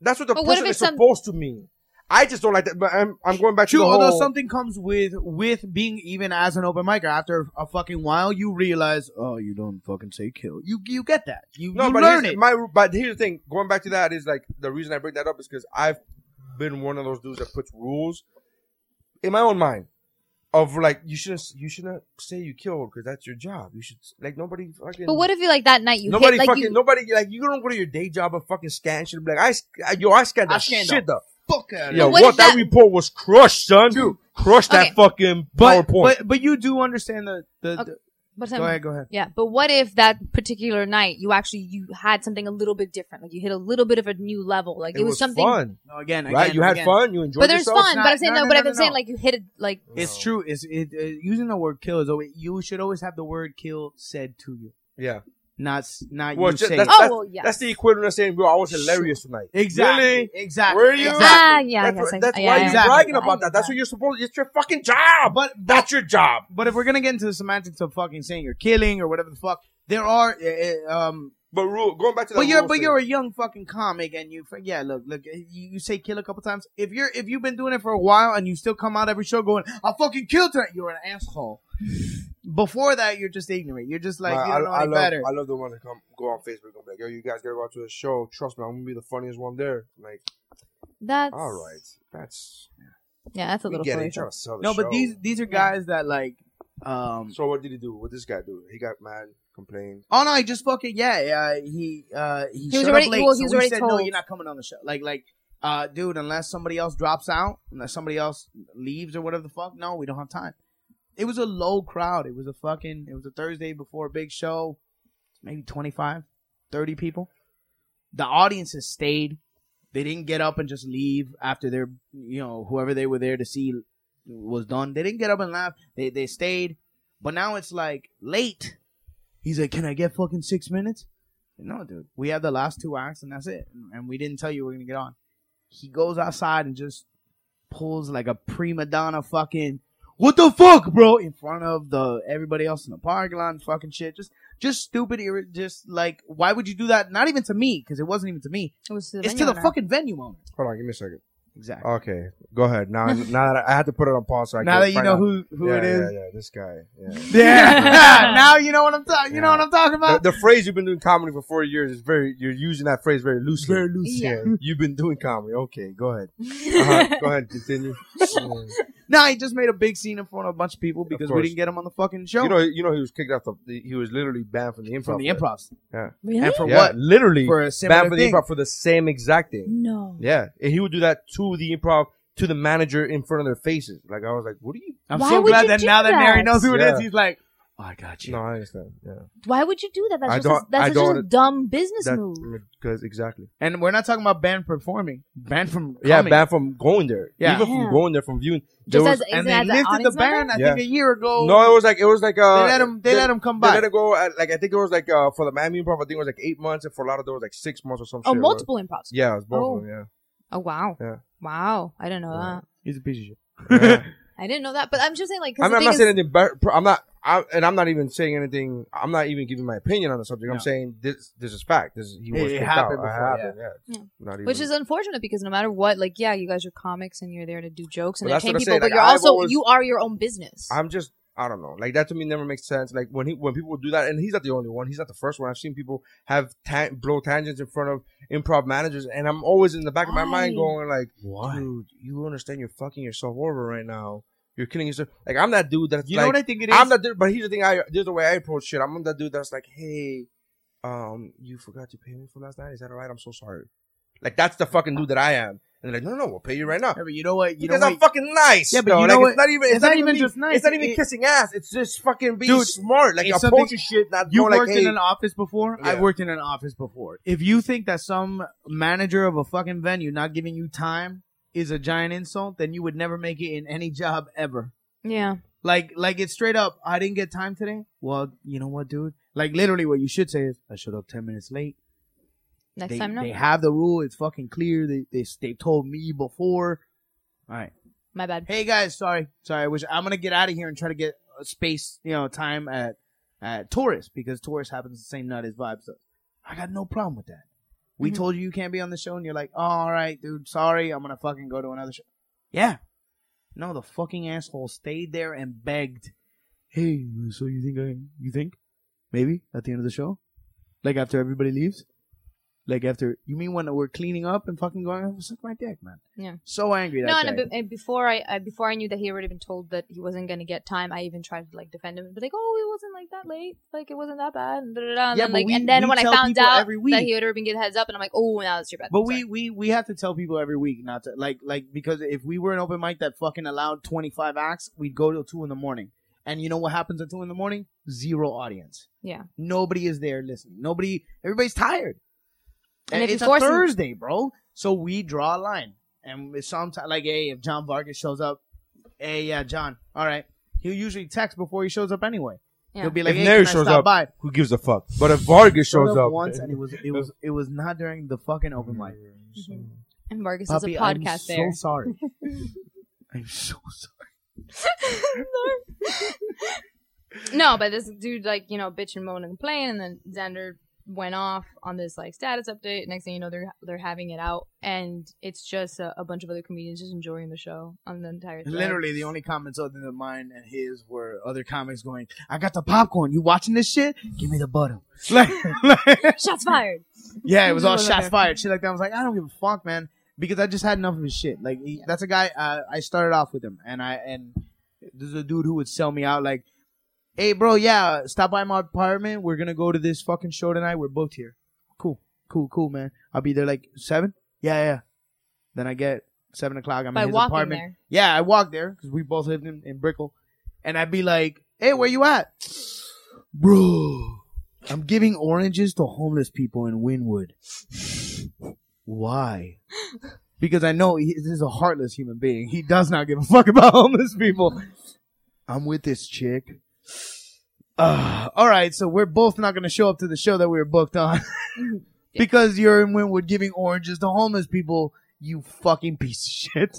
[SPEAKER 2] That's what the
[SPEAKER 6] But what
[SPEAKER 2] person
[SPEAKER 6] if
[SPEAKER 2] is
[SPEAKER 6] it's some-
[SPEAKER 2] supposed to mean. I just don't like that. But I'm, I'm going back
[SPEAKER 5] True,
[SPEAKER 2] to the
[SPEAKER 5] although
[SPEAKER 2] whole.
[SPEAKER 5] something comes with with being even as an open micer. After a fucking while, you realize, oh, you don't fucking say kill. You you get that. You,
[SPEAKER 2] No,
[SPEAKER 5] you
[SPEAKER 2] but
[SPEAKER 5] learn
[SPEAKER 2] here's,
[SPEAKER 5] it.
[SPEAKER 2] my but here's the thing. Going back to that is like the reason I bring that up is because I've been one of those dudes that puts rules in my own mind of like you shouldn't you shouldn't say you killed because that's your job. You should like nobody fucking.
[SPEAKER 6] But what if you like that night you
[SPEAKER 2] Nobody
[SPEAKER 6] hit like
[SPEAKER 2] fucking
[SPEAKER 6] you,
[SPEAKER 2] nobody like you don't go to your day job and fucking scan shit. and be Like I sc- yo I scanned
[SPEAKER 5] I
[SPEAKER 2] that
[SPEAKER 5] scanned
[SPEAKER 2] shit up.
[SPEAKER 5] Fuck outta
[SPEAKER 2] Yeah,
[SPEAKER 5] here.
[SPEAKER 6] But what
[SPEAKER 2] what,
[SPEAKER 6] if
[SPEAKER 2] that,
[SPEAKER 6] that-
[SPEAKER 2] report was crushed, son. Crushed
[SPEAKER 6] Okay.
[SPEAKER 2] that fucking
[SPEAKER 5] But,
[SPEAKER 2] PowerPoint.
[SPEAKER 5] but but you do understand the the. the-
[SPEAKER 6] Okay, but
[SPEAKER 5] go ahead, go ahead.
[SPEAKER 6] Yeah, but what if that particular night you actually you had something a little bit different? Like you hit a little bit of a new level. Like it, was, something.
[SPEAKER 2] fun,
[SPEAKER 5] No, again,
[SPEAKER 2] right?
[SPEAKER 5] again,
[SPEAKER 2] you had
[SPEAKER 5] again.
[SPEAKER 2] fun. You enjoyed
[SPEAKER 6] But there's
[SPEAKER 2] yourself.
[SPEAKER 6] fun.
[SPEAKER 5] not-
[SPEAKER 6] but I'm saying
[SPEAKER 5] no,
[SPEAKER 6] no.
[SPEAKER 5] no,
[SPEAKER 6] but
[SPEAKER 5] no,
[SPEAKER 6] I'm
[SPEAKER 5] no,
[SPEAKER 6] saying
[SPEAKER 5] no.
[SPEAKER 6] like you hit it like
[SPEAKER 5] It's true. Is it, it using the word kill is always you should always have the word kill said to you,
[SPEAKER 2] Yeah.
[SPEAKER 5] not s- not
[SPEAKER 2] Well,
[SPEAKER 5] you
[SPEAKER 2] ju-
[SPEAKER 5] saying.
[SPEAKER 2] that's,
[SPEAKER 5] it.
[SPEAKER 2] that's-
[SPEAKER 6] Oh, well, yes.
[SPEAKER 2] that's the equivalent of saying, "Bro, I was hilarious tonight."
[SPEAKER 5] exactly
[SPEAKER 2] Really?
[SPEAKER 5] exactly.
[SPEAKER 2] Were you?
[SPEAKER 5] Exactly.
[SPEAKER 6] ah yeah
[SPEAKER 2] that's
[SPEAKER 6] yes,
[SPEAKER 2] what-
[SPEAKER 6] I-
[SPEAKER 2] that's
[SPEAKER 6] yeah,
[SPEAKER 2] why
[SPEAKER 6] yeah,
[SPEAKER 2] you're
[SPEAKER 6] yeah.
[SPEAKER 2] bragging
[SPEAKER 6] I
[SPEAKER 2] about
[SPEAKER 6] get
[SPEAKER 2] that. That's what you're supposed. It's your fucking job.
[SPEAKER 5] But
[SPEAKER 2] That's your job.
[SPEAKER 5] But if we're gonna get into the semantics of fucking saying you're killing or whatever the fuck, there are uh, uh, um.
[SPEAKER 2] But rule, going back to that.
[SPEAKER 5] But you're
[SPEAKER 2] rule
[SPEAKER 5] but
[SPEAKER 2] thing.
[SPEAKER 5] you're a young fucking comic and you yeah look look you, you say kill a couple times if you're if you've been doing it for a while and you still come out every show going I fucking killed tonight you're an asshole. Before that you're just ignorant. You're just like
[SPEAKER 2] Nah,
[SPEAKER 5] you don't know
[SPEAKER 2] I, I
[SPEAKER 5] any
[SPEAKER 2] love,
[SPEAKER 5] better.
[SPEAKER 2] I love the ones that come go on Facebook and be like, "Yo, you guys gotta go out to a show. Trust me, I'm gonna be the funniest one there." Like,
[SPEAKER 6] That's
[SPEAKER 2] all right, that's
[SPEAKER 6] Yeah, that's a
[SPEAKER 2] we
[SPEAKER 6] little
[SPEAKER 2] get it.
[SPEAKER 6] funny.
[SPEAKER 2] You're trying to sell the
[SPEAKER 5] no,
[SPEAKER 2] show.
[SPEAKER 5] but these these are guys that like um
[SPEAKER 2] So what did he do? What this guy do? He got mad, complained.
[SPEAKER 5] Oh no! He just fucking yeah. yeah he uh, he,
[SPEAKER 6] was
[SPEAKER 5] showed
[SPEAKER 6] already-
[SPEAKER 5] up late.
[SPEAKER 6] well, he
[SPEAKER 5] so
[SPEAKER 6] was
[SPEAKER 5] we
[SPEAKER 6] already
[SPEAKER 5] said, No,
[SPEAKER 6] told.
[SPEAKER 5] you're not coming on the show. Like like, uh, dude, unless somebody else drops out, unless somebody else leaves or whatever the fuck. No, we don't have time. It was a low crowd. It was a fucking. It was a Thursday before a big show. Maybe 25, 30 people. The audiences stayed. They didn't get up and just leave after their you know whoever they were there to see was done. They didn't get up and laugh. They they stayed. But now it's like late. He's like, "Can I get fucking six minutes?" No, dude. We have the last two acts and that's it. And we didn't tell you we're gonna get on. He goes outside and just pulls like a prima donna fucking what the fuck, bro, in front of the everybody else in the parking lot, fucking shit. Just, just stupid. irri- Just like, why would you do that? Not even to me, because it wasn't even to me.
[SPEAKER 6] It was to the
[SPEAKER 5] it's
[SPEAKER 6] venue
[SPEAKER 5] to the
[SPEAKER 6] owner.
[SPEAKER 5] fucking venue owner.
[SPEAKER 2] Hold on, give me a second.
[SPEAKER 5] Exactly.
[SPEAKER 2] Okay, go ahead. Now, now that I, I had to put it on pause, so I
[SPEAKER 5] Now
[SPEAKER 2] could
[SPEAKER 5] that you
[SPEAKER 2] find
[SPEAKER 5] know
[SPEAKER 2] out.
[SPEAKER 5] who- who
[SPEAKER 2] yeah,
[SPEAKER 5] it is.
[SPEAKER 2] Yeah, yeah, this guy. Yeah.
[SPEAKER 5] Yeah. now you know what I'm talking. You know what I'm talking about.
[SPEAKER 2] The, the phrase you've been doing comedy for four years is very. You're using that phrase very loosely. Very
[SPEAKER 6] loosely. Yeah.
[SPEAKER 2] You've been doing comedy. Okay, go ahead. Uh-huh. Go ahead. Continue.
[SPEAKER 5] Nah, he just made a big scene in front of a bunch of people because we
[SPEAKER 2] course.
[SPEAKER 5] didn't get him on the fucking show.
[SPEAKER 2] You know, you know, he was kicked off the. He was literally banned from the improv.
[SPEAKER 5] from the
[SPEAKER 2] club.
[SPEAKER 5] improv.
[SPEAKER 2] Yeah.
[SPEAKER 6] Really?
[SPEAKER 5] And for
[SPEAKER 2] Yeah,
[SPEAKER 5] what?
[SPEAKER 2] Literally
[SPEAKER 5] For a similar
[SPEAKER 2] banned from the
[SPEAKER 5] thing.
[SPEAKER 2] improv for the same exact thing.
[SPEAKER 6] No.
[SPEAKER 2] Yeah, and he would do that to the improv to the manager in front of their faces. Like I was like, "What are you?"
[SPEAKER 5] I'm
[SPEAKER 6] Why
[SPEAKER 5] so
[SPEAKER 6] would
[SPEAKER 5] glad
[SPEAKER 6] you
[SPEAKER 5] that
[SPEAKER 6] do
[SPEAKER 5] now that Mary
[SPEAKER 6] that?
[SPEAKER 5] knows who it is,
[SPEAKER 2] Yeah.
[SPEAKER 5] he's like, oh, I got you.
[SPEAKER 2] No, I understand. Yeah,
[SPEAKER 6] Why would you do that? That's
[SPEAKER 2] I
[SPEAKER 6] just a,
[SPEAKER 2] don't-
[SPEAKER 6] that's
[SPEAKER 2] I
[SPEAKER 6] just
[SPEAKER 2] don't-
[SPEAKER 6] a dumb business move.
[SPEAKER 2] that because exactly.
[SPEAKER 5] And we're not talking about banned performing, banned from
[SPEAKER 2] Yeah,
[SPEAKER 5] coming.
[SPEAKER 2] banned from going there.
[SPEAKER 5] Yeah.
[SPEAKER 2] even
[SPEAKER 6] Yeah.
[SPEAKER 2] from going there from viewing. There
[SPEAKER 6] Just
[SPEAKER 2] was-
[SPEAKER 6] as,
[SPEAKER 5] And
[SPEAKER 6] as
[SPEAKER 5] they
[SPEAKER 6] an
[SPEAKER 5] lifted the
[SPEAKER 6] audience member?
[SPEAKER 5] ban. I
[SPEAKER 2] Yeah.
[SPEAKER 5] think a year ago.
[SPEAKER 2] no, it was like it was like uh,
[SPEAKER 5] They let him- they let him come by.
[SPEAKER 2] They let him go. At, like I think it was like uh for the Miami improv. I think it was like eight months, and for Lauderdale it was like six months or some
[SPEAKER 6] Oh,
[SPEAKER 2] shit.
[SPEAKER 6] multiple improvs.
[SPEAKER 2] Yeah, it was both
[SPEAKER 6] Oh.
[SPEAKER 2] of them. Yeah.
[SPEAKER 6] Oh wow.
[SPEAKER 2] Yeah.
[SPEAKER 6] Wow. I didn't know that.
[SPEAKER 5] he's a piece of shit.
[SPEAKER 6] I didn't know that. But I'm just saying like 'cause
[SPEAKER 2] I'm,
[SPEAKER 6] the
[SPEAKER 2] I'm
[SPEAKER 6] thing
[SPEAKER 2] not
[SPEAKER 6] is-
[SPEAKER 2] saying anything. But I'm not. I, and I'm not even saying anything. I'm not even giving my opinion on the subject.
[SPEAKER 5] No.
[SPEAKER 2] I'm saying this. This is fact. This is, he was
[SPEAKER 5] It
[SPEAKER 2] kicked
[SPEAKER 5] happened
[SPEAKER 2] out.
[SPEAKER 5] before,
[SPEAKER 2] it happened. Yeah.
[SPEAKER 6] Yeah.
[SPEAKER 2] Not even.
[SPEAKER 6] Which is unfortunate because no matter what, like, yeah, you guys are comics and you're there to do jokes and
[SPEAKER 2] But that's
[SPEAKER 6] entertain
[SPEAKER 2] what I'm
[SPEAKER 6] people,
[SPEAKER 2] saying,
[SPEAKER 6] but
[SPEAKER 2] like,
[SPEAKER 6] you're
[SPEAKER 2] I've
[SPEAKER 6] also
[SPEAKER 2] always-
[SPEAKER 6] you are your own business.
[SPEAKER 2] I'm just I don't know. Like that to me never makes sense. Like when he when people do that, and he's not the only one. He's not the first one. I've seen people have ta- blow tangents in front of improv managers, and I'm always in the back of my mind
[SPEAKER 6] Why?
[SPEAKER 2] going like, dude, you understand you're fucking yourself over right now. You're killing yourself. Like I'm that dude that's
[SPEAKER 5] You
[SPEAKER 2] like,
[SPEAKER 5] know what I think it is?
[SPEAKER 2] I'm that dude. But here's the thing. I there's the way I approach shit. I'm that dude that's like, hey, um, you forgot to pay me for last night. Is that all right? I'm so sorry. Like that's the fucking dude that I am. And they're like, no, no, we'll pay you right now.
[SPEAKER 5] Yeah, but you know what? You
[SPEAKER 2] Because
[SPEAKER 5] know
[SPEAKER 2] I'm
[SPEAKER 5] what?
[SPEAKER 2] fucking nice.
[SPEAKER 5] Yeah, but
[SPEAKER 2] though.
[SPEAKER 5] you
[SPEAKER 2] like,
[SPEAKER 5] know what?
[SPEAKER 2] it's not even. It's, not, even
[SPEAKER 5] just nice.
[SPEAKER 2] It's not even
[SPEAKER 5] It-
[SPEAKER 2] kissing ass. It's just fucking being
[SPEAKER 5] Dude,
[SPEAKER 2] smart. Like
[SPEAKER 5] it's
[SPEAKER 2] approach
[SPEAKER 5] something-
[SPEAKER 2] your shit. Not
[SPEAKER 5] You
[SPEAKER 2] going like,
[SPEAKER 5] worked
[SPEAKER 2] hey,
[SPEAKER 5] in an office before. I've
[SPEAKER 2] Yeah.
[SPEAKER 5] worked in an office before. If you think that some manager of a fucking venue not giving you time is a giant insult, then you would never make it in any job ever.
[SPEAKER 6] yeah.
[SPEAKER 5] Like, like it's straight up. I didn't get time today. Well, you know what, dude? Like, literally, what you should say is, "I showed up ten minutes late."
[SPEAKER 6] Next
[SPEAKER 5] they,
[SPEAKER 6] time no.
[SPEAKER 5] they have the rule. It's fucking clear. They they they told me before. All right.
[SPEAKER 6] My bad.
[SPEAKER 5] Hey guys, sorry, sorry. I wish I'm gonna get out of here and try to get a space, you know, time at at Taurus because Taurus happens the same night as Vibes does. I got no problem with that. We
[SPEAKER 6] Mhm.
[SPEAKER 5] told you you can't be on the show, and you're like, oh, all right, dude, sorry, I'm gonna fucking go to another show. Yeah. No, the fucking asshole stayed there and begged. Hey, so you think I? You think? Maybe at the end of the show, like after everybody leaves, like after you mean when we're cleaning up and fucking going? I was like, my dick, man.
[SPEAKER 6] Yeah.
[SPEAKER 5] So angry. That
[SPEAKER 6] No, and,
[SPEAKER 5] day.
[SPEAKER 6] a bit- and before I, I before I knew that he had already been told that he wasn't gonna get time, I even tried to like defend him and be like, "Oh, it wasn't like that late, like it wasn't that bad." And, da, da, da, and
[SPEAKER 5] Yeah,
[SPEAKER 6] then,
[SPEAKER 5] but
[SPEAKER 6] like,
[SPEAKER 5] we-
[SPEAKER 6] and then
[SPEAKER 5] we
[SPEAKER 6] when I
[SPEAKER 5] tell
[SPEAKER 6] found
[SPEAKER 5] people
[SPEAKER 6] out
[SPEAKER 5] every week.
[SPEAKER 6] that he had already been getting heads up, and I'm like, "Oh, now it's your bad."
[SPEAKER 5] But
[SPEAKER 6] I'm
[SPEAKER 5] we,
[SPEAKER 6] sorry.
[SPEAKER 5] we we have to tell people every week not to like like because if we were an open mic that fucking allowed twenty five acts, we'd go till two in the morning. And you know what happens at two in the morning? Zero audience.
[SPEAKER 6] yeah.
[SPEAKER 5] Nobody is there listening. Nobody. Everybody's tired.
[SPEAKER 6] And
[SPEAKER 5] And,
[SPEAKER 6] if you
[SPEAKER 5] it's a
[SPEAKER 6] force 'em-
[SPEAKER 5] Thursday, bro. So we draw a line. And sometimes, like, hey, if John Vargas shows up, hey, yeah, John, all right. He'll usually text before he shows up anyway.
[SPEAKER 6] Yeah.
[SPEAKER 5] He'll be
[SPEAKER 2] if
[SPEAKER 5] like, hey,
[SPEAKER 2] Neri
[SPEAKER 5] can I
[SPEAKER 2] shows
[SPEAKER 5] stop
[SPEAKER 2] up,
[SPEAKER 5] by?
[SPEAKER 2] who gives a fuck? But if Vargas shows
[SPEAKER 5] Showed
[SPEAKER 2] up, Mm-hmm.
[SPEAKER 5] once, and it was it was it was not during the fucking open mic.
[SPEAKER 6] And Vargas
[SPEAKER 5] Puppy,
[SPEAKER 6] is a podcast
[SPEAKER 5] I'm
[SPEAKER 6] there.
[SPEAKER 5] so sorry. I'm so sorry.
[SPEAKER 6] no, but this dude like you know bitch and moan and complain, and then Xander went off on this like status update. Next thing you know, they're they're having it out, and it's just a, a bunch of other comedians just enjoying the show on the entire. Thread.
[SPEAKER 5] Literally, the only comments other than mine and his were other comics going, "I got the popcorn. You watching this shit? Give me the butter." Like, like-
[SPEAKER 6] shots fired.
[SPEAKER 5] yeah, it was all
[SPEAKER 6] Motherfucker.
[SPEAKER 5] shots fired, shit like that. I was like, I don't give a fuck, man, because I just had enough of his shit. Like, he, that's a guy uh, I started off with him, and I and this is a dude who would sell me out, like, "Hey, bro, yeah, stop by my apartment. We're gonna go to this fucking show tonight. We're both here. Cool, cool, cool, man. I'll be there like seven. Yeah, yeah. Then I get seven o'clock. I'm
[SPEAKER 6] By
[SPEAKER 5] in his
[SPEAKER 6] walking
[SPEAKER 5] apartment.
[SPEAKER 6] there.
[SPEAKER 5] Yeah, I walked there because we both lived in, in Brickell. And I'd be like, hey, where you at? Bro, I'm giving oranges to homeless people in Wynwood. Why? Because I know he, this is a heartless human being. He does not give a fuck about homeless people. I'm with this chick. Uh, all right, so we're both not going to show up to the show that we were booked on because you're in Wynwood giving oranges to homeless people. You fucking piece of shit.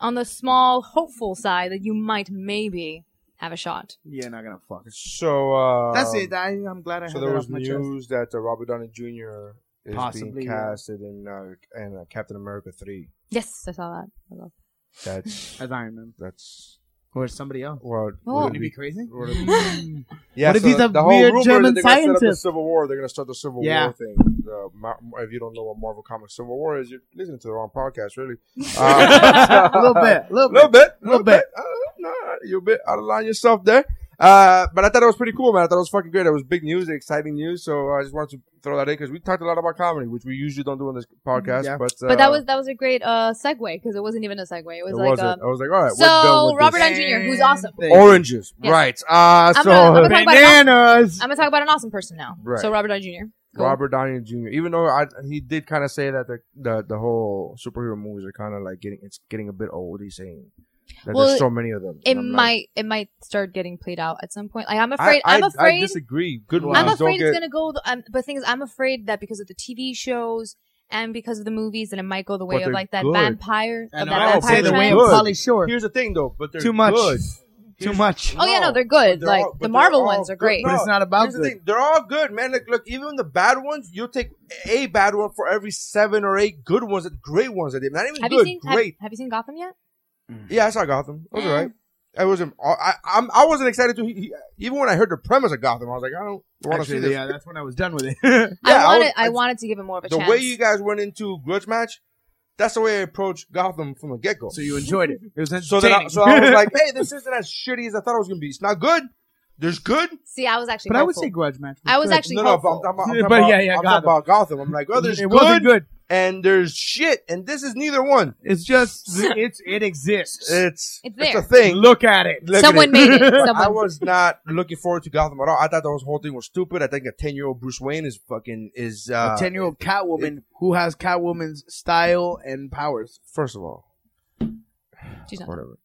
[SPEAKER 6] On the small hopeful side that you might maybe have a shot.
[SPEAKER 5] Yeah, not gonna fuck. Um,
[SPEAKER 2] so uh,
[SPEAKER 5] That's it. I, I'm glad I
[SPEAKER 2] So
[SPEAKER 5] had
[SPEAKER 2] there
[SPEAKER 5] that
[SPEAKER 2] was
[SPEAKER 5] off my chest.
[SPEAKER 2] news that uh, Robert Downey Jr. is
[SPEAKER 5] Possibly,
[SPEAKER 2] being
[SPEAKER 5] yeah.
[SPEAKER 2] casted in uh, in uh, Captain America three.
[SPEAKER 11] Yes, I saw that. I love
[SPEAKER 2] That's
[SPEAKER 5] as Iron Man.
[SPEAKER 2] That's
[SPEAKER 5] or somebody else.
[SPEAKER 2] Well,
[SPEAKER 5] Oh.
[SPEAKER 2] would
[SPEAKER 5] Wouldn't it be crazy?
[SPEAKER 2] would it be- yeah,
[SPEAKER 5] What if
[SPEAKER 2] so
[SPEAKER 5] he's a
[SPEAKER 2] the whole
[SPEAKER 5] weird
[SPEAKER 2] rumor is
[SPEAKER 5] German
[SPEAKER 2] they're gonna set up the
[SPEAKER 5] scientist?
[SPEAKER 2] Civil War. They're going to start the Civil
[SPEAKER 5] Yeah.
[SPEAKER 2] War thing. The Mar- if you don't know what Marvel Comics Civil War is, you're listening to the wrong podcast, really. Uh,
[SPEAKER 5] Little bit, little
[SPEAKER 2] bit, little bit. Uh, no, you're a bit out of line yourself there. Uh, but I thought it was pretty cool, man. I thought it was fucking great. It was big news, exciting news. So I just wanted to throw that in because we talked a lot about comedy, which we usually don't do on this podcast.
[SPEAKER 5] Yeah.
[SPEAKER 2] But, uh,
[SPEAKER 6] But that was that was a great uh, segue because it wasn't even a segue. It was
[SPEAKER 2] it
[SPEAKER 6] like um,
[SPEAKER 2] wasn't. I was like, all right. we're done
[SPEAKER 6] so
[SPEAKER 2] with
[SPEAKER 6] Robert
[SPEAKER 2] this.
[SPEAKER 6] Downey Jr., who's awesome.
[SPEAKER 2] Oranges,
[SPEAKER 6] Yes.
[SPEAKER 2] right? Uh,
[SPEAKER 6] I'm
[SPEAKER 2] so
[SPEAKER 6] gonna- I'm gonna talk about it now.
[SPEAKER 5] Bananas.
[SPEAKER 6] I'm gonna talk about an awesome person now.
[SPEAKER 2] Right.
[SPEAKER 6] So Robert Downey Jr. Cool.
[SPEAKER 2] Robert Downey Jr. Even though I, he did kind of say that the, the the whole superhero movies are kind of like getting it's getting a bit old. He's saying that
[SPEAKER 6] Well,
[SPEAKER 2] there's so many of them.
[SPEAKER 6] It
[SPEAKER 2] And I'm like,
[SPEAKER 6] might it might start getting played out at some point. Like I'm
[SPEAKER 2] I-
[SPEAKER 6] afraid.
[SPEAKER 2] I,
[SPEAKER 6] am
[SPEAKER 2] I
[SPEAKER 6] afraid.
[SPEAKER 2] disagree. Good ones
[SPEAKER 6] I'm afraid
[SPEAKER 2] don't
[SPEAKER 6] it's
[SPEAKER 2] get.
[SPEAKER 6] gonna go. The, um, but the thing is, I'm afraid that because of the TV shows and because of the movies, that it might go the way
[SPEAKER 2] But
[SPEAKER 6] of
[SPEAKER 2] they're
[SPEAKER 6] like that
[SPEAKER 2] good.
[SPEAKER 6] vampire. Of that
[SPEAKER 5] And I would say
[SPEAKER 6] vampire
[SPEAKER 5] the
[SPEAKER 6] trend.
[SPEAKER 5] way of
[SPEAKER 2] Good.
[SPEAKER 5] Polly Shore.
[SPEAKER 2] Here's the thing, though. But they're
[SPEAKER 5] Too much.
[SPEAKER 2] good.
[SPEAKER 5] Too much.
[SPEAKER 6] Oh yeah, no, they're good.
[SPEAKER 2] But they're
[SPEAKER 6] like
[SPEAKER 2] all- but
[SPEAKER 6] the
[SPEAKER 2] they're
[SPEAKER 6] Marvel
[SPEAKER 2] all
[SPEAKER 6] ones are
[SPEAKER 2] good.
[SPEAKER 6] great.
[SPEAKER 5] But it's not about
[SPEAKER 2] Here's the
[SPEAKER 5] good.
[SPEAKER 2] thing. They're all good, man. Look, look, even the bad ones, you'll take a bad one for every seven or eight good ones, that great ones that they not even
[SPEAKER 6] Have you
[SPEAKER 2] good,
[SPEAKER 6] seen have-
[SPEAKER 2] great.
[SPEAKER 6] Have, you seen Gotham yet?
[SPEAKER 2] yeah, I saw Gotham. It was alright. I wasn't. I, I'm. I wasn't excited to. He, he- even when I heard the premise of Gotham, I was like, I don't want to
[SPEAKER 5] Actually,
[SPEAKER 2] see
[SPEAKER 5] uh,
[SPEAKER 2] this.
[SPEAKER 5] yeah, that's when I was done with it.
[SPEAKER 6] I
[SPEAKER 2] Yeah, I
[SPEAKER 6] wanted
[SPEAKER 2] would-
[SPEAKER 6] I,
[SPEAKER 2] I-
[SPEAKER 6] wanted to give it more of a
[SPEAKER 2] the
[SPEAKER 6] chance.
[SPEAKER 2] way you guys went into grudge match, that's the way I approached Gotham from the get go.
[SPEAKER 5] so you enjoyed it. It was
[SPEAKER 2] So then, I,
[SPEAKER 5] entertaining.
[SPEAKER 2] so I was like, hey, this isn't as shitty as I thought it was gonna be. It's not good. There's good.
[SPEAKER 6] See, I was actually.
[SPEAKER 5] but I would
[SPEAKER 6] hopeful.
[SPEAKER 5] say grudge match.
[SPEAKER 6] I was
[SPEAKER 5] good.
[SPEAKER 6] actually.
[SPEAKER 2] No, no, but I'm,
[SPEAKER 6] hopeful.
[SPEAKER 2] I'm, I'm
[SPEAKER 5] Yeah,
[SPEAKER 2] talking
[SPEAKER 5] but
[SPEAKER 2] about,
[SPEAKER 5] yeah, yeah,
[SPEAKER 2] I'm talking
[SPEAKER 5] Gotham.
[SPEAKER 2] about Gotham. I'm like, well, there's
[SPEAKER 5] it
[SPEAKER 2] good,
[SPEAKER 5] wasn't good.
[SPEAKER 2] and there's shit, and this is neither one.
[SPEAKER 5] It's just it's it exists.
[SPEAKER 2] It's
[SPEAKER 6] It's
[SPEAKER 2] a
[SPEAKER 6] there.
[SPEAKER 2] thing.
[SPEAKER 5] Look at it.
[SPEAKER 2] Look at
[SPEAKER 6] Someone made it.
[SPEAKER 2] But I
[SPEAKER 6] Someone-
[SPEAKER 2] was not looking forward to Gotham at all. I thought the whole thing was stupid. I think a ten year old Bruce Wayne is fucking is uh,
[SPEAKER 5] a ten-year-old Catwoman who has Catwoman's style and powers.
[SPEAKER 2] First of all,
[SPEAKER 6] She's not.
[SPEAKER 2] whatever.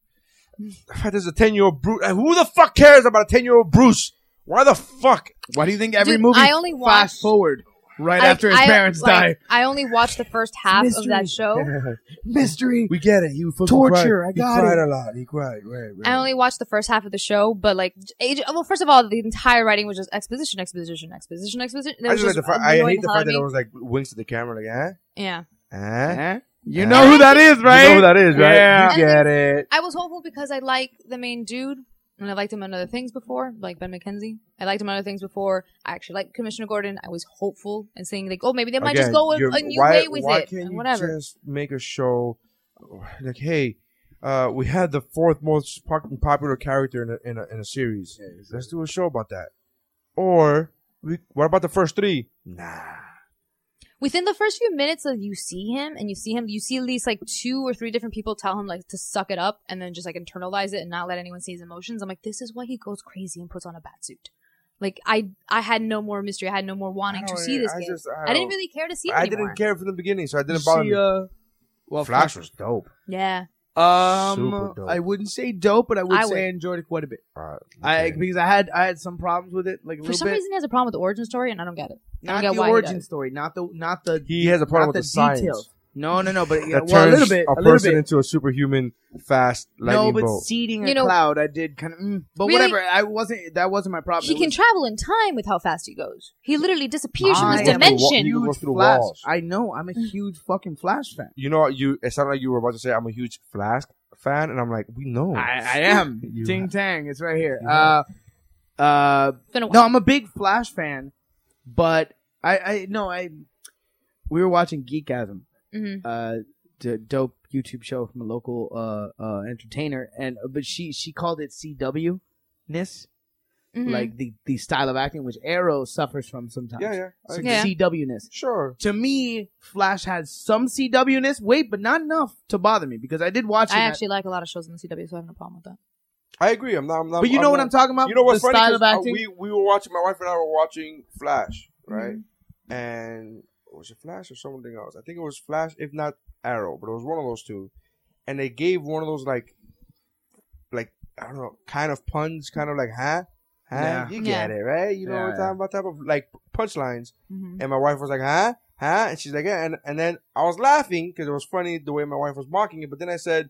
[SPEAKER 2] The fact is a ten year old Bruce. Who the fuck cares about a ten year old Bruce? Why the fuck?
[SPEAKER 5] Why do you think every
[SPEAKER 6] Dude,
[SPEAKER 5] movie
[SPEAKER 6] I only
[SPEAKER 5] fast
[SPEAKER 6] watched-
[SPEAKER 5] forward right
[SPEAKER 6] I-
[SPEAKER 5] after his
[SPEAKER 6] I-
[SPEAKER 5] parents
[SPEAKER 6] like,
[SPEAKER 5] die?
[SPEAKER 6] I only watched the first half of
[SPEAKER 5] Mystery.
[SPEAKER 6] that show.
[SPEAKER 5] Mystery.
[SPEAKER 2] We get it. He fucking
[SPEAKER 5] Oh. Torture,
[SPEAKER 2] cried.
[SPEAKER 5] I
[SPEAKER 2] He
[SPEAKER 5] got
[SPEAKER 2] cried
[SPEAKER 5] it.
[SPEAKER 2] a lot. He cried. Right. right.
[SPEAKER 6] I only watched the first half of the show, but like, age, well, first of all, the entire writing was just exposition, exposition, exposition, exposition. It
[SPEAKER 2] I
[SPEAKER 6] was
[SPEAKER 2] just like
[SPEAKER 6] just
[SPEAKER 2] the fact. I
[SPEAKER 6] annoying
[SPEAKER 2] hate the
[SPEAKER 6] the hell out
[SPEAKER 2] fact
[SPEAKER 6] of me.
[SPEAKER 2] that it was like winks at the camera, like,
[SPEAKER 6] Yeah,
[SPEAKER 2] eh, eh.
[SPEAKER 5] Huh? You know who that is, right?
[SPEAKER 2] You know who that is, right?
[SPEAKER 5] Yeah.
[SPEAKER 2] You get it.
[SPEAKER 6] I was hopeful because I like the main dude, and I liked him on other things before, like Ben McKenzie. I liked him on other things before. I actually liked Commissioner Gordon. I was hopeful and saying like, oh, maybe they might just
[SPEAKER 2] Again,
[SPEAKER 6] go a,
[SPEAKER 2] you're-
[SPEAKER 6] a new
[SPEAKER 2] why-
[SPEAKER 6] way with
[SPEAKER 2] why
[SPEAKER 6] it,
[SPEAKER 2] can't
[SPEAKER 6] and
[SPEAKER 2] you
[SPEAKER 6] whatever.
[SPEAKER 2] Just make a show like, hey, uh, we had the fourth most fucking popular character in a, in a, in a series. Let's do a show about that. Or we, what about the first three? Nah.
[SPEAKER 6] Within the first few minutes of you see him and you see him, you see at least like two or three different people tell him like to suck it up and then just like internalize it and not let anyone see his emotions. I'm like, this is why he goes crazy and puts on a bat suit. Like I, I had no more mystery. I had no more wanting to
[SPEAKER 2] don't-
[SPEAKER 6] see this
[SPEAKER 2] I
[SPEAKER 6] game.
[SPEAKER 2] just- I
[SPEAKER 6] I, didn't
[SPEAKER 2] don't-
[SPEAKER 6] really care to see it
[SPEAKER 2] I
[SPEAKER 6] anymore.
[SPEAKER 2] didn't care from the beginning, so I
[SPEAKER 5] You
[SPEAKER 2] didn't bother
[SPEAKER 5] see,
[SPEAKER 2] me.
[SPEAKER 5] uh, well,
[SPEAKER 2] Flash was dope.
[SPEAKER 6] Yeah,
[SPEAKER 5] Um,
[SPEAKER 2] Super dope.
[SPEAKER 5] I wouldn't say dope, but I would
[SPEAKER 6] I
[SPEAKER 5] say
[SPEAKER 6] would.
[SPEAKER 5] I enjoyed it quite a bit.
[SPEAKER 2] Alright,
[SPEAKER 5] I
[SPEAKER 2] okay.
[SPEAKER 5] because I had I had some problems with it, like a
[SPEAKER 6] for
[SPEAKER 5] little
[SPEAKER 6] some
[SPEAKER 5] bit.
[SPEAKER 6] reason, he has a problem with the origin story, and I don't get it.
[SPEAKER 5] not
[SPEAKER 6] I don't
[SPEAKER 5] the
[SPEAKER 6] get why he
[SPEAKER 5] origin
[SPEAKER 6] does.
[SPEAKER 5] story, not the not the
[SPEAKER 2] he has a
[SPEAKER 5] not
[SPEAKER 2] problem with
[SPEAKER 5] the,
[SPEAKER 2] the, science
[SPEAKER 5] details. No, no, no, but yeah,
[SPEAKER 2] that
[SPEAKER 5] well, a
[SPEAKER 2] turns
[SPEAKER 5] little bit, a, little
[SPEAKER 2] person
[SPEAKER 5] bit.
[SPEAKER 2] into a superhuman fast lightning
[SPEAKER 5] no, but
[SPEAKER 2] bolt.
[SPEAKER 5] seeding a
[SPEAKER 6] You know-
[SPEAKER 5] cloud, I did kind of, mm, but
[SPEAKER 6] Really?
[SPEAKER 5] whatever. I wasn't. That wasn't my problem.
[SPEAKER 6] He
[SPEAKER 5] It
[SPEAKER 6] can
[SPEAKER 5] was-
[SPEAKER 6] travel in time with how fast he goes. He literally disappears from
[SPEAKER 5] I
[SPEAKER 6] his
[SPEAKER 5] am a wa-
[SPEAKER 6] dimension.
[SPEAKER 2] You can go
[SPEAKER 5] huge
[SPEAKER 2] through the
[SPEAKER 5] Flash.
[SPEAKER 2] walls.
[SPEAKER 5] I know. I'm a
[SPEAKER 6] Mm.
[SPEAKER 5] huge fucking Flash fan.
[SPEAKER 2] you know, you it sounded like you were about to say I'm a huge Flash fan, and I'm like, we know.
[SPEAKER 5] I, I am.
[SPEAKER 2] Oh, You
[SPEAKER 5] Ting Tang. It's right here.
[SPEAKER 2] You
[SPEAKER 5] Uh,
[SPEAKER 2] have-
[SPEAKER 5] uh,
[SPEAKER 6] It's been a while.
[SPEAKER 5] no, I'm a big Flash fan, but I, I no, I. We were watching Geekasm,
[SPEAKER 6] Mhm.
[SPEAKER 5] uh, d- dope YouTube show from a local uh, uh, entertainer, and but she she called it CW ness,
[SPEAKER 2] Mm-hmm.
[SPEAKER 6] Mhm.
[SPEAKER 5] like the the style of acting which Arrow suffers from sometimes.
[SPEAKER 2] yeah, yeah, I-
[SPEAKER 5] So
[SPEAKER 6] Yeah.
[SPEAKER 5] CW ness.
[SPEAKER 2] sure.
[SPEAKER 5] To me, Flash has some CW ness, weight, but not enough to bother me because I did watch it.
[SPEAKER 6] I
[SPEAKER 5] and I-
[SPEAKER 6] actually like a lot of shows in the CW, so I have no problem with that.
[SPEAKER 2] I agree. I'm not. I'm not
[SPEAKER 5] but you know what I'm talking about.
[SPEAKER 2] You know what's
[SPEAKER 5] the
[SPEAKER 2] funny?
[SPEAKER 5] style
[SPEAKER 2] 'Cause,
[SPEAKER 5] of
[SPEAKER 2] uh,
[SPEAKER 5] acting.
[SPEAKER 2] we we were watching. My wife and I were watching Flash, right?
[SPEAKER 5] Mm-hmm.
[SPEAKER 2] And was it Flash or something else? I think it was Flash, if not Arrow, but it was one of those two. And they gave one of those like, like I don't know, kind of puns, kind of like, huh, huh?
[SPEAKER 5] Yeah.
[SPEAKER 2] You get it, right? You know
[SPEAKER 5] Yeah,
[SPEAKER 2] what I'm talking about? Type of like punchlines.
[SPEAKER 5] Mm-hmm.
[SPEAKER 6] Mhm.
[SPEAKER 2] And my wife was like, huh? Huh? And she's like, yeah. And, and then I was laughing because it was funny the way my wife was mocking it. But then I said,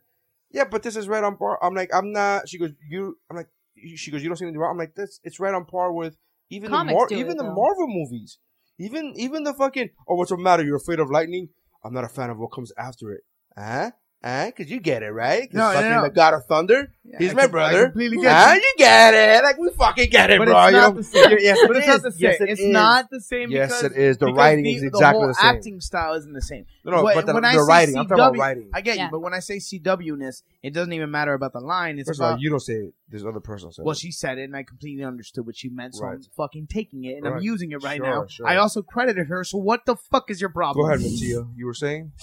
[SPEAKER 2] yeah, but this is right on par. I'm like, I'm not. She goes, you. I'm like, she goes, you don't see anything wrong. I'm like, this. It's right on par with even
[SPEAKER 6] Comics
[SPEAKER 2] the Mar-
[SPEAKER 6] do
[SPEAKER 2] even
[SPEAKER 6] it,
[SPEAKER 2] the
[SPEAKER 6] though.
[SPEAKER 2] Marvel movies. Even even the fucking oh, what's the matter? You're afraid of lightning? I'm not a fan of what comes after it. Huh? Huh? Cause you get it, right? 'Cause
[SPEAKER 5] No, no,
[SPEAKER 2] fucking
[SPEAKER 5] no.
[SPEAKER 2] the God of Thunder. He's
[SPEAKER 5] I
[SPEAKER 2] my
[SPEAKER 5] com- I
[SPEAKER 2] brother.
[SPEAKER 5] completely get
[SPEAKER 2] Huh?
[SPEAKER 5] you.
[SPEAKER 2] You get it. Like we fucking get it,
[SPEAKER 5] But
[SPEAKER 2] bro.
[SPEAKER 5] it's
[SPEAKER 2] You
[SPEAKER 5] not
[SPEAKER 2] know?
[SPEAKER 5] the same.
[SPEAKER 2] Yes,
[SPEAKER 5] but it's
[SPEAKER 2] it
[SPEAKER 5] not the
[SPEAKER 2] is.
[SPEAKER 5] same.
[SPEAKER 2] Yes, it
[SPEAKER 5] it's
[SPEAKER 2] is.
[SPEAKER 5] not the same.
[SPEAKER 2] Yes,
[SPEAKER 5] because,
[SPEAKER 2] it is. The
[SPEAKER 5] because
[SPEAKER 2] writing
[SPEAKER 5] the,
[SPEAKER 2] is exactly
[SPEAKER 5] whole
[SPEAKER 2] the same.
[SPEAKER 5] Acting style isn't the same.
[SPEAKER 2] No, no,
[SPEAKER 5] Wh-
[SPEAKER 2] but the-
[SPEAKER 5] when I
[SPEAKER 2] the
[SPEAKER 5] say
[SPEAKER 2] writing, I'm talking about
[SPEAKER 5] CW
[SPEAKER 2] writing.
[SPEAKER 5] I get
[SPEAKER 6] Yeah.
[SPEAKER 5] you, but when I say CW ness, it doesn't even matter about the line. It's
[SPEAKER 2] First of
[SPEAKER 5] about
[SPEAKER 2] all, you don't say it. There's other person said
[SPEAKER 5] uh, well,
[SPEAKER 2] it.
[SPEAKER 5] she said it, and I completely understood what she meant. So
[SPEAKER 2] Right.
[SPEAKER 5] I'm fucking taking it, and I'm
[SPEAKER 2] Right.
[SPEAKER 5] using it right
[SPEAKER 2] Sure,
[SPEAKER 5] now.
[SPEAKER 2] sure.
[SPEAKER 5] I also credited her. So what the fuck is your problem?
[SPEAKER 2] Go ahead, Mattia. You were saying?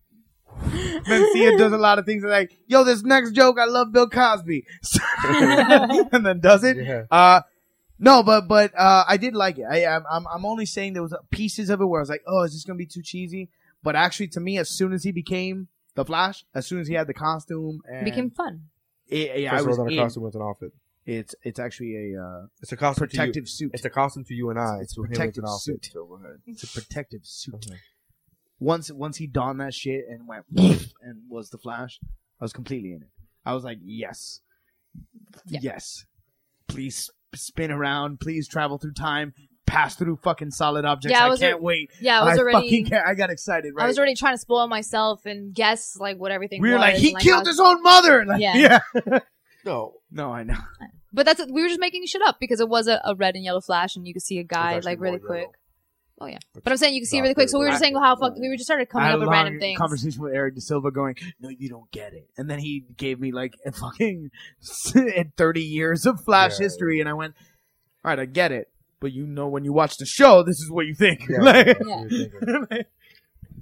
[SPEAKER 5] Mencia does a lot of things like, yo, this next joke, I love Bill Cosby. and then does it.
[SPEAKER 2] Yeah.
[SPEAKER 5] Uh, no, but but uh, I did like it. I, I'm, I'm I'm only saying there was pieces of it where I was like, oh, is this gonna be too cheesy? But actually, to me, as soon as he became the Flash, as soon as he had the costume, and
[SPEAKER 6] It became fun.
[SPEAKER 5] it, yeah, I
[SPEAKER 2] First of all,
[SPEAKER 5] was
[SPEAKER 2] it's not a
[SPEAKER 5] in.
[SPEAKER 2] costume, it's an outfit.
[SPEAKER 5] It's it's actually a uh,
[SPEAKER 2] It's a costume to you.
[SPEAKER 5] protective suit.
[SPEAKER 2] It's a costume to you and I.
[SPEAKER 5] It's
[SPEAKER 2] To him,
[SPEAKER 5] protective
[SPEAKER 2] Uh, it's an outfit.
[SPEAKER 5] suit. It's a protective suit. Once once he donned that shit and went and was the Flash, I was completely in it. I was like, yes,
[SPEAKER 6] Yeah.
[SPEAKER 5] yes, please sp- spin around, please travel through time, pass through fucking solid objects.
[SPEAKER 6] Yeah, I
[SPEAKER 5] I,
[SPEAKER 6] was
[SPEAKER 5] can't
[SPEAKER 6] al-
[SPEAKER 5] wait.
[SPEAKER 6] Yeah, I was already.
[SPEAKER 5] fucking can't. I got excited. Right,
[SPEAKER 6] I was already trying to spoil myself and guess like what everything.
[SPEAKER 5] we were
[SPEAKER 6] was,
[SPEAKER 5] like, he
[SPEAKER 6] and,
[SPEAKER 5] killed
[SPEAKER 6] how-
[SPEAKER 5] his own mother. Like,
[SPEAKER 6] Yeah.
[SPEAKER 5] yeah.
[SPEAKER 2] No.
[SPEAKER 5] No, I know.
[SPEAKER 6] But that's we were just making shit up because it was a, a red and yellow flash, and you could see a guy
[SPEAKER 2] actually
[SPEAKER 6] like really
[SPEAKER 2] more
[SPEAKER 6] quick.
[SPEAKER 2] yellow.
[SPEAKER 6] Oh yeah, but I'm saying you could see it
[SPEAKER 2] not
[SPEAKER 6] really quick. So we were
[SPEAKER 2] very
[SPEAKER 6] just saying
[SPEAKER 2] black.
[SPEAKER 6] how fuck we were just started
[SPEAKER 5] I
[SPEAKER 6] coming
[SPEAKER 5] had a
[SPEAKER 6] up with
[SPEAKER 5] long
[SPEAKER 6] random things.
[SPEAKER 5] Conversation with Eric De Silva going, no, you don't get it. And then he gave me like a fucking 30 years of Flash
[SPEAKER 2] Yeah.
[SPEAKER 5] history. And I went, all right, I get it. But you know, when you watch the show, this is what you think.
[SPEAKER 2] Yeah.
[SPEAKER 5] Like-
[SPEAKER 6] Yeah.
[SPEAKER 2] Do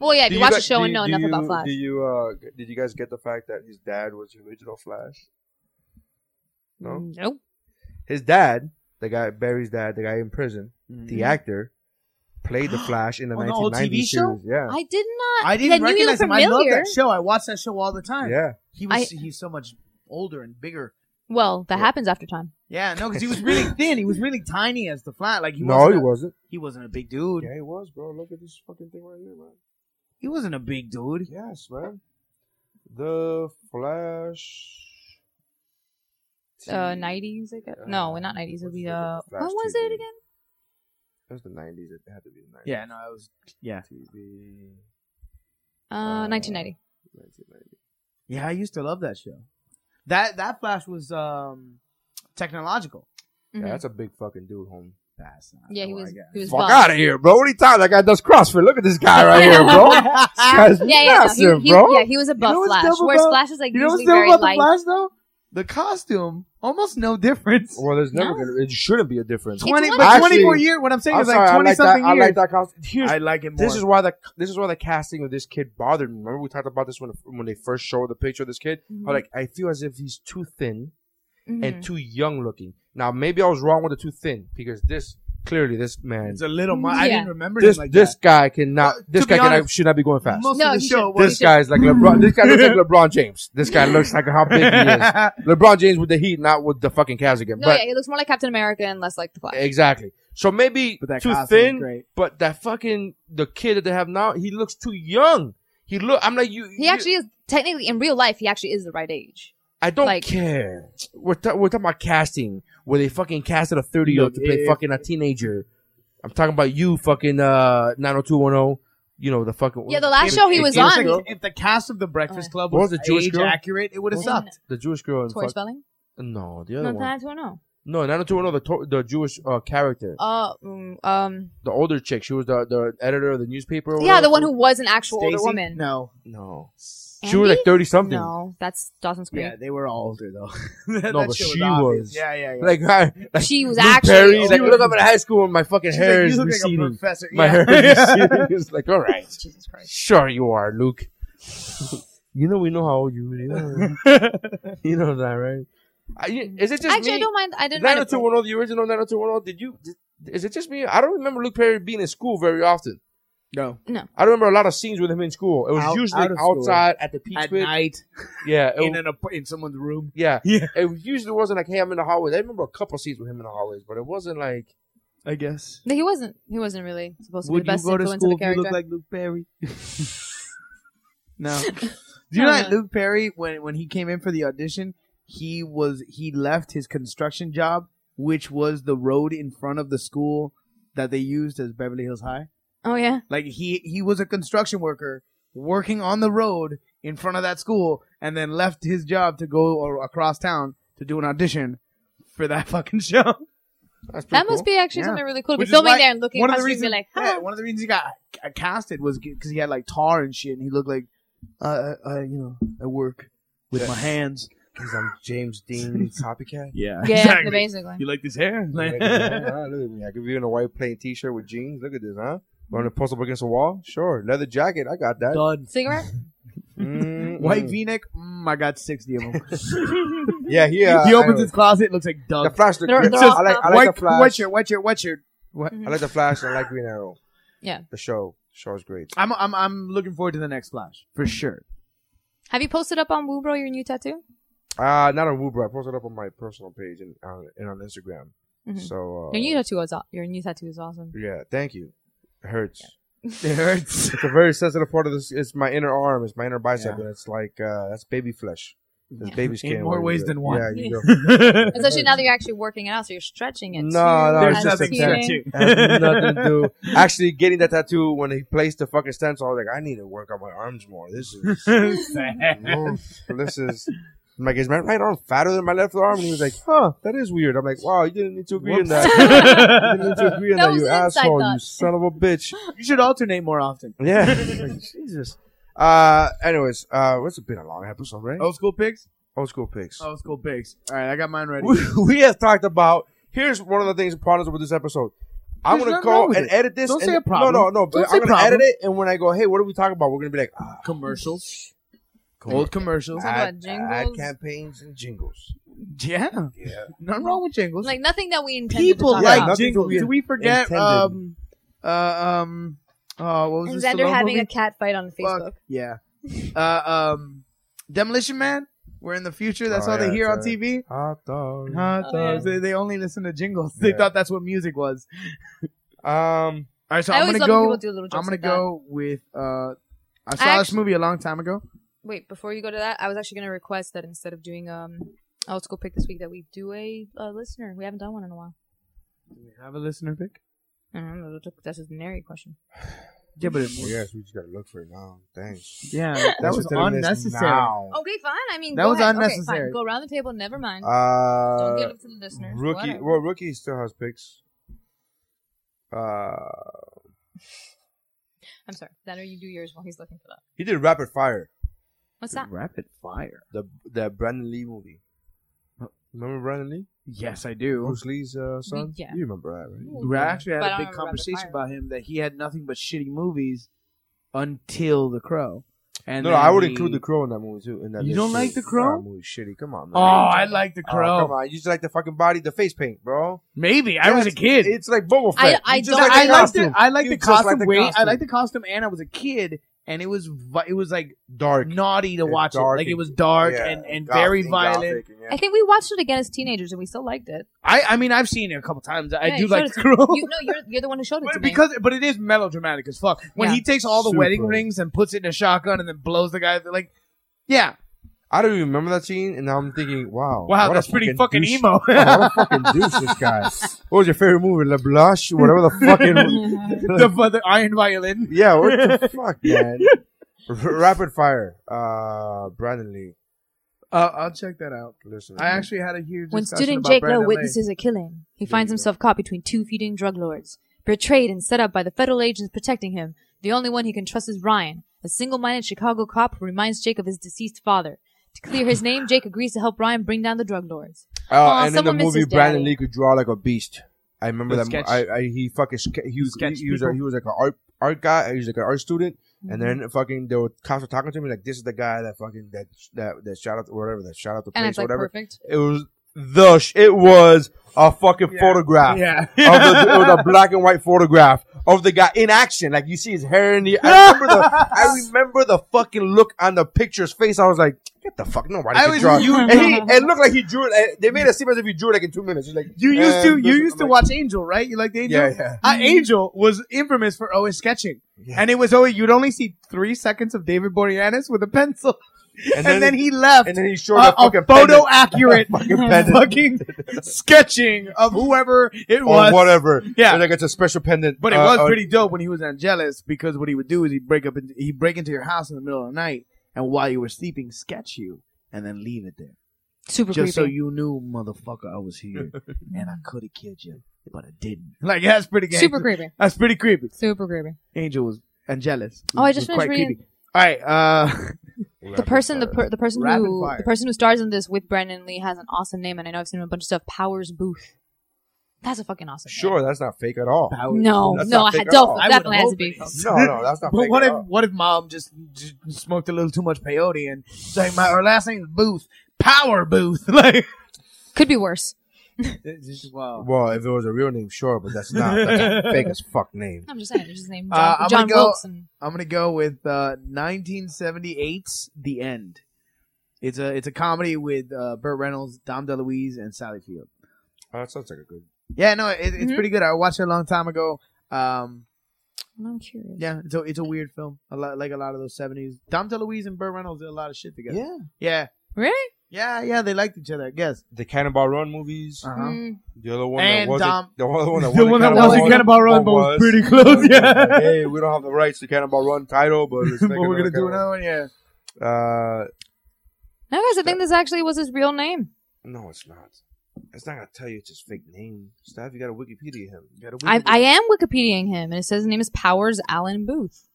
[SPEAKER 6] Well, yeah, if you, watch the
[SPEAKER 2] guys-
[SPEAKER 6] show
[SPEAKER 2] do
[SPEAKER 6] and
[SPEAKER 2] you-
[SPEAKER 6] know
[SPEAKER 2] do
[SPEAKER 6] enough about
[SPEAKER 2] you-
[SPEAKER 6] Flash.
[SPEAKER 2] Do you uh g- did you guys get the fact that his dad was the original Flash? No?
[SPEAKER 6] Nope.
[SPEAKER 2] His dad, the guy Barry's dad, the guy in prison, the
[SPEAKER 5] Mhm.
[SPEAKER 2] actor, played the Flash in Mm-hmm. the
[SPEAKER 5] Oh, the old
[SPEAKER 2] 1990s
[SPEAKER 5] TV show?
[SPEAKER 2] series. Yeah.
[SPEAKER 6] I did not.
[SPEAKER 5] I
[SPEAKER 6] yeah,
[SPEAKER 5] didn't
[SPEAKER 6] you look
[SPEAKER 5] recognize him. I love
[SPEAKER 6] familiar.
[SPEAKER 5] that show. I watch that show all the time.
[SPEAKER 2] yeah.
[SPEAKER 5] He was,
[SPEAKER 6] I-
[SPEAKER 5] he's so much older and bigger.
[SPEAKER 6] Well, that happens after time.
[SPEAKER 5] Yeah, no, because he was really thin. He was really tiny as the Flash. Like he
[SPEAKER 2] no,
[SPEAKER 5] wasn't
[SPEAKER 2] he
[SPEAKER 5] a-
[SPEAKER 2] wasn't.
[SPEAKER 5] He wasn't a big dude.
[SPEAKER 2] Yeah, he was, bro. Look at this fucking thing right here, man.
[SPEAKER 5] He wasn't a big dude.
[SPEAKER 2] Yes, man. The Flash.
[SPEAKER 6] Uh, 90s, I guess. No, not 90s. It would be uh,
[SPEAKER 2] Flash
[SPEAKER 6] what was
[SPEAKER 2] TV.
[SPEAKER 6] it again?
[SPEAKER 2] It was the 90s. It had to be the 90s.
[SPEAKER 5] Yeah, no, I was. Yeah,
[SPEAKER 2] TV.
[SPEAKER 6] Uh,
[SPEAKER 2] Uh,
[SPEAKER 6] 1990.
[SPEAKER 2] 1990.
[SPEAKER 5] Yeah, I used to love that show. That that Flash was um technological.
[SPEAKER 2] Yeah,
[SPEAKER 6] Mhm.
[SPEAKER 2] that's a big fucking dude, home.
[SPEAKER 5] That's not
[SPEAKER 6] Yeah, he
[SPEAKER 5] what I
[SPEAKER 6] was
[SPEAKER 5] got.
[SPEAKER 6] he was
[SPEAKER 2] Fuck
[SPEAKER 6] buff.
[SPEAKER 2] out of here, bro. What are you talking? That guy does CrossFit. Look at this guy right here, bro. This guy's
[SPEAKER 6] Yeah, yeah, no, he-
[SPEAKER 2] massive,
[SPEAKER 6] he,
[SPEAKER 2] bro.
[SPEAKER 6] yeah, he was a buff
[SPEAKER 5] know what's
[SPEAKER 6] Flash.
[SPEAKER 5] dope
[SPEAKER 6] Whereas
[SPEAKER 5] about-
[SPEAKER 6] Flash is like
[SPEAKER 5] You know what's
[SPEAKER 6] usually
[SPEAKER 5] dope
[SPEAKER 6] very
[SPEAKER 5] about
[SPEAKER 6] light.
[SPEAKER 5] the Flash though? The costume, almost no difference.
[SPEAKER 2] Well, there's never
[SPEAKER 6] No.
[SPEAKER 2] gonna. It shouldn't be a difference.
[SPEAKER 6] It's
[SPEAKER 5] Twenty,
[SPEAKER 6] one-
[SPEAKER 5] but
[SPEAKER 2] Actually,
[SPEAKER 5] twenty-four year. What I'm saying
[SPEAKER 2] I'm
[SPEAKER 5] is
[SPEAKER 2] sorry,
[SPEAKER 5] like
[SPEAKER 2] I
[SPEAKER 5] twenty something
[SPEAKER 2] that,
[SPEAKER 5] years.
[SPEAKER 2] I like that costume. Here's,
[SPEAKER 5] like it more.
[SPEAKER 2] this is why the this is why the casting of this kid bothered me. Remember we talked about this when when they first showed the picture of this kid.
[SPEAKER 6] Mm-hmm.
[SPEAKER 2] I'm like, I feel as if he's too thin and
[SPEAKER 6] Mhm.
[SPEAKER 2] too young looking. Now maybe I was wrong with the too thin because this clearly this man,
[SPEAKER 5] it's a little. Mu- I
[SPEAKER 6] Yeah.
[SPEAKER 5] didn't remember
[SPEAKER 2] this
[SPEAKER 5] him like
[SPEAKER 2] this guy cannot.
[SPEAKER 5] Uh,
[SPEAKER 2] This
[SPEAKER 5] to be
[SPEAKER 2] guy cannot,
[SPEAKER 5] honest,
[SPEAKER 2] should not be going
[SPEAKER 5] that.
[SPEAKER 2] fast.
[SPEAKER 5] Most
[SPEAKER 6] No,
[SPEAKER 5] of the
[SPEAKER 6] he
[SPEAKER 5] show
[SPEAKER 6] should-
[SPEAKER 5] was
[SPEAKER 2] This guy's like LeBron. This guy looks like LeBron James. This guy looks like how big he is. LeBron James with the Heat, not with the fucking Cavs again.
[SPEAKER 6] No,
[SPEAKER 2] but
[SPEAKER 6] yeah, he looks more like Captain America and less like the Flash.
[SPEAKER 2] exactly. So maybe
[SPEAKER 5] But that
[SPEAKER 2] too
[SPEAKER 5] costume was
[SPEAKER 2] thin.
[SPEAKER 5] great.
[SPEAKER 2] But that fucking the kid that they have now, he looks too young. He look. I'm like you.
[SPEAKER 6] He
[SPEAKER 2] you-
[SPEAKER 6] actually is technically in real life. He actually is the right age.
[SPEAKER 2] I don't
[SPEAKER 6] like-
[SPEAKER 2] care. We're ta- we're talking about casting where they fucking casted a 30 year old to
[SPEAKER 5] Look,
[SPEAKER 2] play
[SPEAKER 5] if-
[SPEAKER 2] fucking a teenager. I'm talking about you fucking uh 90210. You know the fucking
[SPEAKER 6] Yeah, the last show he
[SPEAKER 2] it-
[SPEAKER 6] was
[SPEAKER 2] it-
[SPEAKER 6] on,
[SPEAKER 5] If, if the cast of The Breakfast Club
[SPEAKER 2] What
[SPEAKER 5] was,
[SPEAKER 2] was the Jewish
[SPEAKER 5] age
[SPEAKER 2] girl?
[SPEAKER 5] accurate, it would have
[SPEAKER 6] And-
[SPEAKER 5] sucked.
[SPEAKER 2] the Jewish girl. And
[SPEAKER 6] Tori
[SPEAKER 2] fuck,
[SPEAKER 6] Spelling?
[SPEAKER 2] no, the other
[SPEAKER 6] No,
[SPEAKER 2] one.
[SPEAKER 6] that's what I know.
[SPEAKER 2] No, 90210. The to- the Jewish uh, character,
[SPEAKER 6] Uh, mm, um,
[SPEAKER 2] the older chick. She was the the editor of the newspaper. Or
[SPEAKER 6] yeah,
[SPEAKER 2] whatever.
[SPEAKER 6] the one who was an actual older
[SPEAKER 5] Stacey?
[SPEAKER 6] woman.
[SPEAKER 5] No.
[SPEAKER 2] No, she
[SPEAKER 6] Andy?
[SPEAKER 2] was like 30 something.
[SPEAKER 6] No, that's Dawson's Creek.
[SPEAKER 5] Yeah, they were all older though.
[SPEAKER 2] No,
[SPEAKER 5] That
[SPEAKER 2] but
[SPEAKER 5] shit
[SPEAKER 2] she
[SPEAKER 5] obvious.
[SPEAKER 2] was.
[SPEAKER 5] Yeah, yeah, yeah.
[SPEAKER 2] Like, I, like
[SPEAKER 6] She was
[SPEAKER 2] Luke
[SPEAKER 6] actually
[SPEAKER 2] Perry,
[SPEAKER 6] older.
[SPEAKER 2] like, look up at high school and my fucking
[SPEAKER 5] She's
[SPEAKER 2] hair
[SPEAKER 5] like,
[SPEAKER 2] is
[SPEAKER 5] you look
[SPEAKER 2] receding.
[SPEAKER 5] like a professor.
[SPEAKER 2] my
[SPEAKER 5] yeah.
[SPEAKER 2] hair is receding. It's like, all right,
[SPEAKER 6] Jesus Christ.
[SPEAKER 2] sure you are, Luke. you know we know how old you really are. you know that, right? I, is it just
[SPEAKER 6] Actually, I
[SPEAKER 2] me?
[SPEAKER 6] don't mind. I didn't mind. it.
[SPEAKER 2] 90210, the original 90210. Did you? Did, is it just me? I don't remember Luke Perry being in school very often.
[SPEAKER 5] No.
[SPEAKER 2] I remember a lot of scenes with him in school. It was
[SPEAKER 5] Out-
[SPEAKER 2] usually
[SPEAKER 5] out of school.
[SPEAKER 2] outside at the peach
[SPEAKER 5] At
[SPEAKER 2] pit.
[SPEAKER 5] night,
[SPEAKER 2] Yeah, it,
[SPEAKER 5] in an ap- in someone's room.
[SPEAKER 2] yeah,
[SPEAKER 5] Yeah.
[SPEAKER 2] It usually wasn't like, hey, I'm in the hallways. I remember a couple scenes with him in the hallways, but it wasn't like.
[SPEAKER 5] I guess.
[SPEAKER 6] No, He wasn't. He wasn't really supposed to be
[SPEAKER 5] Would
[SPEAKER 6] the
[SPEAKER 5] you
[SPEAKER 6] best
[SPEAKER 5] go to
[SPEAKER 6] influence of the
[SPEAKER 5] school if you
[SPEAKER 6] character.
[SPEAKER 5] look like Luke Perry? no. Do you know
[SPEAKER 6] I don't
[SPEAKER 5] that
[SPEAKER 6] know.
[SPEAKER 5] Luke Perry when when he came in for the audition, he was he left his construction job, which was the road in front of the school that they used as Beverly Hills High.
[SPEAKER 6] Oh yeah.
[SPEAKER 5] Like he he was a construction worker working on the road in front of that school, and then left his job to go or across town to do an audition for that fucking show.
[SPEAKER 6] That must be actually
[SPEAKER 5] Yeah.
[SPEAKER 6] something really cool. To
[SPEAKER 5] Which is
[SPEAKER 6] be filming
[SPEAKER 5] why-
[SPEAKER 6] there and looking
[SPEAKER 5] one
[SPEAKER 6] at
[SPEAKER 5] of the
[SPEAKER 6] us and be
[SPEAKER 5] reasons-
[SPEAKER 6] like,
[SPEAKER 5] yeah,
[SPEAKER 6] huh?
[SPEAKER 5] one of the reasons he got ca- casted was because he had like tar and shit, and he looked like, uh, uh, uh, you know, I work with my hands.
[SPEAKER 2] He's on James Dean's copycat.
[SPEAKER 5] Yeah,
[SPEAKER 6] Yeah,
[SPEAKER 5] exactly.
[SPEAKER 6] basically.
[SPEAKER 5] You like this hair?
[SPEAKER 2] Look at me. I could be in a white plain T-shirt with jeans. Look at this, huh?
[SPEAKER 5] Mm-hmm.
[SPEAKER 2] Want to post up against a wall? Sure. Leather jacket. I got that.
[SPEAKER 6] Cigarette?
[SPEAKER 2] Mm,
[SPEAKER 5] White
[SPEAKER 2] mm.
[SPEAKER 5] V-neck. Mm, I got sixty of them.
[SPEAKER 2] Yeah, he. Uh,
[SPEAKER 5] he
[SPEAKER 2] I
[SPEAKER 5] opens
[SPEAKER 2] know.
[SPEAKER 5] his closet, looks like Doug.
[SPEAKER 2] the flash. The,
[SPEAKER 6] They're-
[SPEAKER 2] I
[SPEAKER 6] they're all-
[SPEAKER 2] like. I like
[SPEAKER 5] white,
[SPEAKER 2] the flash.
[SPEAKER 5] white shirt, white shirt, white shirt. What?
[SPEAKER 2] I like the flash. and I like Green Arrow.
[SPEAKER 6] Yeah.
[SPEAKER 2] The show. The show is great.
[SPEAKER 5] I'm, I'm, I'm looking forward to the next Flash for sure.
[SPEAKER 6] Have you posted up on Woobro your new tattoo?
[SPEAKER 2] Uh not on Woobro. I posted up on my personal page and on and on Instagram.
[SPEAKER 6] Mhm.
[SPEAKER 2] So. Uh,
[SPEAKER 6] Your new tattoo is aw- your new tattoo is awesome.
[SPEAKER 2] yeah. Thank you. It hurts.
[SPEAKER 5] It hurts.
[SPEAKER 2] It's a very sensitive part of this. It's my inner arm. It's my inner bicep, and it's like uh, that's baby flesh. It's baby skin.
[SPEAKER 5] more
[SPEAKER 2] where you
[SPEAKER 5] ways
[SPEAKER 2] go-
[SPEAKER 5] than one.
[SPEAKER 2] Yeah, you go.
[SPEAKER 6] Especially now that you're actually working it out, so you're stretching it.
[SPEAKER 2] No, no,
[SPEAKER 6] too.
[SPEAKER 2] it's
[SPEAKER 6] That's
[SPEAKER 2] just a
[SPEAKER 5] tattoo.
[SPEAKER 6] cheating.
[SPEAKER 2] has nothing to do. Actually, getting that tattoo when he placed the fucking stencil, I was like, I need to work on my arms more. This is, oof, this is. I'm like, is my right arm fatter than my left arm? And he was like, Huh, that is weird. I'm like, Wow, you didn't need to agree on that. you didn't need to agree on
[SPEAKER 6] That
[SPEAKER 2] that,
[SPEAKER 6] was
[SPEAKER 2] you
[SPEAKER 6] an inside
[SPEAKER 2] asshole, you
[SPEAKER 6] thought.
[SPEAKER 2] son of a bitch.
[SPEAKER 5] you should alternate more often.
[SPEAKER 2] Yeah, Jesus. Uh, anyways, uh, it's been a long episode,
[SPEAKER 6] Oh.
[SPEAKER 2] right?
[SPEAKER 5] Old school pics.
[SPEAKER 2] Old school picks.
[SPEAKER 5] Old school pics. All right, I got mine ready.
[SPEAKER 2] we, we have talked about. Here's one of the things problems with this episode. I'm
[SPEAKER 5] There's
[SPEAKER 2] gonna
[SPEAKER 5] nothing wrong
[SPEAKER 2] go
[SPEAKER 5] with
[SPEAKER 2] and
[SPEAKER 5] it.
[SPEAKER 2] edit this.
[SPEAKER 5] Don't
[SPEAKER 2] and,
[SPEAKER 5] say a problem.
[SPEAKER 2] No, no, no. But
[SPEAKER 5] Don't
[SPEAKER 2] I'm
[SPEAKER 5] say
[SPEAKER 2] gonna
[SPEAKER 5] problem.
[SPEAKER 2] edit it, and when I go, hey, what are we talking about? We're gonna be like, ah,
[SPEAKER 5] commercials. Old commercials.
[SPEAKER 6] Talk about
[SPEAKER 2] ad-
[SPEAKER 6] jingles.
[SPEAKER 2] ad campaigns and jingles.
[SPEAKER 5] Yeah.
[SPEAKER 2] Yeah.
[SPEAKER 5] Nothing wrong with jingles.
[SPEAKER 6] Like nothing that we intended
[SPEAKER 5] People
[SPEAKER 6] to talk
[SPEAKER 5] like
[SPEAKER 2] about.
[SPEAKER 6] about.
[SPEAKER 2] nothing
[SPEAKER 5] jingles.
[SPEAKER 2] we
[SPEAKER 5] Do we forget?
[SPEAKER 2] intended.
[SPEAKER 5] Um, uh, um, uh, what was
[SPEAKER 6] And
[SPEAKER 5] this?
[SPEAKER 6] Xander
[SPEAKER 5] Stallone
[SPEAKER 6] having
[SPEAKER 5] movie?
[SPEAKER 6] a cat fight on
[SPEAKER 5] Fuck,
[SPEAKER 6] Facebook.
[SPEAKER 5] Yeah. uh, um, Demolition Man. We're in the future. That's
[SPEAKER 2] Oh,
[SPEAKER 5] all
[SPEAKER 2] yeah,
[SPEAKER 5] they hear on
[SPEAKER 2] that's right.
[SPEAKER 5] TV.
[SPEAKER 2] Hot dog.
[SPEAKER 5] Hot
[SPEAKER 6] Oh,
[SPEAKER 5] dogs. They, they only listen to jingles. They
[SPEAKER 2] Yeah.
[SPEAKER 5] thought that's what music was.
[SPEAKER 2] Um,
[SPEAKER 5] All right, so
[SPEAKER 6] I
[SPEAKER 5] I am gonna
[SPEAKER 6] always love
[SPEAKER 5] go.
[SPEAKER 6] when people do little jokes.
[SPEAKER 5] I'm gonna
[SPEAKER 6] like that.
[SPEAKER 5] go with. Uh, I saw this
[SPEAKER 6] actu-
[SPEAKER 5] movie a long time ago.
[SPEAKER 6] Wait, before you go to that, I was actually gonna request that instead of doing um old school pick this week, that we do a uh, listener. We haven't done one in a while.
[SPEAKER 5] Do we have a listener pick?
[SPEAKER 6] I don't know, That's a nary question.
[SPEAKER 5] Yeah, but it,
[SPEAKER 2] yes, we just gotta look for it now. Thanks.
[SPEAKER 5] yeah, that
[SPEAKER 2] Thanks
[SPEAKER 5] was
[SPEAKER 2] for telling me this
[SPEAKER 5] unnecessary.
[SPEAKER 2] now.
[SPEAKER 6] Okay, fine. I mean,
[SPEAKER 5] Oh. That
[SPEAKER 6] go
[SPEAKER 5] was
[SPEAKER 6] ahead. Okay, fine.
[SPEAKER 5] unnecessary.
[SPEAKER 6] Go around the table. Never mind. don't give
[SPEAKER 2] Uh,
[SPEAKER 6] it to the listeners.
[SPEAKER 2] rookie.
[SPEAKER 6] Whatever.
[SPEAKER 2] Well, rookie still has picks. Uh,
[SPEAKER 6] I'm sorry. Xander, you do yours while he's looking for that.
[SPEAKER 2] he did rapid fire.
[SPEAKER 6] What's that?
[SPEAKER 5] Rapid fire.
[SPEAKER 2] The the Brandon Lee movie. Remember Brandon Lee?
[SPEAKER 5] Yes, I do.
[SPEAKER 2] Bruce Lee's uh, son.
[SPEAKER 6] yeah.
[SPEAKER 2] You remember that, right?
[SPEAKER 5] We actually had
[SPEAKER 6] But I
[SPEAKER 5] a
[SPEAKER 6] don't
[SPEAKER 5] big
[SPEAKER 6] remember
[SPEAKER 5] conversation
[SPEAKER 6] Fire.
[SPEAKER 5] about him that he had nothing but shitty movies until The Crow. And
[SPEAKER 2] no, no,
[SPEAKER 5] then
[SPEAKER 2] I would
[SPEAKER 5] he-
[SPEAKER 2] include the crow in that movie too. In that
[SPEAKER 5] You
[SPEAKER 2] list,
[SPEAKER 5] don't
[SPEAKER 2] too.
[SPEAKER 5] like The Crow?
[SPEAKER 2] That movie's shitty. Come on,
[SPEAKER 5] Oh,
[SPEAKER 2] man.
[SPEAKER 5] I like The
[SPEAKER 2] Oh,
[SPEAKER 5] Crow.
[SPEAKER 2] come on, you just like the fucking body, the face paint, bro.
[SPEAKER 5] Maybe I was a
[SPEAKER 2] Yes,
[SPEAKER 5] kid.
[SPEAKER 2] It's like Boba
[SPEAKER 6] I-
[SPEAKER 2] Fett.
[SPEAKER 6] I
[SPEAKER 2] You just
[SPEAKER 6] don't-
[SPEAKER 5] No,
[SPEAKER 2] like
[SPEAKER 5] I
[SPEAKER 2] the
[SPEAKER 5] liked it.
[SPEAKER 2] costume.
[SPEAKER 5] I liked
[SPEAKER 2] You
[SPEAKER 5] the
[SPEAKER 2] just like
[SPEAKER 5] costume.
[SPEAKER 2] the
[SPEAKER 5] way, I
[SPEAKER 2] costume.
[SPEAKER 5] liked the costume, and I was a kid, and it was vi- it was like
[SPEAKER 2] dark,
[SPEAKER 5] naughty to
[SPEAKER 2] It's
[SPEAKER 5] watch it.
[SPEAKER 2] dark
[SPEAKER 5] Like it
[SPEAKER 2] and-
[SPEAKER 5] was dark
[SPEAKER 2] yeah,
[SPEAKER 5] and, and
[SPEAKER 2] gothic,
[SPEAKER 5] very
[SPEAKER 2] gothic,
[SPEAKER 5] violent.
[SPEAKER 2] and
[SPEAKER 6] I think we watched it again as teenagers and we still liked it.
[SPEAKER 5] I I mean I've seen it a couple times. I
[SPEAKER 6] Yeah,
[SPEAKER 5] do
[SPEAKER 6] you
[SPEAKER 5] like
[SPEAKER 6] showed
[SPEAKER 5] the
[SPEAKER 6] it to me.
[SPEAKER 5] Crow.
[SPEAKER 6] You, no, you're, you're the one who showed it to
[SPEAKER 5] But
[SPEAKER 6] me.
[SPEAKER 5] because but it is melodramatic as fuck. When
[SPEAKER 6] Yeah.
[SPEAKER 5] he takes all the
[SPEAKER 2] Super.
[SPEAKER 5] wedding rings and puts it in a shotgun and then blows the guy like yeah,
[SPEAKER 2] I don't even remember that scene, and now I'm thinking, wow,
[SPEAKER 5] wow,
[SPEAKER 2] what a
[SPEAKER 5] that's pretty fucking,
[SPEAKER 2] douche.
[SPEAKER 5] emo.
[SPEAKER 2] Oh, what a fucking douche this guy. What was your favorite movie? La Blush, whatever the fucking.
[SPEAKER 5] the, the iron violin.
[SPEAKER 2] yeah, what the fuck, man. R- rapid fire, uh, Brandon Lee.
[SPEAKER 5] Uh, I'll check that out.
[SPEAKER 2] Listen,
[SPEAKER 5] I actually had a huge
[SPEAKER 6] When
[SPEAKER 5] discussion
[SPEAKER 6] student
[SPEAKER 5] about
[SPEAKER 6] Jake Lowe
[SPEAKER 5] Brandon Lee.
[SPEAKER 6] witnesses a killing, he finds himself caught between two feuding drug lords. Betrayed and set up by the federal agents protecting him, the only one he can trust is Ryan, a single minded Chicago cop who reminds Jake of his deceased father. To clear his name, Jake agrees to help Ryan bring down the drug lords.
[SPEAKER 2] Uh,
[SPEAKER 6] Aw,
[SPEAKER 2] and in the
[SPEAKER 6] someone misses
[SPEAKER 2] movie, Brandon
[SPEAKER 6] Daddy.
[SPEAKER 2] Lee could draw like a beast. I remember
[SPEAKER 5] Good
[SPEAKER 2] that. mo-
[SPEAKER 5] sketch.
[SPEAKER 2] I, I he fucking ske- he was
[SPEAKER 5] Sketch
[SPEAKER 2] he, he was a,
[SPEAKER 5] people.
[SPEAKER 2] he was like an art art guy. He was like an art student, and
[SPEAKER 6] Mm-hmm.
[SPEAKER 2] then fucking they were constantly talking to me like, "This is the guy that fucking that that that shout out to whatever that shout out the
[SPEAKER 6] And
[SPEAKER 2] place
[SPEAKER 6] it's like
[SPEAKER 2] whatever."
[SPEAKER 6] perfect.
[SPEAKER 2] It was the sh- it was a fucking photograph.
[SPEAKER 5] Yeah.
[SPEAKER 2] of the, it was a black and white photograph of the guy in action. Like you see his hair in the. I remember the. I remember the fucking look on the picture's face. I was like, get the fuck nobody
[SPEAKER 5] I
[SPEAKER 2] can
[SPEAKER 5] was-
[SPEAKER 2] draw.
[SPEAKER 5] you-
[SPEAKER 2] and he it looked like he drew it. uh, They made it seem as if he drew it like in two minutes. He's like
[SPEAKER 5] You used
[SPEAKER 2] "Eh,
[SPEAKER 5] to you
[SPEAKER 2] this-
[SPEAKER 5] used to
[SPEAKER 2] I'm like,
[SPEAKER 5] watch Angel, right? You liked Angel?
[SPEAKER 2] Yeah, yeah.
[SPEAKER 5] Uh, Angel was infamous for always sketching.
[SPEAKER 2] Yeah.
[SPEAKER 5] And it was always you'd only see three seconds of David Boreanaz with a pencil. and, then, he left.
[SPEAKER 2] and then he showed
[SPEAKER 5] a,
[SPEAKER 2] a fucking
[SPEAKER 5] photo
[SPEAKER 2] pendant.
[SPEAKER 5] accurate
[SPEAKER 2] Fucking pendant.
[SPEAKER 5] fucking sketching of whoever it was.
[SPEAKER 2] or "Oh, whatever.
[SPEAKER 5] Yeah.
[SPEAKER 2] and like it's a special pendant.
[SPEAKER 5] But it
[SPEAKER 2] uh,
[SPEAKER 5] was
[SPEAKER 2] uh,
[SPEAKER 5] pretty dope when he was Angelus because what he would do is he'd break up and he'd break into your house in the middle of the night and while you were sleeping, sketch you and then leave it there.
[SPEAKER 6] Super
[SPEAKER 5] Just so
[SPEAKER 6] creepy.
[SPEAKER 5] you knew, motherfucker, I was here and I could have killed you, but I didn't. Like that's pretty gangster.
[SPEAKER 6] Super creepy.
[SPEAKER 5] That's pretty creepy.
[SPEAKER 6] Super creepy.
[SPEAKER 5] Angel was Angelus.
[SPEAKER 6] Oh, I just
[SPEAKER 5] was
[SPEAKER 6] finished
[SPEAKER 5] quite
[SPEAKER 6] reading-
[SPEAKER 5] creepy. All right, uh
[SPEAKER 6] the person, the, per, the person
[SPEAKER 5] Rapid
[SPEAKER 6] who,
[SPEAKER 5] fire.
[SPEAKER 6] the person who stars in this with Brandon Lee has an awesome name, and I know I've seen him in a bunch of stuff. Powers Booth. That's a fucking awesome. name.
[SPEAKER 2] Sure, that's not fake at all.
[SPEAKER 6] No,
[SPEAKER 2] That's
[SPEAKER 6] no,
[SPEAKER 2] not
[SPEAKER 6] I
[SPEAKER 2] fake
[SPEAKER 6] had
[SPEAKER 2] at
[SPEAKER 6] dope.
[SPEAKER 2] all.
[SPEAKER 5] Oh, I
[SPEAKER 6] Definitely has to
[SPEAKER 5] would've
[SPEAKER 6] be.
[SPEAKER 2] No, no, that's not.
[SPEAKER 5] But
[SPEAKER 2] fake
[SPEAKER 5] what
[SPEAKER 2] at
[SPEAKER 5] if
[SPEAKER 2] all.
[SPEAKER 5] what if mom just, just smoked a little too much peyote and say my her last name is Booth, Power Booth, like
[SPEAKER 6] Could be worse.
[SPEAKER 5] this is wow.
[SPEAKER 2] Well, if it was a real name, sure, but that's not. That's a fake as fuck name.
[SPEAKER 6] I'm just saying, it's his name.
[SPEAKER 5] Uh,
[SPEAKER 6] John,
[SPEAKER 5] I'm gonna
[SPEAKER 6] John
[SPEAKER 5] go-
[SPEAKER 6] Wilkes. And,
[SPEAKER 5] I'm gonna go with uh, 1978's The End. It's a it's a comedy with uh, Burt Reynolds, Dom DeLuise, and Sally Field.
[SPEAKER 2] Oh, that sounds like a good.
[SPEAKER 5] Yeah, no, it, it's
[SPEAKER 6] Mhm.
[SPEAKER 5] pretty good. I watched it a long time ago. Um,
[SPEAKER 6] I'm curious.
[SPEAKER 5] yeah, it's a, it's a weird film. A lot like a lot of those 70s. Dom DeLuise and Burt Reynolds did a lot of shit together. Yeah, yeah,
[SPEAKER 6] Really?
[SPEAKER 5] yeah, yeah. They liked each other, I guess.
[SPEAKER 2] The Cannonball Run movies.
[SPEAKER 5] Uh-huh.
[SPEAKER 6] Mm,
[SPEAKER 2] The other one
[SPEAKER 5] And
[SPEAKER 2] that wasn't.
[SPEAKER 5] Dom-
[SPEAKER 2] the other one
[SPEAKER 5] The
[SPEAKER 2] that wasn't
[SPEAKER 5] one that
[SPEAKER 2] Cannonball
[SPEAKER 5] wasn't
[SPEAKER 2] Run,
[SPEAKER 5] Cannonball Run, but was pretty close, yeah.
[SPEAKER 2] Hey, we don't have the rights to Cannonball Run title, but let's
[SPEAKER 5] but
[SPEAKER 2] make
[SPEAKER 5] we're gonna
[SPEAKER 2] another
[SPEAKER 5] do another one. Yeah,
[SPEAKER 2] Cannonball- Uh,
[SPEAKER 6] No, guys, I think this actually was his real name.
[SPEAKER 2] no, it's not. It's not gonna tell you it's his fake name. Stav, you gotta Wikipedia him. You gotta
[SPEAKER 6] I,
[SPEAKER 5] Mm-hmm.
[SPEAKER 6] I am Wikipediaing him, and it says his name is Powers Allen Booth.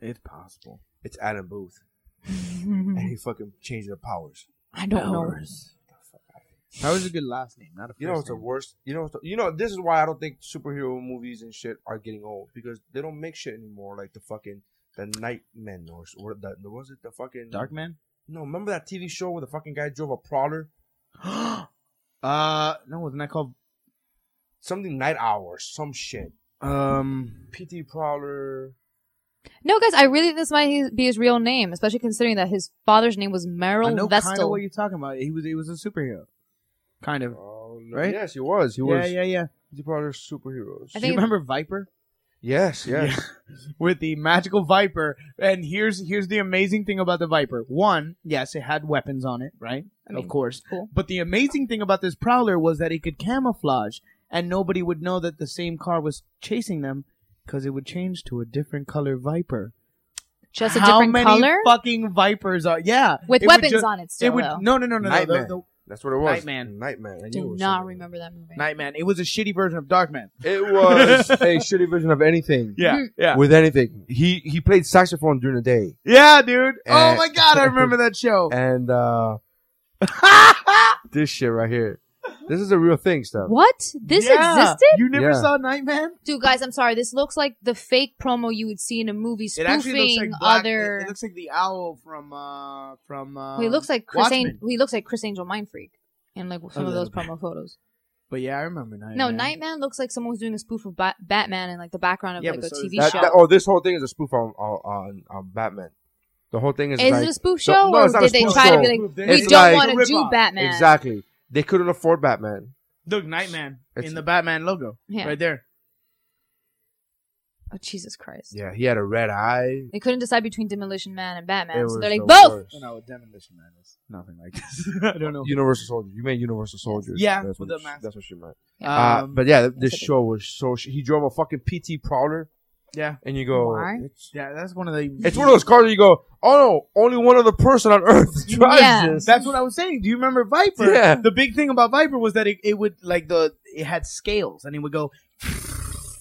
[SPEAKER 5] it's possible.
[SPEAKER 2] It's Adam Booth, and
[SPEAKER 6] I
[SPEAKER 2] he fucking changed the powers.
[SPEAKER 6] don't know.
[SPEAKER 5] That was a good last name, not a first
[SPEAKER 2] You know what's the
[SPEAKER 5] name.
[SPEAKER 2] worst? You know, what's the, you know. This is why I don't think superhero movies and shit are getting old because they don't make shit anymore. Like the fucking the Nightmen or, s- or the was it the fucking
[SPEAKER 5] Man.
[SPEAKER 2] No, remember that TV show where the fucking guy drove a prowler,
[SPEAKER 5] uh, no, wasn't that called?
[SPEAKER 2] something Night Hour, some shit.
[SPEAKER 5] Um,
[SPEAKER 2] PT Prowler.
[SPEAKER 6] No, guys, I really think this might his- be his real name, especially considering that his father's name was
[SPEAKER 5] I know
[SPEAKER 6] Merrill
[SPEAKER 5] kind of
[SPEAKER 6] Vestal.
[SPEAKER 5] what you're talking about. He was he was a superhero, kind of.
[SPEAKER 2] Oh, no.
[SPEAKER 5] Right?
[SPEAKER 2] Yes, he was. He
[SPEAKER 5] yeah,
[SPEAKER 2] was
[SPEAKER 5] yeah, yeah.
[SPEAKER 2] PT Prowler superheroes.
[SPEAKER 6] I
[SPEAKER 5] Do you
[SPEAKER 6] think-
[SPEAKER 5] remember Viper
[SPEAKER 2] yes, yes.
[SPEAKER 5] with the magical Viper? And here's here's the amazing thing about the Viper. One, yes, it had weapons on it, right?
[SPEAKER 6] I mean,
[SPEAKER 5] of course.
[SPEAKER 6] cool.
[SPEAKER 5] But the amazing thing about this Prowler was that it could camouflage, and nobody would know that the same car was chasing them because it would change to a different color Viper.
[SPEAKER 6] Just a
[SPEAKER 5] How
[SPEAKER 6] different
[SPEAKER 5] many
[SPEAKER 6] color
[SPEAKER 5] fucking Vipers are? Yeah,
[SPEAKER 6] with
[SPEAKER 5] It would
[SPEAKER 6] weapons
[SPEAKER 5] ju-
[SPEAKER 6] on it. Still,
[SPEAKER 5] It would
[SPEAKER 6] though.
[SPEAKER 5] no no no no no. The,
[SPEAKER 2] Nightman.
[SPEAKER 5] the,
[SPEAKER 2] That's what it was.
[SPEAKER 5] Nightman.
[SPEAKER 2] Nightman. I knew it
[SPEAKER 6] do
[SPEAKER 2] was
[SPEAKER 6] not
[SPEAKER 2] something.
[SPEAKER 6] remember that movie.
[SPEAKER 5] Nightman. It was a shitty version of Darkman.
[SPEAKER 2] It was a shitty version of anything.
[SPEAKER 5] Yeah, Mm. yeah.
[SPEAKER 2] With anything, he he played saxophone during the day,
[SPEAKER 5] Yeah, dude. oh
[SPEAKER 2] And-
[SPEAKER 5] my god, I remember that show.
[SPEAKER 2] and uh this shit right here. This is a real thing, stuff.
[SPEAKER 6] What? This
[SPEAKER 5] Yeah.
[SPEAKER 6] existed?
[SPEAKER 5] You never
[SPEAKER 2] Yeah.
[SPEAKER 5] saw Nightman?
[SPEAKER 6] Dude, guys, I'm sorry. This looks like the fake promo you would see in a movie
[SPEAKER 5] It
[SPEAKER 6] spoofing
[SPEAKER 5] actually looks like black,
[SPEAKER 6] other.
[SPEAKER 5] It, it looks like the owl from uh from uh
[SPEAKER 6] Well, he looks like Chris.
[SPEAKER 5] Watchmen.
[SPEAKER 6] An- he looks like Chris Angel Mind Freak, in like some of
[SPEAKER 5] little
[SPEAKER 6] those promo photos.
[SPEAKER 5] But yeah, I remember Nightman.
[SPEAKER 6] No, Nightman looks like someone who's doing a spoof of ba- Batman and like the background of
[SPEAKER 5] Yeah,
[SPEAKER 6] like
[SPEAKER 5] but
[SPEAKER 6] a
[SPEAKER 5] so is
[SPEAKER 6] TV
[SPEAKER 2] That-
[SPEAKER 6] show.
[SPEAKER 2] that- oh, this whole thing is a spoof on on, on, on Batman. The whole thing is
[SPEAKER 6] is
[SPEAKER 2] like,
[SPEAKER 6] it a spoof
[SPEAKER 2] so-
[SPEAKER 6] show,
[SPEAKER 2] no,
[SPEAKER 6] or
[SPEAKER 2] it's not a
[SPEAKER 6] did they
[SPEAKER 2] spoof
[SPEAKER 6] try to
[SPEAKER 2] show.
[SPEAKER 6] be like, we
[SPEAKER 2] It's
[SPEAKER 6] don't
[SPEAKER 2] like-
[SPEAKER 6] want to
[SPEAKER 5] It's a
[SPEAKER 6] do
[SPEAKER 5] ripoff.
[SPEAKER 6] Batman?
[SPEAKER 2] exactly they couldn't afford Batman.
[SPEAKER 5] Look, Nightman
[SPEAKER 2] It's-
[SPEAKER 5] in the Batman logo.
[SPEAKER 6] Yeah.
[SPEAKER 5] Right there.
[SPEAKER 6] Oh Jesus Christ!
[SPEAKER 2] Yeah, he had a red eye.
[SPEAKER 6] They couldn't decide between Demolition Man and
[SPEAKER 2] It
[SPEAKER 6] Batman, so
[SPEAKER 2] was
[SPEAKER 6] they're like
[SPEAKER 2] the
[SPEAKER 6] both.
[SPEAKER 2] worst.
[SPEAKER 5] No, no, Demolition Man is nothing like this. I don't know.
[SPEAKER 2] Universal Soldier. You meant Universal Soldier.
[SPEAKER 5] Yeah,
[SPEAKER 2] that's
[SPEAKER 5] with
[SPEAKER 2] what,
[SPEAKER 5] the
[SPEAKER 2] she,
[SPEAKER 5] mask.
[SPEAKER 2] that's what she meant. uh,
[SPEAKER 5] Um,
[SPEAKER 2] but yeah, th- this
[SPEAKER 6] that's a big-
[SPEAKER 2] show was so. Sh- he drove a fucking PT Prowler,
[SPEAKER 5] yeah.
[SPEAKER 2] and you go.
[SPEAKER 6] Why?
[SPEAKER 2] It's,
[SPEAKER 5] Yeah, that's one of the
[SPEAKER 2] it's one of those cars. That you go. Oh no, only one other person on Earth drives
[SPEAKER 6] Yeah.
[SPEAKER 2] this.
[SPEAKER 5] That's what I was saying. Do you remember Viper?
[SPEAKER 2] Yeah.
[SPEAKER 5] The big thing about Viper was that it, it would like the it had scales and it would go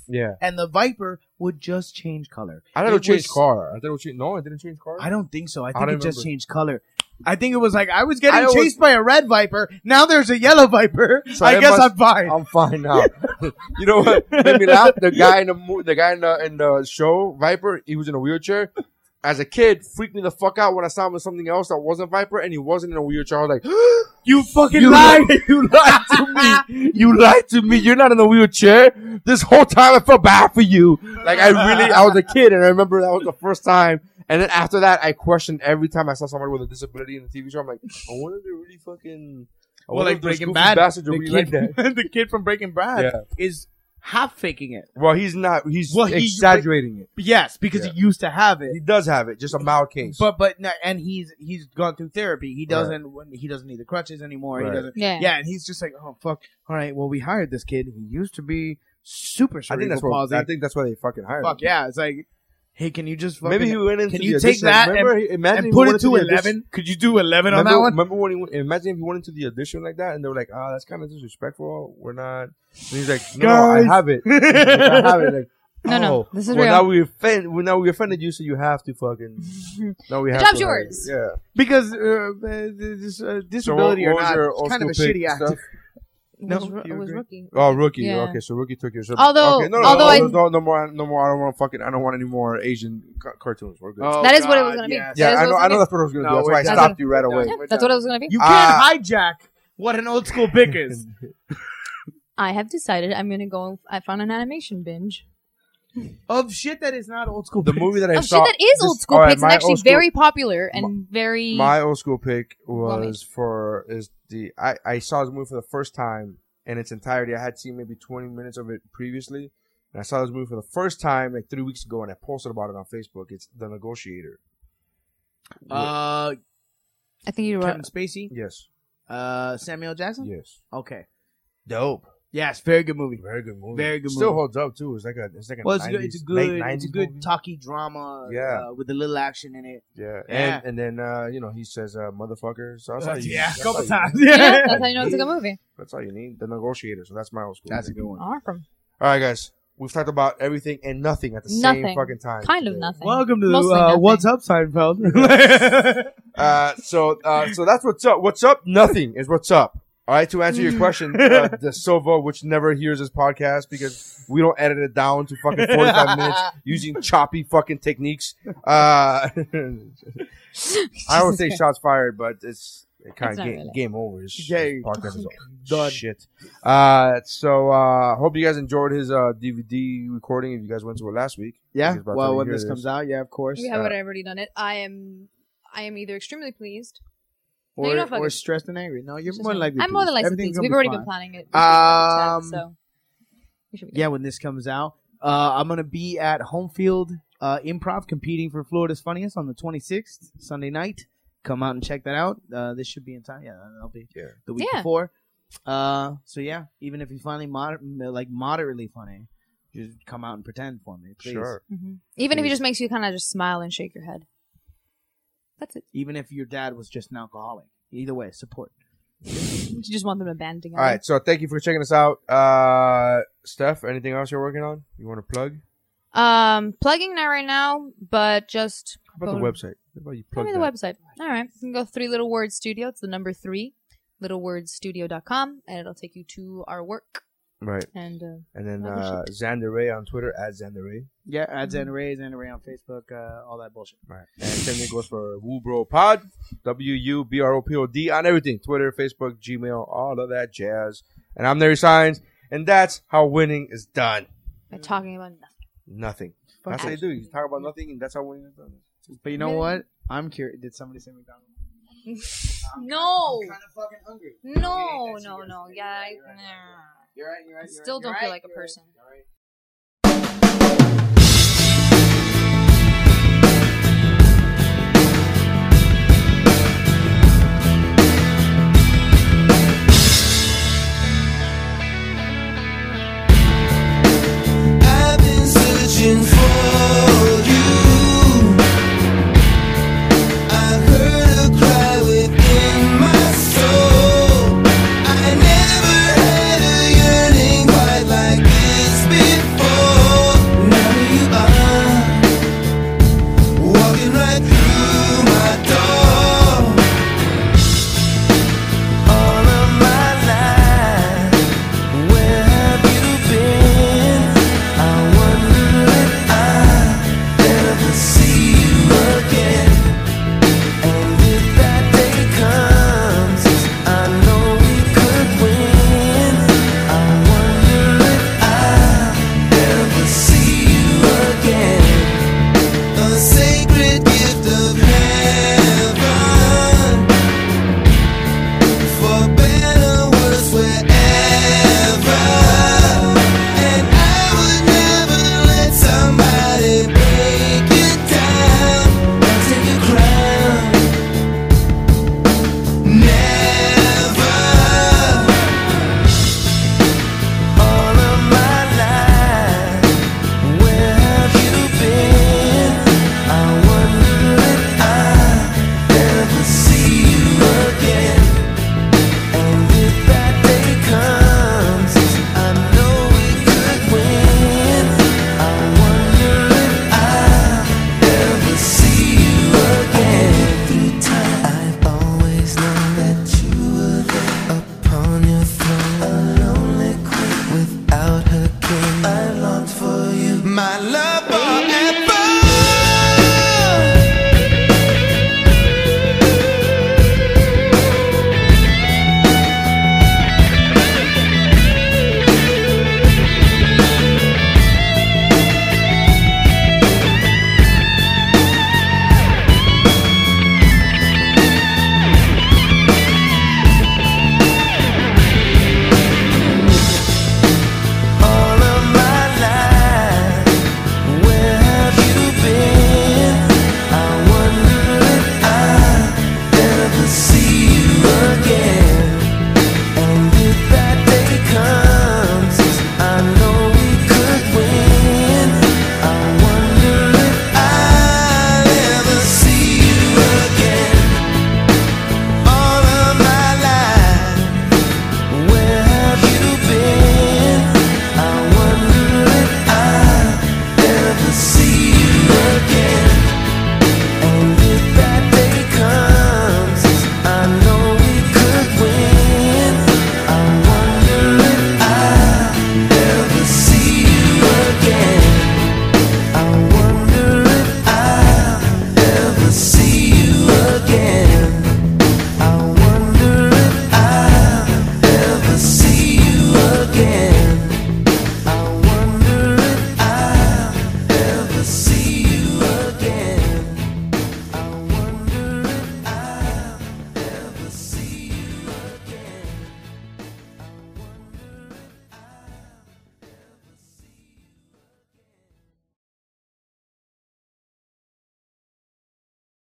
[SPEAKER 2] Yeah,
[SPEAKER 5] and the Viper would just change color.
[SPEAKER 2] I thought it,
[SPEAKER 5] It
[SPEAKER 2] changed
[SPEAKER 5] was-
[SPEAKER 2] car. I thought it changed. No, it didn't change car.
[SPEAKER 5] I don't think so. I think it
[SPEAKER 2] don't
[SPEAKER 5] just
[SPEAKER 2] remember.
[SPEAKER 5] changed color. I think it was like I was
[SPEAKER 2] I
[SPEAKER 5] getting
[SPEAKER 2] always-
[SPEAKER 5] chased by a red viper. Now there's a yellow viper.
[SPEAKER 2] So
[SPEAKER 5] I
[SPEAKER 2] it
[SPEAKER 5] guess
[SPEAKER 2] must-
[SPEAKER 5] I'm fine.
[SPEAKER 2] I'm fine now. you know what made me laugh? The guy in the mo- the guy in the, in the show Viper, he was in a wheelchair. As a kid, freaked me the fuck out when I saw him in something else that wasn't Viper, and he wasn't in a wheelchair. I was like,
[SPEAKER 5] you fucking
[SPEAKER 2] "You
[SPEAKER 5] lied.
[SPEAKER 2] lied, you lied to me, you lied to me. You're not in a wheelchair. This whole time, I felt bad for you. Like I really, I was a kid, and I remember that was the first time. And then after that, I questioned every time I saw somebody with a disability in the TV show. I'm like, I wonder if they really fucking. I
[SPEAKER 5] Well,
[SPEAKER 2] wonder
[SPEAKER 5] like
[SPEAKER 2] if those
[SPEAKER 5] Breaking
[SPEAKER 2] goofy
[SPEAKER 5] Bad,
[SPEAKER 2] bastards are
[SPEAKER 5] the
[SPEAKER 2] really
[SPEAKER 5] kid,
[SPEAKER 2] like that.
[SPEAKER 5] the kid from Breaking Bad
[SPEAKER 2] Yeah.
[SPEAKER 5] is hop faking it.
[SPEAKER 2] Well, he's not. He's
[SPEAKER 5] Well, he-
[SPEAKER 2] exaggerating it.
[SPEAKER 5] Yes, because he used to have it.
[SPEAKER 2] He does have it, just a mild case.
[SPEAKER 5] But but no, and he's he's gone through therapy. He
[SPEAKER 2] Right.
[SPEAKER 5] doesn't when he doesn't need the crutches anymore.
[SPEAKER 2] Right.
[SPEAKER 5] He doesn't.
[SPEAKER 2] Yeah.
[SPEAKER 5] yeah, and he's just like, oh fuck. All right, well we hired this kid. He used to be super
[SPEAKER 2] I
[SPEAKER 5] cerebral
[SPEAKER 2] think that's
[SPEAKER 5] palsy.
[SPEAKER 2] what I think that's why they fucking hired.
[SPEAKER 5] fuck
[SPEAKER 2] him.
[SPEAKER 5] yeah, it's like, hey, can you just fucking,
[SPEAKER 2] Maybe he went into
[SPEAKER 5] Can
[SPEAKER 2] the
[SPEAKER 5] you
[SPEAKER 2] audition.
[SPEAKER 5] take that
[SPEAKER 2] Remember,
[SPEAKER 5] and,
[SPEAKER 2] he- imagine
[SPEAKER 5] and
[SPEAKER 2] he
[SPEAKER 5] put
[SPEAKER 2] went
[SPEAKER 5] it to
[SPEAKER 2] into the audition-
[SPEAKER 5] eleven? Could you do eleven on
[SPEAKER 2] remember,
[SPEAKER 5] that one?
[SPEAKER 2] Remember when he went, imagine if he went into the audition like that and they were like, ah, that's kind of disrespectful. We're not. And he's like, no,
[SPEAKER 12] Guys.
[SPEAKER 2] I have it. He's like, I have it. Like,
[SPEAKER 6] No, no,
[SPEAKER 2] "Oh,
[SPEAKER 6] this is
[SPEAKER 2] well,
[SPEAKER 6] real."
[SPEAKER 2] Now we offend. Well, now we offended you, so you have to fucking. Now we
[SPEAKER 6] The job's
[SPEAKER 2] have to have
[SPEAKER 6] yours.
[SPEAKER 2] it. Yeah.
[SPEAKER 5] Because uh, uh, this uh, disability
[SPEAKER 2] what was
[SPEAKER 5] or
[SPEAKER 2] your
[SPEAKER 5] not,
[SPEAKER 2] old
[SPEAKER 5] it's kind of a
[SPEAKER 2] school pick
[SPEAKER 5] shitty act.
[SPEAKER 2] stuff?
[SPEAKER 5] No,
[SPEAKER 6] was,
[SPEAKER 5] you agree?
[SPEAKER 6] rookie.
[SPEAKER 2] Oh, rookie.
[SPEAKER 6] Yeah.
[SPEAKER 2] Okay, so rookie took your. So,
[SPEAKER 6] Although-
[SPEAKER 2] okay, no, no,
[SPEAKER 6] although
[SPEAKER 2] no,
[SPEAKER 6] I-
[SPEAKER 2] no, no, no more, no more. I don't want fucking. I don't want any more Asian ca- cartoons. We're good.
[SPEAKER 5] Oh,
[SPEAKER 6] That is what it was
[SPEAKER 5] God,
[SPEAKER 6] gonna be.
[SPEAKER 5] yes.
[SPEAKER 2] yeah,
[SPEAKER 6] that is
[SPEAKER 2] I
[SPEAKER 6] what
[SPEAKER 2] know.
[SPEAKER 6] it's
[SPEAKER 2] I know
[SPEAKER 6] gonna
[SPEAKER 2] that's what I was gonna do. That's why I
[SPEAKER 6] we're
[SPEAKER 2] stopped
[SPEAKER 6] done.
[SPEAKER 2] you right away.
[SPEAKER 6] Yeah, that's what I was gonna be.
[SPEAKER 5] You
[SPEAKER 2] Ah.
[SPEAKER 5] can't hijack what an old school pick is.
[SPEAKER 6] I have decided I'm gonna go. I found an animation binge.
[SPEAKER 5] of shit that is not old school.
[SPEAKER 2] The movie that I
[SPEAKER 6] Of Oh, shit
[SPEAKER 2] saw
[SPEAKER 6] that is
[SPEAKER 2] this-
[SPEAKER 6] old school
[SPEAKER 2] all right,
[SPEAKER 6] picks
[SPEAKER 2] my
[SPEAKER 6] and actually
[SPEAKER 2] old school-
[SPEAKER 6] very popular and very.
[SPEAKER 2] My old school pick
[SPEAKER 6] Well, me.
[SPEAKER 2] was for is the I, I saw this movie for the first time in its entirety. I had seen maybe twenty minutes of it previously, and I saw this movie for the first time like three weeks ago, and I posted about it on Facebook. It's The Negotiator.
[SPEAKER 5] Uh,
[SPEAKER 6] I think you were.
[SPEAKER 5] Kevin Spacey,
[SPEAKER 2] Yes,
[SPEAKER 5] uh, Samuel Jackson.
[SPEAKER 2] yes,
[SPEAKER 5] Okay.
[SPEAKER 2] dope,
[SPEAKER 5] Yes, very good movie.
[SPEAKER 2] very good movie,
[SPEAKER 5] Very good
[SPEAKER 2] Still
[SPEAKER 5] movie.
[SPEAKER 2] holds up too. It's like a it's like a
[SPEAKER 5] Well, it's,
[SPEAKER 2] 90s,
[SPEAKER 5] good, it's a
[SPEAKER 2] late
[SPEAKER 5] good, it's a
[SPEAKER 2] 90s
[SPEAKER 5] good
[SPEAKER 2] movie.
[SPEAKER 5] talky drama.
[SPEAKER 2] Yeah.
[SPEAKER 5] uh, with a little action in it.
[SPEAKER 2] Yeah.
[SPEAKER 5] Yeah.
[SPEAKER 2] and and then uh, you know he says uh, motherfucker. So that's all you,
[SPEAKER 5] yeah, a
[SPEAKER 2] that's all
[SPEAKER 5] couple
[SPEAKER 2] you-
[SPEAKER 5] times.
[SPEAKER 6] yeah, that's how you know it's a good movie.
[SPEAKER 2] That's all you need. The Negotiator. So that's my old school. pick.
[SPEAKER 5] good one.
[SPEAKER 6] Awesome.
[SPEAKER 2] All right, guys. We've talked about everything and nothing at the same
[SPEAKER 6] Nothing.
[SPEAKER 2] fucking time.
[SPEAKER 6] Kind of
[SPEAKER 2] today.
[SPEAKER 6] nothing.
[SPEAKER 5] Welcome to
[SPEAKER 6] Mostly
[SPEAKER 5] uh,
[SPEAKER 6] nothing.
[SPEAKER 5] What's Up, Seinfeld.
[SPEAKER 2] Uh, so, uh, so that's what's up. What's up? Nothing is what's up. All right. To answer your
[SPEAKER 6] Mm.
[SPEAKER 2] question, uh, the Sova, which never hears this podcast because we don't edit it down to fucking forty-five minutes using choppy fucking techniques. Uh, I don't say shots fired, but it's it kind
[SPEAKER 6] It's not
[SPEAKER 2] of game,
[SPEAKER 6] really.
[SPEAKER 2] game over. It's,
[SPEAKER 5] Yeah.
[SPEAKER 2] this podcast is done. Shit. Uh, so uh, hope you guys enjoyed his uh, DVD recording. If you guys went to it last week,
[SPEAKER 5] yeah.
[SPEAKER 2] He's about to
[SPEAKER 5] Well, when
[SPEAKER 2] hear
[SPEAKER 5] this comes out, yeah, of course.
[SPEAKER 6] We
[SPEAKER 5] Uh,
[SPEAKER 6] have already done it. I am. I am either extremely pleased. No,
[SPEAKER 5] or,
[SPEAKER 6] you're not fucking-
[SPEAKER 5] or stressed and angry. No, you're
[SPEAKER 6] Just
[SPEAKER 5] more than
[SPEAKER 6] me.
[SPEAKER 5] likely.
[SPEAKER 6] I'm more than likely
[SPEAKER 5] Everything's
[SPEAKER 6] pleased.
[SPEAKER 5] gonna be
[SPEAKER 6] We've already
[SPEAKER 5] fine.
[SPEAKER 6] been planning it.
[SPEAKER 5] Um,
[SPEAKER 6] so. we should be good.
[SPEAKER 5] Yeah, when this comes out, uh, I'm gonna be at home field uh, improv competing for Florida's Funniest on the 26th Sunday night. Come out and check that out. Uh, this should be in time. Yeah, that'll be
[SPEAKER 2] Yeah.
[SPEAKER 5] the week
[SPEAKER 6] Yeah.
[SPEAKER 5] before. Uh, so yeah, even if you finally moder- like moderately funny, just come out and pretend for me, please.
[SPEAKER 2] sure.
[SPEAKER 6] Mhm. Even if it just makes you kind of just smile and shake your head. That's it.
[SPEAKER 5] Even if your dad was just an alcoholic, either way, support.
[SPEAKER 6] You just want them to band together.
[SPEAKER 2] All right, so thank you for checking us out. Uh, Steph, anything else you're working on? You want to plug?
[SPEAKER 6] Um, plugging not right now, but just
[SPEAKER 2] How about the
[SPEAKER 6] go-
[SPEAKER 2] website? How about you
[SPEAKER 6] Tell
[SPEAKER 2] plug
[SPEAKER 6] me
[SPEAKER 2] that?
[SPEAKER 6] the website. All right. You can go three little word studio. It's the number three, littlewordstudio.com, and it'll take you to our work.
[SPEAKER 2] Right.
[SPEAKER 6] And uh,
[SPEAKER 2] And then
[SPEAKER 6] Oh,
[SPEAKER 2] uh, Xander Ray on Twitter, at Xander Ray.
[SPEAKER 5] Yeah, at
[SPEAKER 6] Mm-hmm.
[SPEAKER 5] Zen Ray, Zen Ray on Facebook, uh, all that bullshit.
[SPEAKER 2] Right. And same thing goes for Woo Bro Pod, W U B R O P O D on everything Twitter, Facebook, Gmail, all of that jazz. And I'm Larry Signs, and that's how winning is done.
[SPEAKER 6] by talking about nothing.
[SPEAKER 2] Nothing. That's how you do. it. You talk about nothing, and that's how winning is done.
[SPEAKER 5] But you know what? I'm curious. Did somebody say McDonald's?
[SPEAKER 6] No,
[SPEAKER 5] Kind of fucking hungry.
[SPEAKER 6] no, no, no. Yeah, I- nah.
[SPEAKER 5] You're right. You're right.
[SPEAKER 6] I still don't feel like a person.
[SPEAKER 5] All right.